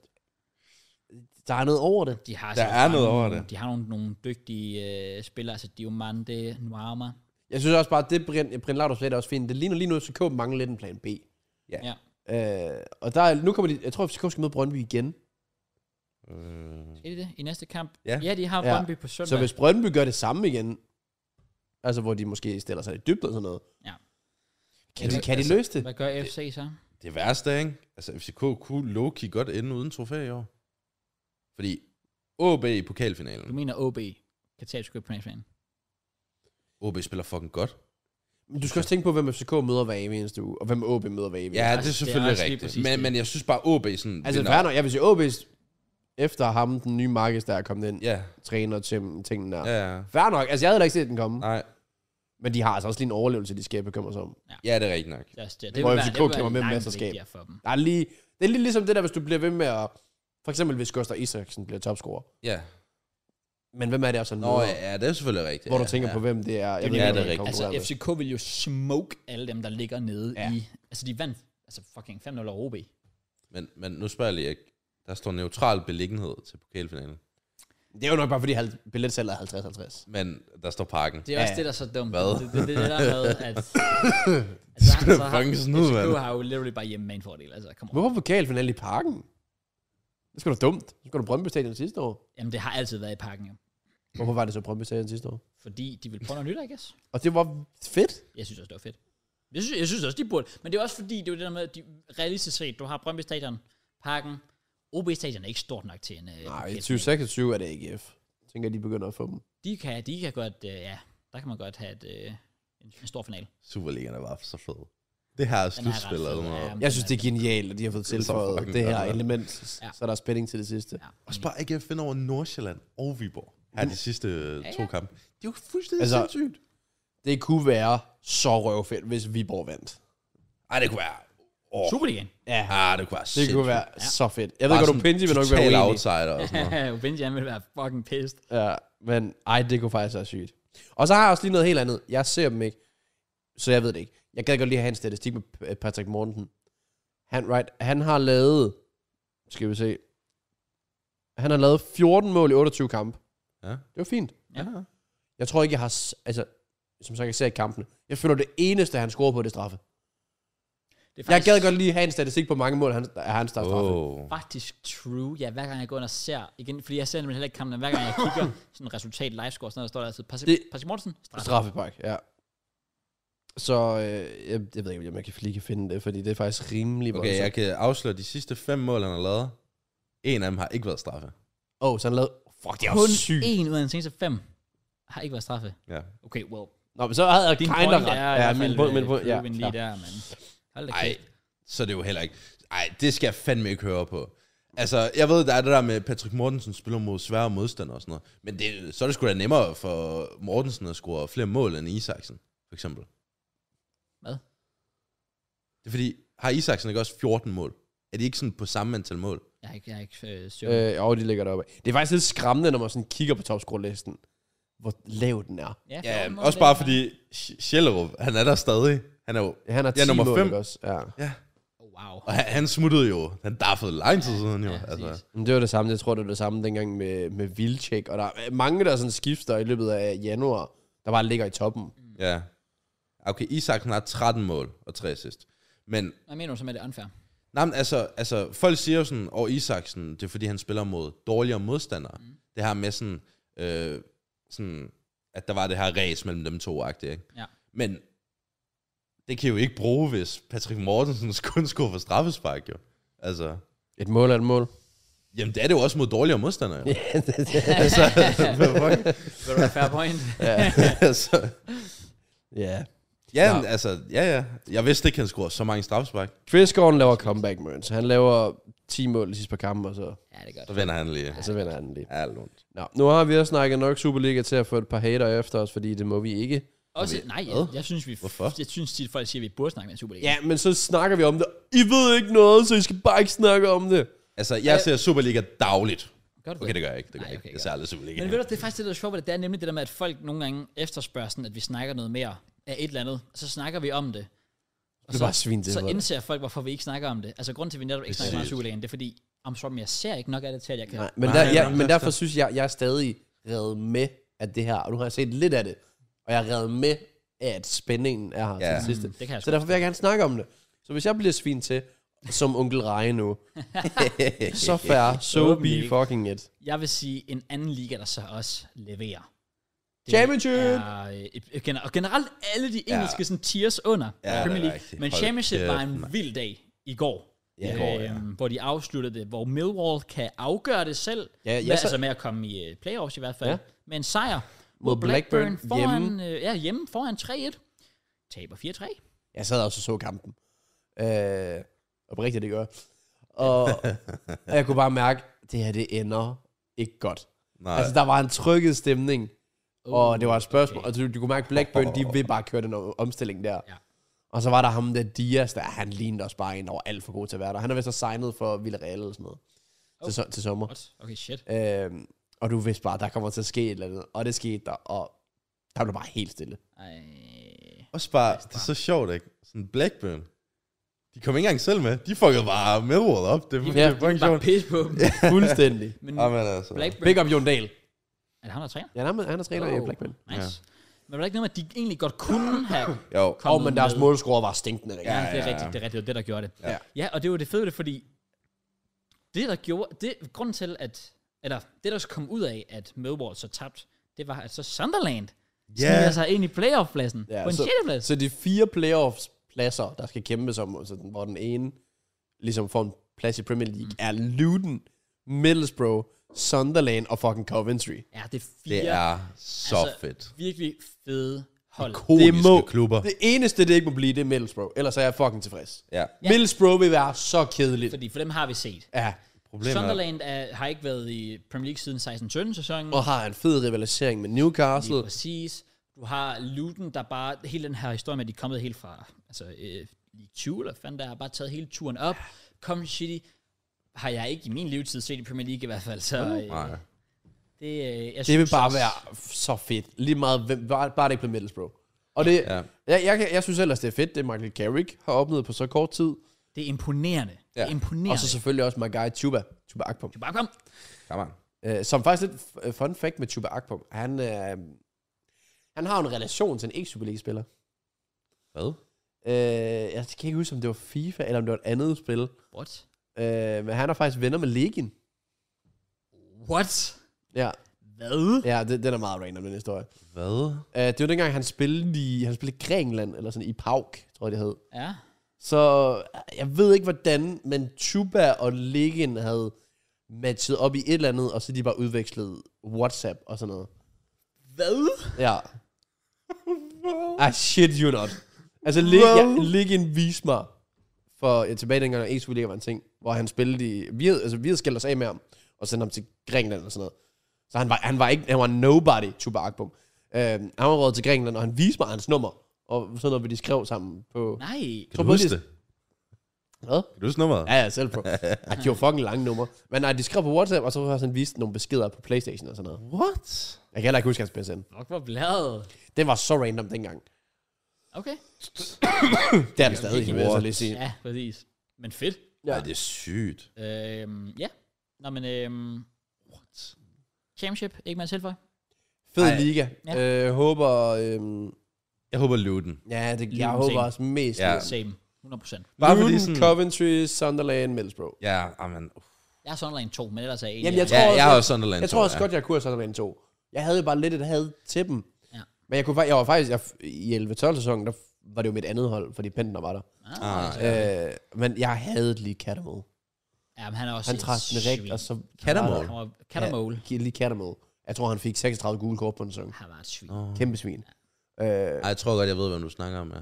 S2: Der er noget over det.
S1: De har
S3: Der
S1: altså
S3: er
S1: bare
S3: noget over
S1: nogle,
S3: det.
S1: De har nogle, nogle dygtige øh, spillere, altså Diomande, Nuama.
S2: Jeg synes også bare, at det Brian, Brian Laudrup sagde, det er også fint. Det ligner lige nu, at FCK mangler lidt en plan B.
S1: Ja.
S2: Øh, og der er, nu kommer de, jeg tror, at FCK skal møde Brøndby igen.
S3: øh,
S1: Er det det? I næste kamp?
S3: Ja.
S1: ja de har
S2: Ja.
S1: Brøndby på søndag.
S2: Så hvis Brøndby gør det samme igen, altså hvor de måske stiller sig i dybden og sådan noget.
S1: Ja.
S2: Kan, de,
S1: Hvad-
S2: kan
S3: altså-
S2: de løse det?
S1: Hvad gør FC så?
S3: Det værste er, ikke? Altså, FCK kunne low-key godt ende uden trofæ i år. Fordi OB i
S1: Du
S3: pokalfinalen.
S1: mener OB kan tage et skud på nationalen?
S3: OB spiller fucking godt.
S2: Men du skal også tænke på, hvem FCK møder hver evig eneste uge, og hvem OB møder hver evig
S3: Ja,
S1: også-
S3: det er
S1: det er
S3: selvfølgelig
S1: også lige
S3: rigtigt.
S1: præcis
S3: Men,
S1: det.
S3: men jeg synes bare, OB sådan...
S2: Altså,
S3: vinder.
S2: fair nok. Jeg vil sige, OB, efter ham, den nye Markes, der er kommet ind,
S3: Ja,
S2: træner til tingene der.
S3: ja, ja.
S2: Fair nok. Altså, jeg havde da ikke set den komme.
S3: Nej.
S2: Men de har altså også lige en overlevelse, de skal bekymre sig om.
S3: Ja, det er rigtigt nok.
S1: Yes, det, det,
S2: Hvor
S1: vil
S2: FCK
S1: være, det vil
S2: kommer
S1: være
S2: med
S1: langt
S2: mesterskab.
S1: vigtigere for dem.
S2: Der er lige, det er lige ligesom det der, hvis du bliver ved med at... For eksempel, hvis Gustav Isaksen bliver topscorer.
S3: Ja.
S2: Men hvem er det også, han
S3: Nå,
S2: møder?
S3: ja, det er selvfølgelig rigtigt.
S2: Hvor du
S3: ja,
S2: tænker
S3: ja.
S2: på, hvem det er. Jeg
S1: Det
S2: ved
S1: er
S2: ikke,
S3: det
S2: hvem han
S3: rigtigt.
S1: Altså,
S2: konkurrerer med.
S1: FCK vil jo smoke alle dem, der ligger nede
S2: Ja.
S1: ja. i... Altså, de vandt altså, fucking 5-0 over OB.
S3: Men, men nu spørger jeg lige, ikke? der står neutral beliggenhed til pokalfinalen,
S2: Det er jo nok bare, fordi halv- billetsalget er 50-50.
S3: men der står parken.
S1: Det er også
S2: Ja.
S1: det, der er så dumt.
S3: Hvad?
S1: Det, det, det, det der med, at... altså,
S3: skulle da fucking snyde,
S1: FCK
S3: mand.
S1: har jo literally bare hjemme med en fordel. Altså, kom on.
S2: Hvorfor pokalfinalen i parken? Det skal da dumt. Det skal du Brøndby Stadion sidste år.
S1: Jamen, det har altid været i pakken, jo.
S2: Hvorfor var det så Brøndby Stadion sidste år?
S1: Fordi de vil prøve noget nyt, I guess.
S2: Og det var fedt.
S1: Jeg synes også, det var fedt. Jeg synes, jeg synes også, de burde. Men det er også fordi, det er jo det der med, at de, realistisk set, du har Brøndby Stadion, Parken, OB Stadion er ikke stort nok til en... øh,
S2: Nej, i
S1: lokal-
S2: 2026 er det AGF. Jeg tænker, de begynder at få dem.
S1: De kan, de kan godt, øh, ja, der kan man godt have et, øh, en, en stor final.
S3: Superligaen er bare så fed. Det her er
S1: Den er ret
S3: slutspil
S1: fed,
S3: eller
S1: ja,
S3: noget.
S1: men den
S2: Jeg synes,
S1: er-
S2: det er genialt, at de har fået
S3: Det er så
S2: tilføjet
S3: fucking
S2: det her
S3: godt, mand.
S2: element.
S1: Ja.
S2: Så er der spænding til det sidste.
S1: Ja.
S3: Også bare AGF vinder over Nordsjælland og Viborg her de sidste øh,
S1: Ja,
S3: to
S1: ja.
S3: kampe. Det er jo fuldstændig
S2: Altså-
S3: altså, sindssygt.
S2: Det kunne være så røvfedt, hvis Viborg vandt.
S3: Ej, det kunne være... Åh,
S1: Superligaen.
S2: Ja,
S3: ah, det kunne være
S2: det kunne være så fedt. Jeg ved godt, om Pindy vil nok være
S3: uenig.
S2: uenig.
S3: outsider og sådan noget.
S1: Benji, han vil være fucking pissed.
S2: Ja, men ej, det kunne faktisk være sygt. Og så har jeg også lige noget helt andet. Jeg ser dem ikke, så jeg ved det ikke. Jeg gad godt lige have en statistik med P- Patrick Mortensen. Han, right, han har lavet, skal vi se, han har lavet 14 mål i 28 kampe.
S3: Ja.
S2: Det var fint.
S1: Ja.
S2: Jeg tror ikke, jeg har, s- altså, som sagt, jeg ser ikke kampene. Jeg føler, det eneste, han scorer på, det er straffe.
S1: Det er
S2: Jeg gad godt lige have en statistik på, hvor mange mål han, han starter straffe.
S3: Oh.
S1: Faktisk true. Ja, hver gang jeg går ind og ser, igen, fordi jeg ser nemlig heller ikke kampen, men hver gang jeg kigger sådan resultat, livescore og sådan noget, der står der altid,
S2: Det-
S1: Patrick Patrick Mortensen, straf.
S2: Straffepark, ja. Så øh, jeg, jeg ved ikke, om jeg kan, lige kan finde det, fordi det altså- er faktisk rimelig
S3: Okay, jeg kan afsløre de sidste fem mål, han har lavet. En af dem har ikke været straffe.
S2: Åh, oh, så han lavede... Fuck, det er
S1: Kun
S2: også sygt.
S1: en ud af en seneste fem har ikke været straffe.
S3: Ja.
S1: Okay, well,
S2: Nå, men så havde jeg
S1: Din
S2: kinda
S1: point
S2: ret.
S1: er i
S2: ja,
S1: hvert
S2: min
S1: fald,
S2: point,
S1: øh,
S2: min point, ja.
S1: proven
S2: klar.
S1: lige der, mand. Hold da
S3: Ej,
S1: kæft.
S3: så er det jo heller ikke... Ej, det skal jeg fandme ikke høre på. Altså, jeg ved, der er det der med Patrick Mortensen spiller mod svære modstandere og sådan noget. Men det, så er det sgu da nemmere for Mortensen at score flere mål end Isaksen, for eksempel.
S1: Hvad?
S3: Det er fordi, har Isaksen ikke også 14 mål? Er de ikke sådan på samme antal mål?
S1: Jeg er ikke, jeg er ikke øh, sur. Øh,
S2: Øh, jo, de ligger deroppe. Det er faktisk lidt skræmmende, når man sådan kigger på topscore-listen, hvor lav den er.
S3: Ja, også bare fordi Sj- Sjællerup, han er der stadig. Han er jo...
S2: Han har 10
S3: Ja, nummer
S2: mål,
S3: fem.
S2: ikke også? Ja.
S3: Ja.
S1: Oh, wow.
S3: Og han, han smuttede jo. Han daffede lang tid siden jo.
S1: Ja,
S3: Ja, altså.
S1: præcis.
S2: Men det var det samme, jeg tror, det var det samme dengang med, med Vilcek, og der er mange, der sådan skifter i løbet af januar, der bare ligger i toppen.
S3: ja. Okay, Isaksen har 13 mål og 3 assist. Men
S1: Hvad mener du så med, at det er unfair?
S3: Nej, men altså, altså, folk siger jo sådan, og Isaksen, det er fordi, han spiller mod dårligere modstandere. Mm. Det her med sådan, øh, sådan, at der var det her race mellem dem to, agtigt, ikke?
S1: Ja.
S3: Men det kan I jo ikke bruge, hvis Patrick Mortensen kun skulle for straffespark, jo. Altså,
S2: Et mål er et mål.
S3: jamen det er det jo også mod dårligere modstandere, jo.
S2: Ja, det, det.
S3: altså, hvad fuck?
S1: Vil du have fair point?
S3: altså,
S2: ja.
S3: ja,
S2: Nå.
S3: altså, ja, ja. Jeg vidste ikke, han skulle så mange straffespark.
S2: Chris Gordon laver comeback, Mørens. Han laver 10 mål de sidste par kampe, og så,
S1: ja, det er godt.
S3: Så vender han lige.
S2: og så vender han lige.
S3: Ja, lund.
S2: Nå, nu har vi også snakket nok Superliga til at få et par hater efter os, fordi det må vi ikke.
S1: Også, nej, jeg, jeg synes, vi,
S3: Hvorfor?
S1: jeg synes tit, folk siger, at vi burde snakke med en Superliga.
S2: Ja, men så snakker vi om det. I ved ikke noget, så I skal bare ikke snakke om det.
S3: Altså, jeg ser Superliga dagligt.
S1: Gør du det?
S3: Okay, det gør jeg ikke. Det gør
S1: Nej,
S3: jeg
S1: Øh, okay,
S3: ikke. Jeg
S1: godt.
S3: ser aldrig Superliga.
S1: Men ved du, det er faktisk det, der er sjovt, ved det Det er nemlig det der med, at folk nogle gange efterspørger sådan, at vi snakker noget mere af et eller andet, og så snakker vi om det. Og
S2: Det er
S1: så,
S2: bare svin, det
S1: så
S2: var.
S1: indser folk, hvorfor vi ikke snakker om det. Altså, grunden til, at vi netop ikke snakker om
S3: Præcis.
S1: Superligaen, det er fordi, I'm sorry, men jeg ser ikke nok af det til, at jeg kan.
S2: Nej, men,
S3: Nej,
S2: der, ja,
S3: nej,
S2: men
S3: nej.
S2: derfor synes jeg, jeg er stadig reddet med af det her. Og nu har jeg set lidt af det. Og jeg er reddet med af, at spændingen er her ja.
S3: Ja.
S2: til det sidste.
S1: Mm, det kan jeg
S2: så derfor vil jeg gerne snakke om det. Så hvis jeg bliver svin til, som onkel Reje nu, så fair, so
S1: Forhåbentlig
S2: be
S1: ikke.
S2: fucking it.
S1: Jeg vil sige, en anden liga, der så også leverer. Det
S2: Championship!
S1: er, øh, et- gener- og generelt alle de engelske ja. sådan, tiers under
S3: det er
S1: ja, Premier League.
S3: rigtigt.
S1: Men
S3: Hold
S1: Championship
S3: kæft,
S1: var en
S3: mand.
S1: vild dag i går. Øhm,
S3: I går, ja.
S1: hvor de afsluttede det, hvor Millwall kan afgøre det selv,
S2: Ja, jeg
S1: med,
S2: så-
S1: altså med at komme i øh, playoffs i hvert fald,
S2: Ja.
S1: ja. med en sejr
S2: Mod Blackburn
S1: foran, øh, ja, hjemme foran 3-1, taber 4-3.
S2: Jeg sad også og så kampen. Øh, oprigtigt, det gør jeg. og, og jeg kunne bare mærke, at det her, det ender ikke godt.
S3: Nej.
S2: Altså, der var en trykket stemning. Uh, og det var et spørgsmål. Okay. Og du, du kunne mærke, Blackburn, de vil bare køre den o- omstilling der.
S1: Ja.
S2: Ja. Og så var der ham, der Dias, der han lignede også bare en, der var alt for god til at være der. Han er vist så signet for Villarreal eller sådan noget. Oh. Til, so- til sommer.
S1: What? Okay, shit.
S2: Øhm, og du vidste bare, der kommer til at ske et eller andet. Og det skete der, og der blev bare helt stille.
S1: Ej.
S3: Også bare, det er så sjovt, ikke? Sådan Blackburn. De kom ikke engang selv med. De fuckede bare Millwall op. Det, ja, det er fucking
S1: Bare
S3: sjovt.
S1: pisse på dem.
S2: Fuldstændig.
S1: Men
S3: Jamen, altså.
S1: Blackburn,
S2: Big up Jon Dahl.
S1: er det ham, der træner?
S2: Ja, han er, han er træner oh. i Blackburn.
S1: Nice. Men var der ikke noget med, at de egentlig godt kunne have
S3: Jo.
S1: kommet
S2: Og men deres
S1: med?
S2: målscorer var stinkende.
S1: Ja,
S2: Ja.
S1: det er
S3: ja, ja.
S1: rigtigt, det er rigtigt. Det var det, der gjorde det.
S2: Ja.
S1: ja og det var det fede, ved det, fordi det, der gjorde... Det, grunden til, at... Eller det, der så kom ud af, at Millwall så tabte, det var, at så Sunderland
S3: Ja.
S1: sniger sig ind i playoff-pladsen
S2: Ja,
S1: på en
S2: så-
S1: sjetteplads.
S2: Så de fire playoffs-pladser, der skal kæmpes om, altså, den- hvor den ene ligesom får en plads i Premier League, mm. er Luton, Middlesbrough, Sunderland og fucking Coventry.
S1: Ja, det er fire
S3: Det er så
S1: Altså,
S3: fedt.
S1: virkelig fede hold.
S3: Ikoniske klubber.
S2: Det eneste, det ikke må blive, det er Middlesbrough. Ellers er jeg fucking tilfreds.
S3: Ja.
S2: Ja. Middlesbrough vil være så kedeligt.
S1: Fordi for dem har vi set.
S2: Ja.
S3: Problemet er,
S1: Sunderland er, har ikke været i Premier League siden 16-17 sæsonen.
S2: Og har en fed rivalisering med Newcastle.
S1: Præcis. Du har Luton, der bare, hele den her historie med, at de er kommet helt fra, altså øh, League 2, eller fandt der, har bare taget hele turen op. Kom City har jeg ikke i min levetid set i Premier League i hvert fald, så øh,
S3: nej.
S1: det, øh, jeg
S2: Uh, Det vil
S1: synes
S2: bare
S1: også-
S2: være så fedt. Lige meget, hvem- bare, bare det ikke bliver Middlesbrough. Og det, ja.
S3: Ja.
S2: jeg, jeg, kan- jeg synes ellers, det er fedt, det Michael Carrick har opnået på så kort tid.
S1: Det er imponerende. Ja. Det er imponerende.
S2: Og så selvfølgelig også my guy Tuba, Tuba Akpom.
S1: bare kom.
S3: Come on.
S2: Øh, som faktisk lidt f- fun fact med Tuba Akpom. Han, øh, han har jo en relation til en ikke Superliga-spiller.
S3: Hvad?
S2: Øh, jeg kan ikke huske, om det var FIFA, eller om det var et andet spil.
S1: What?
S2: Øh, men han er faktisk venner med Legin.
S1: What?
S2: Ja,
S1: Hvad?
S2: ja det, den er meget random, den historie.
S3: Hvad?
S2: Øh, det var dengang, han spillede i, han spillede i Grækenland, eller sådan i Pauk, tror jeg, det hed.
S1: Ja.
S2: Så jeg ved ikke hvordan, men Tuba og Legin havde matchet op i et eller andet, og så de bare udvekslede WhatsApp og sådan noget.
S1: Hvad?
S2: Ja. ah, shit you not. Altså, Lig, ja, Ligin viste mig, for ja, tilbage dengang, at Liga var en ting, hvor han spillede i... Vi havde, altså, vi havde skældt os af med ham, og sendte ham til Grækenland og sådan noget. Så han var, han var ikke... Han var nobody, Tuba Akbom. Øhm, han var råd til Grækenland, og han viste mig hans nummer, og sådan noget, vi de skrev sammen på...
S1: Nej.
S3: Kan
S2: Tror
S3: du
S2: på
S3: huske
S2: det.
S3: det?
S2: Hvad?
S3: Kan du huske nummeret?
S2: Ja, ja, selv på. Ej, de var fucking lange numre. Men nej, de skrev på WhatsApp, og så har han vist nogle beskeder på Playstation og sådan noget.
S3: What?
S2: Jeg kan heller ikke huske hans PSN.
S1: Fuck, hvor bladet.
S2: Det var så random dengang.
S1: Okay.
S2: Det er det stadig, vil jeg så lige sige.
S1: Ja, præcis. Men fedt.
S3: Ja. Ej, det er sygt.
S1: Øhm, ja. Nå, men øhm, what? Championship, ikke man selv for?
S2: Fed
S3: Ej.
S2: liga.
S1: Ja.
S2: Øh, håber... Øhm,
S3: Jeg håber Luton.
S2: ja, det, jeg
S1: Luton
S2: håber
S1: ting.
S2: også mest. Ja.
S3: Ja.
S1: Same. 100%.
S3: Bare fordi
S2: Luton,
S3: sådan-
S2: Coventry, Sunderland, Middlesbrough.
S3: Ja, amen.
S1: Jeg er Sunderland 2, men ellers er jeg
S2: Jamen, jeg tror
S3: Ja,
S2: også,
S3: jeg
S2: jeg,
S3: har også Sunderland.
S2: jeg tror også godt, jeg kunne have Sunderland 2. Jeg havde jo bare lidt et had til dem.
S1: Ja.
S2: Men jeg, kunne, fa- jeg var faktisk... Jeg, I 11-12 sæsonen, der var det jo mit andet hold, fordi Pentner var der.
S1: Ah,
S3: Ah,
S2: Ja. Øh, men jeg havde lige Cattermole.
S1: ja, men han er også
S2: Han
S1: et
S2: trak den
S1: svin.
S2: rigtigt, og så...
S3: Cattermole?
S1: Han var Cattermole.
S2: Ja, lige Cattermole. Jeg tror, han fik 36 gule kort på en sæson.
S1: Han var et svin.
S2: Kæmpe svin. Øh,
S3: Ej, jeg tror godt, jeg ved, hvem du snakker om, ja.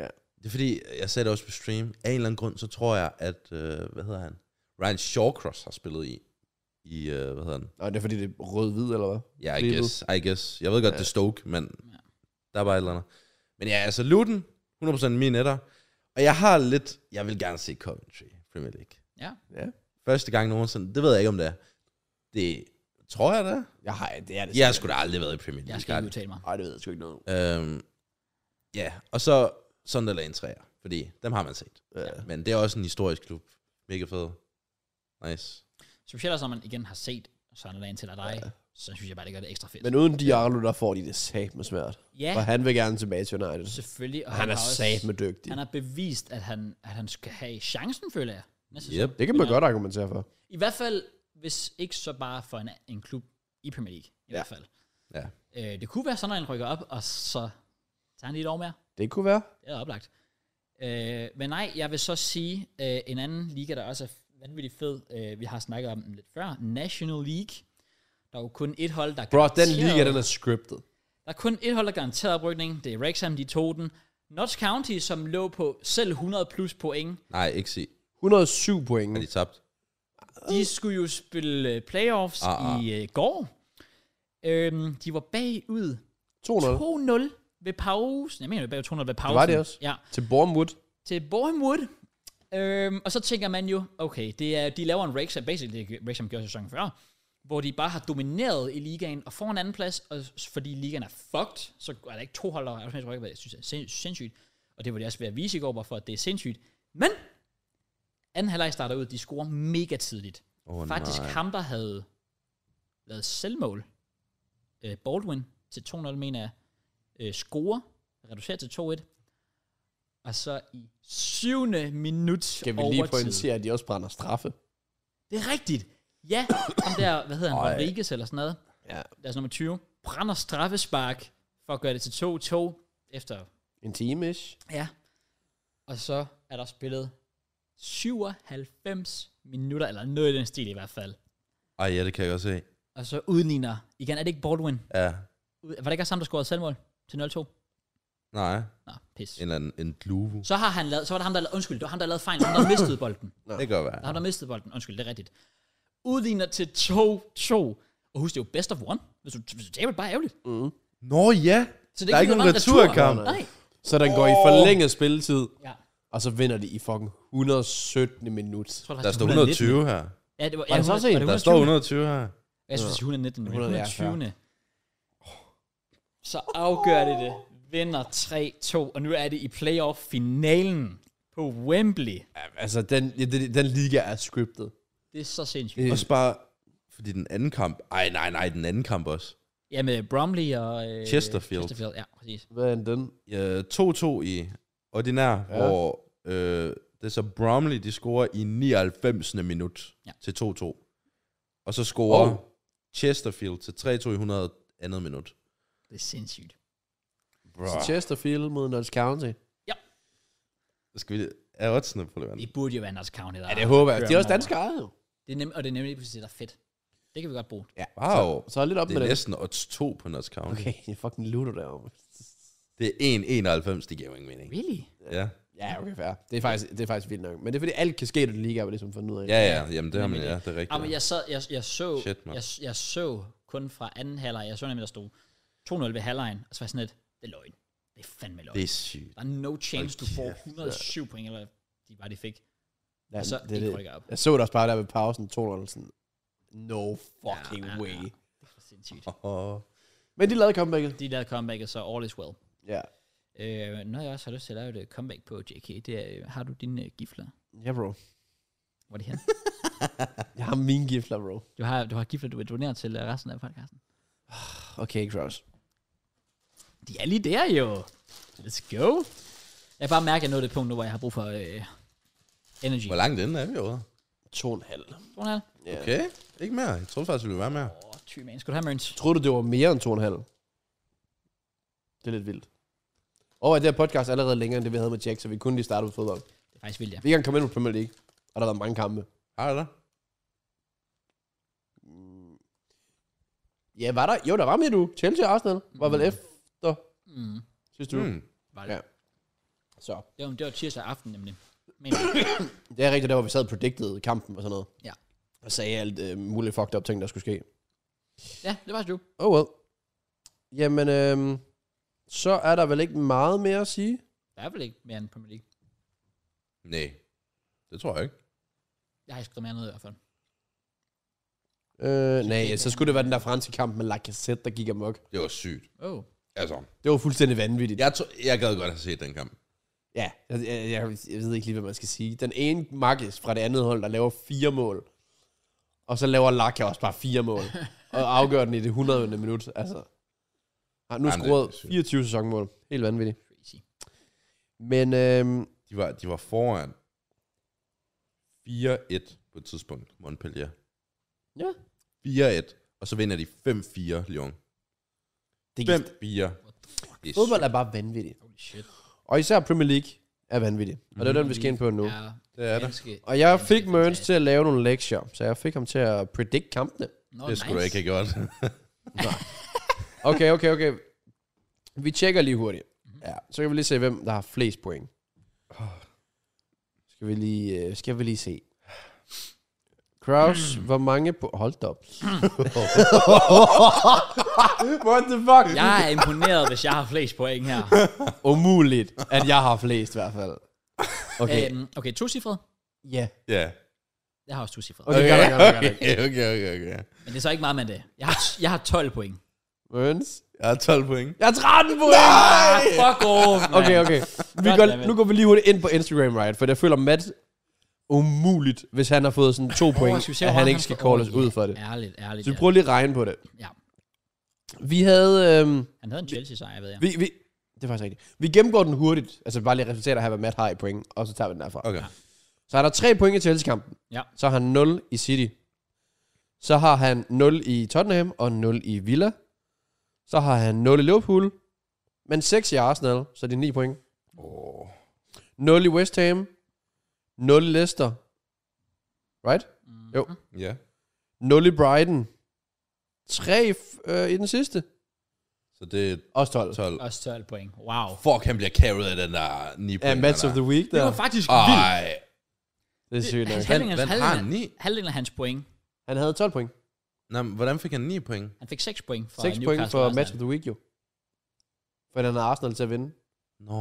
S2: ja.
S3: Det er fordi, jeg sagde det også på stream. Af en eller anden grund, så tror jeg, at, øh, hvad hedder han? Ryan Shawcross har spillet i, i øh, hvad hedder han?
S2: Nå, det er fordi, det er rød-hvid, eller hvad?
S3: Ja, I
S2: Lige
S3: guess, I guess. Jeg ved godt,
S2: Ja.
S3: det er Stoke, men
S1: Ja.
S3: der var et eller andet. Men ja, altså Luton, 100% min etter. Og jeg har lidt, jeg vil gerne se Coventry Premier League.
S1: Ja.
S2: Ja.
S3: Første gang nogensinde, det ved jeg ikke, om det er. Det tror jeg, det er.
S2: Jeg har, det er det.
S3: Jeg har sgu da aldrig været i Premier
S1: Jeg
S3: League.
S1: skal ikke udtale mig.
S2: Ej, det ved jeg sgu ikke noget om.
S3: Øhm, ja, og så Sunderland 3'er, fordi dem har man set. Øh,
S2: Ja.
S3: Men det er også en historisk klub. Mega fed. Nice.
S1: Specielt også, når man igen har set Sunderland til dig, så synes jeg bare, det gør det ekstra fedt.
S2: Men uden Diallo, der får de det sat med svært.
S1: ja,
S2: Ja. For han vil gerne tilbage til United.
S1: selvfølgelig. Og
S2: Han er
S1: har også-
S2: sat med dygtig.
S1: Han har bevist, at han, at han skal have chancen, føler jeg. Næste
S3: Yep.
S1: sæson.
S2: Det kan man godt argumentere for.
S1: I hvert fald, hvis ikke så bare for en, en klub i Premier League. I ja. hvert fald.
S3: Ja.
S1: Øh, det kunne være sådan, at han rykker op, og så tager han lige et år mere.
S2: Det kunne være.
S1: Det er oplagt. Øh, men nej, jeg vil så sige, øh, en anden liga, der også er vanvittigt fed, øh, vi har snakket om den lidt før, National League. Der er jo kun et hold, der
S2: Bro, den
S1: garanteret-
S2: liga, den er scriptet.
S1: Der er kun et hold, der garanteret oprykning. Det er Wrexham, de tog den. Notts County, som lå på selv 100 plus point,
S3: Nej, ikke se.
S2: 107 point.
S3: Er de tabt?
S1: de skulle jo spille øh, playoffs
S3: Ah,
S1: i øh, går. Øhm, de var bagud
S2: 2-0
S1: 2-0 ved pausen. Jeg mener, det var bag 2-0 ved pausen.
S2: var det også.
S1: Ja.
S2: til Bournemouth.
S1: Til Bournemouth. Øhm, og så tænker man jo, okay, det er, de laver en Wrexham, basically det Wrexham gjorde sæsonen før, hvor de bare har domineret i ligaen og får en anden plads, og s- fordi ligaen er fucked, så er der ikke to hold, der er automatisk rykker, jeg synes er sind- sindssygt. Og det var de også ved at vise i går, hvorfor det er sindssygt. Men anden halvleg starter ud, de scorer mega tidligt.
S3: Oh,
S1: Faktisk ham, der havde lavet selvmål, øh, Baldwin til 2-0, mener jeg, øh, scorer, reducerer til 2-1, og så i syvende minut
S2: Skal vi
S1: overtid.
S2: lige pointere, at de også brænder straffe?
S1: Det er rigtigt. Ja, ham der, hvad hedder han,
S2: Ej.
S1: Rodriguez eller sådan noget,
S2: Ja.
S1: deres nummer 20, brænder straffespark for at gøre det til 2-2 efter,
S2: En time ish.
S1: ja. Og så er der spillet 97 minutter, eller noget i den stil i hvert fald.
S3: Ej, ja, det kan jeg godt se.
S1: Og så udligner, igen er det ikke Baldwin,
S3: Ja.
S1: Ud- Var det ikke også ham, der scorede selvmål til 0-2?
S3: Nej,
S1: Nå, pis.
S3: en eller anden en dluvo.
S1: Så har han lavet, så var det ham, der lavede, undskyld, det var ham, der lavede fejl, ham, der mistede bolden. Det
S3: Det kan godt være.
S1: var ham, der mistede bolden, undskyld, det er rigtigt. Udligner til 2-2. Og husk, det er jo best of one. Hvis du, hvis du taber, er det bare ærgerligt.
S3: Nå ja,
S1: Så
S3: der er ikke nogen returkamp.
S1: retur. Nej.
S2: Så den går i forlænget spilletid,
S1: Ja.
S2: og så vinder de i fucking 117. minut.
S1: Jeg tror,
S3: Der
S1: faktisk
S3: står
S1: 119.
S3: 120 her.
S1: Ja, det var,
S2: Var
S1: ja,
S2: det så
S1: hundrede-
S2: også en?
S1: var det
S3: Der står
S1: 120?
S3: 120 her.
S1: Jeg synes, det er 119, men
S2: 100, ja,
S1: 120. Så afgør det det. Vinder 3-2, og nu er det i playoff-finalen på Wembley.
S2: Altså, den, ja, den, den liga er scriptet.
S1: Det er så sindssygt.
S2: Det,
S3: Også bare, fordi den anden kamp... Ej, nej, nej, den anden kamp også.
S1: Ja, med Bromley og... Øh,
S3: Chesterfield.
S1: Chesterfield, ja, præcis.
S2: hvad er den?
S3: Øh, 2-2 i ordinær, ja. hvor øh, det er så Bromley, de scorer i 99. minut
S1: Ja.
S3: ja. til 2-2. Og så scorer
S2: Oh.
S3: oh. Chesterfield til 3-2 i 100 andet minut.
S1: Det er sindssygt.
S3: Bro.
S2: Så Chesterfield mod Notts County.
S3: Skal vi... Er oddsene på det?
S1: Det burde jo være Anders County, der
S2: Ja, det håber jeg.
S1: kører
S2: De er også
S1: dem over.
S2: danskere ejet, jo.
S1: Det er nem, og det er nemlig lige præcis det, der er fedt. Det kan vi godt bruge.
S2: Ja, Så,
S3: Wow.
S2: så er lidt op
S3: Det
S2: med
S3: er
S2: det.
S3: næsten odds 2 på Notts County. Okay.
S2: Okay, jeg fucking lutter derovre.
S3: Det er 1,91, det giver jo ingen mening.
S1: Really?
S3: Ja,
S2: Ja, okay, fair. Det er faktisk, det er faktisk vildt nok. Men det er fordi, alt kan ske, i den liga, har vi ligesom fundet ud af.
S3: ja, ja jamen det har man,
S1: Nemlig
S3: ja, det er rigtigt.
S1: Ja, Ah, men jeg, sad, jeg, jeg, så,
S3: Shit, mand.
S1: jeg, jeg så kun fra anden halvleg. Jeg så nemlig, der stod 2-0 ved halvlejen, og så var jeg sådan lidt, det er løgn. Det er fandme løgn.
S3: Det
S1: Det...
S3: er sygt.
S1: Der er no chance, du får
S3: Hold kæft,
S1: 107 point, eller de bare de fik.
S2: ja
S1: Og så
S2: det,
S1: ikke
S2: er det.
S1: rykker op.
S2: Jeg så det også bare der ved pausen, 200 sådan, no fucking
S1: Ja, ja, ja.
S2: way.
S1: Det er for sindssygt.
S3: Oh.
S2: Men de lavede comebacket.
S1: De lavede comebacket, så all is well.
S2: Ja.
S1: Øh, noget jeg også har lyst til at lave et øh, comeback på, JK, det er, øh, har du dine øh, gifler?
S2: Ja, bro.
S1: Hvor er de her?
S2: Jeg har mine gifler, bro.
S1: Du har, du har gifler, du vil donere til øh, resten af podcasten.
S2: Okay, Kraus.
S1: De er lige der jo. Let's go. Jeg kan bare mærke, at jeg nåede det punkt nu, hvor jeg har brug for øh, energy.
S3: Hvor langt inden er vi over?
S2: To og en halv.
S1: Hvordan er det?
S2: Ja.
S3: Okay, ikke mere. Jeg troede faktisk, vi ville være mere.
S1: Åh, ty man. Skal du have Mørns?
S2: Tror du, det var mere end to og en halv? Det er lidt vildt. Og at det her podcast er allerede længere end det, vi havde med Jack, så vi kunne lige starte med fodbold.
S1: Det er faktisk vildt, ja.
S2: Vi kan komme ind på Premier League, og der har været mange kampe.
S3: Har du det?
S2: Mm. Ja, var der? Jo, der var med du. Chelsea og Arsenal var vel efter
S1: Mm.
S2: sidste uge.
S3: Mm.
S1: Var det.
S2: Ja. Så
S1: Det, var, det var tirsdag aften, nemlig. Men,
S2: det er rigtigt, der hvor vi sad og predicted kampen og sådan noget.
S1: Ja.
S2: Og sagde alt øh, muligt fucked up ting, der skulle ske.
S1: ja, det var du.
S2: Oh well. Jamen, øh, så er der vel ikke meget mere at sige.
S1: Der er vel ikke mere end Premier League.
S3: Nej, det tror jeg ikke.
S1: Jeg har ikke skrevet mere ned i hvert fald.
S2: Øh, nej, så skulle det være den der franske kamp med Lacazette, der gik amok.
S3: Det var sygt.
S1: Oh.
S3: Altså,
S2: Det var fuldstændig vanvittigt.
S3: Jeg, tro, jeg gad godt have set den kamp.
S2: Ja, jeg, jeg, jeg, jeg ved ikke lige, hvad man skal sige. Den ene Marcus fra det andet hold, der laver fire mål. Og så laver Laka også bare fire mål. og afgør den i det 100. minut. Altså, har nu
S3: Jamen, det er
S2: scoret
S3: sygt.
S2: 24 sæsonmål. Helt vanvittigt.
S1: Crazy.
S2: Men øhm,
S3: De var, de var foran 4-1 på et tidspunkt, Montpellier.
S2: ja,
S3: 4-1, og så vinder de 5-4 Lyon.
S2: det gik.
S3: 5-4. Det er
S2: Fodbold
S3: sygt.
S2: er bare vanvittigt.
S1: Holy shit.
S2: Og især Premier League er vanvittigt. Og det er den, vi skal ind på nu.
S1: Ja,
S3: Det er Mm. det.
S1: ganske-
S2: Og jeg
S1: ganske
S2: fik Mørns
S1: fantastisk.
S2: til at lave nogle lektier, så jeg fik ham til at predict kampene.
S1: Nå,
S3: Det skulle du ikke have gjort.
S2: Okay, okay, okay. Vi tjekker lige hurtigt. Ja, så kan vi lige se, hvem der har flest point. Skal vi lige, øh, skal vi lige se. Kraus, mm. hvor mange på... Hold da op. What the fuck? Ja.
S1: Jeg er imponeret, hvis jeg har flest point her.
S2: Umuligt, at jeg har flest i hvert fald. Okay.
S1: Okay, øhm, okay to cifre.
S2: Ja.
S3: Ja.
S1: Jeg har også to cifre.
S2: Okay, okay, okay, okay, okay.
S3: Okay, okay, okay, okay.
S1: Men det er så ikke meget med det. Jeg har, jeg har 12 point.
S2: Møns.
S3: Jeg har 12 point.
S2: Jeg er 13 point! Nej!
S1: Ah, fuck off, man.
S2: Okay, okay. Vi
S1: Godt,
S2: går,
S1: David.
S2: nu går vi lige hurtigt ind på Instagram, right? For jeg føler Matt umuligt, hvis han har fået sådan to
S1: Åh, jeg
S2: point,
S1: skulle se,
S2: at
S1: hvor
S2: han
S1: meget
S2: ikke skal
S1: får- Åh,
S2: call os
S1: ja,
S2: ud for det.
S1: Ærligt, ærligt.
S2: Så vi
S1: ærligt.
S2: prøver lige at regne på det.
S1: Ja.
S2: Vi havde... Øhm,
S1: Han havde en Chelsea-sejr, ved jeg.
S2: vi, vi, det er faktisk rigtigt. Vi gennemgår den hurtigt. Altså bare lige resultater her, hvad Matt har i point, og så tager vi den derfra.
S3: Okay.
S2: Så han har 3 point i Chelsea-kampen.
S1: Ja.
S2: Så har han 0 i City. Så har han 0 i Tottenham og 0 i Villa. Så har han 0 i Liverpool. Men 6 i Arsenal, så det er 9 point.
S3: Oh.
S2: 0 i West Ham. 0 i Leicester. Right?
S1: Mm.
S2: Jo.
S3: Ja.
S2: 0 i Brighton. 3 øh, i den sidste.
S3: Så det er
S2: Også 12.
S3: 12.
S1: Også 12 point. Wow.
S3: Fuck, han bliver carried af den der 9 point.
S2: Ja, match
S3: han
S2: of
S3: har.
S2: the week
S1: Det
S2: der.
S1: var faktisk vildt.
S3: Ej.
S2: Det er sygt nok.
S1: Hans-
S3: Hvad,
S1: Halvdelen af-
S3: hvad har han
S1: halvdelen
S3: 9?
S1: Halvdelen af hans point.
S2: Han havde 12 point.
S3: Nå, men hvordan fik han 9 point?
S1: Han fik 6 point for
S2: 6
S1: Newcastle.
S2: point for
S1: Arsenal.
S2: match of the week jo. For han havde Arsenal til at vinde.
S3: Nå.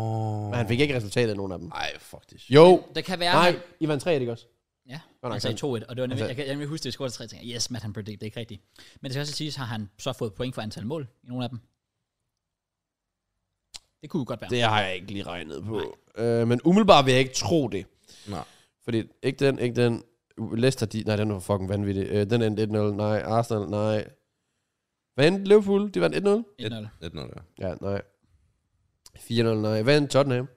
S2: Men han fik ikke resultatet af nogen af dem.
S3: Ej, fuck det.
S2: Jo.
S1: Det kan være, Altså,
S2: Nej,
S1: han-
S2: I vandt 3 ikke også?
S1: Ja,
S2: Godt
S1: han
S2: nok,
S1: sagde 2-1, og det var nemlig,
S2: sagde-
S1: jeg, kan, jeg kan huske, det scorede 3 ting. Yes, Matt, han predicted, det er ikke rigtigt. Men det skal også siges, har han så fået point for antal mål i nogle af dem. Det kunne jo godt være. Det.
S2: Det har jeg ikke lige regnet på. Øh, men umiddelbart vil jeg ikke tro det.
S3: Nej.
S2: Fordi ikke den, ikke den. U- Leicester, de, nej, den var fucking vanvittig. Øh, den endte 1-0. Nej, Arsenal, nej. Hvad endte Liverpool? De vandt 1-0?
S1: 1-0.
S3: 1-0, ja.
S2: Ja, nej. 4-0, nej. Hvad endte Tottenham?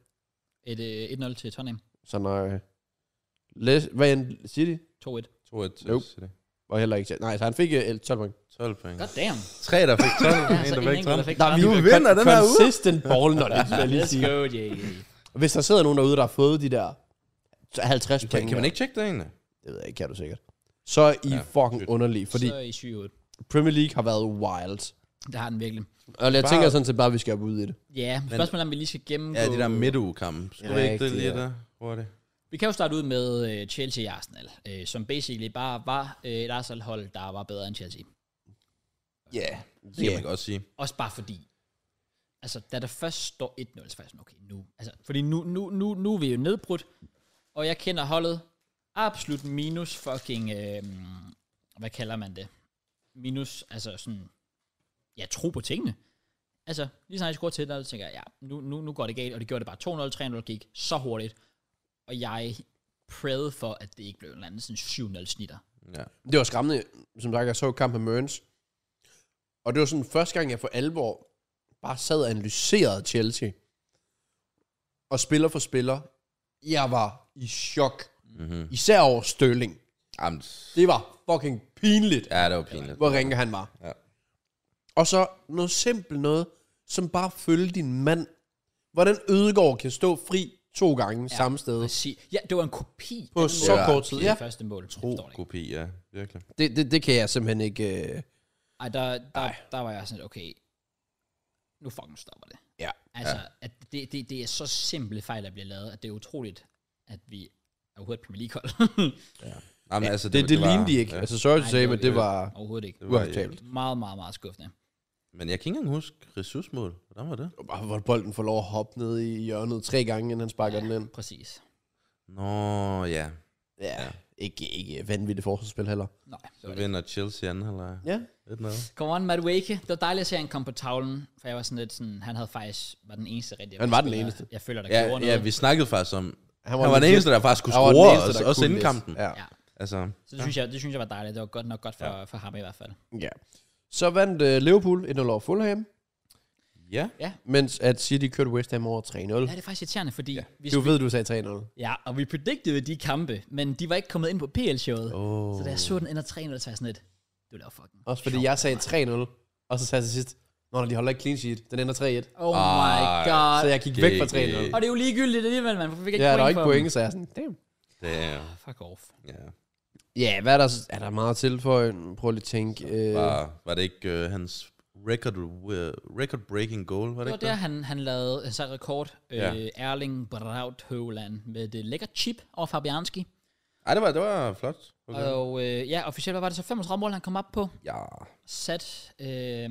S1: Et, øh, 1-0 til Tottenham.
S2: Så nej. Les, hvad endte City?
S1: 2-1.
S3: 2-1 til
S2: Jo.
S3: City.
S2: Og heller ikke. Nej, så han fik øh, 12 point.
S3: 12 point.
S1: God damn. Altså,
S3: 3, der fik 12. en, der fik 12.
S1: fik
S2: Der,
S1: tretten.
S3: vi-
S2: er
S3: vinder den her uge.
S2: Consistent ball knowledge, vil jeg lige
S1: Let's
S2: sige.
S1: go, JJ.
S2: Hvis der sidder nogen derude, der har fået de der 50
S3: Kan,
S2: point.
S3: kan man ikke tjekke det egentlig?
S2: Det ved jeg ikke, kan du sikkert. Så er I ja,
S3: Ja,
S2: fucking
S3: fedt.
S2: underlige, fordi
S1: Fordi... Så i 7-8.
S2: Premier League har været wild.
S1: Der har den virkelig.
S2: Og jeg
S3: Bare-
S2: tænker sådan set bare, at vi skal op ud i det.
S1: Ja, spørgsmålet er, om vi lige skal gennemgå...
S3: Ja, de der midtugekampe. Skulle
S2: Ja,
S3: ja, ikke det
S2: rigtigt,
S3: lige
S2: ja.
S3: der? Hvor er det?
S1: Vi kan jo starte ud med øh, Chelsea og Arsenal, øh, som basically bare var øh, et Arsenal-hold, der var bedre end Chelsea.
S3: Ja, yeah. det kan man godt sige.
S1: Også bare fordi, altså da der først står 1-0, så er jeg sådan, okay, nu. Altså, fordi nu, nu, nu, nu er vi jo nedbrudt, og jeg kender holdet absolut minus fucking, øh, hvad kalder man det? Minus, altså sådan, ja, tro på tingene. Altså, lige snart jeg scorer til 1-0, så tænker jeg, ja, nu, nu, nu går det galt, og det gjorde det bare 2-0, 3-0 gik så hurtigt, og jeg prayede for, at det ikke blev en eller anden sådan 7-0 snitter.
S3: Ja.
S2: Det var skræmmende, som sagt, jeg så kampen med Mørens. Og det var sådan første gang, jeg for alvor bare sad og analyserede Chelsea. Og spiller for spiller. Jeg var i chok.
S3: Mm-hmm.
S2: Især over Støling.
S3: Jamen,
S2: Det var fucking pinligt,
S3: ja, det var pinligt.
S2: hvor ringe han var.
S3: Ja.
S2: Og så noget simpelt noget, som bare følge din mand. Hvordan Ødegaard kan stå fri to gange ja. samme sted.
S1: Præcis. Ja, det var en kopi
S2: På
S1: af den
S2: så
S1: mål,
S2: kort tid,
S1: det
S2: ja.
S1: første mål. Tro,
S3: God kopi, ja. Virkelig.
S2: Det, det, det kan jeg simpelthen ikke... Øh...
S1: Ej, der, der, der var jeg sådan, lidt, okay, nu fucking stopper det.
S2: Ja.
S1: Altså, ja. at det, det, det er så simple fejl, der bliver lavet, at det er utroligt, at vi er overhovedet et Premier League-hold.
S3: Jamen, altså,
S2: Det, det, det
S3: var-
S2: lignede de ikke. Ja.
S3: ja.
S2: Altså, sorry to
S1: Nej,
S2: say,
S1: det
S2: men
S1: var
S2: det
S1: vi-
S2: var
S1: overhovedet ikke.
S3: Det var-
S2: uacceptabelt.
S1: Meget, meget, meget skuffende.
S3: Men jeg kan ikke engang huske ressourcemål. Hvordan var det?
S2: Bare hvor bolden får lov at hoppe ned i hjørnet tre gange, inden han sparker ja. den ind.
S1: Præcis.
S3: Nå, ja.
S2: Ja, ikke, ikke vanvittigt forsvarsspil heller.
S1: Nej, det
S3: Så
S1: var det.
S3: vinder Chelsea anden halvleg.
S2: Ja.
S3: Lidt noget.
S1: Come on, Matt Wake. Det var dejligt at se, at han kom på tavlen, for jeg var sådan lidt sådan, han havde faktisk, var den eneste rigtige.
S2: Han var den
S1: spiller,
S2: eneste.
S1: Jeg føler, der
S3: Ja,
S1: gjorde noget.
S3: ja, vi snakkede faktisk om...
S2: Han
S3: Han var den
S2: legit-
S3: eneste, der faktisk kunne
S2: han var den
S3: score,
S2: eneste,
S3: også,
S2: der
S3: også
S2: kunne
S3: inden
S2: lidt.
S3: kampen.
S2: Ja.
S1: Ja,
S3: Altså,
S1: så det synes, jeg, det synes jeg var dejligt. Det var godt nok godt for, ja. for ham i hvert fald.
S2: ja. Så vandt uh, Liverpool 1-0 over Fulham,
S3: ja.
S2: mens at City kørte West Ham over 3-0.
S1: Ja, det er faktisk irriterende, fordi ja. vi
S2: Du ved, du sagde 3-0.
S1: Ja, og vi predicted de kampe, men de var ikke kommet ind på PL-showet. Oh.
S3: Oh.
S1: Så da jeg så den ender 3-0, så var jeg sådan lidt, du laver fucking.
S2: Også fordi jeg sagde 3-0, og så sagde jeg til sidst, Nå, nej, de holder ikke clean sheet. Den ender 3-1.
S1: Oh my
S3: Ej,
S1: god.
S2: Så jeg gik væk fra
S3: det-
S2: 3-0.
S1: Og det er jo ligegyldigt alligevel, man. Hvorfor fik jeg
S2: Ja,
S1: ikke
S2: der var
S1: point
S2: ikke
S1: for
S2: point, så jeg er sådan, damn.
S3: Det er...
S1: Dem? Fuck off.
S3: Ja.
S2: Ja, hvad er der, er der meget til for? Prøv lige at tænke. Øh,
S3: Var, var det ikke øh, hans record, øh, record-breaking goal? Var
S1: Det
S3: det
S1: var
S3: ikke
S1: der, han, han lavede så rekord.
S3: Ja.
S1: Øh, Erling Braut Høland med det lækker chip over Fabianski.
S3: Ej, det var, det var flot. Okay.
S1: Og øh, ja, officielt hvad var det så 35 mål, han kom op på.
S3: Ja.
S1: Sat øh,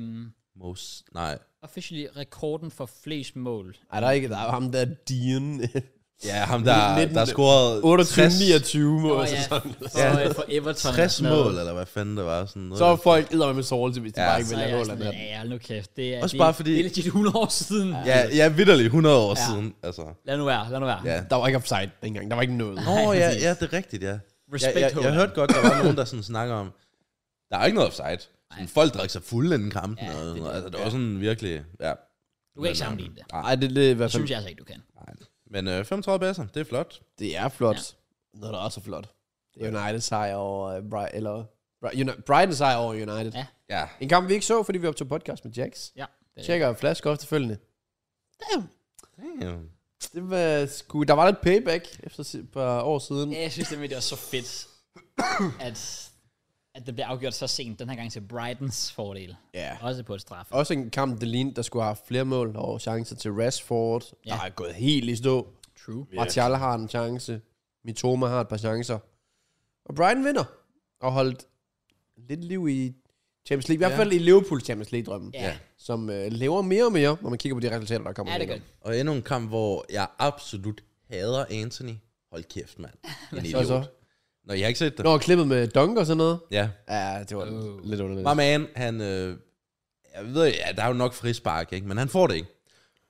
S3: Most, nej.
S1: officially rekorden for flest mål.
S2: Ej, der er ikke, der er jo ham der Dian.
S3: Ja, ham der,
S2: 19
S3: 19, der scorede
S2: 28-29 mål.
S1: Åh,
S2: altså
S1: ja.
S2: sådan.
S1: For, øh, for Everton.
S3: 60 mål, eller hvad fanden det var. Sådan noget.
S2: Så er folk edder med sovelse, hvis de
S3: Ja.
S2: bare ikke
S1: Så
S2: vil
S1: er
S2: lave
S1: jeg
S2: mål af
S1: sådan,
S2: det
S1: ja, nu kæft. Det er,
S3: Også
S1: det,
S3: bare fordi-
S1: Det er legit 100 år siden.
S3: Ja, ja vidderligt 100 år ja. siden. Altså.
S1: Lad nu være, lad nu være.
S3: Ja.
S2: Der var ikke offside dengang. Der var ikke noget.
S3: Nå, ja,
S1: præcis.
S3: ja, det er rigtigt, ja.
S1: Respect,
S3: jeg, jeg, jeg
S1: Holland.
S3: hørte godt, der var nogen, der sådan snakker om, der er jo ikke noget offside. Sådan, folk drak sig fulde inden kampen.
S1: Ja,
S3: Ja, og,
S1: det
S3: det,
S1: er det.
S3: det, altså, det var sådan virkelig, ja. øhm,
S1: Du kan ikke sammenligne det.
S2: Nej, det, det er i hvert
S1: Det synes
S2: fald...
S1: jeg altså ikke, du kan.
S3: Men øh, 35 basser, det er flot.
S2: Det er flot. Noget, der også er flot. Det er United sejr over... Uh, Bright, eller, Bri- Uni- Brighton sejr over United.
S1: Ja.
S3: Ja.
S2: En kamp, vi ikke så, fordi vi optog podcast med Jax.
S1: Ja. det-
S2: Tjekker en flaske efterfølgende. Damn.
S3: Damn.
S2: Det var sgu, der var lidt payback efter si- et par år siden.
S1: Ja, Jeg synes nemlig, det var så fedt, at, at det blev afgjort så sent den her gang til Brightons fordel.
S2: Ja.
S1: Også på et straf.
S2: Også en kamp, der lignede, der skulle have haft flere mål og chancer til Rashford. Ja. Der
S1: Ja.
S2: er gået helt i stå.
S1: True.
S2: Martial har en chance. Mitoma har et par chancer. Og Brian vinder. Og holdt lidt liv i Champions League. I hvert
S3: Ja.
S2: fald i Liverpool Champions League-drømmen.
S1: Ja, ja,
S2: Som øh, lever mere og mere, når man kigger på de resultater, der kommer.
S1: ja det
S2: ud
S1: gør
S2: af
S1: det.
S3: Og endnu en kamp, hvor jeg absolut hader Anthony. Hold kæft, mand. En
S2: så,
S3: idiot.
S2: så?
S3: Nå, jeg har ikke set det.
S2: Når jeg klippet med Dunk og sådan noget.
S3: Ja.
S2: Ja, det var uh. lidt underligt.
S3: My man, han... Øh, jeg ved, ja, der er jo nok frispark, ikke? Men han får det ikke.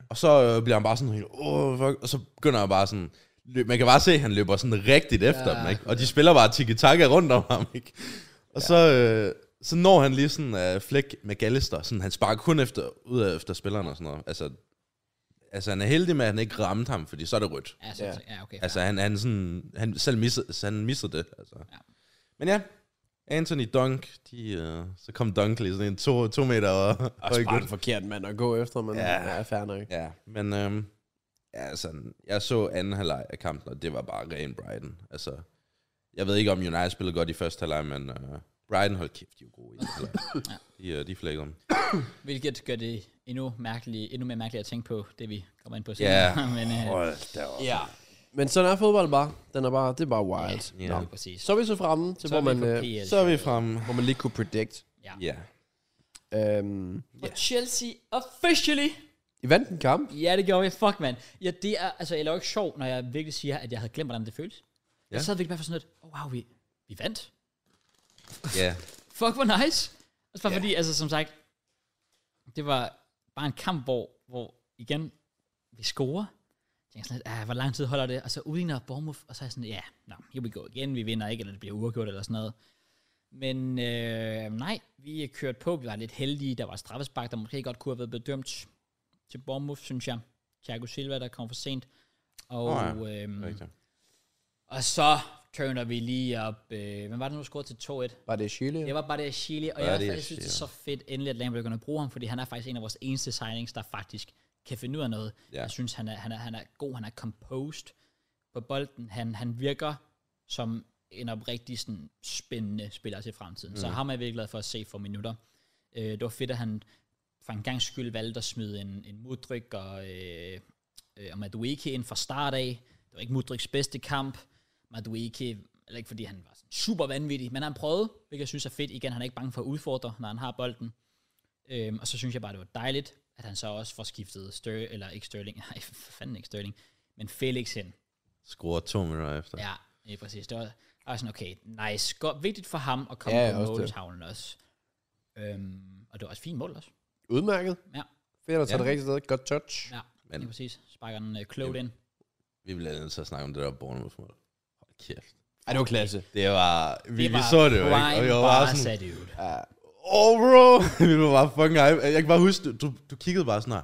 S3: Og så øh, bliver han bare sådan helt... Åh, fuck. Og så begynder han bare sådan... Løb. Man kan bare se, at han løber sådan rigtigt efter
S1: Ja.
S3: dem, ikke? Og de spiller bare tiki-taka rundt om ham, ikke? Og så... Øh, så når han lige sådan øh, flæk med Gallister, sådan han sparker kun efter, ud af efter spilleren og sådan noget. Altså, altså han er heldig med, at han ikke ramte ham, fordi så er det rødt.
S1: Ja, så,
S2: Ja.
S1: ja okay.
S3: Altså, han, han, sådan, han selv missede, så han missede det. Altså.
S1: Ja.
S3: Ja. Men ja, Anthony Dunk, de, uh, så kom Dunk lige sådan en to, to meter og,
S2: Også
S3: i
S2: bare en
S3: gulvet.
S2: forkert mand at gå efter, men ja,
S3: Ja.
S2: ja fair nok.
S3: Ja, men øhm, ja, altså, jeg så anden halvleg af kampen, og det var bare ren Brighton. Altså, jeg ved ikke, om United spillede godt i første halvleg, men uh, Brighton, hold kæft, de er jo gode i det halvleg. De, uh, de flækkede dem.
S1: Hvilket gør det endnu, mærkeligt, endnu mere mærkeligt at tænke på, det vi kommer ind på
S3: Ja,
S1: senere. Men øh,
S3: hold da op.
S2: Ja. Men sådan er fodbold bare. Den er bare, det er bare wild.
S3: Altså, Ja.
S2: Nå.
S1: lige præcis.
S2: Så er vi så fremme til,
S1: Så
S2: hvor,
S1: er vi
S2: man,
S1: på
S2: øh,
S1: PL.
S3: Så er vi fremme.
S2: hvor man lige kunne predict.
S1: Ja.
S3: Ja.
S2: Øhm,
S1: Og Chelsea officially
S2: I vandt en kamp.
S1: Ja, det gjorde vi. Fuck, mand. Ja, det er, altså, jeg laver ikke sjov, når jeg virkelig siger, at jeg havde glemt, hvordan det føltes. Ja.
S3: Ja.
S1: Jeg sad virkelig bare for sådan lidt, oh, wow, vi, vi vandt.
S3: Ja.
S1: Fuck, hvor nice. Altså bare
S3: Ja.
S1: fordi, altså som sagt, det var bare en kamp, hvor, hvor igen, vi scorer. Jeg tænker sådan lidt, ah, hvor lang tid holder det? Og så udligner Bournemouth, og så er jeg sådan, ja, no, here we go igen, vi vinder ikke, eller det bliver uafgjort eller sådan noget. Men øh, nej, vi er kørt på, vi var lidt heldige, der var et straffespark, der måske godt kunne have været bedømt til Bournemouth, synes jeg. Thiago Silva, der kom for sent. Og,
S3: Nå
S1: oh, øhm,
S3: Rigtigt.
S1: og så turner vi lige op, øh, hvem var det nu, der scorede til 2-1?
S2: Var det Chile?
S1: Det var bare det Chili, og
S3: Bare
S1: jeg,
S3: det,
S1: jeg synes, det er så fedt endelig, at Lambert begynder at bruge ham, fordi han er faktisk en af vores eneste signings, der faktisk kan finde ud af noget.
S3: Ja.
S1: Jeg synes, han er, han, er, han er god, han er composed på bolden. Han, han virker som en oprigtig sådan, spændende spiller til fremtiden. Mm. Så ham er jeg virkelig glad for at se for minutter. Øh, det var fedt, at han for en gang skyld valgte at smide en, en modryk og, øh, øh, og Madueke ind fra start af. Det var ikke Mudriks bedste kamp. Madueke, eller ikke fordi han var sådan super vanvittig, men han prøvede, hvilket jeg synes er fedt. Igen, han er ikke bange for at udfordre, når han har bolden. Øhm, og så synes jeg bare, det var dejligt, at han så også får skiftet Ster eller ikke Sterling, nej, for fanden ikke Sterling, men Felix hen.
S3: Skruer to minutter efter.
S1: Ja, lige præcis. Det var, jeg var sådan, okay, nice. Godt, vigtigt for ham at komme
S2: Ja,
S1: ja, på
S2: også det.
S1: måltavlen også. Øhm, og det var også fint mål også.
S2: Udmærket.
S1: Ja.
S2: Fedt at tage
S3: Ja.
S2: det rigtigt sted. Godt touch.
S1: Ja,
S3: Men-
S1: lige præcis. Sparker den øh, klogt ind.
S3: Vi bliver nødt til at snakke om det der Bournemouth-mål. Hold kæft.
S2: Ej, det var klasse.
S3: Det var... Vi,
S1: Det
S3: det var
S1: var
S3: vi så det jo, ikke? Og
S1: prime
S3: vi var bare
S1: Barca,
S3: sådan... "Ah,
S1: dude.
S3: Åh, oh, bro! vi var bare fucking hype. Jeg kan bare huske, du, du, du kiggede bare sådan her.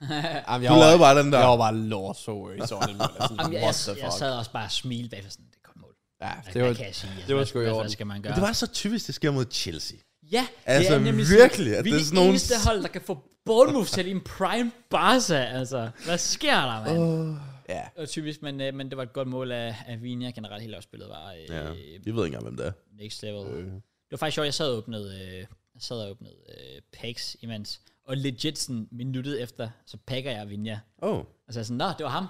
S2: Jamen, jeg
S3: Du lavede bare den der.
S2: Jeg var bare lort, så i så den mål. Sådan,
S1: Jamen, jeg,
S2: what the
S1: jeg, jeg,
S2: fuck?
S1: sad også bare og smilte bagefter sådan, det er et godt mål.
S2: Ja,
S1: Altså,
S2: det var,
S1: hvad kan jeg sige? Altså,
S2: det var
S1: hvad-
S2: sgu i
S1: hvad-
S2: orden.
S1: Hvad skal man
S3: Men
S1: gøre?
S3: det var så typisk, det sker mod Chelsea.
S1: ja,
S3: Altså,
S1: det er nemlig
S3: virkelig,
S1: Sådan,
S3: at
S1: vi
S3: det
S1: er
S3: er
S1: det
S3: sådan nogle-
S1: eneste hold, der kan få Bournemouth til i en prime Barca. Altså, hvad sker der, mand?
S2: ja.
S1: Det var typisk, men, øh, men det var et godt mål af, af Vinja. Generelt hele afspillet var øh,
S3: Ja.
S1: ja.
S3: Vi ved ikke engang, hvem det er.
S1: next level. Øh. Det var faktisk sjovt, jeg sad og åbnede, øh, jeg sad og åbnede øh, packs imens. Og legit sådan minuttet efter, så pakker jeg Altså, Vinja.
S3: Oh,
S1: Og så er jeg sådan, nå, det var ham.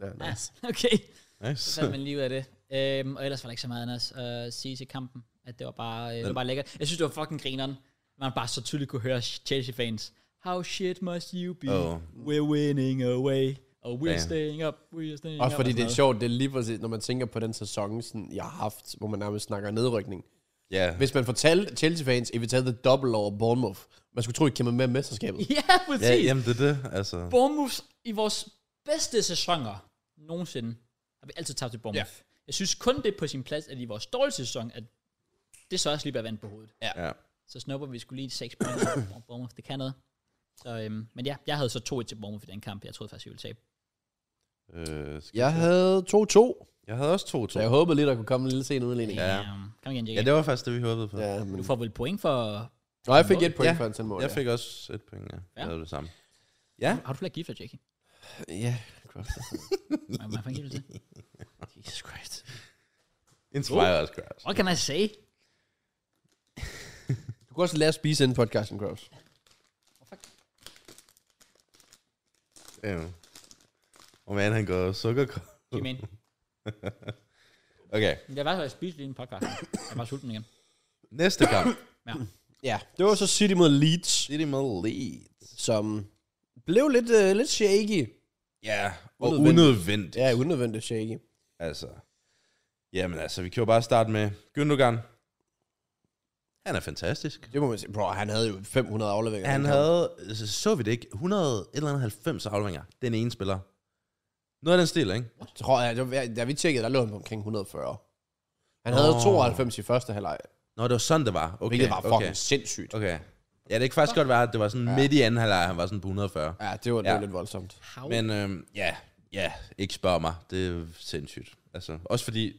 S2: ja.
S1: Ja, okay. Så
S3: nice.
S1: fandt man lige ud af det. Øhm, og ellers var der ikke så meget andet at øh, sige til kampen, at det var bare, øh, det var bare lækkert. Jeg synes, det var fucking grineren, man bare så tydeligt kunne høre Chelsea-fans. How shit must you be?
S3: Åh.
S1: Oh. We're winning away. Og we're
S3: Ja.
S1: yeah. staying up, we're staying
S2: Også
S1: up.
S2: fordi
S1: og
S2: det er
S1: sådan
S2: sjovt, det er lige præcis, når man tænker på den sæson, sådan, jeg har haft, hvor man nærmest snakker nedrykning.
S3: Ja.
S2: Hvis man fortalte Chelsea-fans, at vi taget the double over Bournemouth, man skulle tro, at I kæmpede med i mesterskabet.
S1: noget. Ja,
S3: ja,
S1: præcis.
S3: jamen det er det, altså.
S1: Bournemouth i vores bedste sæsoner nogensinde har vi altid tabt til Bournemouth. Ja. Jeg synes kun det er på sin plads, at i vores dårligste sæson, at det så også lige bliver vandt på hovedet.
S3: Ja.
S1: Så snupper vi skulle lige 6 point fra Bournemouth. Det kan noget. Så, øhm, men ja, jeg havde så 2-1 til Bournemouth i den kamp. Jeg troede faktisk, vi ville tabe.
S3: Øh, skal-
S2: Jeg havde 2-2,
S3: jeg havde også
S2: så
S3: 2-2.
S2: jeg håbede lidt, at der kunne komme en lille sen udligning. Ja.
S3: Ja.
S1: Damn. øhm, Kom igen, Jake.
S3: Ja, det var faktisk det, vi håbede på.
S2: Ja, men...
S1: Du får vel point for...
S2: Nå, jeg fik et point
S3: Ja.
S2: for hans mål.
S3: Jeg
S2: ja.
S3: fik også et point, ja. Jeg havde det samme.
S1: Har du flere gifter, Jake?
S2: Ja, godt.
S1: Hvad hvad fanden giver du det?
S2: Jesus Christ.
S3: Inspire us, Kraus.
S1: What can I say?
S2: Du kunne også lære at spise inden podcasten, Kraus. Øhm.
S3: Damn. Og man, han går sukkerkold.
S1: Give me in.
S3: Okay,
S1: Jeg var så, jeg spiste lige en podcast. Jeg var sulten igen.
S3: næste kamp.
S1: Ja.
S2: Ja, det var så City mod Leeds,
S3: City mod Leeds.
S2: som blev lidt, øh, lidt shaky.
S3: Ja, og
S2: Unødvendigt.
S3: unødvendigt.
S2: Ja, unødvendigt shaky.
S3: Altså. Jamen altså, vi kan jo bare starte med Gündogan. Han er fantastisk.
S2: Det må man sige. Bro, han havde jo 500 afleveringer.
S3: Han
S2: i den kamp.
S3: havde, så, så vi det ikke, 100 et eller andet 90 afleveringer. Den ene spiller. Noget af den stil, ikke?
S2: Tror jeg, det var, da vi tjekkede, der lå han på omkring 140. Han havde
S3: Nå.
S2: 92 i første halvleg, okay,
S3: Nå, det var sådan, det var. Okay,
S2: hvilket var fucking
S3: okay.
S2: sindssygt.
S3: okay. Ja, det kan faktisk godt være, at det var sådan ja. midt i anden halvleg, han var sådan på 140.
S2: Ja, det var, det var
S3: Ja.
S2: lidt voldsomt.
S1: How? Men,
S3: Men øhm, ja, ja, ikke spørg mig. Det er sindssygt. Altså, også fordi,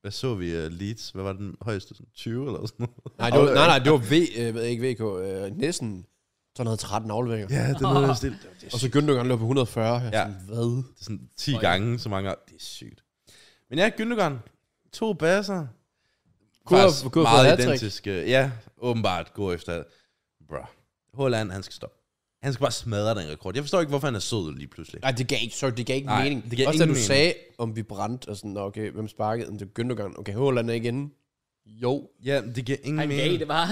S3: hvad så vi uh, Leeds? Hvad var den højeste? Sådan 20 eller sådan noget?
S2: Nej, det var, nej, nej, det var v, øh, hvad- ikke VK, øh, næsten sådan noget 13 afleveringer.
S3: Ja, det er noget, det, det, det,
S2: Og så Gündogan lå på 140. Jeg
S3: Ja.
S2: ja. sådan, hvad?
S3: det er sådan 10 gange så mange. Det er sygt. Men ja, Gündogan. To basser.
S2: Kunne
S3: Faktisk
S2: have- kunne have fået
S3: meget
S2: hat-trick.
S3: identiske. Ja, åbenbart gå efter. Bro, Holland, han skal stoppe. Han skal bare smadre den rekord. Jeg forstår ikke, hvorfor han er sød lige pludselig.
S2: Nej, det gav ikke, sorry, det gav ikke
S3: Nej,
S2: mening.
S3: det gav
S2: Også da
S3: ingen
S2: du
S3: mening.
S2: sagde, om vi brændte, og sådan, nå, okay, hvem sparkede? Jamen, Det var Gündogan. Okay, Håland er igen. Jo.
S3: Ja, det giver ingen
S1: han
S3: mening.
S1: gav det bare.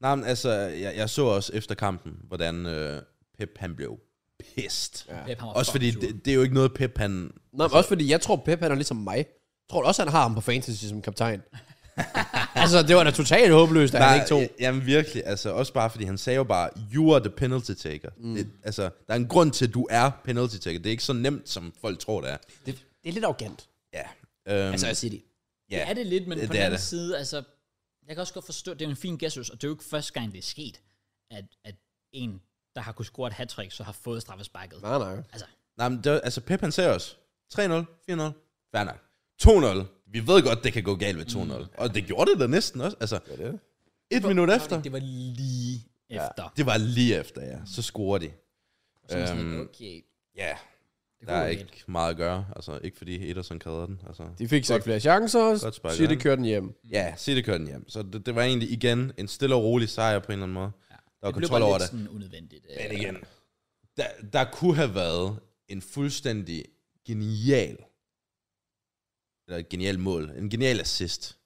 S3: Nej, men altså, jeg, jeg så også efter kampen, hvordan øh, Pep, han blev pissed. Ja.
S1: Pep, han var
S3: Også fordi,
S1: fucking sur.
S3: det, det er jo ikke noget, Pep, han...
S2: Nå, men også fordi, jeg tror, Pep, han er ligesom mig. Jeg tror også, han har ham på fantasy som kaptajn. altså, det var da totalt håbløst, at han ikke tog.
S3: ja, Jamen virkelig, altså, også bare fordi, han sagde jo bare, you are the penalty taker. Mm. Det, altså, der er en grund til, at du er penalty taker. Det er ikke så nemt, som folk tror, det er.
S2: Det, det er lidt arrogant.
S3: Ja. Øhm,
S2: Altså, jeg siger det.
S3: ja.
S1: er det lidt, men
S3: Det-
S1: på
S3: det
S1: den
S3: er
S1: anden
S3: det.
S1: side, altså, jeg kan også godt forstå, det er jo en fin gestus, og det er jo ikke første gang, det er sket, at, at en, der har kunnet score et hat så har fået straffesparket.
S2: Nej, nej.
S1: Altså,
S3: Nej, men det, var- altså, Pep, han sagde også, 3-0, 4-0, fair nok. 2-0. Vi ved godt, det kan gå galt ved 2-0. Mm. Og det gjorde det da næsten også. Altså,
S2: Ja, det.
S3: et minut efter,
S1: det var lige efter.
S3: det var lige efter, ja. Så scorer de.
S1: Så er man sådan,
S3: Øhm,
S1: okay,
S3: Ja,
S1: det
S3: Der
S1: kunne
S3: er
S1: være
S3: ikke
S1: galt.
S3: meget at gøre. Altså, ikke fordi Ederson kræder den. Altså.
S2: De fik så ikke flere chancer,
S3: Godt sparket
S2: så det
S3: an.
S2: kørte den hjem.
S3: Ja, City kørte den hjem. Så det, det var egentlig igen en stille og rolig sejr på en eller anden måde. Ja. Der var
S1: Det blev
S3: kontrol
S1: bare
S3: over
S1: lidt
S3: det.
S1: sådan unødvendigt. øh,
S3: Men igen, der, der kunne have været en fuldstændig genial, eller et genial mål, en genial assist.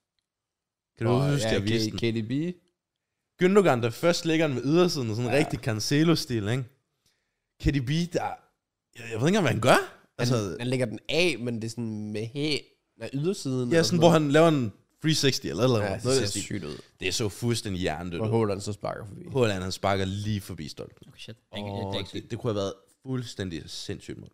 S3: Kan du
S2: Og,
S3: huske,
S2: ja,
S3: jeg viste den?
S2: KDB.
S3: Gündogan, der først ligger den ved ydersiden, og sådan en rigtig Cancelo-stil, ikke? KDB, der... Jeg, jeg ved ikke engang, hvad han gør. Altså,
S2: Han, han lægger den af, men det er sådan med hæ... Nej, ydersiden.
S3: ja,
S2: eller
S3: sådan, hvor han laver en 360 eller eller
S2: noget.
S3: ja,
S2: Ja,
S3: noget.
S2: det
S3: af
S2: ser
S3: den stil.
S2: sygt ud.
S3: Det er så fuldstændig hjernedødt.
S2: Og Håland så sparker forbi.
S3: Håland, han sparker lige forbi
S1: Okay,
S3: stolpen.
S1: oh, shit. Jeg, jeg, jeg,
S3: Og det, det kunne have været fuldstændig sindssygt mål.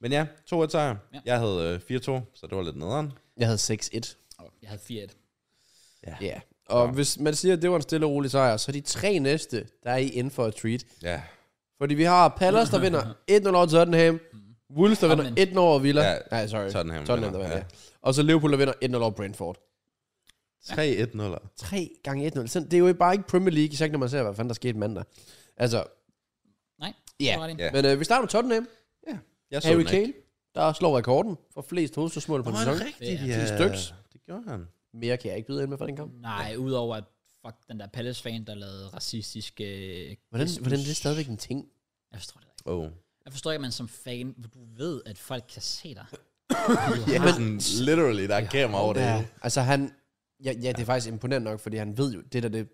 S3: Men ja, 2 1 sejr. Ja. Jeg havde øh, 4-2, så det var lidt nederen.
S2: Jeg havde 6-1.
S1: jeg havde 4-1.
S2: Ja. Yeah. Og ja. hvis man siger, at det var en stille og rolig sejr, så de tre næste, der er I inden for et treat.
S3: Ja,
S2: Fordi vi har Palace, der vinder 1-0 over Tottenham. Wolves, der vinder 1-0 over Villa.
S3: Ja,
S2: Mm. Ja. Nej, sorry.
S3: Tottenham
S2: Tottenham der
S3: vinder,
S2: vinder, ja.
S3: ja.
S2: Og så Liverpool, der vinder 1-0 over Brentford.
S3: 3-1-0'er.
S2: 3 gange 1-0. Sådan- Det er jo bare ikke Premier League, især ikke når man ser, hvad fanden der skete mandag. Altså,
S1: Nej,
S2: ja.
S1: det var det.
S3: Ja.
S2: Men øh, vi starter med Tottenham.
S3: Jeg
S2: Harry
S3: den
S2: Kane, der slår rekorden for flest hovedstødsmål på
S3: Nå,
S2: en
S3: er
S2: sæson.
S3: det rigtigt?
S1: Ja,
S3: Ja,
S2: 10 styks.
S3: Det gjorde han.
S2: Mere kan jeg ikke byde ind med for den kamp.
S1: Nej, udover at fuck den der Palace-fan, der lavede racistiske... øh,
S2: Hvordan, hvordan er det stadigvæk en ting?
S1: Jeg forstår det ikke.
S3: Oh.
S1: Jeg forstår ikke, at man som fan, hvor du ved, at folk kan se dig.
S3: ja, sådan, literally, der er kamera over det.
S2: Ja,
S3: Ja.
S2: altså han... Ja, ja, det er faktisk imponerende nok, fordi han ved jo, det der, det,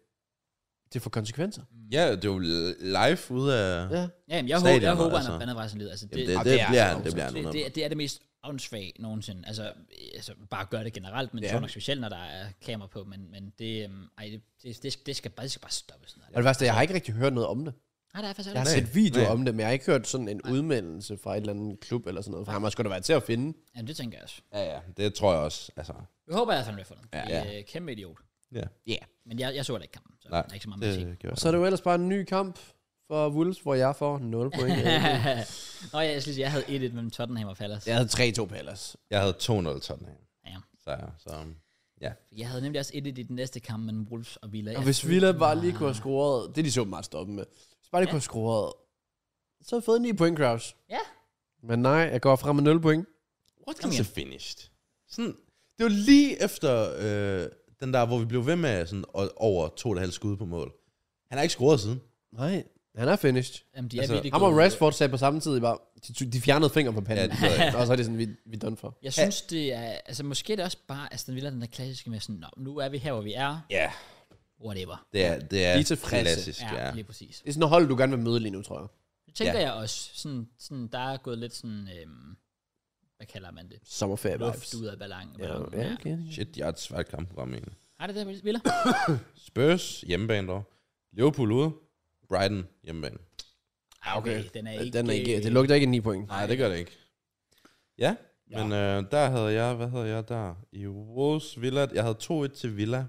S2: det får konsekvenser.
S3: ja, det er jo live ude af...
S2: Ja.
S1: Jamen, jeg,
S3: Stadion,
S1: håber, jeg håber,
S3: altså.
S1: han har bandet rejsen lidt. Altså,
S3: Jamen, det,
S2: Ej,
S3: det,
S2: det er-
S3: bliver han,
S2: det
S3: det bliver han.
S1: det,
S3: 100%.
S1: det, det er det mest åndssvagt nogensinde. Altså, øh, altså bare gør det generelt, men
S2: Ja.
S1: det er nok specielt, når der er kamera på, men, men det, øhm, ej, det, det, det, skal, det skal bare, det skal bare stoppes. Sådan
S2: Og det værste, er, jeg har ikke rigtig hørt noget om det.
S1: Nej, der er faktisk
S2: Jeg har
S1: aldrig-
S2: set videoer
S3: nej.
S2: om det, men jeg har ikke hørt sådan en udmeldelse fra et eller andet klub eller sådan noget. For han må sgu da være til at finde.
S1: Jamen, det tænker jeg også.
S3: Ja, ja, det tror jeg også. Altså,
S1: Jeg håber, at han bliver fundet.
S3: Ja.
S1: Ja. Øh, kæmpe idiot.
S3: ja,
S1: Men jeg, jeg så heller ikke kampen, så
S3: Nej,
S1: Nej, der er ikke så meget med at sige.
S3: det gør
S2: Og så er det jo ellers bare en ny kamp for Wolves, hvor jeg får 0 point.
S1: Nå, jeg, jeg synes, jeg havde 1-1 mellem Tottenham og Palace.
S2: jeg havde 3-2 Pallas.
S3: Jeg havde 2-0 Tottenham.
S1: Ja.
S3: Så, så ja.
S1: Jeg havde nemlig også 1-1 i den næste kamp mellem Wolves og Villa.
S2: Og
S1: Jeg
S2: hvis
S1: følte
S2: Villa bare lige
S1: meget-
S2: kunne have scoret, det er de så meget stoppe med. Hvis bare lige kunne have scoret, så havde jeg fået 9 point, Kraus.
S1: Ja.
S2: Men nej, jeg går frem med 0 point.
S3: What
S1: Kom
S3: is
S1: igen.
S3: a finished? Sådan, det var lige efter øh, den der, hvor vi blev ved med sådan, o- over to og et halvt skud på mål. Han har ikke scoret siden.
S2: Nej, han er finished.
S1: Jamen, de er
S3: Altså,
S1: altså, virkelig
S2: Ham
S1: gode.
S2: og Rashford sagde på samme tid, bare, de, de fjernede fingre på panden.
S3: Ja, det ved jeg
S2: og så er det sådan, vi, vi er done for.
S1: Jeg synes, det er... Altså, måske er det også bare Aston Villa, den der klassiske med sådan, Nå, nu er vi her, hvor vi er.
S3: Ja,
S1: Whatever.
S3: det er, det er
S2: De er tilfredse.
S3: klassisk.
S1: Ja,
S3: Ja.
S1: ja. lige præcis.
S2: Det er sådan et hold, du gerne vil møde lige nu, tror jeg.
S1: Det tænker
S3: Ja.
S1: ja. jeg også. Sådan, sådan, der er gået lidt sådan... Øhm, hvad kalder man det?
S2: Sommerferie vibes.
S1: Luft ud af ballon.
S2: Ja,
S1: ballon.
S2: ja, okay.
S3: Shit, jeg har et svært kampprogram egentlig.
S1: Er det der, Villa?
S3: Spurs, hjemmebane dog. Liverpool ude. Brighton, hjemmebane.
S1: Ah, okay. Den er ikke... øh,
S2: Den er ikke, det lugter ikke af 9 point.
S3: Nej, det gør det ikke. Ja,
S1: Ja.
S3: men øh, der havde jeg, hvad havde jeg der? I Wolves Villa, jeg havde 2-1 til Villa.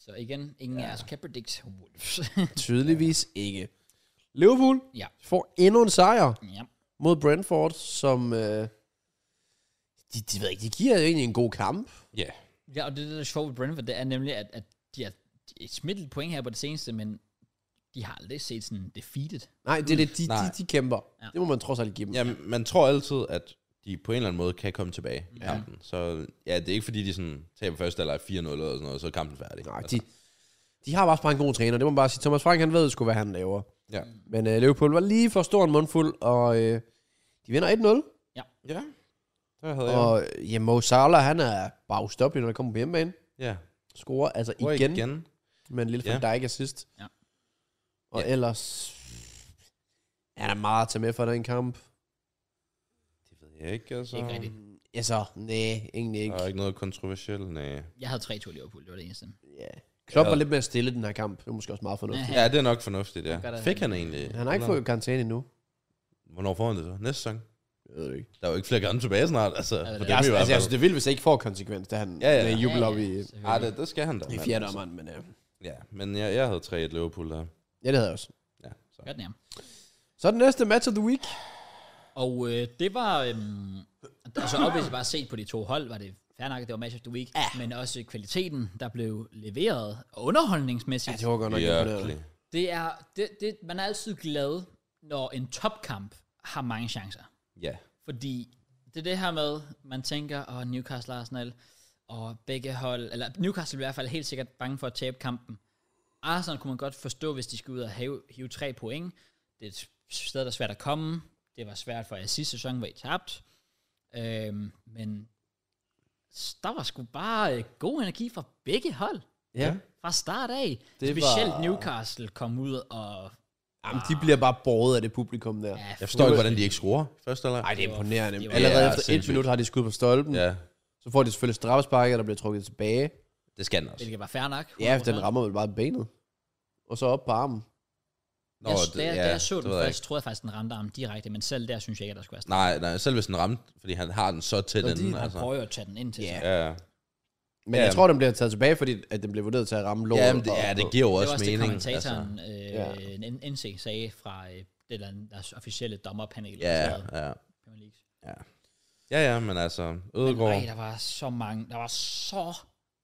S1: Så igen, ingen ja. af os kan predict Wolves.
S2: Tydeligvis ikke. Liverpool
S1: ja.
S2: får endnu en sejr
S1: ja.
S2: mod Brentford, som... Øh, de, de, ved ikke, de giver egentlig en god kamp.
S3: Ja. Yeah.
S1: Ja, og det, der er sjovt ved Brentford, det er nemlig, at, at de har et smidt et point her på det seneste, men de har aldrig set sådan defeated.
S2: Nej, det er det, de,
S3: Nej.
S2: de, de kæmper.
S1: Ja.
S2: Det må man trods alt give dem.
S3: Ja, man tror altid, at de på en eller anden måde kan komme tilbage i kampen. Så ja, det er ikke fordi, de sådan taber første eller 4-0 eller sådan noget, så er kampen færdig.
S2: Nej,
S3: Altså,
S2: de, de har bare, bare en god træner, det må man bare sige. Thomas Frank, han ved sgu, hvad han laver.
S3: Ja.
S2: Men øh, Liverpool var lige for stor en mundfuld, og øh, de vinder 1-0.
S3: ja. Der havde jeg.
S2: Og øh, ja, Mo Salah, han er bare ustoppelig, når han kommer på hjemmebane.
S3: Ja.
S2: Scorer altså
S3: Og
S2: igen, igen,
S3: igen.
S2: med en lille
S3: Ja.
S2: ja. Van Dijk assist.
S1: Ja.
S2: Og
S3: Ja.
S2: ellers... Ja, der er meget at tage med fra den kamp.
S3: Det ved jeg ikke, altså.
S1: Ikke rigtigt.
S2: Ja, så, nej, egentlig ikke.
S3: Der er ikke noget kontroversielt, nej.
S1: Jeg havde 3-2 Liverpool, det var det eneste.
S2: Ja. Klopp
S3: Ja.
S2: var lidt mere stille i den her kamp. Det er måske også meget fornuftigt.
S3: Ja, det er nok fornuftigt,
S1: Gør
S3: ja.
S1: det.
S3: Fik han egentlig?
S2: Han har ikke fået karantæne endnu.
S3: Hvornår får han det så? Næste sæson?
S2: Jeg ved det ikke.
S3: Der er jo ikke flere gange tilbage snart, altså.
S1: det
S3: For
S1: er
S3: dem
S1: det.
S3: i
S2: Altså,
S3: hvert
S2: altså, jeg synes,
S3: fald.
S2: det er vildt, hvis det ikke får konsekvens, da han
S3: Ja, ja.
S2: ja, ja. jubler op i,
S1: selvfølgelig.
S3: Ej, det, det skal han da.
S2: i
S3: mand.
S2: fjerdommeren. Men, ja.
S3: Ja, men jeg, jeg havde 3-1 Liverpool der.
S2: ja, det havde jeg også.
S3: Ja, så.
S1: Godt nærmere.
S2: Så den næste match of the week.
S1: Og øh, det var... Øhm, altså opvæsentligt bare set på de to hold, var det fair nok, at det var match of the week. Ja. Men også kvaliteten, der blev leveret, og underholdningsmæssigt.
S2: Det var godt nok imponerende.
S3: Virkelig.
S1: det er, det, det, man er altid glad, når en topkamp har mange chancer.
S3: Ja.
S1: Fordi det er det her med, man tænker, og oh, Newcastle og Arsenal, og begge hold, eller Newcastle er i hvert fald helt sikkert bange for at tabe kampen. Arsenal kunne man godt forstå, hvis de skulle ud og have, hive tre point. Det er et sted, der er svært at komme. Det var svært for jer sidste sæson, hvor I tabt. Øhm, men s- der var sgu bare øh, god energi fra begge hold.
S2: Ja.
S1: Fra start af.
S2: Det
S1: Det Specielt
S2: var-
S1: var... Newcastle kom ud og...
S2: Jamen, de bliver bare båret af det publikum der.
S1: Ja,
S3: Jeg forstår ikke, hvordan de ikke scorer først, eller?
S2: Ej, det er imponerende.
S1: det var-
S2: Allerede
S3: Ja,
S2: efter et
S3: sindssygt.
S2: minut har de skudt på stolpen. Ja.
S3: Ja,
S2: Så får de selvfølgelig straffesparker, der bliver trukket tilbage.
S3: det skal den også.
S1: Hvilket var fair nok.
S2: Ja, den rammer vel bare benet. Og så op på armen.
S1: Nå, jeg, da, jeg, da jeg så
S3: det
S1: den
S3: ved jeg
S1: først, troede jeg faktisk, den ramte armen direkte, men selv der synes jeg ikke, at der skulle være
S3: ikke. Nej, nej, selv hvis den ramte, fordi han har den så tæt
S2: Nå, de-
S3: inden.
S1: Han
S3: altså.
S1: prøver jo at tage den ind til
S2: Ja.
S1: sig.
S3: Ja, ja.
S2: Men
S3: Ja.
S2: jeg tror, den bliver taget tilbage, fordi at den bliver vurderet til at ramme låret.
S3: Jamen, det, ja, det giver jo
S1: Det var
S3: også
S1: også det,
S3: mening. altså.
S1: kommentatoren
S2: Ja.
S1: altså. øh, en- NC sagde fra øh, det eller andet, deres officielle dommerpanel.
S3: ja,
S1: og sådan noget.
S3: ja.
S1: Premier League.
S3: Ja, ja, men altså,
S1: Men
S3: Ødegaard,
S1: ej, der var så mange, der var så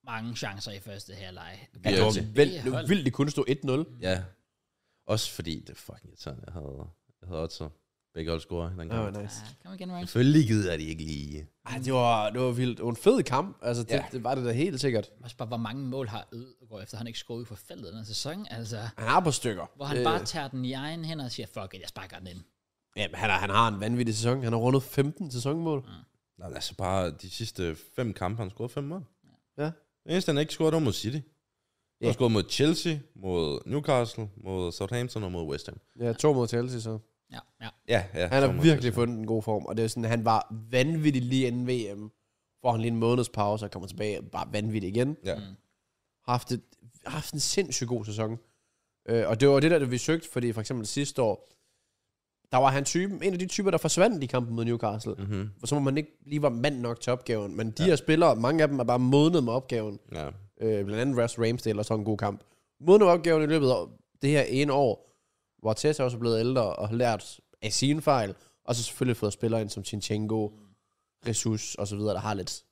S1: mange chancer i første halvleg.
S2: Ja, det var
S1: Begge
S2: vildt, det var
S1: hold.
S2: vildt, det kunne stå 1-0.
S3: ja. Også fordi, det er fucking irriterende, jeg havde, jeg havde også begge hold score. Den
S2: Åh,
S3: kamp.
S2: oh, nice.
S1: Ja, kom igen, Ryan.
S3: Selvfølgelig gider de ikke lige.
S2: Ej, det var, det var vildt. Det var en fed kamp. Altså, det,
S3: Ja.
S2: ja. det var det da helt sikkert.
S1: Også bare, hvor mange mål har Ødegaard, efter han ikke scorede på feltet den her sæson. Altså,
S2: Han har på stykker.
S1: hvor han
S2: Øh,
S1: bare tager den i egen hænder og siger, fuck it, jeg sparker den ind. Mm.
S2: Jamen, han, har, han har en vanvittig sæson. Han har rundet 15 sæsonmål.
S3: Nå, men altså bare de sidste fem kampe, han scorede fem mål.
S2: Ja.
S3: Det eneste, han ikke scorede, det var mod City. Han
S2: Ja.
S3: yeah. scorede mod Chelsea, mod Newcastle, mod Southampton og mod West Ham.
S2: Ja, to mod Chelsea så.
S1: Ja, ja.
S3: Ja, ja.
S2: Han
S3: så mod
S2: har virkelig
S3: Chelsea.
S2: fundet en god form, og det er sådan, han var vanvittig lige inden VM, hvor han lige en måneds pause og kommer tilbage bare vanvittig igen.
S3: Ja.
S1: Mm.
S2: Har haft, et, har haft en sindssygt god sæson. Øh, og det var det der, vi søgte, fordi for eksempel sidste år, der var han typen, en af de typer, der forsvandt i kampen mod Newcastle.
S3: Mm-hmm.
S2: For så må man ikke lige var mand nok til opgaven. Men de her spillere, mange af dem er bare modnet med opgaven.
S3: Ja.
S2: Øh, blandt andet Russ Ramsdale og sådan en god kamp. Modnet med opgaven i løbet af det her ene år, hvor Tessa også er blevet ældre og har lært af sine fejl. Og så selvfølgelig fået spillere ind som Chinchenko, Ressus og så videre, der har lidt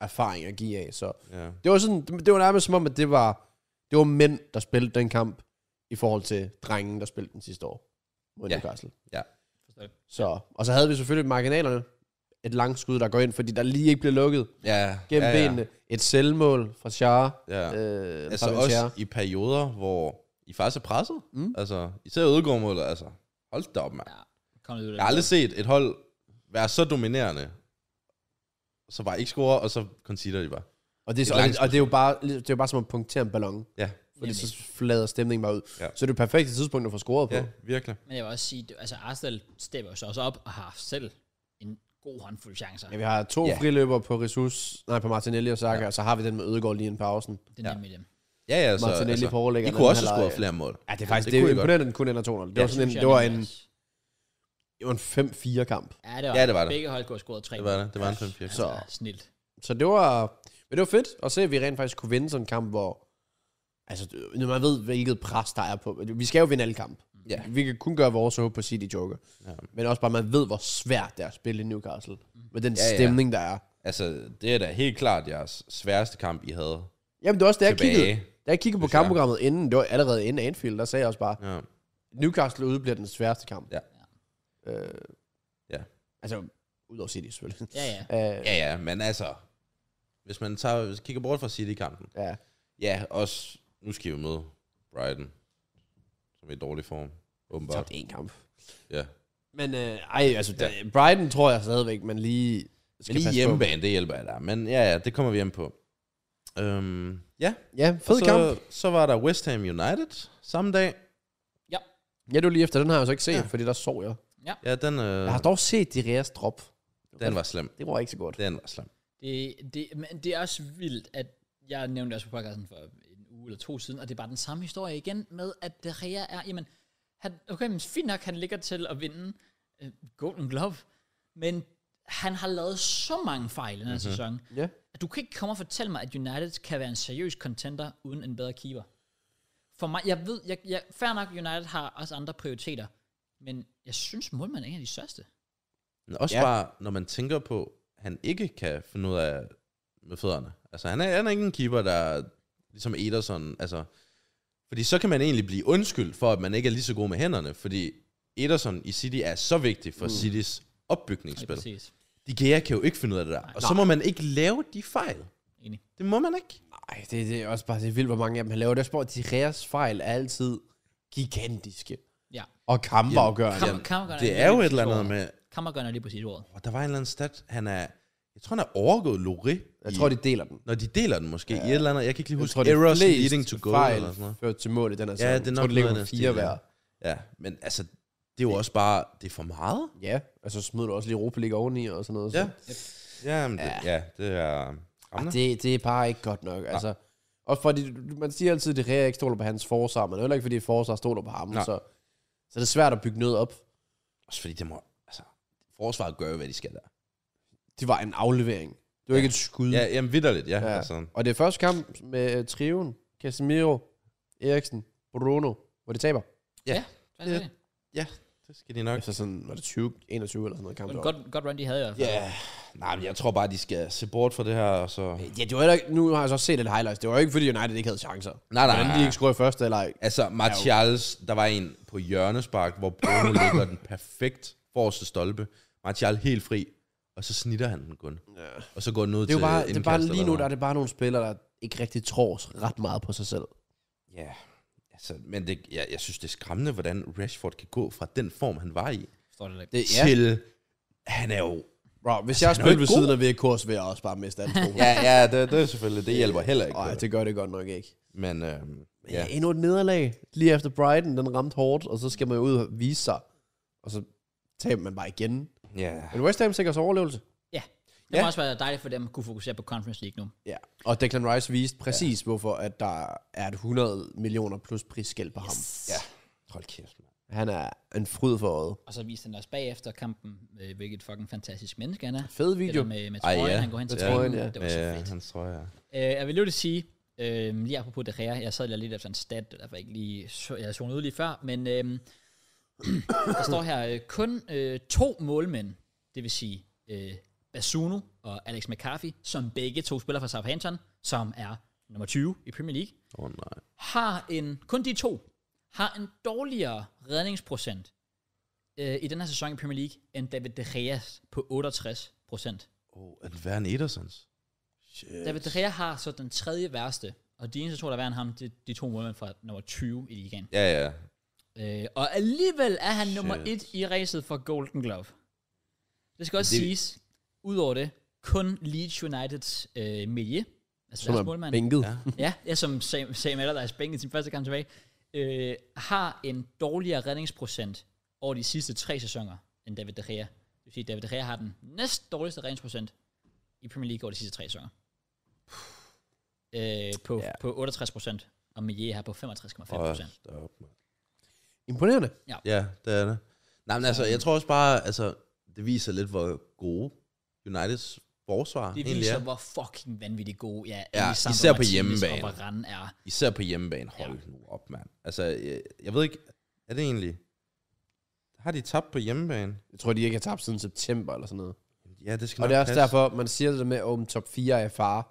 S2: erfaring at give af. Så
S3: ja.
S2: det var, sådan, det var nærmest som om, at det var, det var mænd, der spillede den kamp, i forhold til drengen, der spillede den sidste år mod
S3: Ja.
S2: Newcastle.
S1: Forstår det.
S2: Så, og så havde vi selvfølgelig marginalerne. Et langt skud, der går ind, fordi der lige ikke bliver lukket
S3: ja.
S2: gennem
S3: ja,
S2: ja,
S3: ja.
S2: ja. benene. Et selvmål fra Char.
S3: Ja.
S2: Ja. Øh,
S3: altså
S2: fra
S3: også
S2: Char.
S3: i perioder, hvor I faktisk er presset.
S2: Mm.
S3: Altså, især udgårmålet, altså. Hold da op, mand.
S1: Ja. Kom lidt ud af
S3: Jeg har aldrig set et hold være så dominerende, så bare ikke score, og så conceder de bare.
S2: Og det, er så,
S3: et langt
S2: og det er jo bare, det er jo bare som at punktere en ballon.
S3: Ja,
S2: Fordi
S1: Jamen.
S2: så flader stemningen bare ud.
S3: Ja.
S2: Ja. Så er det perfekte tidspunkt at få scoret på.
S3: ja,
S2: Ja.
S3: virkelig.
S1: Men jeg vil også sige, det- altså Arsenal stepper jo så også op og har haft selv en god håndfuld chancer.
S2: ja vi har to
S3: Ja.
S2: ja. friløber på Ressus, nej, på Martinelli og Saka, ja. og så har vi den med Ødegaard lige en pausen.
S1: Det er nemlig dem.
S3: Ja, ja, så altså,
S2: Martinelli på overlægger
S3: I kunne
S2: den
S3: også have
S2: halvleg.
S3: scoret flere mål.
S2: Ja, det er faktisk det,
S3: Det
S2: det
S3: kunne
S2: er
S3: I
S2: jo imponerende, at den kun ender 2 Det
S3: Ja,
S2: var sådan en,
S1: Synes jeg
S2: det var en,
S1: nemlig også.
S2: det var en 5-4 kamp.
S1: Ja, det var,
S3: Ja, det var det.
S1: Begge hold kunne have scoret tre. Altså,
S3: Det var det. Det var en 5-4.
S1: Så.
S2: Så.
S1: Snilt.
S2: Så det var, men det var fedt at se, at vi rent faktisk kunne vinde sådan en kamp, hvor... Altså, når man ved, hvilket pres der er på... Vi skal jo vinde alle kamp.
S3: Ja.
S2: Vi kan kun gøre vores håb på City Joker.
S3: Ja.
S2: Men også bare, man ved, hvor svært det er at spille i Newcastle. Med den
S3: Ja, ja.
S2: ja, stemning, der er.
S3: Altså, det er da helt klart jeres sværeste kamp, I havde.
S2: Jamen, det var også, da jeg
S3: Tilbage.
S2: kiggede, da jeg kiggede på
S3: Synes jeg.
S2: kampprogrammet inden, det var allerede inden Anfield, der sagde jeg også bare,
S3: Ja.
S2: Newcastle ude bliver den sværeste kamp.
S3: Ja.
S2: Øh,
S3: Ja.
S2: Altså, udover City selvfølgelig.
S1: Ja, ja.
S2: Øh,
S3: ja, ja, men altså, hvis man tager, hvis man kigger bort fra City-kampen,
S2: ja.
S3: ja, også, nu skal I jo møde Brighton, som er i dårlig form,
S2: Så er
S3: åbenbart.
S2: det en kamp.
S3: Ja.
S2: Men øh, ej, altså, ja. Brighton tror jeg stadigvæk, man lige skal
S3: Lige
S2: passe på.
S3: hjemmebane, det hjælper jeg der. Men ja, ja, det kommer vi hjem på. Øhm, ja,
S2: Ja,
S3: og
S2: fed
S3: så,
S2: kamp.
S3: så var der West Ham United samme dag.
S2: Ja, du lige efter, den har jeg så ikke set,
S3: Ja.
S2: ja. fordi der sov jeg.
S3: Ja, den, øh,
S2: Jeg har dog set de Reas drop.
S3: den var slem.
S2: Det var ikke så godt.
S3: Den var slem.
S1: Det, det, men det er også vildt, at jeg nævnte det også på podcasten for en uge eller to siden, og det er bare den samme historie igen med, at De Gea er, jamen, han, okay, men fint nok, han ligger til at vinde øh, Golden Glove, men han har lavet så mange fejl i
S3: Mhm.
S1: den her mm-hmm. sæson,
S2: Ja.
S1: at du kan ikke komme og fortælle mig, at United kan være en seriøs contender uden en bedre keeper. For mig, jeg ved, jeg, jeg, fair nok, United har også andre prioriteter, men jeg synes, målmanden er en af de største.
S3: Men også ja.
S2: Ja.
S3: bare, når man tænker på, han ikke kan finde ud af med fødderne. Altså, han er, han er ikke en keeper, der er ligesom Ederson, altså... Fordi så kan man egentlig blive undskyldt for, at man ikke er lige så god med hænderne, fordi Ederson i City er så vigtig for mm. Citys
S1: Ja,
S3: opbygningsspil.
S1: præcis.
S3: De Gea kan jo ikke finde ud af det der. Og så
S2: Nej.
S3: må man ikke lave de fejl.
S1: Enig.
S3: Det må man ikke.
S2: Ej, det, det er også bare det er vildt, hvor mange af dem han laver. Det er også bare, at de Reas fejl er altid gigantiske.
S1: Ja.
S2: Og kampafgørende.
S1: Kammer- kammergørende
S3: Det
S1: lige
S3: er jo et
S1: præcis
S3: eller andet
S1: ordet.
S3: med...
S1: Kammergørende er lige præcis ordet.
S3: Og der var en eller anden stat, han er... Jeg tror, han er overgået Loré.
S2: Jeg
S3: i-
S2: tror, de deler den.
S3: Når de deler den måske ja. i et eller andet... Jeg kan ikke lige
S2: Jeg
S3: huske...
S2: tror, det
S3: errors
S2: flest
S3: leading to goal
S2: fejl
S3: eller sådan noget.
S2: ført til mål i den her
S3: Ja,
S2: sæson.
S3: det er
S2: Jeg
S3: nok
S2: tror, det ligger
S3: noget af
S2: på
S3: den
S2: fire
S3: stil, ja.
S2: hver.
S3: Ja, men altså... Det er jo også bare... Det er for meget.
S2: Ja, og så smider du også lige Europa League oveni og sådan noget.
S3: Ja.
S2: Så.
S3: Ja, men det, ja, det er...
S2: Ej,
S3: Rammende.
S2: det, det er bare ikke godt nok. Altså, og fordi, man siger altid, at det Rea ikke stoler på hans forsvar, men det er heller ikke, fordi forsvar stoler på ham.
S3: Nej.
S2: Så, så det er svært at bygge noget op.
S3: Også fordi det må... Altså, forsvaret gør jo, hvad de skal der.
S2: Det var en aflevering. Det var
S3: Ja.
S2: ikke et skud.
S3: Ja, jamen vidderligt, ja. ja.
S2: Mm. Ja.
S3: Altså,
S2: Og det er første kamp med øh, triven, Casemiro, Eriksen, Bruno, hvor de taber.
S1: Hvad er det?
S3: det skal de nok.
S2: Altså sådan, var det 20, 21 eller sådan noget kamp.
S1: Det var
S2: deroppe.
S1: et godt, godt run, de havde i hvert fald.
S3: Ja, nej, men jeg tror bare, de skal se bort fra det her, og så...
S2: Ja, det var heller, ikke- nu har jeg så også set lidt highlights. Det var jo ikke, fordi United ikke havde chancer.
S3: Nej, nej,
S2: Hvordan
S3: nej.
S2: de ikke scorede i første, eller ej.
S3: Altså, Martials, der var en på hjørnespark, hvor Bruno ligger den perfekt forreste stolpe. Martial helt fri, og så snitter han den kun. Ja. Og så går den ud
S2: Det er jo
S3: til
S2: bare, det er bare
S3: indkast
S2: lige
S3: eller
S2: nu, der er
S3: noget.
S2: det bare nogle spillere, der ikke rigtig tror ret meget på sig selv.
S3: Ja, altså, men det, jeg, jeg synes, det er skræmmende, hvordan Rashford kan gå fra den form, han var i,
S1: Forstår det ikke.
S2: Det,
S3: ja. til... Han er jo
S2: Bro, hvis jeg
S3: Altså, han
S2: spillede
S3: er jo ikke
S2: ved
S3: god.
S2: siden af VK, så ville jeg også bare miste alt tro.
S3: Ja, ja, det, det er selvfølgelig. Det hjælper heller ikke.
S2: Nej,
S3: på det.
S2: det gør det godt nok ikke.
S3: Men øh,
S2: Ja.
S3: ja.
S2: ja, endnu et nederlag. Lige efter Brighton, den ramte hårdt, og så skal man jo ud og vise sig. Og så taber man bare igen.
S3: ja.
S2: Men West Ham sikrer sig overlevelse.
S1: Ja. Det må
S3: Ja.
S1: også være dejligt for dem at kunne fokusere på Conference League nu.
S2: Ja, og Declan Rice viste præcis, ja. hvorfor at der er et 100 millioner plus prisskæld på yes. ham.
S1: Ja.
S3: Hold kæft, mand.
S2: Han er en fryd for øjet.
S1: Og så viste han også bagefter kampen, øh, hvilket fucking fantastisk menneske han er.
S2: Fed
S1: Det der
S2: video.
S1: med, med
S3: Ej,
S1: trøjen,
S3: ja.
S1: han går hen til
S3: Med
S2: trøjen,
S1: træningen.
S2: ja.
S1: Det var så
S3: Ja,
S1: fedt.
S3: hans trøje, ja.
S1: Øh, jeg vil lige sige, øh, lige apropos De Gea, jeg sad lige lidt efter en stat, der var ikke lige, så, jeg så ud lige før, men øh, der står her, øh, kun øh, to målmænd, det vil sige øh, Basuno og Alex McCarthy, som begge to spiller for Southampton, som er nummer 20 i Premier League,
S3: Åh, oh, nej.
S1: har en, kun de to, har en dårligere redningsprocent øh, i den her sæson i Premier League, end David De Gea's på 68 procent.
S3: Åh, oh, er det Edersons?
S1: David De Gea har så den tredje værste, og de eneste to, der er værre end ham, det er de to målmænd fra nummer 20 i ligaen.
S3: Ja, ja.
S1: Øh, og alligevel er han Shit. nummer
S3: Shit.
S1: 1 i racet for Golden Glove. Det skal også det...
S3: det-
S1: siges, udover det, kun Leeds Uniteds øh, Milje, altså
S2: Som
S1: deres
S2: er
S1: målmand,
S2: bænket.
S3: Ja.
S2: Ja.
S1: ja, ja, som Sam, Sam Allardyce bænkede sin første kamp tilbage, øh, har en dårligere redningsprocent over de sidste tre sæsoner end David De Gea. Det vil sige, at David De Gea har den næst dårligste redningsprocent i Premier League over de sidste tre sæsoner. Øh, på,
S2: Ja.
S1: ja. på 68 procent, og Mier her på 65,5 procent.
S3: Hold da op, mand.
S2: Imponerende.
S3: Ja, det er det. Nej, men altså, jeg tror også bare, altså, det viser lidt, hvor gode Uniteds forsvar
S1: Det
S3: egentlig
S1: viser,
S3: er.
S1: hvor fucking vanvittigt god ja,
S3: Ja,
S1: Alessandro
S3: især på
S1: Martinez
S3: hjemmebane.
S1: Og Varane er.
S3: Især på hjemmebane. Hold ja. nu op, mand. Altså, jeg, jeg ved ikke, er det egentlig... Har de tabt på hjemmebane?
S2: Jeg tror, de ikke har tabt siden september eller sådan noget.
S3: Ja, det skal
S2: Og
S3: nok
S2: det er også
S3: passe.
S2: derfor, man siger det der med, at åben top 4 er i fare.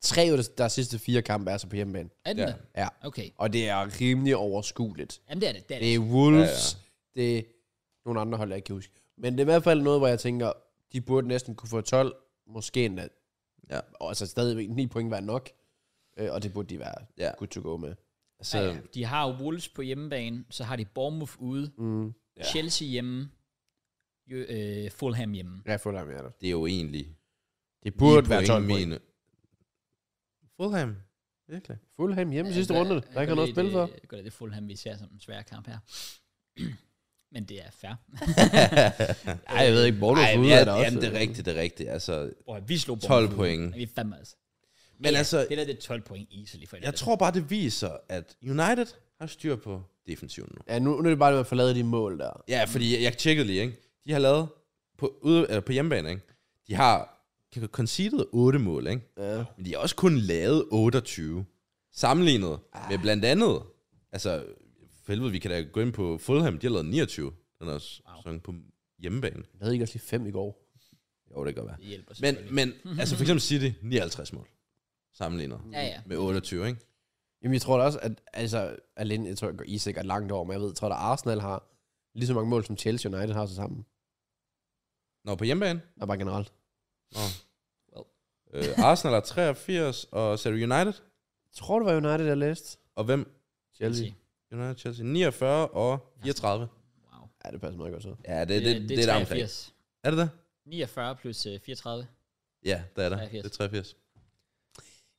S2: Tre af deres- deres sidste fire kampe er så på hjemmebane.
S1: Er den
S3: Ja.
S1: det?
S2: Ja.
S1: Okay.
S2: Og det er rimelig overskueligt.
S1: Jamen, det er det. Det er det.
S2: Det er Wolves, ja, ja. det er nogle andre hold, jeg ikke kan huske. Men det er i hvert fald noget, hvor jeg tænker, de burde næsten kunne få 12, måske endda.
S3: Ja.
S2: Og altså stadigvæk 9 point var nok, Øh, og det burde de være
S3: Ja.
S2: good to go med.
S3: Altså,
S1: Så... Ja, de har jo Wolves på hjemmebane, så har de Bournemouth ude,
S2: Mm.
S3: Ja.
S1: ja. Chelsea hjemme, jo, øh, Fulham hjemme.
S2: Ja, Fulham er der.
S3: det er jo egentlig...
S2: Det burde
S3: lige
S2: være
S3: point
S2: 12 point.
S3: mine. Fulham? Virkelig?
S2: Fulham hjemme ja, sidste runde, der kan han også spille for.
S1: Det går det Fulham, vi ser som en svær kamp her. Men det er fair.
S2: Nej, jeg ved ikke, Bournemouth ude
S3: ja,
S2: er der også.
S3: jamen, det er rigtigt, det er rigtigt. Altså,
S1: Boy, vi slog
S3: 12
S1: Bournemouth.
S3: point.
S1: Men Vi er fandme altså.
S3: Men altså,
S1: Det der det er 12 point easily for
S3: jeg tror bare, det viser, at United har styr på defensiven nu.
S2: Ja, nu, nu er det bare, at man får lavet de mål der.
S3: Ja, fordi jeg, jeg tjekkede lige, ikke? De har lavet på, ude, eller på hjemmebane, ikke? De har k- conceded 8 mål, ikke?
S2: Ja.
S3: Men de har også kun lavet 28. Sammenlignet med blandt andet... Altså, for helvede, vi kan da gå ind på Fulham. De har lavet 29. Den er også wow. på hjemmebane.
S2: Jeg havde ikke også lige fem i går.
S3: Jo, det kan godt være.
S1: det hjælper
S3: Men,
S1: selvfølgelig.
S3: men altså for eksempel City, 59 mål. Sammenlignet
S1: Ja, ja.
S3: med 28, ikke?
S2: Jamen, jeg tror da også, at altså, alene, jeg tror, jeg går I sikkert langt over, men jeg ved, jeg tror, at Arsenal har lige så mange mål, som Chelsea United har så sammen.
S3: Nå, på hjemmebane.
S2: Og bare generelt.
S3: Nå.
S1: Well.
S3: Øh, Arsenal har 83, og så er det United.
S2: Jeg tror, det var United, jeg læste.
S3: Og hvem?
S2: Chelsea.
S3: United, Chelsea. 49 og 34.
S1: Wow.
S2: Ja, det passer meget godt så.
S3: Ja, det, det, det, det, det er der omkring.
S1: 83.
S3: Er det det?
S1: 49 plus øh, 34.
S3: Ja, det er der.
S1: 83.
S3: Det er 83.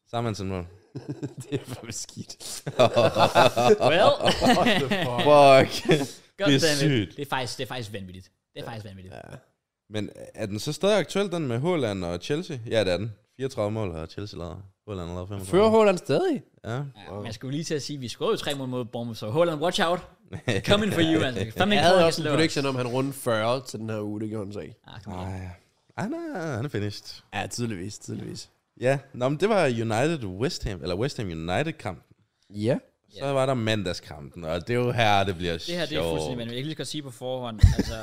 S3: Sammen med mål.
S2: det er fandme skidt.
S1: Well,
S3: Fuck.
S1: God
S3: det er
S1: damn it.
S3: sygt.
S1: Det er faktisk, det er faktisk vanvittigt. Det er faktisk vanvittigt.
S2: ja.
S3: Men er den så stadig aktuel, den med Haaland og Chelsea? Ja, det er den. 34 mål har Chelsea lavet. Haaland har lavet 35.
S2: Fører Holland stadig?
S3: Ja.
S1: Ja, wow. Man skulle lige til at sige, at vi scorede jo tre mål mod Bournemouth, så Holland, watch out. Coming for you, altså. Fandme
S2: Jeg
S1: ikke Holland
S2: havde også
S1: kan
S2: en
S1: slå os.
S2: prediction om, at han rundede 40 til den her uge, det gjorde han så ikke.
S1: Ah, kom igen.
S3: Nej. Ej, nej, han er finished.
S2: Ja, tydeligvis, tydeligvis.
S3: Ja, Nå, men det var United West Ham, eller West Ham United-kampen.
S2: Ja.
S3: Så var der mandagskampen, og det er jo her, det bliver
S1: Det her, det er
S3: sjovt.
S1: fuldstændig vanvittigt. Jeg kan lige så godt sige på forhånd, altså,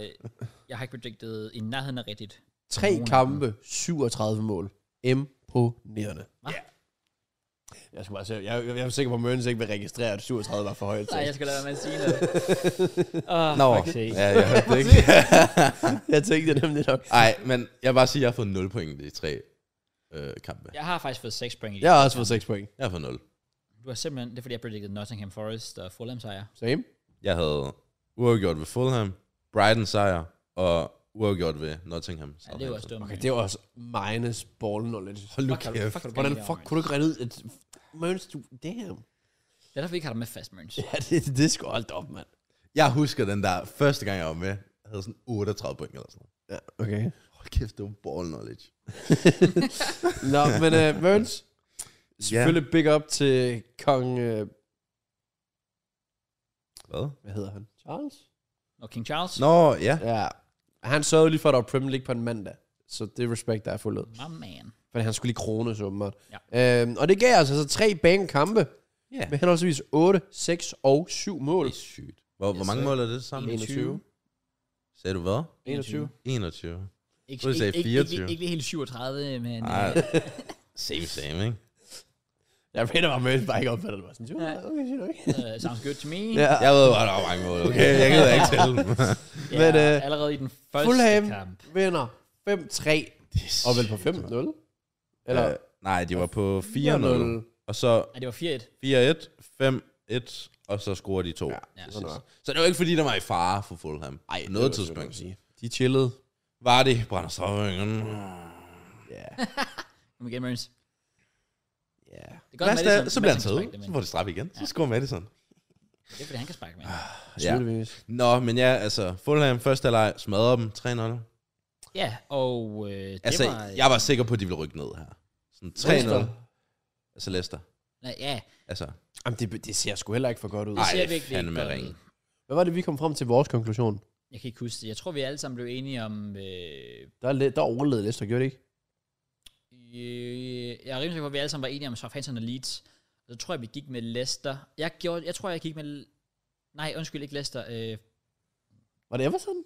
S1: øh, jeg har ikke predicted i nærheden af rigtigt.
S2: Tre kampe, 37 mål. Imponerende.
S1: Hva?
S2: Ja. Jeg skal bare se, jeg, jeg, jeg er sikker på, at Mørens ikke vil registrere, at 37 var for højt.
S1: Nej, jeg skal lade være med at sige noget. Oh,
S3: Nå,
S1: ja.
S3: ja, jeg hørte det ikke.
S2: jeg tænkte nemlig nok.
S3: Ej, men jeg vil bare sige, at jeg har fået 0 point i de tre øh, kampe.
S1: Jeg har faktisk fået 6 point i
S2: Jeg har også fået 6 point.
S3: Jeg har fået 0.
S1: Du har simpelthen, det er fordi, jeg predicted Nottingham Forest og Fulham sejr.
S2: Same.
S3: Jeg havde uafgjort ved Fulham, Brighton sejr og uafgjort ved Nottingham.
S1: Ja, det er jo også dumt.
S2: Okay, det er jo også minus ball knowledge. Hold nu
S1: Fuck, har du- fuck,
S2: kæft.
S1: har du
S2: Hvordan
S1: galt
S2: fuck
S1: over,
S2: kunne du ikke regne ud, at Mørens, du... Damn.
S1: Det er derfor, vi ikke har dig med fast, Mørns.
S2: Ja, det, det er sgu holdt op, mand.
S3: Jeg husker den der første gang, jeg var med, jeg havde sådan 38 point eller sådan noget.
S2: Ja, okay.
S3: Hold kæft, det var ball knowledge.
S2: Nå, men uh, Mørens, selvfølgelig yeah. big up til kong... Uh,
S3: Hvad?
S2: hvad hedder han? Charles?
S1: Og King Charles.
S3: Nå, ja.
S2: Ja. Han sørgede lige for, at der var Premier League på en mandag. Så det respekt, der er fuldt ud.
S1: My man.
S2: Fordi han skulle lige krone, så åbenbart. Ja. Øhm, og det gav altså, altså tre banekampe.
S3: Ja.
S2: Med henholdsvis 8, 6 og 7 mål.
S3: Det er sygt. Hvor, hvor
S1: Yes,
S3: mange
S1: sir.
S3: mål er det sammen?
S2: 21.
S3: Sagde du hvad?
S2: 21.
S3: 21.
S1: Ikke,
S3: Du sagde
S1: ikke, ikke,
S3: 24.
S1: ikke, ikke helt 37, men...
S3: Ej.
S1: øh,
S3: Same, same, ikke?
S2: Jeg mener bare, Møns bare ikke opfattede det. Var sådan, ja, okay, shit, okay.
S1: Uh, sounds good to me.
S2: Ja.
S3: Jeg ved bare, der var mange mål, okay? Jeg gider ikke tælle dem.
S1: Ja,
S2: Men, øh,
S1: allerede i den første
S2: Fulham
S1: kamp.
S2: vinder 5-3. Og vel på 5-0? Eller
S3: Øh, nej, de var på 4-0.
S2: 4-0?
S3: Og så
S1: Nej, det var 4-1.
S3: 4-1, 5-1, og så scorer de to. Ja,
S1: ja.
S3: ja. Så det var ikke, fordi der var i fare for Fulham. Nej,
S2: det
S3: noget
S2: var altså. sjovt,
S3: tidspunkt.
S2: kan man sige. De chillede.
S3: Var det brænder strafringen?
S2: Ja.
S1: Kom igen, Mørns.
S2: Ja.
S1: Det er godt,
S3: Værst
S1: Madison,
S3: er, så bliver han
S1: Madison kan
S3: taget.
S1: sparke
S3: Så
S1: det,
S3: får de straf igen. Så scorer Madison.
S1: men Det er, fordi han kan sparke med.
S3: Ja.
S2: Tydeligvis.
S3: Nå, men ja, altså, Fulham første halvleg smadrer dem 3-0.
S1: Ja, og øh, det
S3: Altså,
S1: var...
S3: jeg var sikker på, at de ville rykke ned her. Sådan 3-0.
S2: Leicester.
S3: Altså Leicester.
S1: Nej, ja,
S3: Altså,
S2: Jamen, det, det ser sgu heller ikke for godt ud.
S1: det
S3: Ej,
S1: ser virkelig ikke
S3: fandme
S1: godt
S3: ringe.
S1: ud.
S2: Hvad var det, vi kom frem til vores konklusion?
S1: Jeg kan ikke huske det. Jeg tror, vi alle sammen blev enige om... Øh,
S2: Der, er lidt- der overlevede Leicester, gjorde det ikke?
S1: øh, jeg er rimelig sikker på, at vi alle sammen var enige om Southampton og Leeds. Og så tror jeg, vi gik med Leicester. Jeg, gjorde, jeg tror, jeg gik med... Nej, undskyld, ikke Leicester. Øh, jeg
S2: Var det Everton?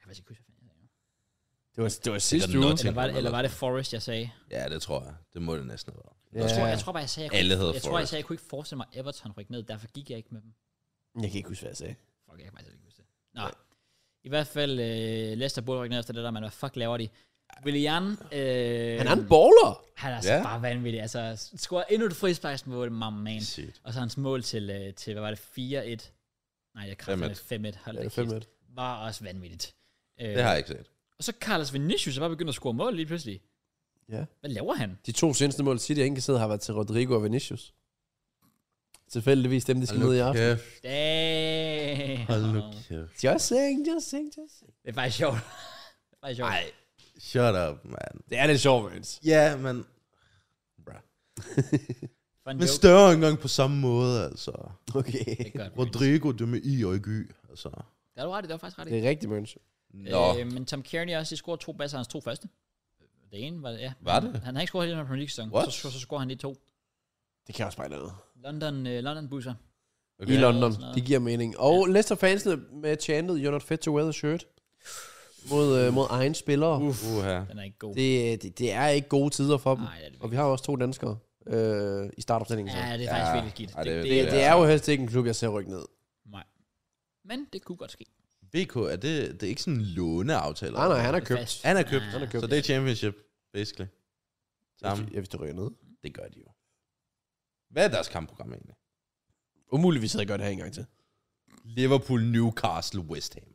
S1: kan faktisk ikke huske, hvad fanden jeg sagde.
S2: Det var, det var
S3: sidste uge.
S1: Eller var, det,
S3: Nottingham
S1: eller var det Forest, jeg sagde?
S3: ja, det tror jeg. Det må det næsten have været.
S2: Ja.
S1: Jeg tror, jeg tror bare, jeg sagde, jeg,
S3: Alle
S1: kunne,
S3: hedder
S1: jeg, tror, jeg,
S3: Forest.
S1: sagde, jeg kunne ikke forestille mig at Everton rykke ned. Derfor gik jeg ikke med dem.
S2: Jeg kan ikke huske, hvad jeg sagde.
S1: Fuck, jeg kan faktisk ikke huske det. Nå. I hvert fald, øh, Leicester burde rykke ned efter det der, man hvad fuck laver de? Willian, øh,
S2: Han er en baller.
S1: han er altså
S3: Ja.
S1: bare vanvittig. Altså, scorer endnu et frisparksmål, my man.
S3: Sygt.
S1: Og så hans mål til, øh, til hvad var det, 4-1? Nej, jeg kræfter
S3: 5-1.
S1: med 5-1. Hold
S2: Ja,
S1: da
S2: det er
S1: kæft.
S2: 5
S1: Var også vanvittigt. Øh,
S3: Det har jeg ikke set.
S1: Og så Carlos Vinicius er bare begyndt at score mål lige pludselig.
S2: Ja.
S1: Hvad laver han?
S2: De to seneste mål, City har indkasseret, har været til Rodrigo og Vinicius. Tilfældigvis dem, de skal
S3: Hold nu
S2: møde i aften.
S3: kæft.
S1: Damn.
S3: Hold nu kæft.
S2: Just saying, just saying, just saying.
S1: Det er faktisk sjovt. det er faktisk sjovt.
S3: Ej, shut up, man.
S2: Det er lidt sjovt, Møns.
S3: Ja, men... Bruh.
S1: Fun
S3: Men
S1: joke.
S3: større engang på samme måde, altså.
S2: Okay.
S1: Det gør det.
S3: Rodrigo, det med I og ikke Y, altså.
S1: Det er du ret i, det var faktisk ret i.
S2: Det er rigtigt, Møns.
S3: Nå,
S1: Øh, men Tom Kearney også, de scorede to basser hans to første. Det ene var det, ja.
S3: Var det?
S1: Han har ikke scoret hele den her Premier League-sæson.
S3: What?
S1: Så, så, så scorede han lige to.
S2: Det kan også bare noget.
S1: London, øh, London busser.
S2: I
S3: okay.
S2: London.
S1: Sådan noget.
S2: Det giver mening. Og ja. Leicester fansene med chantet, you're not fit to wear the shirt. Mod, øh, mod egen spillere.
S1: Uh.
S3: Uff. Uha.
S1: Den er ikke god. Det,
S2: Det, det, det er ikke gode tider for dem.
S1: Nej, det er det
S2: og vi har jo også to danskere øh, i startopstillingen. så.
S1: ja, det er faktisk
S3: Ja.
S1: virkelig skidt.
S3: Ej, det-
S1: det,
S2: Det, det er jo helst ikke en klub, jeg ser rykke ned.
S1: Nej. Men det kunne godt ske.
S3: VK, er det, det er ikke sådan en låneaftale?
S2: Nej, nej, han er
S1: Det er
S2: købt.
S1: fast.
S3: Han er købt.
S1: Ja.
S2: Han er købt.
S3: Så det er championship, basically. Sammen.
S2: Jeg hvis det rykker ned.
S3: Det gør de jo. Hvad er deres kampprogram egentlig?
S2: Umuligt, vi sidder godt her en gang til.
S3: Liverpool, Newcastle, West Ham.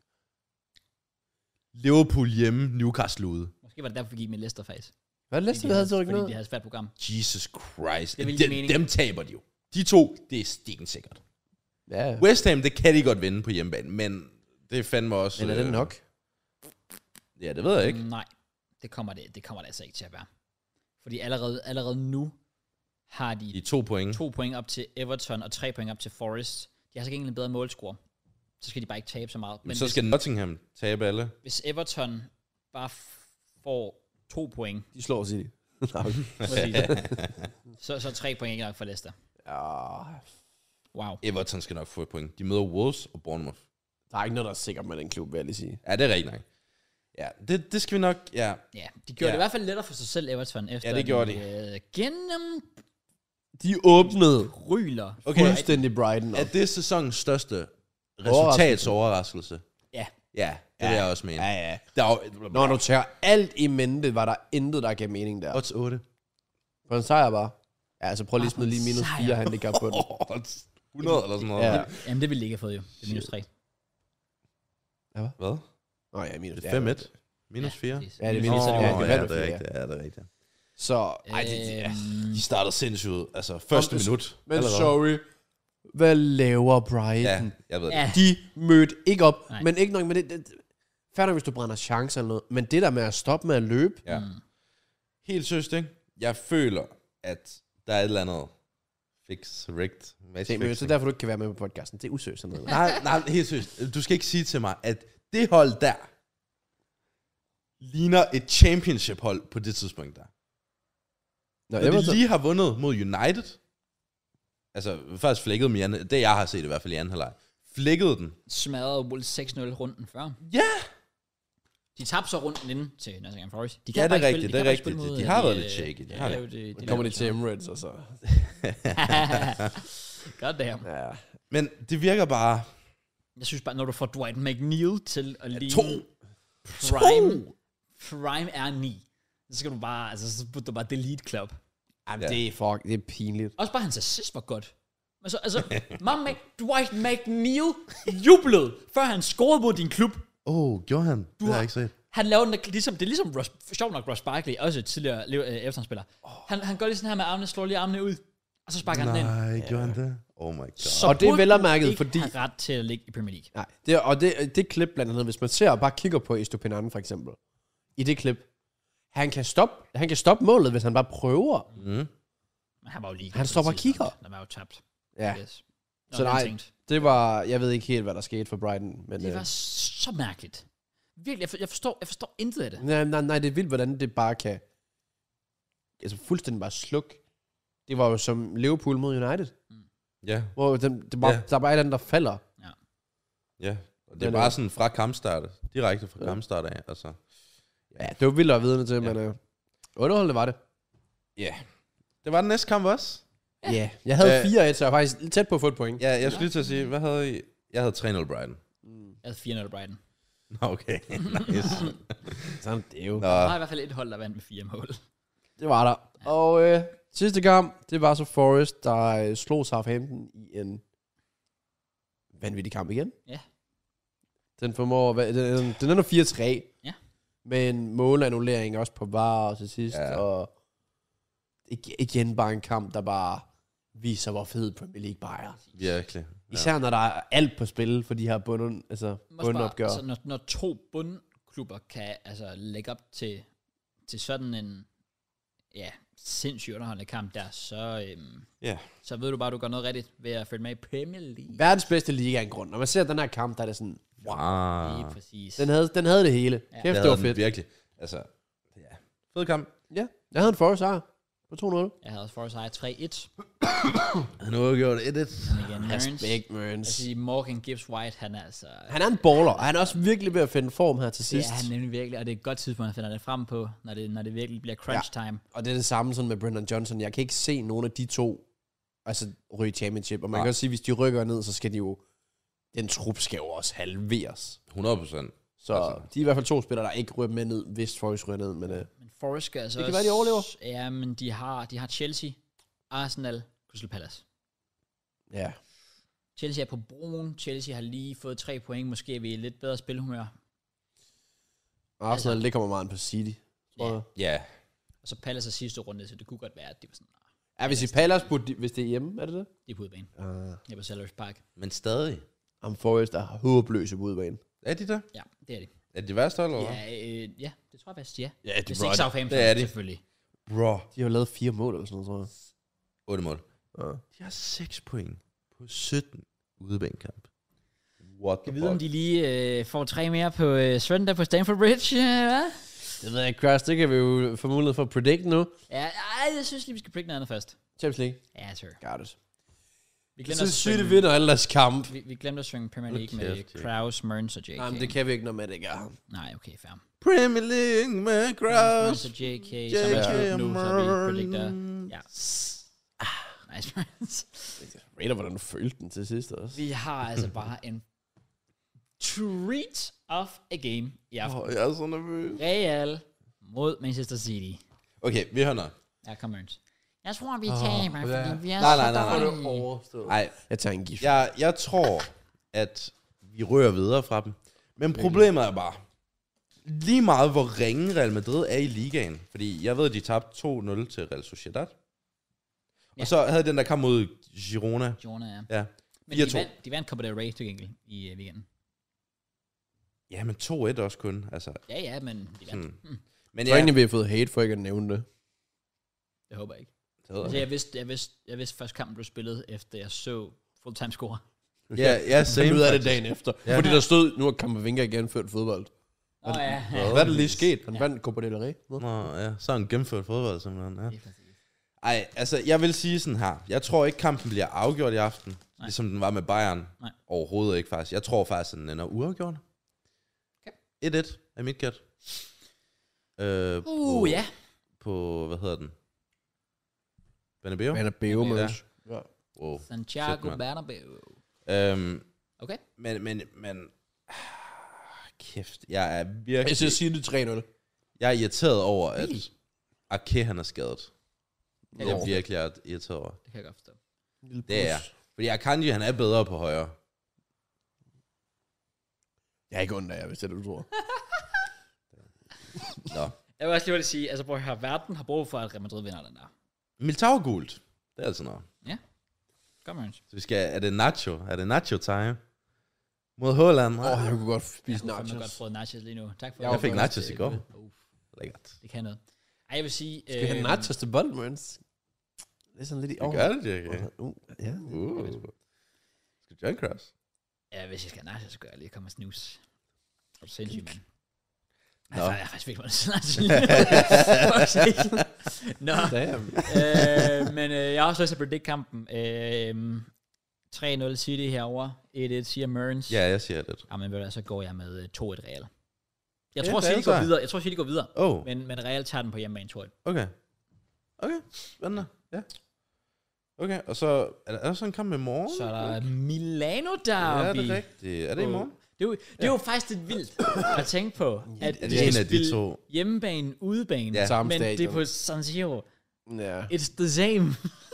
S3: Liverpool hjemme, Newcastle ude.
S1: Måske var det derfor, vi gik med Leicester faktisk.
S2: Hvad er det næste,
S1: Fordi
S2: vi
S1: de
S2: havde til at rykke
S1: fordi
S2: ned?
S1: de havde et svært program.
S3: Jesus Christ.
S1: Det ville give
S3: de,
S1: mening.
S3: dem taber de jo. De to, det er stikken sikkert.
S2: Ja, ja.
S3: West Ham, det kan de godt vinde på hjemmebane, men det er fandme også...
S2: men er det
S3: øh,
S2: nok?
S3: Ja, det ved jeg ikke.
S1: Mm, Nej, det kommer det, det kommer det altså ikke til at være. Fordi allerede, allerede nu har de
S3: De er to point.
S1: to point op til Everton og tre point op til Forest. De har så ikke egentlig en bedre målscore. Så skal de bare ikke tabe så meget.
S3: Men
S1: Men
S3: så
S1: hvis-
S3: skal Nottingham tabe alle.
S1: hvis Everton bare f- får to point,
S2: De slår City.
S1: præcis, så, så tre point ikke nok for Leicester.
S2: ja,
S1: Wow.
S3: Everton skal nok få et point. De møder Wolves og Bournemouth.
S2: der er ikke noget, der er sikkert med den klub, vil jeg lige sige.
S3: Ja, det er rigtigt nok. Ja, det, det skal vi nok... Ja,
S1: Ja, de gjorde ja.
S3: Ja.
S1: det i hvert fald lettere for sig selv, Everton, efter
S3: det gjorde
S1: de. Øh, gennem
S2: De åbnede
S1: ryler.
S3: Okay.
S2: fuldstændig Brighton op.
S3: Er det sæsonens største resultatsoverraskelse?
S1: Ja.
S3: Ja, det ja. vil jeg også mene.
S2: Ja,
S3: Ja.
S2: ja.
S3: Der er jo...
S2: Når du tager alt i mente, var der intet, der gav mening der.
S3: Odds 8.
S2: For en sejr bare. Ja, altså prøv lige at smide lige minus
S1: Sejr.
S2: 4 handicap på den.
S3: Odds 100 eller sådan noget.
S2: Ja.
S1: Jamen, det ville de ikke have fået jo. Det er minus tre.
S3: Hvad?
S2: Nå ja, minus
S3: Det er 5-1. Minus 4.
S1: præcis.
S2: Ja, det er
S1: Minus
S2: minus
S1: fire, så
S2: fire.
S1: det
S2: Ja,
S1: går.
S2: det
S3: ja,
S2: er
S3: det
S2: rigtigt,
S3: er rigtigt. Ja, det er rigtigt.
S2: Så,
S1: Ej, det- ja,
S3: de startede sindssygt ud. Altså, første
S2: Om-
S3: minut.
S2: men sorry. Hvad laver Brighton?
S3: Ja, jeg ved det.
S1: Ja,
S2: De mødte ikke
S1: Nej.
S2: op, Nej. men ikke nok med det. det Færdig, hvis du brænder chancer eller noget. Men det der med at stoppe med at løbe,
S1: Øhm,
S3: Ja. Helt søst, ikke? Jeg føler, at der er et eller andet fix, rigt, match
S2: det, men det er derfor, du ikke kan være med på podcasten. Det er usøgt sådan noget.
S3: Nej, nej, helt seriøst. Du skal ikke sige til mig, at det hold der ligner et championship-hold på det tidspunkt der.
S2: Nå,
S3: Når de
S2: Everton,
S3: lige har vundet mod United, altså faktisk flækkede dem i anden, det jeg har set i hvert fald i anden halvleg, flækkede den.
S1: smadrede Wolves 6-0 runden før.
S3: Ja!
S1: De tabte så runden inden til Nottingham Forest. De
S3: Ja, det er
S1: bare ikke
S3: rigtigt,
S1: spille-
S3: det er
S1: kan bare ikke
S3: rigtigt.
S1: spille
S3: De-
S1: mod,
S3: de har
S1: øh,
S3: været lidt shaky, de
S1: ja,
S3: har
S1: det er
S3: det.
S1: jo det- det
S2: kommer
S1: er
S2: de til Emirates, og så...
S1: jo- Godt det her.
S2: Ja.
S3: Men det virker bare...
S1: Jeg synes bare, når du får Dwight McNeil til at ligne...
S3: To!
S1: Prime, Prime er 9. Så skal du bare, altså, så putter du bare delete club.
S2: Jamen,
S3: Ja.
S2: det er fuck, det er pinligt.
S1: Også bare hans assist var godt. Altså, altså man, Mc, Dwight McNeil jublede, før han scorede mod din klub.
S3: Åh, oh, gjorde han? Det har
S1: har-
S3: jeg ikke set.
S1: Han laver den, der- ligesom, det er ligesom Ross, sjovt nok Ross Barkley, også tidligere øh, efterspiller. Oh. Han, han gør lige sådan her med armene, slår lige armene ud, og så sparker han den ind.
S3: Nej, gjorde han det? Oh my god.
S1: Så
S2: Og det er
S1: burde
S2: vel at
S1: du
S2: mærket,
S1: ikke
S2: fordi-
S1: have ret til at ligge i Premier League.
S2: Nej, det, og det, det klip blandt andet, hvis man ser og bare kigger på Estupinan for eksempel, i det klip, han kan stoppe, han kan stoppe målet, hvis han bare prøver.
S3: Mm.
S1: Men han var jo lige...
S2: Han står bare og kigger.
S1: Han var jo tabt.
S2: Ja,
S1: Yes. Nå,
S2: så
S1: den
S2: nej,
S1: tænkt.
S2: det var, jeg ved ikke helt, hvad der skete for Brighton, men...
S1: Det
S2: øh,
S1: var så mærkeligt. Virkelig, jeg for- jeg forstår, jeg forstår intet af det.
S2: Nej, nej, nej, det er vildt, hvordan det bare kan... Altså fuldstændig bare slukke. Det var jo som Liverpool mod United,
S3: Ja,
S2: hvor den, det bare,
S3: Ja.
S2: ja. der er bare et eller andet, der falder.
S3: ja. Og det er
S2: Men,
S3: bare
S2: øh,
S3: sådan fra kampstart, direkte fra kampstart af, altså.
S2: Ja, det var vildt at være vidne til, ja. men øh, underholdende var det.
S3: Ja. Yeah. Det var den næste kamp også.
S2: Ja. Yeah. Jeg havde
S3: Øh.
S2: 4-1, så jeg var faktisk tæt på at få et point.
S3: Ja, jeg skulle lige til at sige, hvad havde I? Jeg havde 3-0 Brighton.
S2: Mm.
S1: Jeg havde 4-0 Brighton.
S3: Nå, okay. nice.
S2: Sådan, det er jo.
S3: Nå,
S1: Der var i hvert fald et hold, der vandt med fire mål.
S2: Det var der. Og øh, sidste kamp, det var så Forrest, der øh, slog Southampton i en vanvittig kamp igen.
S1: Ja.
S2: Den formår, hvad- den, den, den ender 4-3.
S1: Ja.
S2: Med en målannullering også på var til sidst.
S3: Ja.
S2: Ja. Og ig- igen bare en kamp, der bare viser, hvor fed Premier League bare er.
S3: virkelig.
S2: Især når der er alt på spil for de her bunden, altså
S1: Også bare,
S2: bundopgør.
S1: altså, når, når to bundklubber kan altså, lægge op til, til sådan en ja, sindssygt underholdende kamp der, så, øhm,
S3: Ja.
S1: så ved du bare, at du gør noget rigtigt ved at følge med i Premier League.
S2: Verdens bedste liga er en grund. Når man ser den her kamp, der er det sådan,
S3: Wow.
S1: Lige præcis.
S2: den havde, den havde det hele. Ja. Kæft, det var fedt.
S3: Virkelig. Altså, ja. Fed kamp.
S2: Ja, jeg havde en forrest sejr på 2-0.
S1: Jeg havde også Forrest High 3-1.
S2: Ah,
S3: Han har gjort
S1: Men
S3: 1-1.
S1: igen, Mørens. Jeg
S2: Respekt, Mørns.
S1: vil sige, Altså, Morgan Gibbs-White, han er altså...
S2: Han er en baller, og han er også virkelig ved at finde form her til
S1: Det
S2: sidst.
S1: er han nemlig virkelig, og det er et godt tidspunkt, at han finder det frem på, når det, når det virkelig bliver crunch time.
S2: Og det er det samme sådan med Brendan Johnson. Jeg kan ikke se nogen af de to altså, ryge i championship. Og man
S3: Nej.
S2: kan også sige, at hvis de rykker ned, så skal de jo... Den trup skal jo også halveres.
S3: 100 procent.
S2: Så
S3: Altså.
S2: altså. de er i hvert fald to spillere, der ikke ryger med ned, hvis Forrest ryger ned. Men, øh,
S1: Men Forrest skal altså
S2: Det kan være, de overlever.
S1: Ja, men de har, de har Chelsea, Arsenal, Crystal Palace.
S2: ja.
S1: Chelsea er på broen. Chelsea har lige fået tre point. Måske er vi i lidt bedre spilhumør.
S2: Arsenal, altså. det kommer meget an på City. Tror
S1: Ja.
S2: jeg.
S3: Ja.
S1: Og så Palace er sidste runde, så det kunne godt være, at de var sådan, "Nå,
S2: Ja, hvis I
S1: Altså-
S2: Palace, burde de, hvis det er hjemme, er det det?
S1: de er på udebane.
S2: Uh.
S1: Det er på Sellers Park.
S3: Men stadig.
S2: Am Forrest er håbløse på udebane.
S3: Er de der?
S1: Ja, det er de.
S3: Er de værste hold, eller
S1: Ja,
S3: hvad?
S1: øh, ja det tror jeg vist, ja.
S2: Ja,
S1: Hvis ikke Southampton,
S3: Det er de.
S1: selvfølgelig.
S3: Bro.
S2: De har jo lavet fire mål eller sådan noget, tror jeg.
S3: 8 mål.
S2: Uh.
S3: De har 6 point på 17 udebanekamp. What the
S1: Jeg ved, om de lige øh, får tre mere på øh, søndag på Stamford Bridge. øh, Ja,
S2: Det ved jeg ikke, Crash. Det kan vi jo få mulighed for at predict nu.
S1: ja ej, jeg synes lige, vi skal prikke noget andet først.
S2: Champions League.
S1: Ja, sure.
S2: Got it.
S1: Vi
S2: Jeg
S1: glemte,
S2: synes
S1: at
S2: sygt, det
S1: synge,
S2: vinder alle deres kamp.
S1: vi, vi glemte at synge Premier
S3: Hold
S1: League med
S3: kæft, Jake.
S1: Kraus, Mørns og JK.
S2: Nej, men det kan vi ikke, når man ikke er ham.
S1: Nej, okay, fair.
S3: Premier League med
S1: Mørns
S3: Kraus.
S1: og JK,
S3: JK
S1: som er slut nu, så vi predicter.
S3: Mørn.
S1: Ja. Ah, nice, Mørns.
S2: Rater, hvordan du følte den til sidst også.
S1: Vi har altså bare en treat of a game i aften.
S3: Åh, jeg er så nervøs.
S1: Real mod Manchester City.
S3: Okay, vi hører noget.
S1: Ja, kom Ernst. Jeg tror, vi taber, oh, fordi vi er
S3: Nej,
S1: så
S3: nej, nej, nej.
S1: dårlige.
S2: overstået.
S3: Nej,
S2: Jeg tager en gift. Ja.
S3: jeg, jeg tror, at vi rører videre fra dem. Men problemet er bare, lige meget, hvor ringe Real Madrid er i ligaen. Fordi jeg ved, at de tabte 2-0 til Real Sociedad. Ja.
S1: Ja.
S3: Og så havde den der kamp mod Girona.
S1: Girona, ja.
S3: Ja,
S1: Men de
S3: 4-2.
S1: vandt, de vandt Copa del Rey til gengæld i øh, weekenden.
S3: ja men 2-1 også kun. Altså,
S1: Ja, ja, men de vandt.
S3: sådan.
S1: Mm.
S3: Men
S2: Jeg tror
S3: ja,
S2: egentlig, vi har fået hate for ikke at nævne det.
S1: Jeg håber ikke.
S3: det hedder
S1: Altså,
S3: det.
S1: jeg vidste, jeg vidste, jeg vidste først kampen blev spillet, efter jeg så fulltime score.
S3: ja, ja, same.
S2: Fandt ud af det dagen efter.
S3: Ja.
S2: Ja. Fordi der stod, nu har Kammervinga genført fodbold.
S1: Åh oh, ja, ja.
S2: Hvad er der lige sket? Han vandt Copa del Rey.
S3: Nå, ja, så er en gennemført fodbold, simpelthen. Ja.
S1: Lige præcis.
S3: Ej, altså, jeg vil sige sådan her. Jeg tror ikke, kampen bliver afgjort i aften, Nej.
S1: Nej.
S3: ligesom den var med Bayern.
S1: Nej.
S3: Overhovedet ikke, faktisk. Jeg tror faktisk, at den ender uafgjort. Okay. 1-1 er mit gæt. Øh,
S1: Uh,
S3: på,
S1: ja.
S3: På, hvad hedder den? Benabeo?
S2: Han er bæve,
S1: Ja.
S2: Mons. Ja.
S3: Wow.
S1: Santiago
S3: mand.
S1: Bernabeu.
S3: Øhm,
S1: Okay.
S3: men, men, men... ah, Kæft, jeg er virkelig...
S2: Jeg siger, siger det 3-0.
S3: Jeg er irriteret over, at
S1: Really?
S3: Ake, han er skadet.
S1: Ja,
S3: Det er
S1: det-
S3: virkelig jeg er irriteret over.
S1: Det kan jeg godt forstå.
S3: Det er jeg. Fordi Akanji, han er bedre på højre.
S2: Jeg er ikke ondt af jer, hvis det er det, du tror.
S3: Nå.
S1: Jeg vil også lige sige, altså hvor her verden har brug for, at Real Madrid vinder den der.
S3: Militao gult. Det er altså noget.
S1: Kom, Ernst.
S3: Så vi skal, er det nacho? Er det nacho time? Mod Holland.
S2: Åh, oh, jeg kunne godt
S1: Jeg
S2: spise
S1: kunne fandme
S2: nachos.
S1: godt prøvet nachos lige nu. Tak for
S2: Jeg
S3: jeg fik
S2: overfor-
S3: nachos i går.
S1: Uh,
S3: Lækkert.
S1: det kan noget. Ej, jeg vil sige...
S2: Skal vi have
S1: øhm,
S2: nachos til bold, Mons? Det er sådan lidt i
S3: Det
S2: år.
S3: gør det, Dirk.
S2: Uh, ja.
S3: Uh. Skal John Cross?
S1: Ja, hvis jeg skal have nachos, så gør jeg lige komme og snus. Er du sindssyg, mand?
S3: Nå.
S1: Nå. Jeg har faktisk ikke måttet snart lige nu. Fuck sake. Nå,
S2: Damn.
S1: øh, men øh, jeg har også lyst til at predict kampen. Øh, 3-0 City herover 1-1 siger Mørens.
S3: Ja, jeg siger det.
S1: Jamen, ved du, hvad, så går jeg med øh, 2-1 Real. Jeg
S3: Ja,
S1: tror,
S3: hvad er altså-
S1: City
S3: det så?
S1: går videre. Jeg tror, City går videre.
S3: Oh,
S1: Men, men Real tager den på hjemmebane 2-1.
S3: okay. Okay, spændende. Ja. Okay, og så er der, er der så en kamp i morgen?
S1: Så er der Milano Derby.
S3: Ja, det er rigtigt. Er det i morgen?
S1: Det er jo, det er jo faktisk lidt vildt at tænke på, at
S3: det
S1: vi
S3: er
S1: skal
S3: en af de
S1: spille
S3: to.
S1: hjemmebane, udebane,
S3: Ja.
S1: ja.
S2: Samme
S1: men
S2: stadion.
S1: det er på San Siro.
S2: Ja.
S1: It's the same.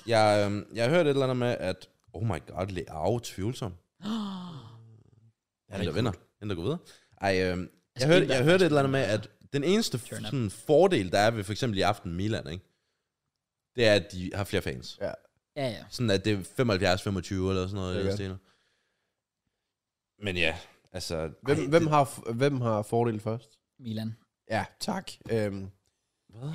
S3: Jeg, øhm, jeg har hørt et eller andet med, at oh my god, Leao tvivlsom. Han der vinder. Han der går videre. Ej, øhm, jeg, hørte,
S1: Inter-
S3: jeg hørte et eller andet med, at den eneste f-
S1: Turn up.
S3: sådan, fordel, der er ved for eksempel i aften Milan, ikke? det er, at de har flere fans.
S2: ja.
S1: ja, ja.
S3: Sådan at det er 75-25 eller sådan
S2: Det
S3: noget.
S2: er
S3: i den
S2: godt.
S3: stil. Men ja, altså...
S2: Hvem,
S3: ej,
S2: hvem,
S3: det-
S2: har, hvem har fordel først?
S1: Milan.
S2: Ja, tak. Øhm,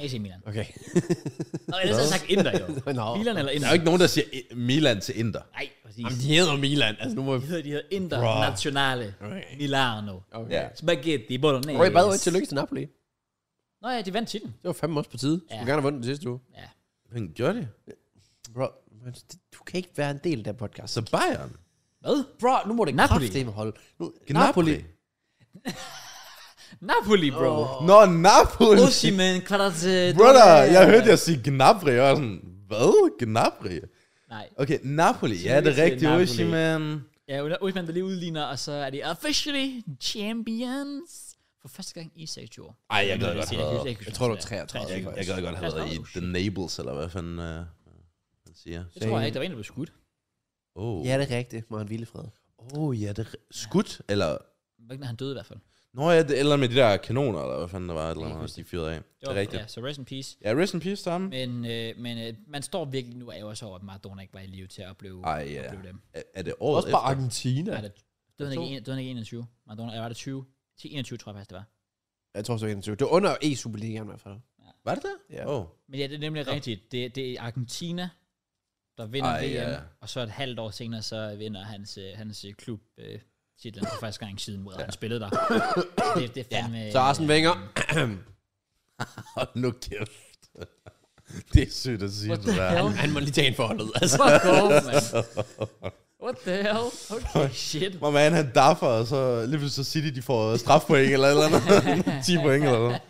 S1: AC Milan.
S2: okay.
S1: Nå, ellers havde jeg sagt Inter, jo.
S2: Nå.
S1: Milan eller
S3: Der
S1: Inter?
S3: er jo ikke nogen, der siger I- Milan til Inter.
S1: Nej, præcis.
S2: Jamen, de hedder Milan. Altså, nu må jeg...
S1: De hedder, de hedder Inter
S2: Bro.
S1: Nationale
S2: Okay.
S1: Milano.
S2: okay.
S3: Ja.
S2: Ja.
S1: Spaghetti Bolognese.
S2: Okay, by the way, tillykke til Napoli.
S1: Nå ja, de vandt titlen.
S2: Det var fandme også på tide. Ja. Skulle gerne have vundet den sidste uge.
S1: Ja.
S3: Hvem gjorde det?
S2: Bro, men det- du kan ikke være en del af den podcast.
S3: Altså Bayern.
S1: Hvad?
S2: Bro, nu må det
S1: Napoli.
S2: kraftedeme holde. Nu,
S3: Napoli.
S1: Napoli, bro.
S3: Nå, Napoli.
S1: Osimhen, kvadrat...
S3: Brother, jeg hørte jer sige Gnabry, og jeg var sådan, hvad? Gnabry?
S1: Nej.
S3: Okay, Napoli, ja, det er
S1: til
S3: rigtigt,
S1: Napoli.
S3: Osimhen.
S1: Ja, Osimhen, der lige udligner, og så er de officially champions. For første gang i 26 år.
S3: Ej, jeg gad
S1: Jeg
S3: godt
S1: siger,
S3: have
S1: jeg
S3: været,
S1: kan ikke
S2: Jeg tror, det
S1: huske,
S2: var
S1: hvad det
S2: 33.
S1: er.
S3: jeg, jeg gad godt have været i The Nables, eller hvad fanden uh, man siger.
S1: Det tror jeg ikke, der var en, der blev skudt.
S3: Oh.
S2: Ja, det er rigtigt. Må han hvile fred.
S3: oh, ja, det er ri- skudt, eller...
S1: Hvad når han døde i hvert fald?
S3: Nå ja, det, eller med de der kanoner, eller hvad fanden der var, et eller andet, de fyrede af. Det
S1: var-
S3: er rigtigt.
S1: Ja, så rest in peace.
S3: Ja, rest in peace, Tom.
S1: Men, øh, men øh, man står virkelig nu af også over, at Maradona ikke var i live til at opleve,
S3: Ej, ja.
S1: opleve dem.
S3: Er- Er det året
S2: Også bare
S3: efter?
S2: Argentina.
S1: Ja. Det, det, var han ikke, en- det var han ikke 21. Maradona, eller var det 20? 10, 21 tror jeg faktisk, det var.
S2: Jeg tror så 21. Det var under E-Superligaen i hvert fald.
S3: Var det det?
S2: Ja.
S3: Oh.
S1: Men ja, det er nemlig ja. rigtigt. Det, det er Argentina, der vinder
S3: Ej,
S1: Ej, VM,
S3: ja.
S1: ja. og så et halvt år senere, så vinder hans, øh, hans øh, klub øh, titlen for første gang siden, hvor ja. han spillede der. Det, det er fandme... øh,
S2: Så Arsene Wenger.
S3: Hold nu kæft. det er sygt at sige,
S1: What
S3: det
S1: the
S3: der.
S1: hell?
S2: Han må lige tage en forholdet. Altså.
S1: Fuck off, man. What the hell? Okay, shit.
S3: Hvor man han daffer, og så lige pludselig så City, de får strafpoint eller et eller andet. 10 point eller noget.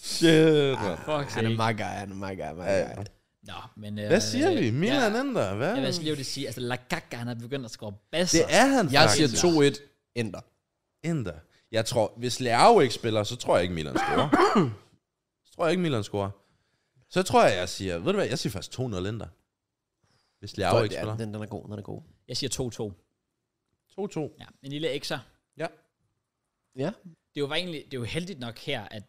S3: Shit, man.
S1: Fuck
S2: Han er
S1: sake.
S2: my guy, han er my guy, my
S3: Ja,
S2: guy.
S3: ja.
S1: Nå, men... Øh,
S3: Hvad siger vi? Milan
S1: Ja,
S3: ender. Hvad?
S1: jeg vil også lige vil sige, altså Lagaka, han er begyndt at score
S3: Det
S1: basser.
S3: er han
S2: Jeg
S3: faktisk.
S2: siger 2-1. Ender.
S3: Ender. Jeg tror, hvis Leao ikke spiller, så tror jeg ikke, Milan scorer. så tror jeg ikke, Milan scorer. Så tror jeg, jeg siger, ved du hvad, jeg siger faktisk 2-0 Ender. Hvis Leao ikke
S2: Ja,
S3: spiller.
S2: den, den er god, den er god.
S1: Jeg siger 2-2.
S3: 2-2.
S1: Ja, en lille ekser.
S3: Ja.
S2: Ja.
S1: det var egentlig, det var heldigt nok her, at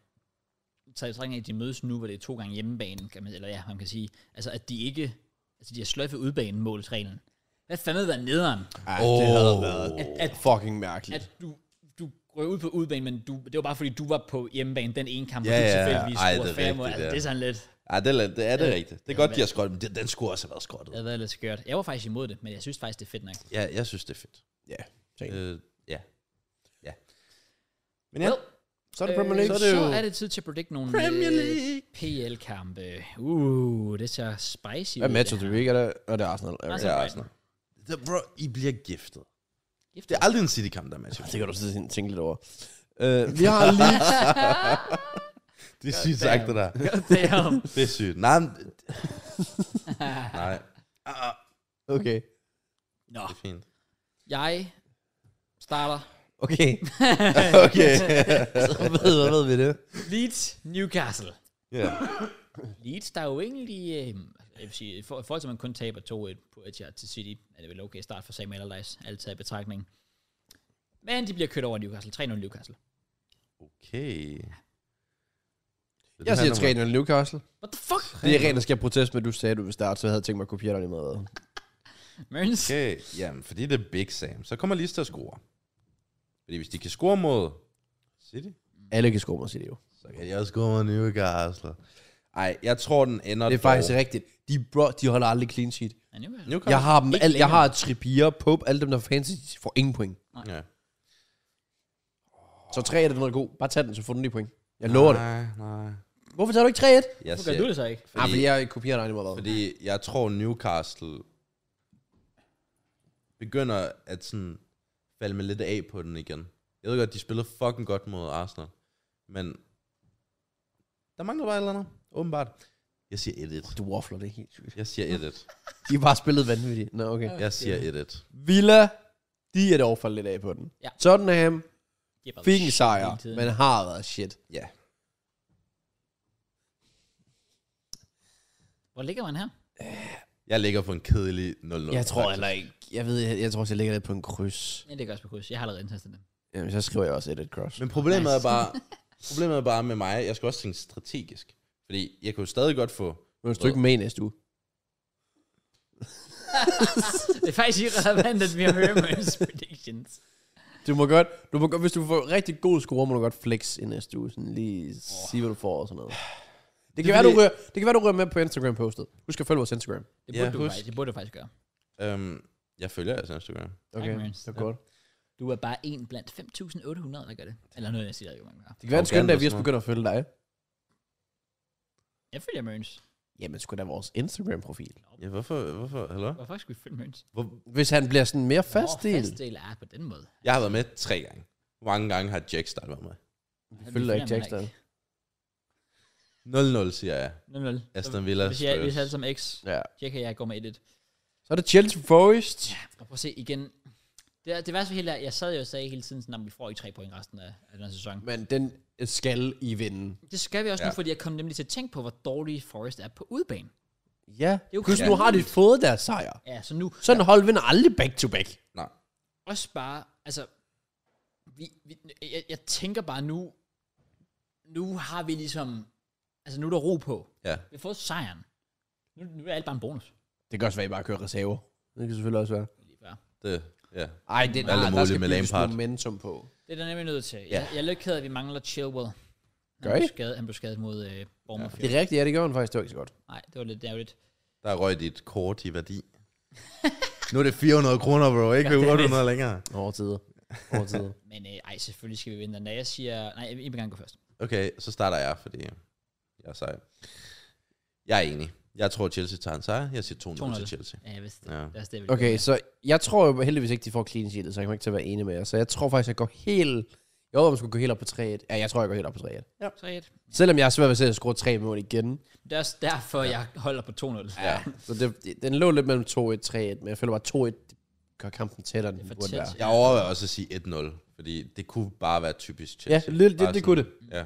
S1: taget i betragtning af, at de mødes nu, hvor det er to gange hjemmebane, kan man, eller ja, man kan sige, altså at de ikke, altså de har sløjfet udbanemålsreglen. Hvad fanden været nederen?
S2: Ej,
S3: Åh.
S2: det havde været
S1: At, at,
S2: fucking mærkeligt.
S1: at du, du røg ud på udbanen, men du, det var bare fordi, du var på hjemmebane den ene kamp,
S3: Ja,
S1: og du
S3: ja, ja.
S1: tilfældigvis
S3: Ej,
S1: scorede
S3: det er
S1: færre mål. Altså,
S3: rigtigt, ja.
S1: det er sådan lidt,
S3: Ej, det, er- det er det rigtigt. Det er godt, de har skrottet, men den- den skulle også have været skrottet.
S1: det har været lidt skørt. Jeg var faktisk imod det, men jeg synes faktisk, det er fedt nok.
S3: Ja, jeg synes, det er fedt.
S2: Ja, tænk.
S3: Øh, ja. Ja. Men ja,
S1: Well, øh,
S2: Så er det Premier League.
S1: så,
S3: øh,
S1: er
S3: så er det
S1: så
S3: jo-
S1: er det tid til at predict nogle
S3: Premier
S1: øh,
S3: League.
S1: PL-kampe. Uh, det ser spicy ud.
S2: Hvad matcher
S1: det
S2: du
S1: her.
S2: ikke? Er det, er det Arsenal? Er det-
S3: det
S1: Arsenal.
S3: er Arsenal. The- Bro, I bliver giftet.
S1: Gift
S3: Det er aldrig en City-kamp, der er matcher.
S2: Det kan du sidde og tænke lidt over. Uh, vi har lige...
S3: Det er sygt sagt, det der.
S1: Damn.
S3: Det er sygt. Nej, men... Nej,
S2: Okay.
S1: Nå,
S3: det er fint.
S1: jeg starter
S2: Okay.
S3: Okay.
S2: Så ved, hvad ved vi det?
S1: Leeds Newcastle.
S3: Ja.
S1: Leeds, der er jo egentlig, øh, jeg vil sige, i for- i forhold til at man kun taber 2-1 på Etihad til City, er det vel okay start for Sam Allardyce, alt taget i betragtning. Men de bliver kørt over Newcastle, 3-0 Newcastle.
S3: Okay.
S2: Jeg siger 3 0 Newcastle.
S1: What the fuck?
S2: Det er rent, der skal protest med, at du sagde, at du ville starte, så jeg havde tænkt mig at kopiere dig lige med.
S1: Mørens. Okay.
S3: Okay, jamen, fordi det er Big Sam, så kommer Leeds til at score. Fordi hvis de kan score mod City,
S2: Alle kan score mig, siger det jo.
S3: så kan de også score mod Newcastle. Ej, jeg tror, den ender
S2: Det er
S3: dog.
S2: faktisk rigtigt. De, bro, de holder aldrig clean sheet.
S1: Ja, Newcastle.
S3: Newcastle.
S2: Jeg har, dem,
S1: Ikke
S2: al, jeg
S1: længere.
S2: har Trippier, Pope, alle dem, der er fancy, de får ingen point.
S3: Ja.
S2: Så 3 er den er god. Bare tag den, så får du 9 point. Jeg lover det.
S3: Nej, nej.
S2: Hvorfor tager du ikke 3-1?
S3: Jeg
S1: Hvorfor gør du
S3: siger,
S1: det så ikke?
S2: Nej,
S3: fordi,
S2: Ah, fordi jeg kopierer dig, det var hvad.
S3: fordi jeg tror, Newcastle begynder at sådan falde med lidt af på den igen. Jeg ved godt, de spillede fucking godt mod Arsenal, men der mangler bare et eller andet, åbenbart. Jeg siger 1-1.
S2: Du waffler det er helt sygt.
S3: Jeg siger 1-1.
S2: De har bare spillet vanvittigt. Nå, okay.
S3: Jeg siger 1-1.
S2: Villa, de er dog faldet lidt af på den.
S1: Ja.
S2: Tottenham
S1: De er bare
S2: fik en
S1: shit
S2: sejr,
S1: hele tiden.
S2: men har været shit.
S3: Ja.
S1: Hvor ligger man her?
S3: Jeg ligger på en kedelig 0-0.
S2: Jeg tror
S3: faktisk.
S2: heller ikke. Jeg ved, jeg, jeg tror, også, jeg ligger lidt på en kryds.
S1: Ja, det gør også på kryds. Jeg har allerede indtastet dem.
S2: Jamen, så skriver jeg også et et cross.
S3: Men problemet
S1: Nice.
S3: nice. er bare, problemet er bare med mig, jeg skal også tænke strategisk. Fordi jeg kan jo stadig godt få...
S2: Men hvis du ikke er med i næste uge.
S1: det er faktisk irrelevant, at vi har hørt Mørens predictions.
S2: Du må godt, du må godt, hvis du får rigtig god score, må du godt flex i næste uge. Sådan lige oh. sige, hvad du får og sådan noget. Det kan,
S3: er
S2: være, du
S3: fordi-
S2: rører, det kan være, du rører med på Instagram-postet. Husk at følge vores Instagram.
S1: Det
S3: Ja,
S1: burde, du,
S3: husk.
S1: faktisk- det burde du faktisk gøre.
S3: Øhm, jeg følger jeres Instagram.
S1: Okay,
S2: Okay,
S1: Mørens.
S2: det er
S1: Ja.
S2: godt.
S1: Du er bare en blandt 5.800, der gør det. Eller noget, jeg siger, jo man gør.
S2: Det kan være en skøn
S3: Arrogant
S2: dag,
S3: og
S2: vi også
S3: sådan
S2: begynder at følge dig.
S1: Jeg følger Mørens.
S2: Jamen, sgu da vores Instagram-profil.
S3: Ja, hvorfor? hvorfor hello?
S1: Hvorfor skulle vi følge Mørens?
S2: Hvis han bliver sådan mere fast
S1: Nå,
S2: del.
S1: Fast del er på den måde.
S3: Jeg har været med tre gange. Hvor mange gange har Jack Start været med?
S1: Vi
S2: følger ikke
S1: ham
S2: Jackson.
S3: 0-0, siger jeg.
S1: 0-0.
S3: Aston Villa
S1: Hvis jeg, hvis jeg er
S3: Spurs.
S2: altså-
S1: som X,
S2: Ja.
S1: tjekker jeg, jeg går med 1-1.
S2: Så er det Chelsea Forest.
S1: Og prøv at se igen. Det, er- det værste ved hele er, jeg sad jo og sagde hele tiden, at vi får ikke tre point resten af, af den her sæson.
S2: Men den øh, skal I vinde.
S1: Det skal vi også ja. nu,
S3: Ja.
S1: fordi jeg kom nemlig til at tænke på, hvor dårlig Forrest er på udbanen.
S2: Ja.
S1: er jo
S2: Plus, nu
S1: klart.
S2: har de fået deres sejr.
S1: Ja, så nu
S2: Sådan hold vinder aldrig back-to-back.
S3: Nej.
S1: også bare, altså, vi, vi, jeg, jeg tænker bare nu, nu har vi ligesom, altså nu er der ro på.
S3: Ja.
S1: Vi har fået sejren. Nu, nu er alt bare en bonus.
S2: Det kan også være, at I bare kører reserver. Det kan selvfølgelig også være.
S1: Lige før.
S3: Det, ja.
S2: Ej, det,
S3: Alt er
S2: nej, der
S3: muligt
S2: skal
S3: med
S2: bygges
S3: Lampard.
S2: momentum på.
S1: Det er der nemlig nødt til. Jeg, jeg er lidt ked af, at vi mangler Chilwell. Han
S2: Gør I?
S1: blev skadet, han blev skadet mod øh, Bournemouth.
S2: Det
S1: Ja.
S2: er rigtigt, ja, det gør han faktisk. Det var ikke så godt.
S1: Nej, det var lidt dærligt.
S3: Der røg dit kort i værdi. nu er det 400 kroner, bro. Ikke ved 800 længere.
S2: Over tider. Over tider.
S1: Men øh, ej, selvfølgelig skal vi vinde. Når jeg siger... Nej, I vil gerne gå først.
S3: Okay, så starter jeg, fordi jeg er sej. Jeg er enig. Jeg tror, Chelsea tager en sejr. Jeg siger 2-0
S1: 2-0.
S3: til Chelsea.
S1: Ja, jeg vidste det.
S3: Ja.
S1: Det er også det, jeg ville
S2: okay,
S1: gøre.
S2: så jeg tror jo heldigvis ikke, de får clean sheet, så jeg kommer ikke til at være enig med jer. Så jeg tror faktisk, jeg går helt... Jeg ved, om jeg skulle gå helt op på 3-1. Ja, jeg tror, jeg går helt op på 3-1.
S1: 3-1.
S2: Selvom jeg er svært ved selv at score tre mål igen.
S1: Det er også derfor, ja. jeg holder på 2-0.
S3: Ja.
S2: Så det, det- den lå lidt mellem 2-1 3-1, men jeg føler bare 2-1 det gør kampen tættere, end
S1: Det er for
S2: den burde
S1: tæt.
S2: være.
S3: Jeg overvejer også at sige 1-0, fordi det kunne bare være typisk
S2: Ja,
S3: Chelsea.
S2: lidt,
S3: Bare
S2: det, det kunne det.
S3: Ja.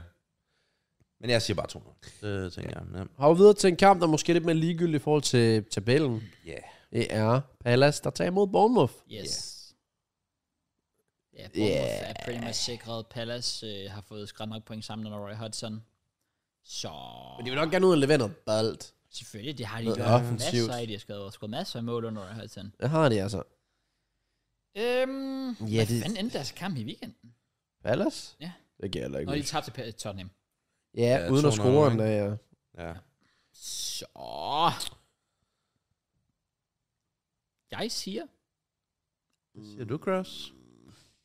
S3: Men jeg siger bare 2-0. Det tænker jeg. Ja.
S2: Har vi videre til en kamp, der er måske lidt mere ligegyldig i forhold til tabellen.
S3: Yeah.
S2: Det er Palace, der tager imod Bournemouth.
S1: Yes. Ja, Bournemouth yeah. er pretty much sikret. Palace øh, har fået skræmt nok point sammen under Roy Hudson. Så
S2: Men de vil nok gerne ud og levere noget bold.
S1: selvfølgelig, det har de
S2: Noget
S1: gjort
S2: offensivt.
S1: masser af. De har skrevet, skrevet masser af mål under Roy Hudson.
S2: Det har de altså.
S1: Øhm,
S2: Ja,
S1: ja, hvad
S2: det-
S1: fanden endte deres kamp i weekenden?
S2: Palace?
S1: Ja.
S2: Det giver jeg heller
S1: Når
S2: ikke.
S1: de
S2: ud.
S1: tabte til Tottenham.
S2: Ja,
S3: Ja,
S2: uden at
S3: 200
S2: score øh,
S3: ikke?
S2: en dag, ja.
S3: Ja.
S1: Så... Jeg siger,
S3: Siger du, Gross?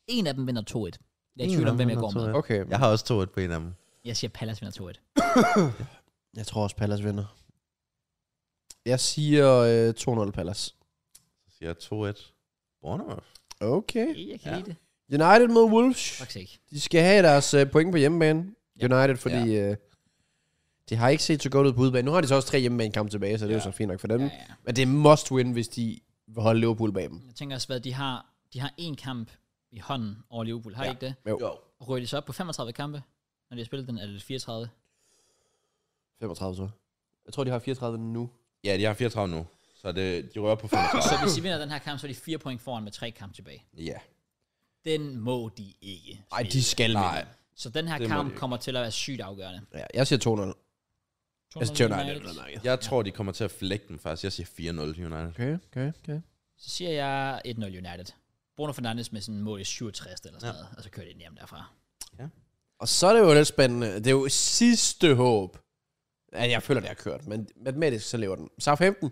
S1: en af dem vinder 2-1. Jeg er i
S3: En
S1: tvivl
S3: af
S1: om,
S3: dem
S1: hvem jeg
S3: vinder
S1: går med.
S3: 2-1.
S2: Okay.
S3: Jeg har også to et på en af dem.
S1: Jeg siger, Palace vinder 2-1.
S2: Jeg tror også, Palace vinder. Jeg siger øh, 2-0 Palace.
S3: Så siger jeg 2-1. Bournemouth.
S2: Okay.
S1: Okay, jeg kan
S3: Ja.
S1: lide det.
S2: United mod Wolves.
S1: Fuck sake.
S2: De skal have deres øh, point på hjemmebane.
S1: Ja.
S2: United, fordi ja. øh, de har ikke set så godt ud på udebane. Nu har de så også tre hjemmebanekampe tilbage, så det er
S3: Ja.
S2: jo så fint nok for dem.
S1: Ja, ja.
S2: Men det er must win, hvis de vil holde Liverpool bag dem.
S1: Jeg tænker også, hvad de har. De har én kamp i hånden over Liverpool. Har ja.
S2: Ja.
S1: ikke det?
S2: Jo.
S1: Og ryger de så op på 35 kampe, når de har spillet den, eller er det 34?
S2: 35 så. Jeg tror, de har 34 nu.
S3: Ja, de har 34 nu. Så det, de rører på 35.
S1: Så hvis de vinder den her kamp, så er de fire point foran med tre kampe tilbage.
S3: ja.
S1: Den må de ikke.
S2: Nej, de skal
S3: Nej.
S2: vinde.
S1: Så den her
S3: Det må de
S1: kamp
S3: ikke.
S1: kommer til at være sygt afgørende.
S2: Ja, jeg siger 2-0.
S1: Altså,
S3: Altså,
S2: Jeg siger United.
S3: Jeg tror, de kommer til at flække den faktisk. Jeg siger 4-0 til United.
S2: Okay, okay, okay.
S1: Så siger jeg 1-0 United. Bruno Fernandes med sådan en mål i 67 eller sådan
S3: Ja.
S1: noget, og så kører de den hjem derfra.
S2: Og så er det jo lidt spændende. Det er jo sidste håb. Ja, jeg føler, det har kørt, men matematisk så lever den. Southampton.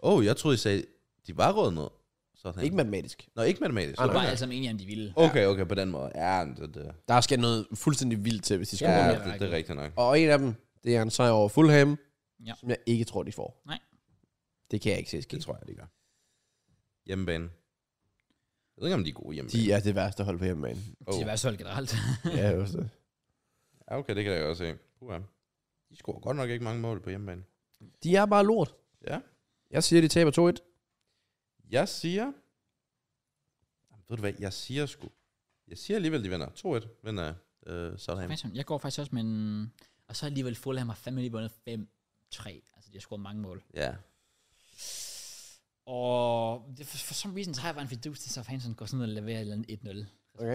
S3: Åh, oh, jeg troede, I sagde, de var rådet ned. Sådan.
S2: Ikke matematisk.
S3: Nå, ikke matematisk.
S1: Så
S2: Nej,
S1: var
S2: nej.
S1: alle sammen enige om, de ville.
S3: Okay, okay, på den måde. Ja, men det, det,
S2: Der skal noget fuldstændig vildt til, hvis de skal
S3: ja,
S2: ja.
S1: det er
S3: det, det er rigtigt nok.
S2: Og en af dem, det er en sejr over Fulham,
S1: Ja.
S2: ja. som jeg ikke tror, de får.
S1: Nej.
S2: Det kan jeg ikke se ske.
S3: Det tror jeg, de gør. Hjemmebane. Jeg ved ikke, om de er gode hjemmebane.
S2: De er det værste hold på hjemmebane.
S1: Oh.
S3: Oh.
S1: Det var så generelt.
S2: ja, det er også det.
S3: Ja, okay, det kan jeg godt se. Uha. De scorer godt nok ikke mange mål på hjemmebane.
S2: De er bare lort.
S3: Ja.
S2: Jeg siger, de taber 2-1.
S3: Jeg siger... Jamen, ved du hvad, jeg siger sgu... Jeg siger alligevel, de vinder 2-1, vinder øh, Southampton.
S1: Faktisk, Jeg går faktisk også med en... Og så alligevel Fulham har fandme lige vundet 5-3. Altså, de har scoret mange mål.
S3: Ja.
S1: Og det, for, for some reason, så har jeg bare en fidus til, at Southampton går sådan noget og leverer et eller andet 1-0. Okay.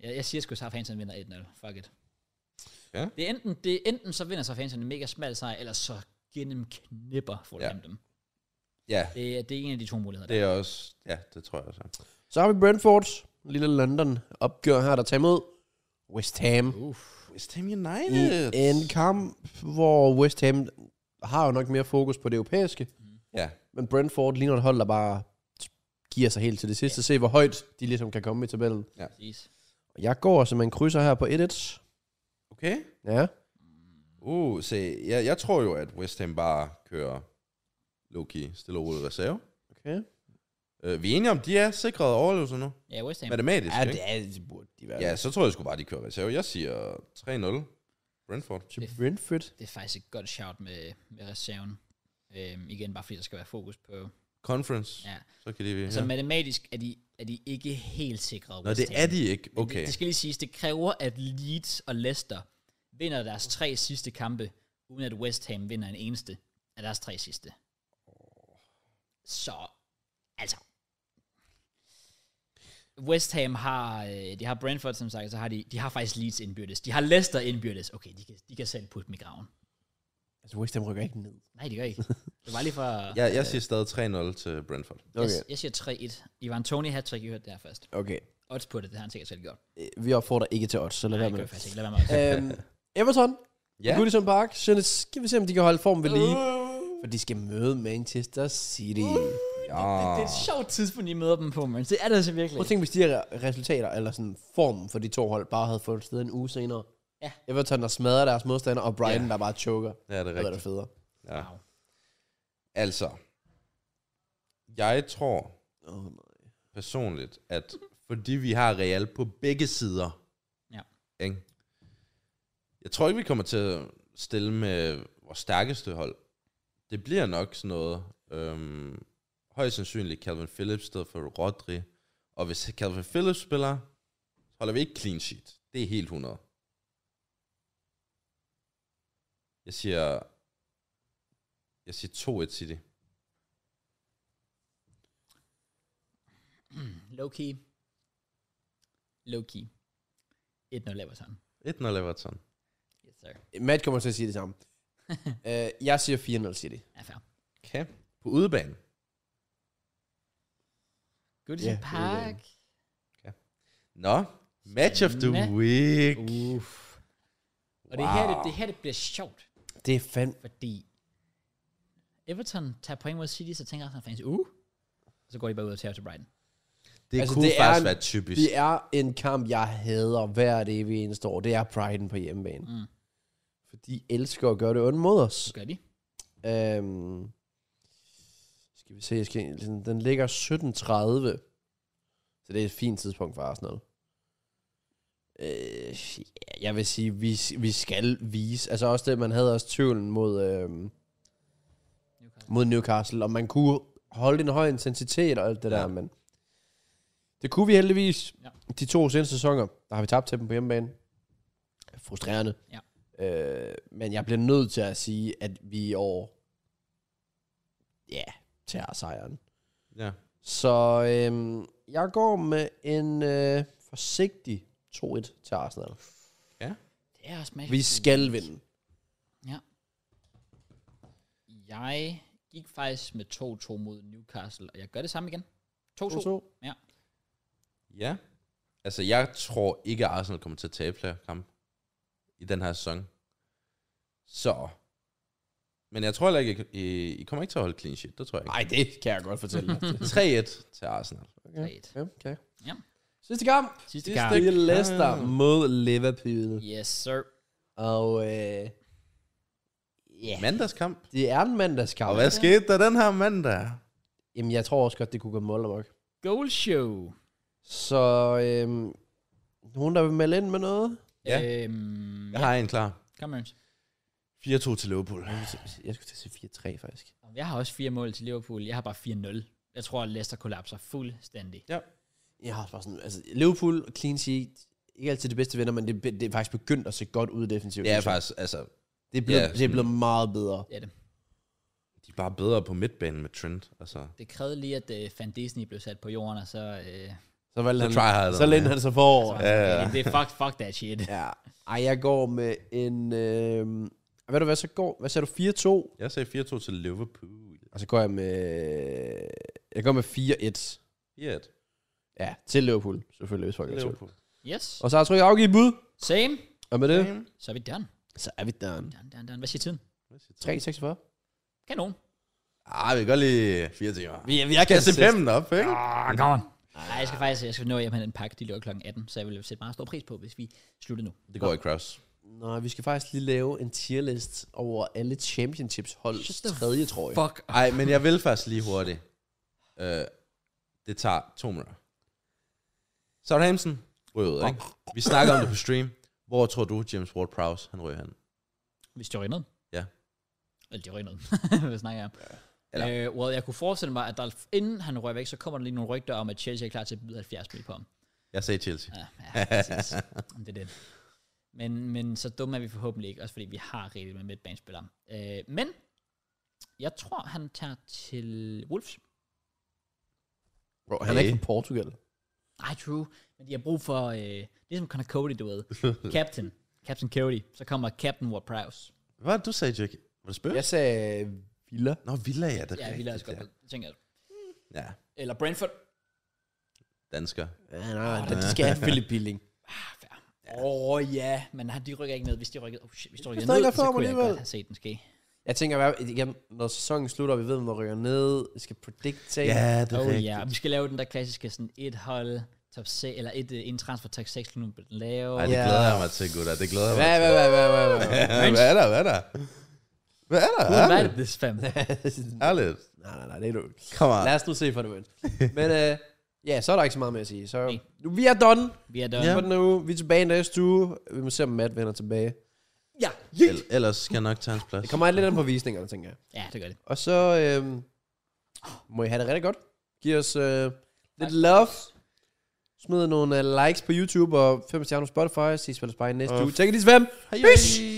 S1: Jeg, jeg siger sgu, at Southampton vinder 1-0. Fuck it.
S3: Ja.
S1: Det er enten, det er enten så vinder Southampton en mega smal sejr, eller så gennemknipper Fulham dem.
S3: Ja,
S1: Det, er- det er en af de to muligheder.
S3: det
S1: Der.
S3: er også... Ja, det tror jeg også.
S2: Så har vi Brentford. Lille London opgør her, der tager imod West Ham.
S1: Uff.
S3: West Ham
S2: I
S3: United.
S2: en kamp, hvor West Ham har jo nok mere fokus på det europæiske.
S3: Ja.
S2: Men Brentford ligner et hold, der bare giver sig helt til det sidste. Se, hvor højt de ligesom kan komme i tabellen.
S1: Præcis.
S2: Og Jeg går simpelthen krydser her på 1-1.
S3: Okay.
S2: Ja.
S3: Uh, se, jeg, jeg tror jo, at West Ham bare kører low-key, stille og roligt reserve.
S2: Okay.
S3: Øh, vi er enige om, de er sikrede overlevelser nu.
S1: Ja, West Ham.
S3: Matematisk,
S2: Ja,
S3: ikke?
S2: det, er, det burde de være.
S3: Ja, så tror jeg sgu bare, de kører reserve. Jeg siger 3-0. Brentford.
S2: Til Brentford.
S1: Det er faktisk et godt shout med, med reserven. Øhm, igen, bare fordi der skal være fokus på...
S3: Conference.
S1: Ja.
S3: Så kan de...
S1: Altså
S3: ja.
S1: matematisk er de, er de ikke helt sikre.
S3: Nå,
S1: West
S3: det
S1: Ham.
S3: er de ikke.
S1: Men
S3: Okay.
S1: Det, det skal lige siges, det kræver, at Leeds og Leicester vinder deres tre sidste kampe, uden at West Ham vinder en eneste af deres tre sidste. Så, altså... West Ham har, øh, de har Brentford, som sagt, så har de, de har faktisk Leeds indbyrdes. De har Leicester indbyrdes. Okay, de kan, de kan selv putte dem i graven.
S2: Altså, West Ham rykker ikke ned.
S1: Nej, det gør ikke. Det var lige for...
S3: Jeg, jeg siger stadig 3-0 til Brentford.
S1: jeg,
S2: Okay.
S1: jeg, siger 3-1. Ivan Tony hat trick, I hørte det her først.
S2: Okay.
S1: Odds på det, det har han sikkert selv gjort.
S2: Øh, Vi opfordrer ikke til odds, så lad
S1: Nej,
S2: være
S1: det
S2: med
S1: gør jeg
S2: det.
S1: faktisk ikke. Lad være med at-
S2: Øhm, Everton,
S3: Ja.
S2: yeah. Goodison Park. Så skal vi se, om de kan holde form ved lige. For de skal møde Manchester City. Prøv
S1: Det
S3: ja.
S1: er et sjovt tidspunkt, I møder dem på, men det er det altså virkelig.
S2: Ah. at tænke, hvis de her resultater, eller sådan formen for de to hold, bare havde fået sted en uge senere.
S1: Ja.
S2: Everton, der smadrer deres modstander, og Brighton,
S3: Ja.
S2: der bare choker.
S3: Ja, det er
S2: Det er det
S3: rigtigt.
S2: federe.
S3: Ja.
S1: Wow.
S3: Altså, jeg tror
S2: Oh, nej.
S3: personligt, at fordi vi har Real på begge sider,
S1: Ja.
S3: ikke? jeg tror ikke, vi kommer til at stille med vores stærkeste hold. Det bliver nok sådan noget, øhm, højst sandsynligt Calvin Phillips i stedet for Rodri, og hvis Calvin Phillips spiller, så holder vi ikke clean sheet. Det er helt 100. Jeg siger, jeg siger 2-1 City.
S1: Low-key. Low-key. 1-0 Everton.
S3: 1-0 Everton.
S1: Yes, sir.
S2: Matt kommer til at sige det samme. øh, jeg siger 4-0 City.
S1: Ja, fair.
S3: Okay. På udebane.
S1: Goodison
S2: Ja,
S1: yeah,
S2: det er
S1: Park.
S3: Nå. Match of the
S1: Spændende.
S3: week.
S2: Uh.
S1: Uff. Og det er her, det, det er her, det bliver sjovt,
S2: Det er fandme...
S1: fordi Everton tager point mod City, så tænker jeg fans, uh, så går de bare ud og tager til Brighton.
S2: Altså,
S3: Det altså, kunne
S2: det
S3: det
S2: er
S3: faktisk
S2: en-
S3: være typisk.
S2: Det er en kamp, jeg hader hver det evige eneste år. Det er Priden på hjemmebane.
S1: Mm.
S2: For de elsker at gøre det ondt mod os.
S1: Så gør de.
S2: Øhm, skal vi se, jeg skal, den- den ligger 17.30. Så det er et fint tidspunkt for Arsenal. Øh, ja, jeg vil sige, vi, vi skal vise. Altså også det, man havde også tvivlen mod, øhm,
S1: Newcastle.
S2: mod Newcastle, og man kunne holde en høj intensitet og alt det ja.
S3: Ja.
S2: der, men det kunne vi heldigvis.
S1: Ja.
S2: Ja. De to seneste sæsoner, der har vi tabt til dem på hjemmebane. Frustrerende.
S1: Ja.
S2: Øh, men jeg bliver nødt til at sige, at vi i år, ja, tager sejren.
S3: Ja.
S2: Så øhm, jeg går med en øh, forsigtig 2-1 til Arsenal.
S1: Det er også match.
S2: Vi
S1: of the
S2: skal
S1: week.
S2: vinde.
S1: Jeg gik faktisk med 2-2 mod Newcastle, og jeg gør det samme igen. 2-2.
S2: 2-2.
S3: Ja. Altså, jeg tror ikke, at Arsenal kommer til at tabe flere kampe i den her sæson. Så. Men jeg tror heller ikke, I, I kommer ikke til at holde clean shit. Det tror jeg ikke.
S2: Nej, det kan jeg godt fortælle dig.
S3: 3-1 til Arsenal.
S2: Okay.
S1: Right.
S2: okay.
S1: Ja.
S2: Sidste kamp.
S1: Sidste
S2: Det
S1: kamp.
S2: er Leicester
S3: Ah.
S2: mod Liverpool.
S1: Yes, sir.
S2: Og øh,
S3: Yeah. Mandagskamp.
S2: det er en mandagskamp.
S3: Og hvad skete der den her mandag?
S2: Jamen, jeg tror også godt, det kunne gå mål amok.
S1: Goal show.
S2: Så øh, nogen, der vil melde ind med noget?
S3: Ja.
S1: Øhm,
S3: Jeg har en klar.
S1: Kom, Ernst.
S3: 4-2 til Liverpool.
S2: Jeg skulle til at sige 4-3, faktisk.
S1: Jeg har også fire mål til Liverpool. Jeg har bare 4-0. Jeg tror, at Leicester kollapser fuldstændig.
S2: Jeg har også bare sådan, altså Liverpool, clean sheet, ikke altid det bedste venner, men det, det er faktisk begyndt at se godt ud defensivt.
S3: Det er
S2: synes jeg.
S3: faktisk, altså,
S2: Det er blevet,
S3: ja,
S2: det er blevet meget bedre.
S1: Det er det.
S3: de er bare bedre på midtbanen med Trent. Altså,
S1: Det krævede lige, at uh, Van Disney blev sat på jorden, og så... Uh,
S2: Så, valgte
S3: Så
S2: han,
S3: tryharder
S2: så
S3: han,
S2: lænede
S3: ja.
S2: han sig forover.
S1: ja, ja. Det er fuck, fuck that shit.
S2: Ja. Ej, jeg går med en... Øh, ved du hvad, så går... Hvad sagde du? 4-2?
S3: jeg sagde 4-2 til Liverpool.
S2: Og så går jeg med... Jeg går med 4-1.
S3: 4-1
S2: Ja, til Liverpool, selvfølgelig, hvis folk
S3: til
S2: er i tvivl.
S3: Liverpool.
S1: Yes.
S2: Og så har jeg trykket afgivet bud.
S1: Same.
S2: Og med det,
S3: Same.
S1: Så er vi done.
S2: så er vi done.
S1: done, done, done. Hvad siger tiden?
S3: Hvad siger du?
S2: 3-46.
S1: Kanon.
S3: Ah, vi kan godt lide 4 timer.
S2: Vi, vi er
S3: Jeg kan se femmen op, ikke?
S1: Ah, come on. Nej, jeg skal faktisk jeg skal nå hjem og hente en pakke, de lukker klokken 18, så jeg vil sætte meget stor pris på, hvis vi slutter nu.
S3: Det går i cross.
S2: Nej, vi skal faktisk lige lave en tierlist over alle championships holds
S1: Shut the
S2: tredje trøje.
S1: Fuck.
S3: Ej, men jeg vil faktisk lige hurtigt. Øh, det tager to minutter. Southampton ryger ud, ikke? Vi snakker om det på stream. Hvor tror du, James Ward-Prowse, han ryger hen?
S1: Hvis de røg
S3: Ja.
S1: Eller de røg Hvad snakker jeg om?
S3: Eller-
S1: Eller. Øh, well, jeg kunne forestille mig, at der, inden han røg væk, så kommer der lige nogle rygter om, at Chelsea er klar til at byde 70 mil på ham.
S3: Jeg sagde Chelsea.
S1: Ja, ja præcis. det er det. Men, men så dumme er vi forhåbentlig ikke, også fordi vi har rigtigt med midtbanespillere. Øh, men jeg tror, han tager til Wolves.
S2: Bro, han er ikke
S3: Hey.
S2: fra Portugal.
S1: Nej, true. Men de har brug for, øh, ligesom Connor Cody, du ved. Captain. Captain Cody. Så kommer Captain Ward Prowse.
S3: Hvad var det, du sagde, Jake? Var det spøgt?
S2: Jeg sagde Villa.
S3: Nå, Villa, ja. Det er
S1: Ja, vi lader os
S3: rigtigt,
S1: godt. ud, Tænker jeg.
S3: Ja,
S1: Eller Brentford.
S3: dansker.
S2: Ja, nej, nej, de skal have Philip Billing.
S1: Ah, fair. Åh oh, ja, men han, de rykker ikke ned. Hvis de rykker, oh, shit, hvis de rykker
S2: Hvis der
S1: ned,
S2: ikke er
S1: så
S2: form
S1: kunne jeg
S2: alligevel.
S1: godt have set den ske.
S2: Jeg tænker, hvad- igen, når sæsonen slutter, og vi ved, hvor rykker ned, vi skal predict ting.
S3: Ja, det er
S1: Oh
S3: rigtigt.
S1: ja, og vi skal lave den der klassiske sådan et hold, top 6, eller et uh, transfer top 6, nu bliver den lavet.
S3: Ej, det
S2: Ja.
S3: glæder jeg mig til, gutter. Det glæder jeg mig
S2: Hvad, hvad, hvad, hvad, hvad, hvad?
S3: til. Hvad er der? Hvad er der? Hvad er der?
S1: Hvad er
S3: Ærligt.
S1: det, this fam?
S3: Ærligt.
S2: nej, nej, nej, det er du ikke.
S3: Kom on.
S2: Lad os nu se for det vent. Men øh, ja, så er der ikke så meget mere at sige. Så
S1: Nej.
S2: nu, vi er done
S1: Vi er done.
S2: ja.
S3: Ja.
S2: for den her uge. Vi er tilbage i næste uge. Vi må se, om Matt vender tilbage.
S1: Ja,
S3: El- Ellers skal jeg nok tage hans plads.
S2: Det kommer lidt an på visningerne, tænker jeg.
S1: ja det gør det.
S2: Og så øh, må I have det rigtig godt. Giv os øh, lidt love. Smid nogle øh, likes på YouTube og fem stjerner på Spotify. Ses vel bare i næste
S3: Og
S2: uge. Tjek de fem.
S3: Hej,
S2: Peace!
S3: hej.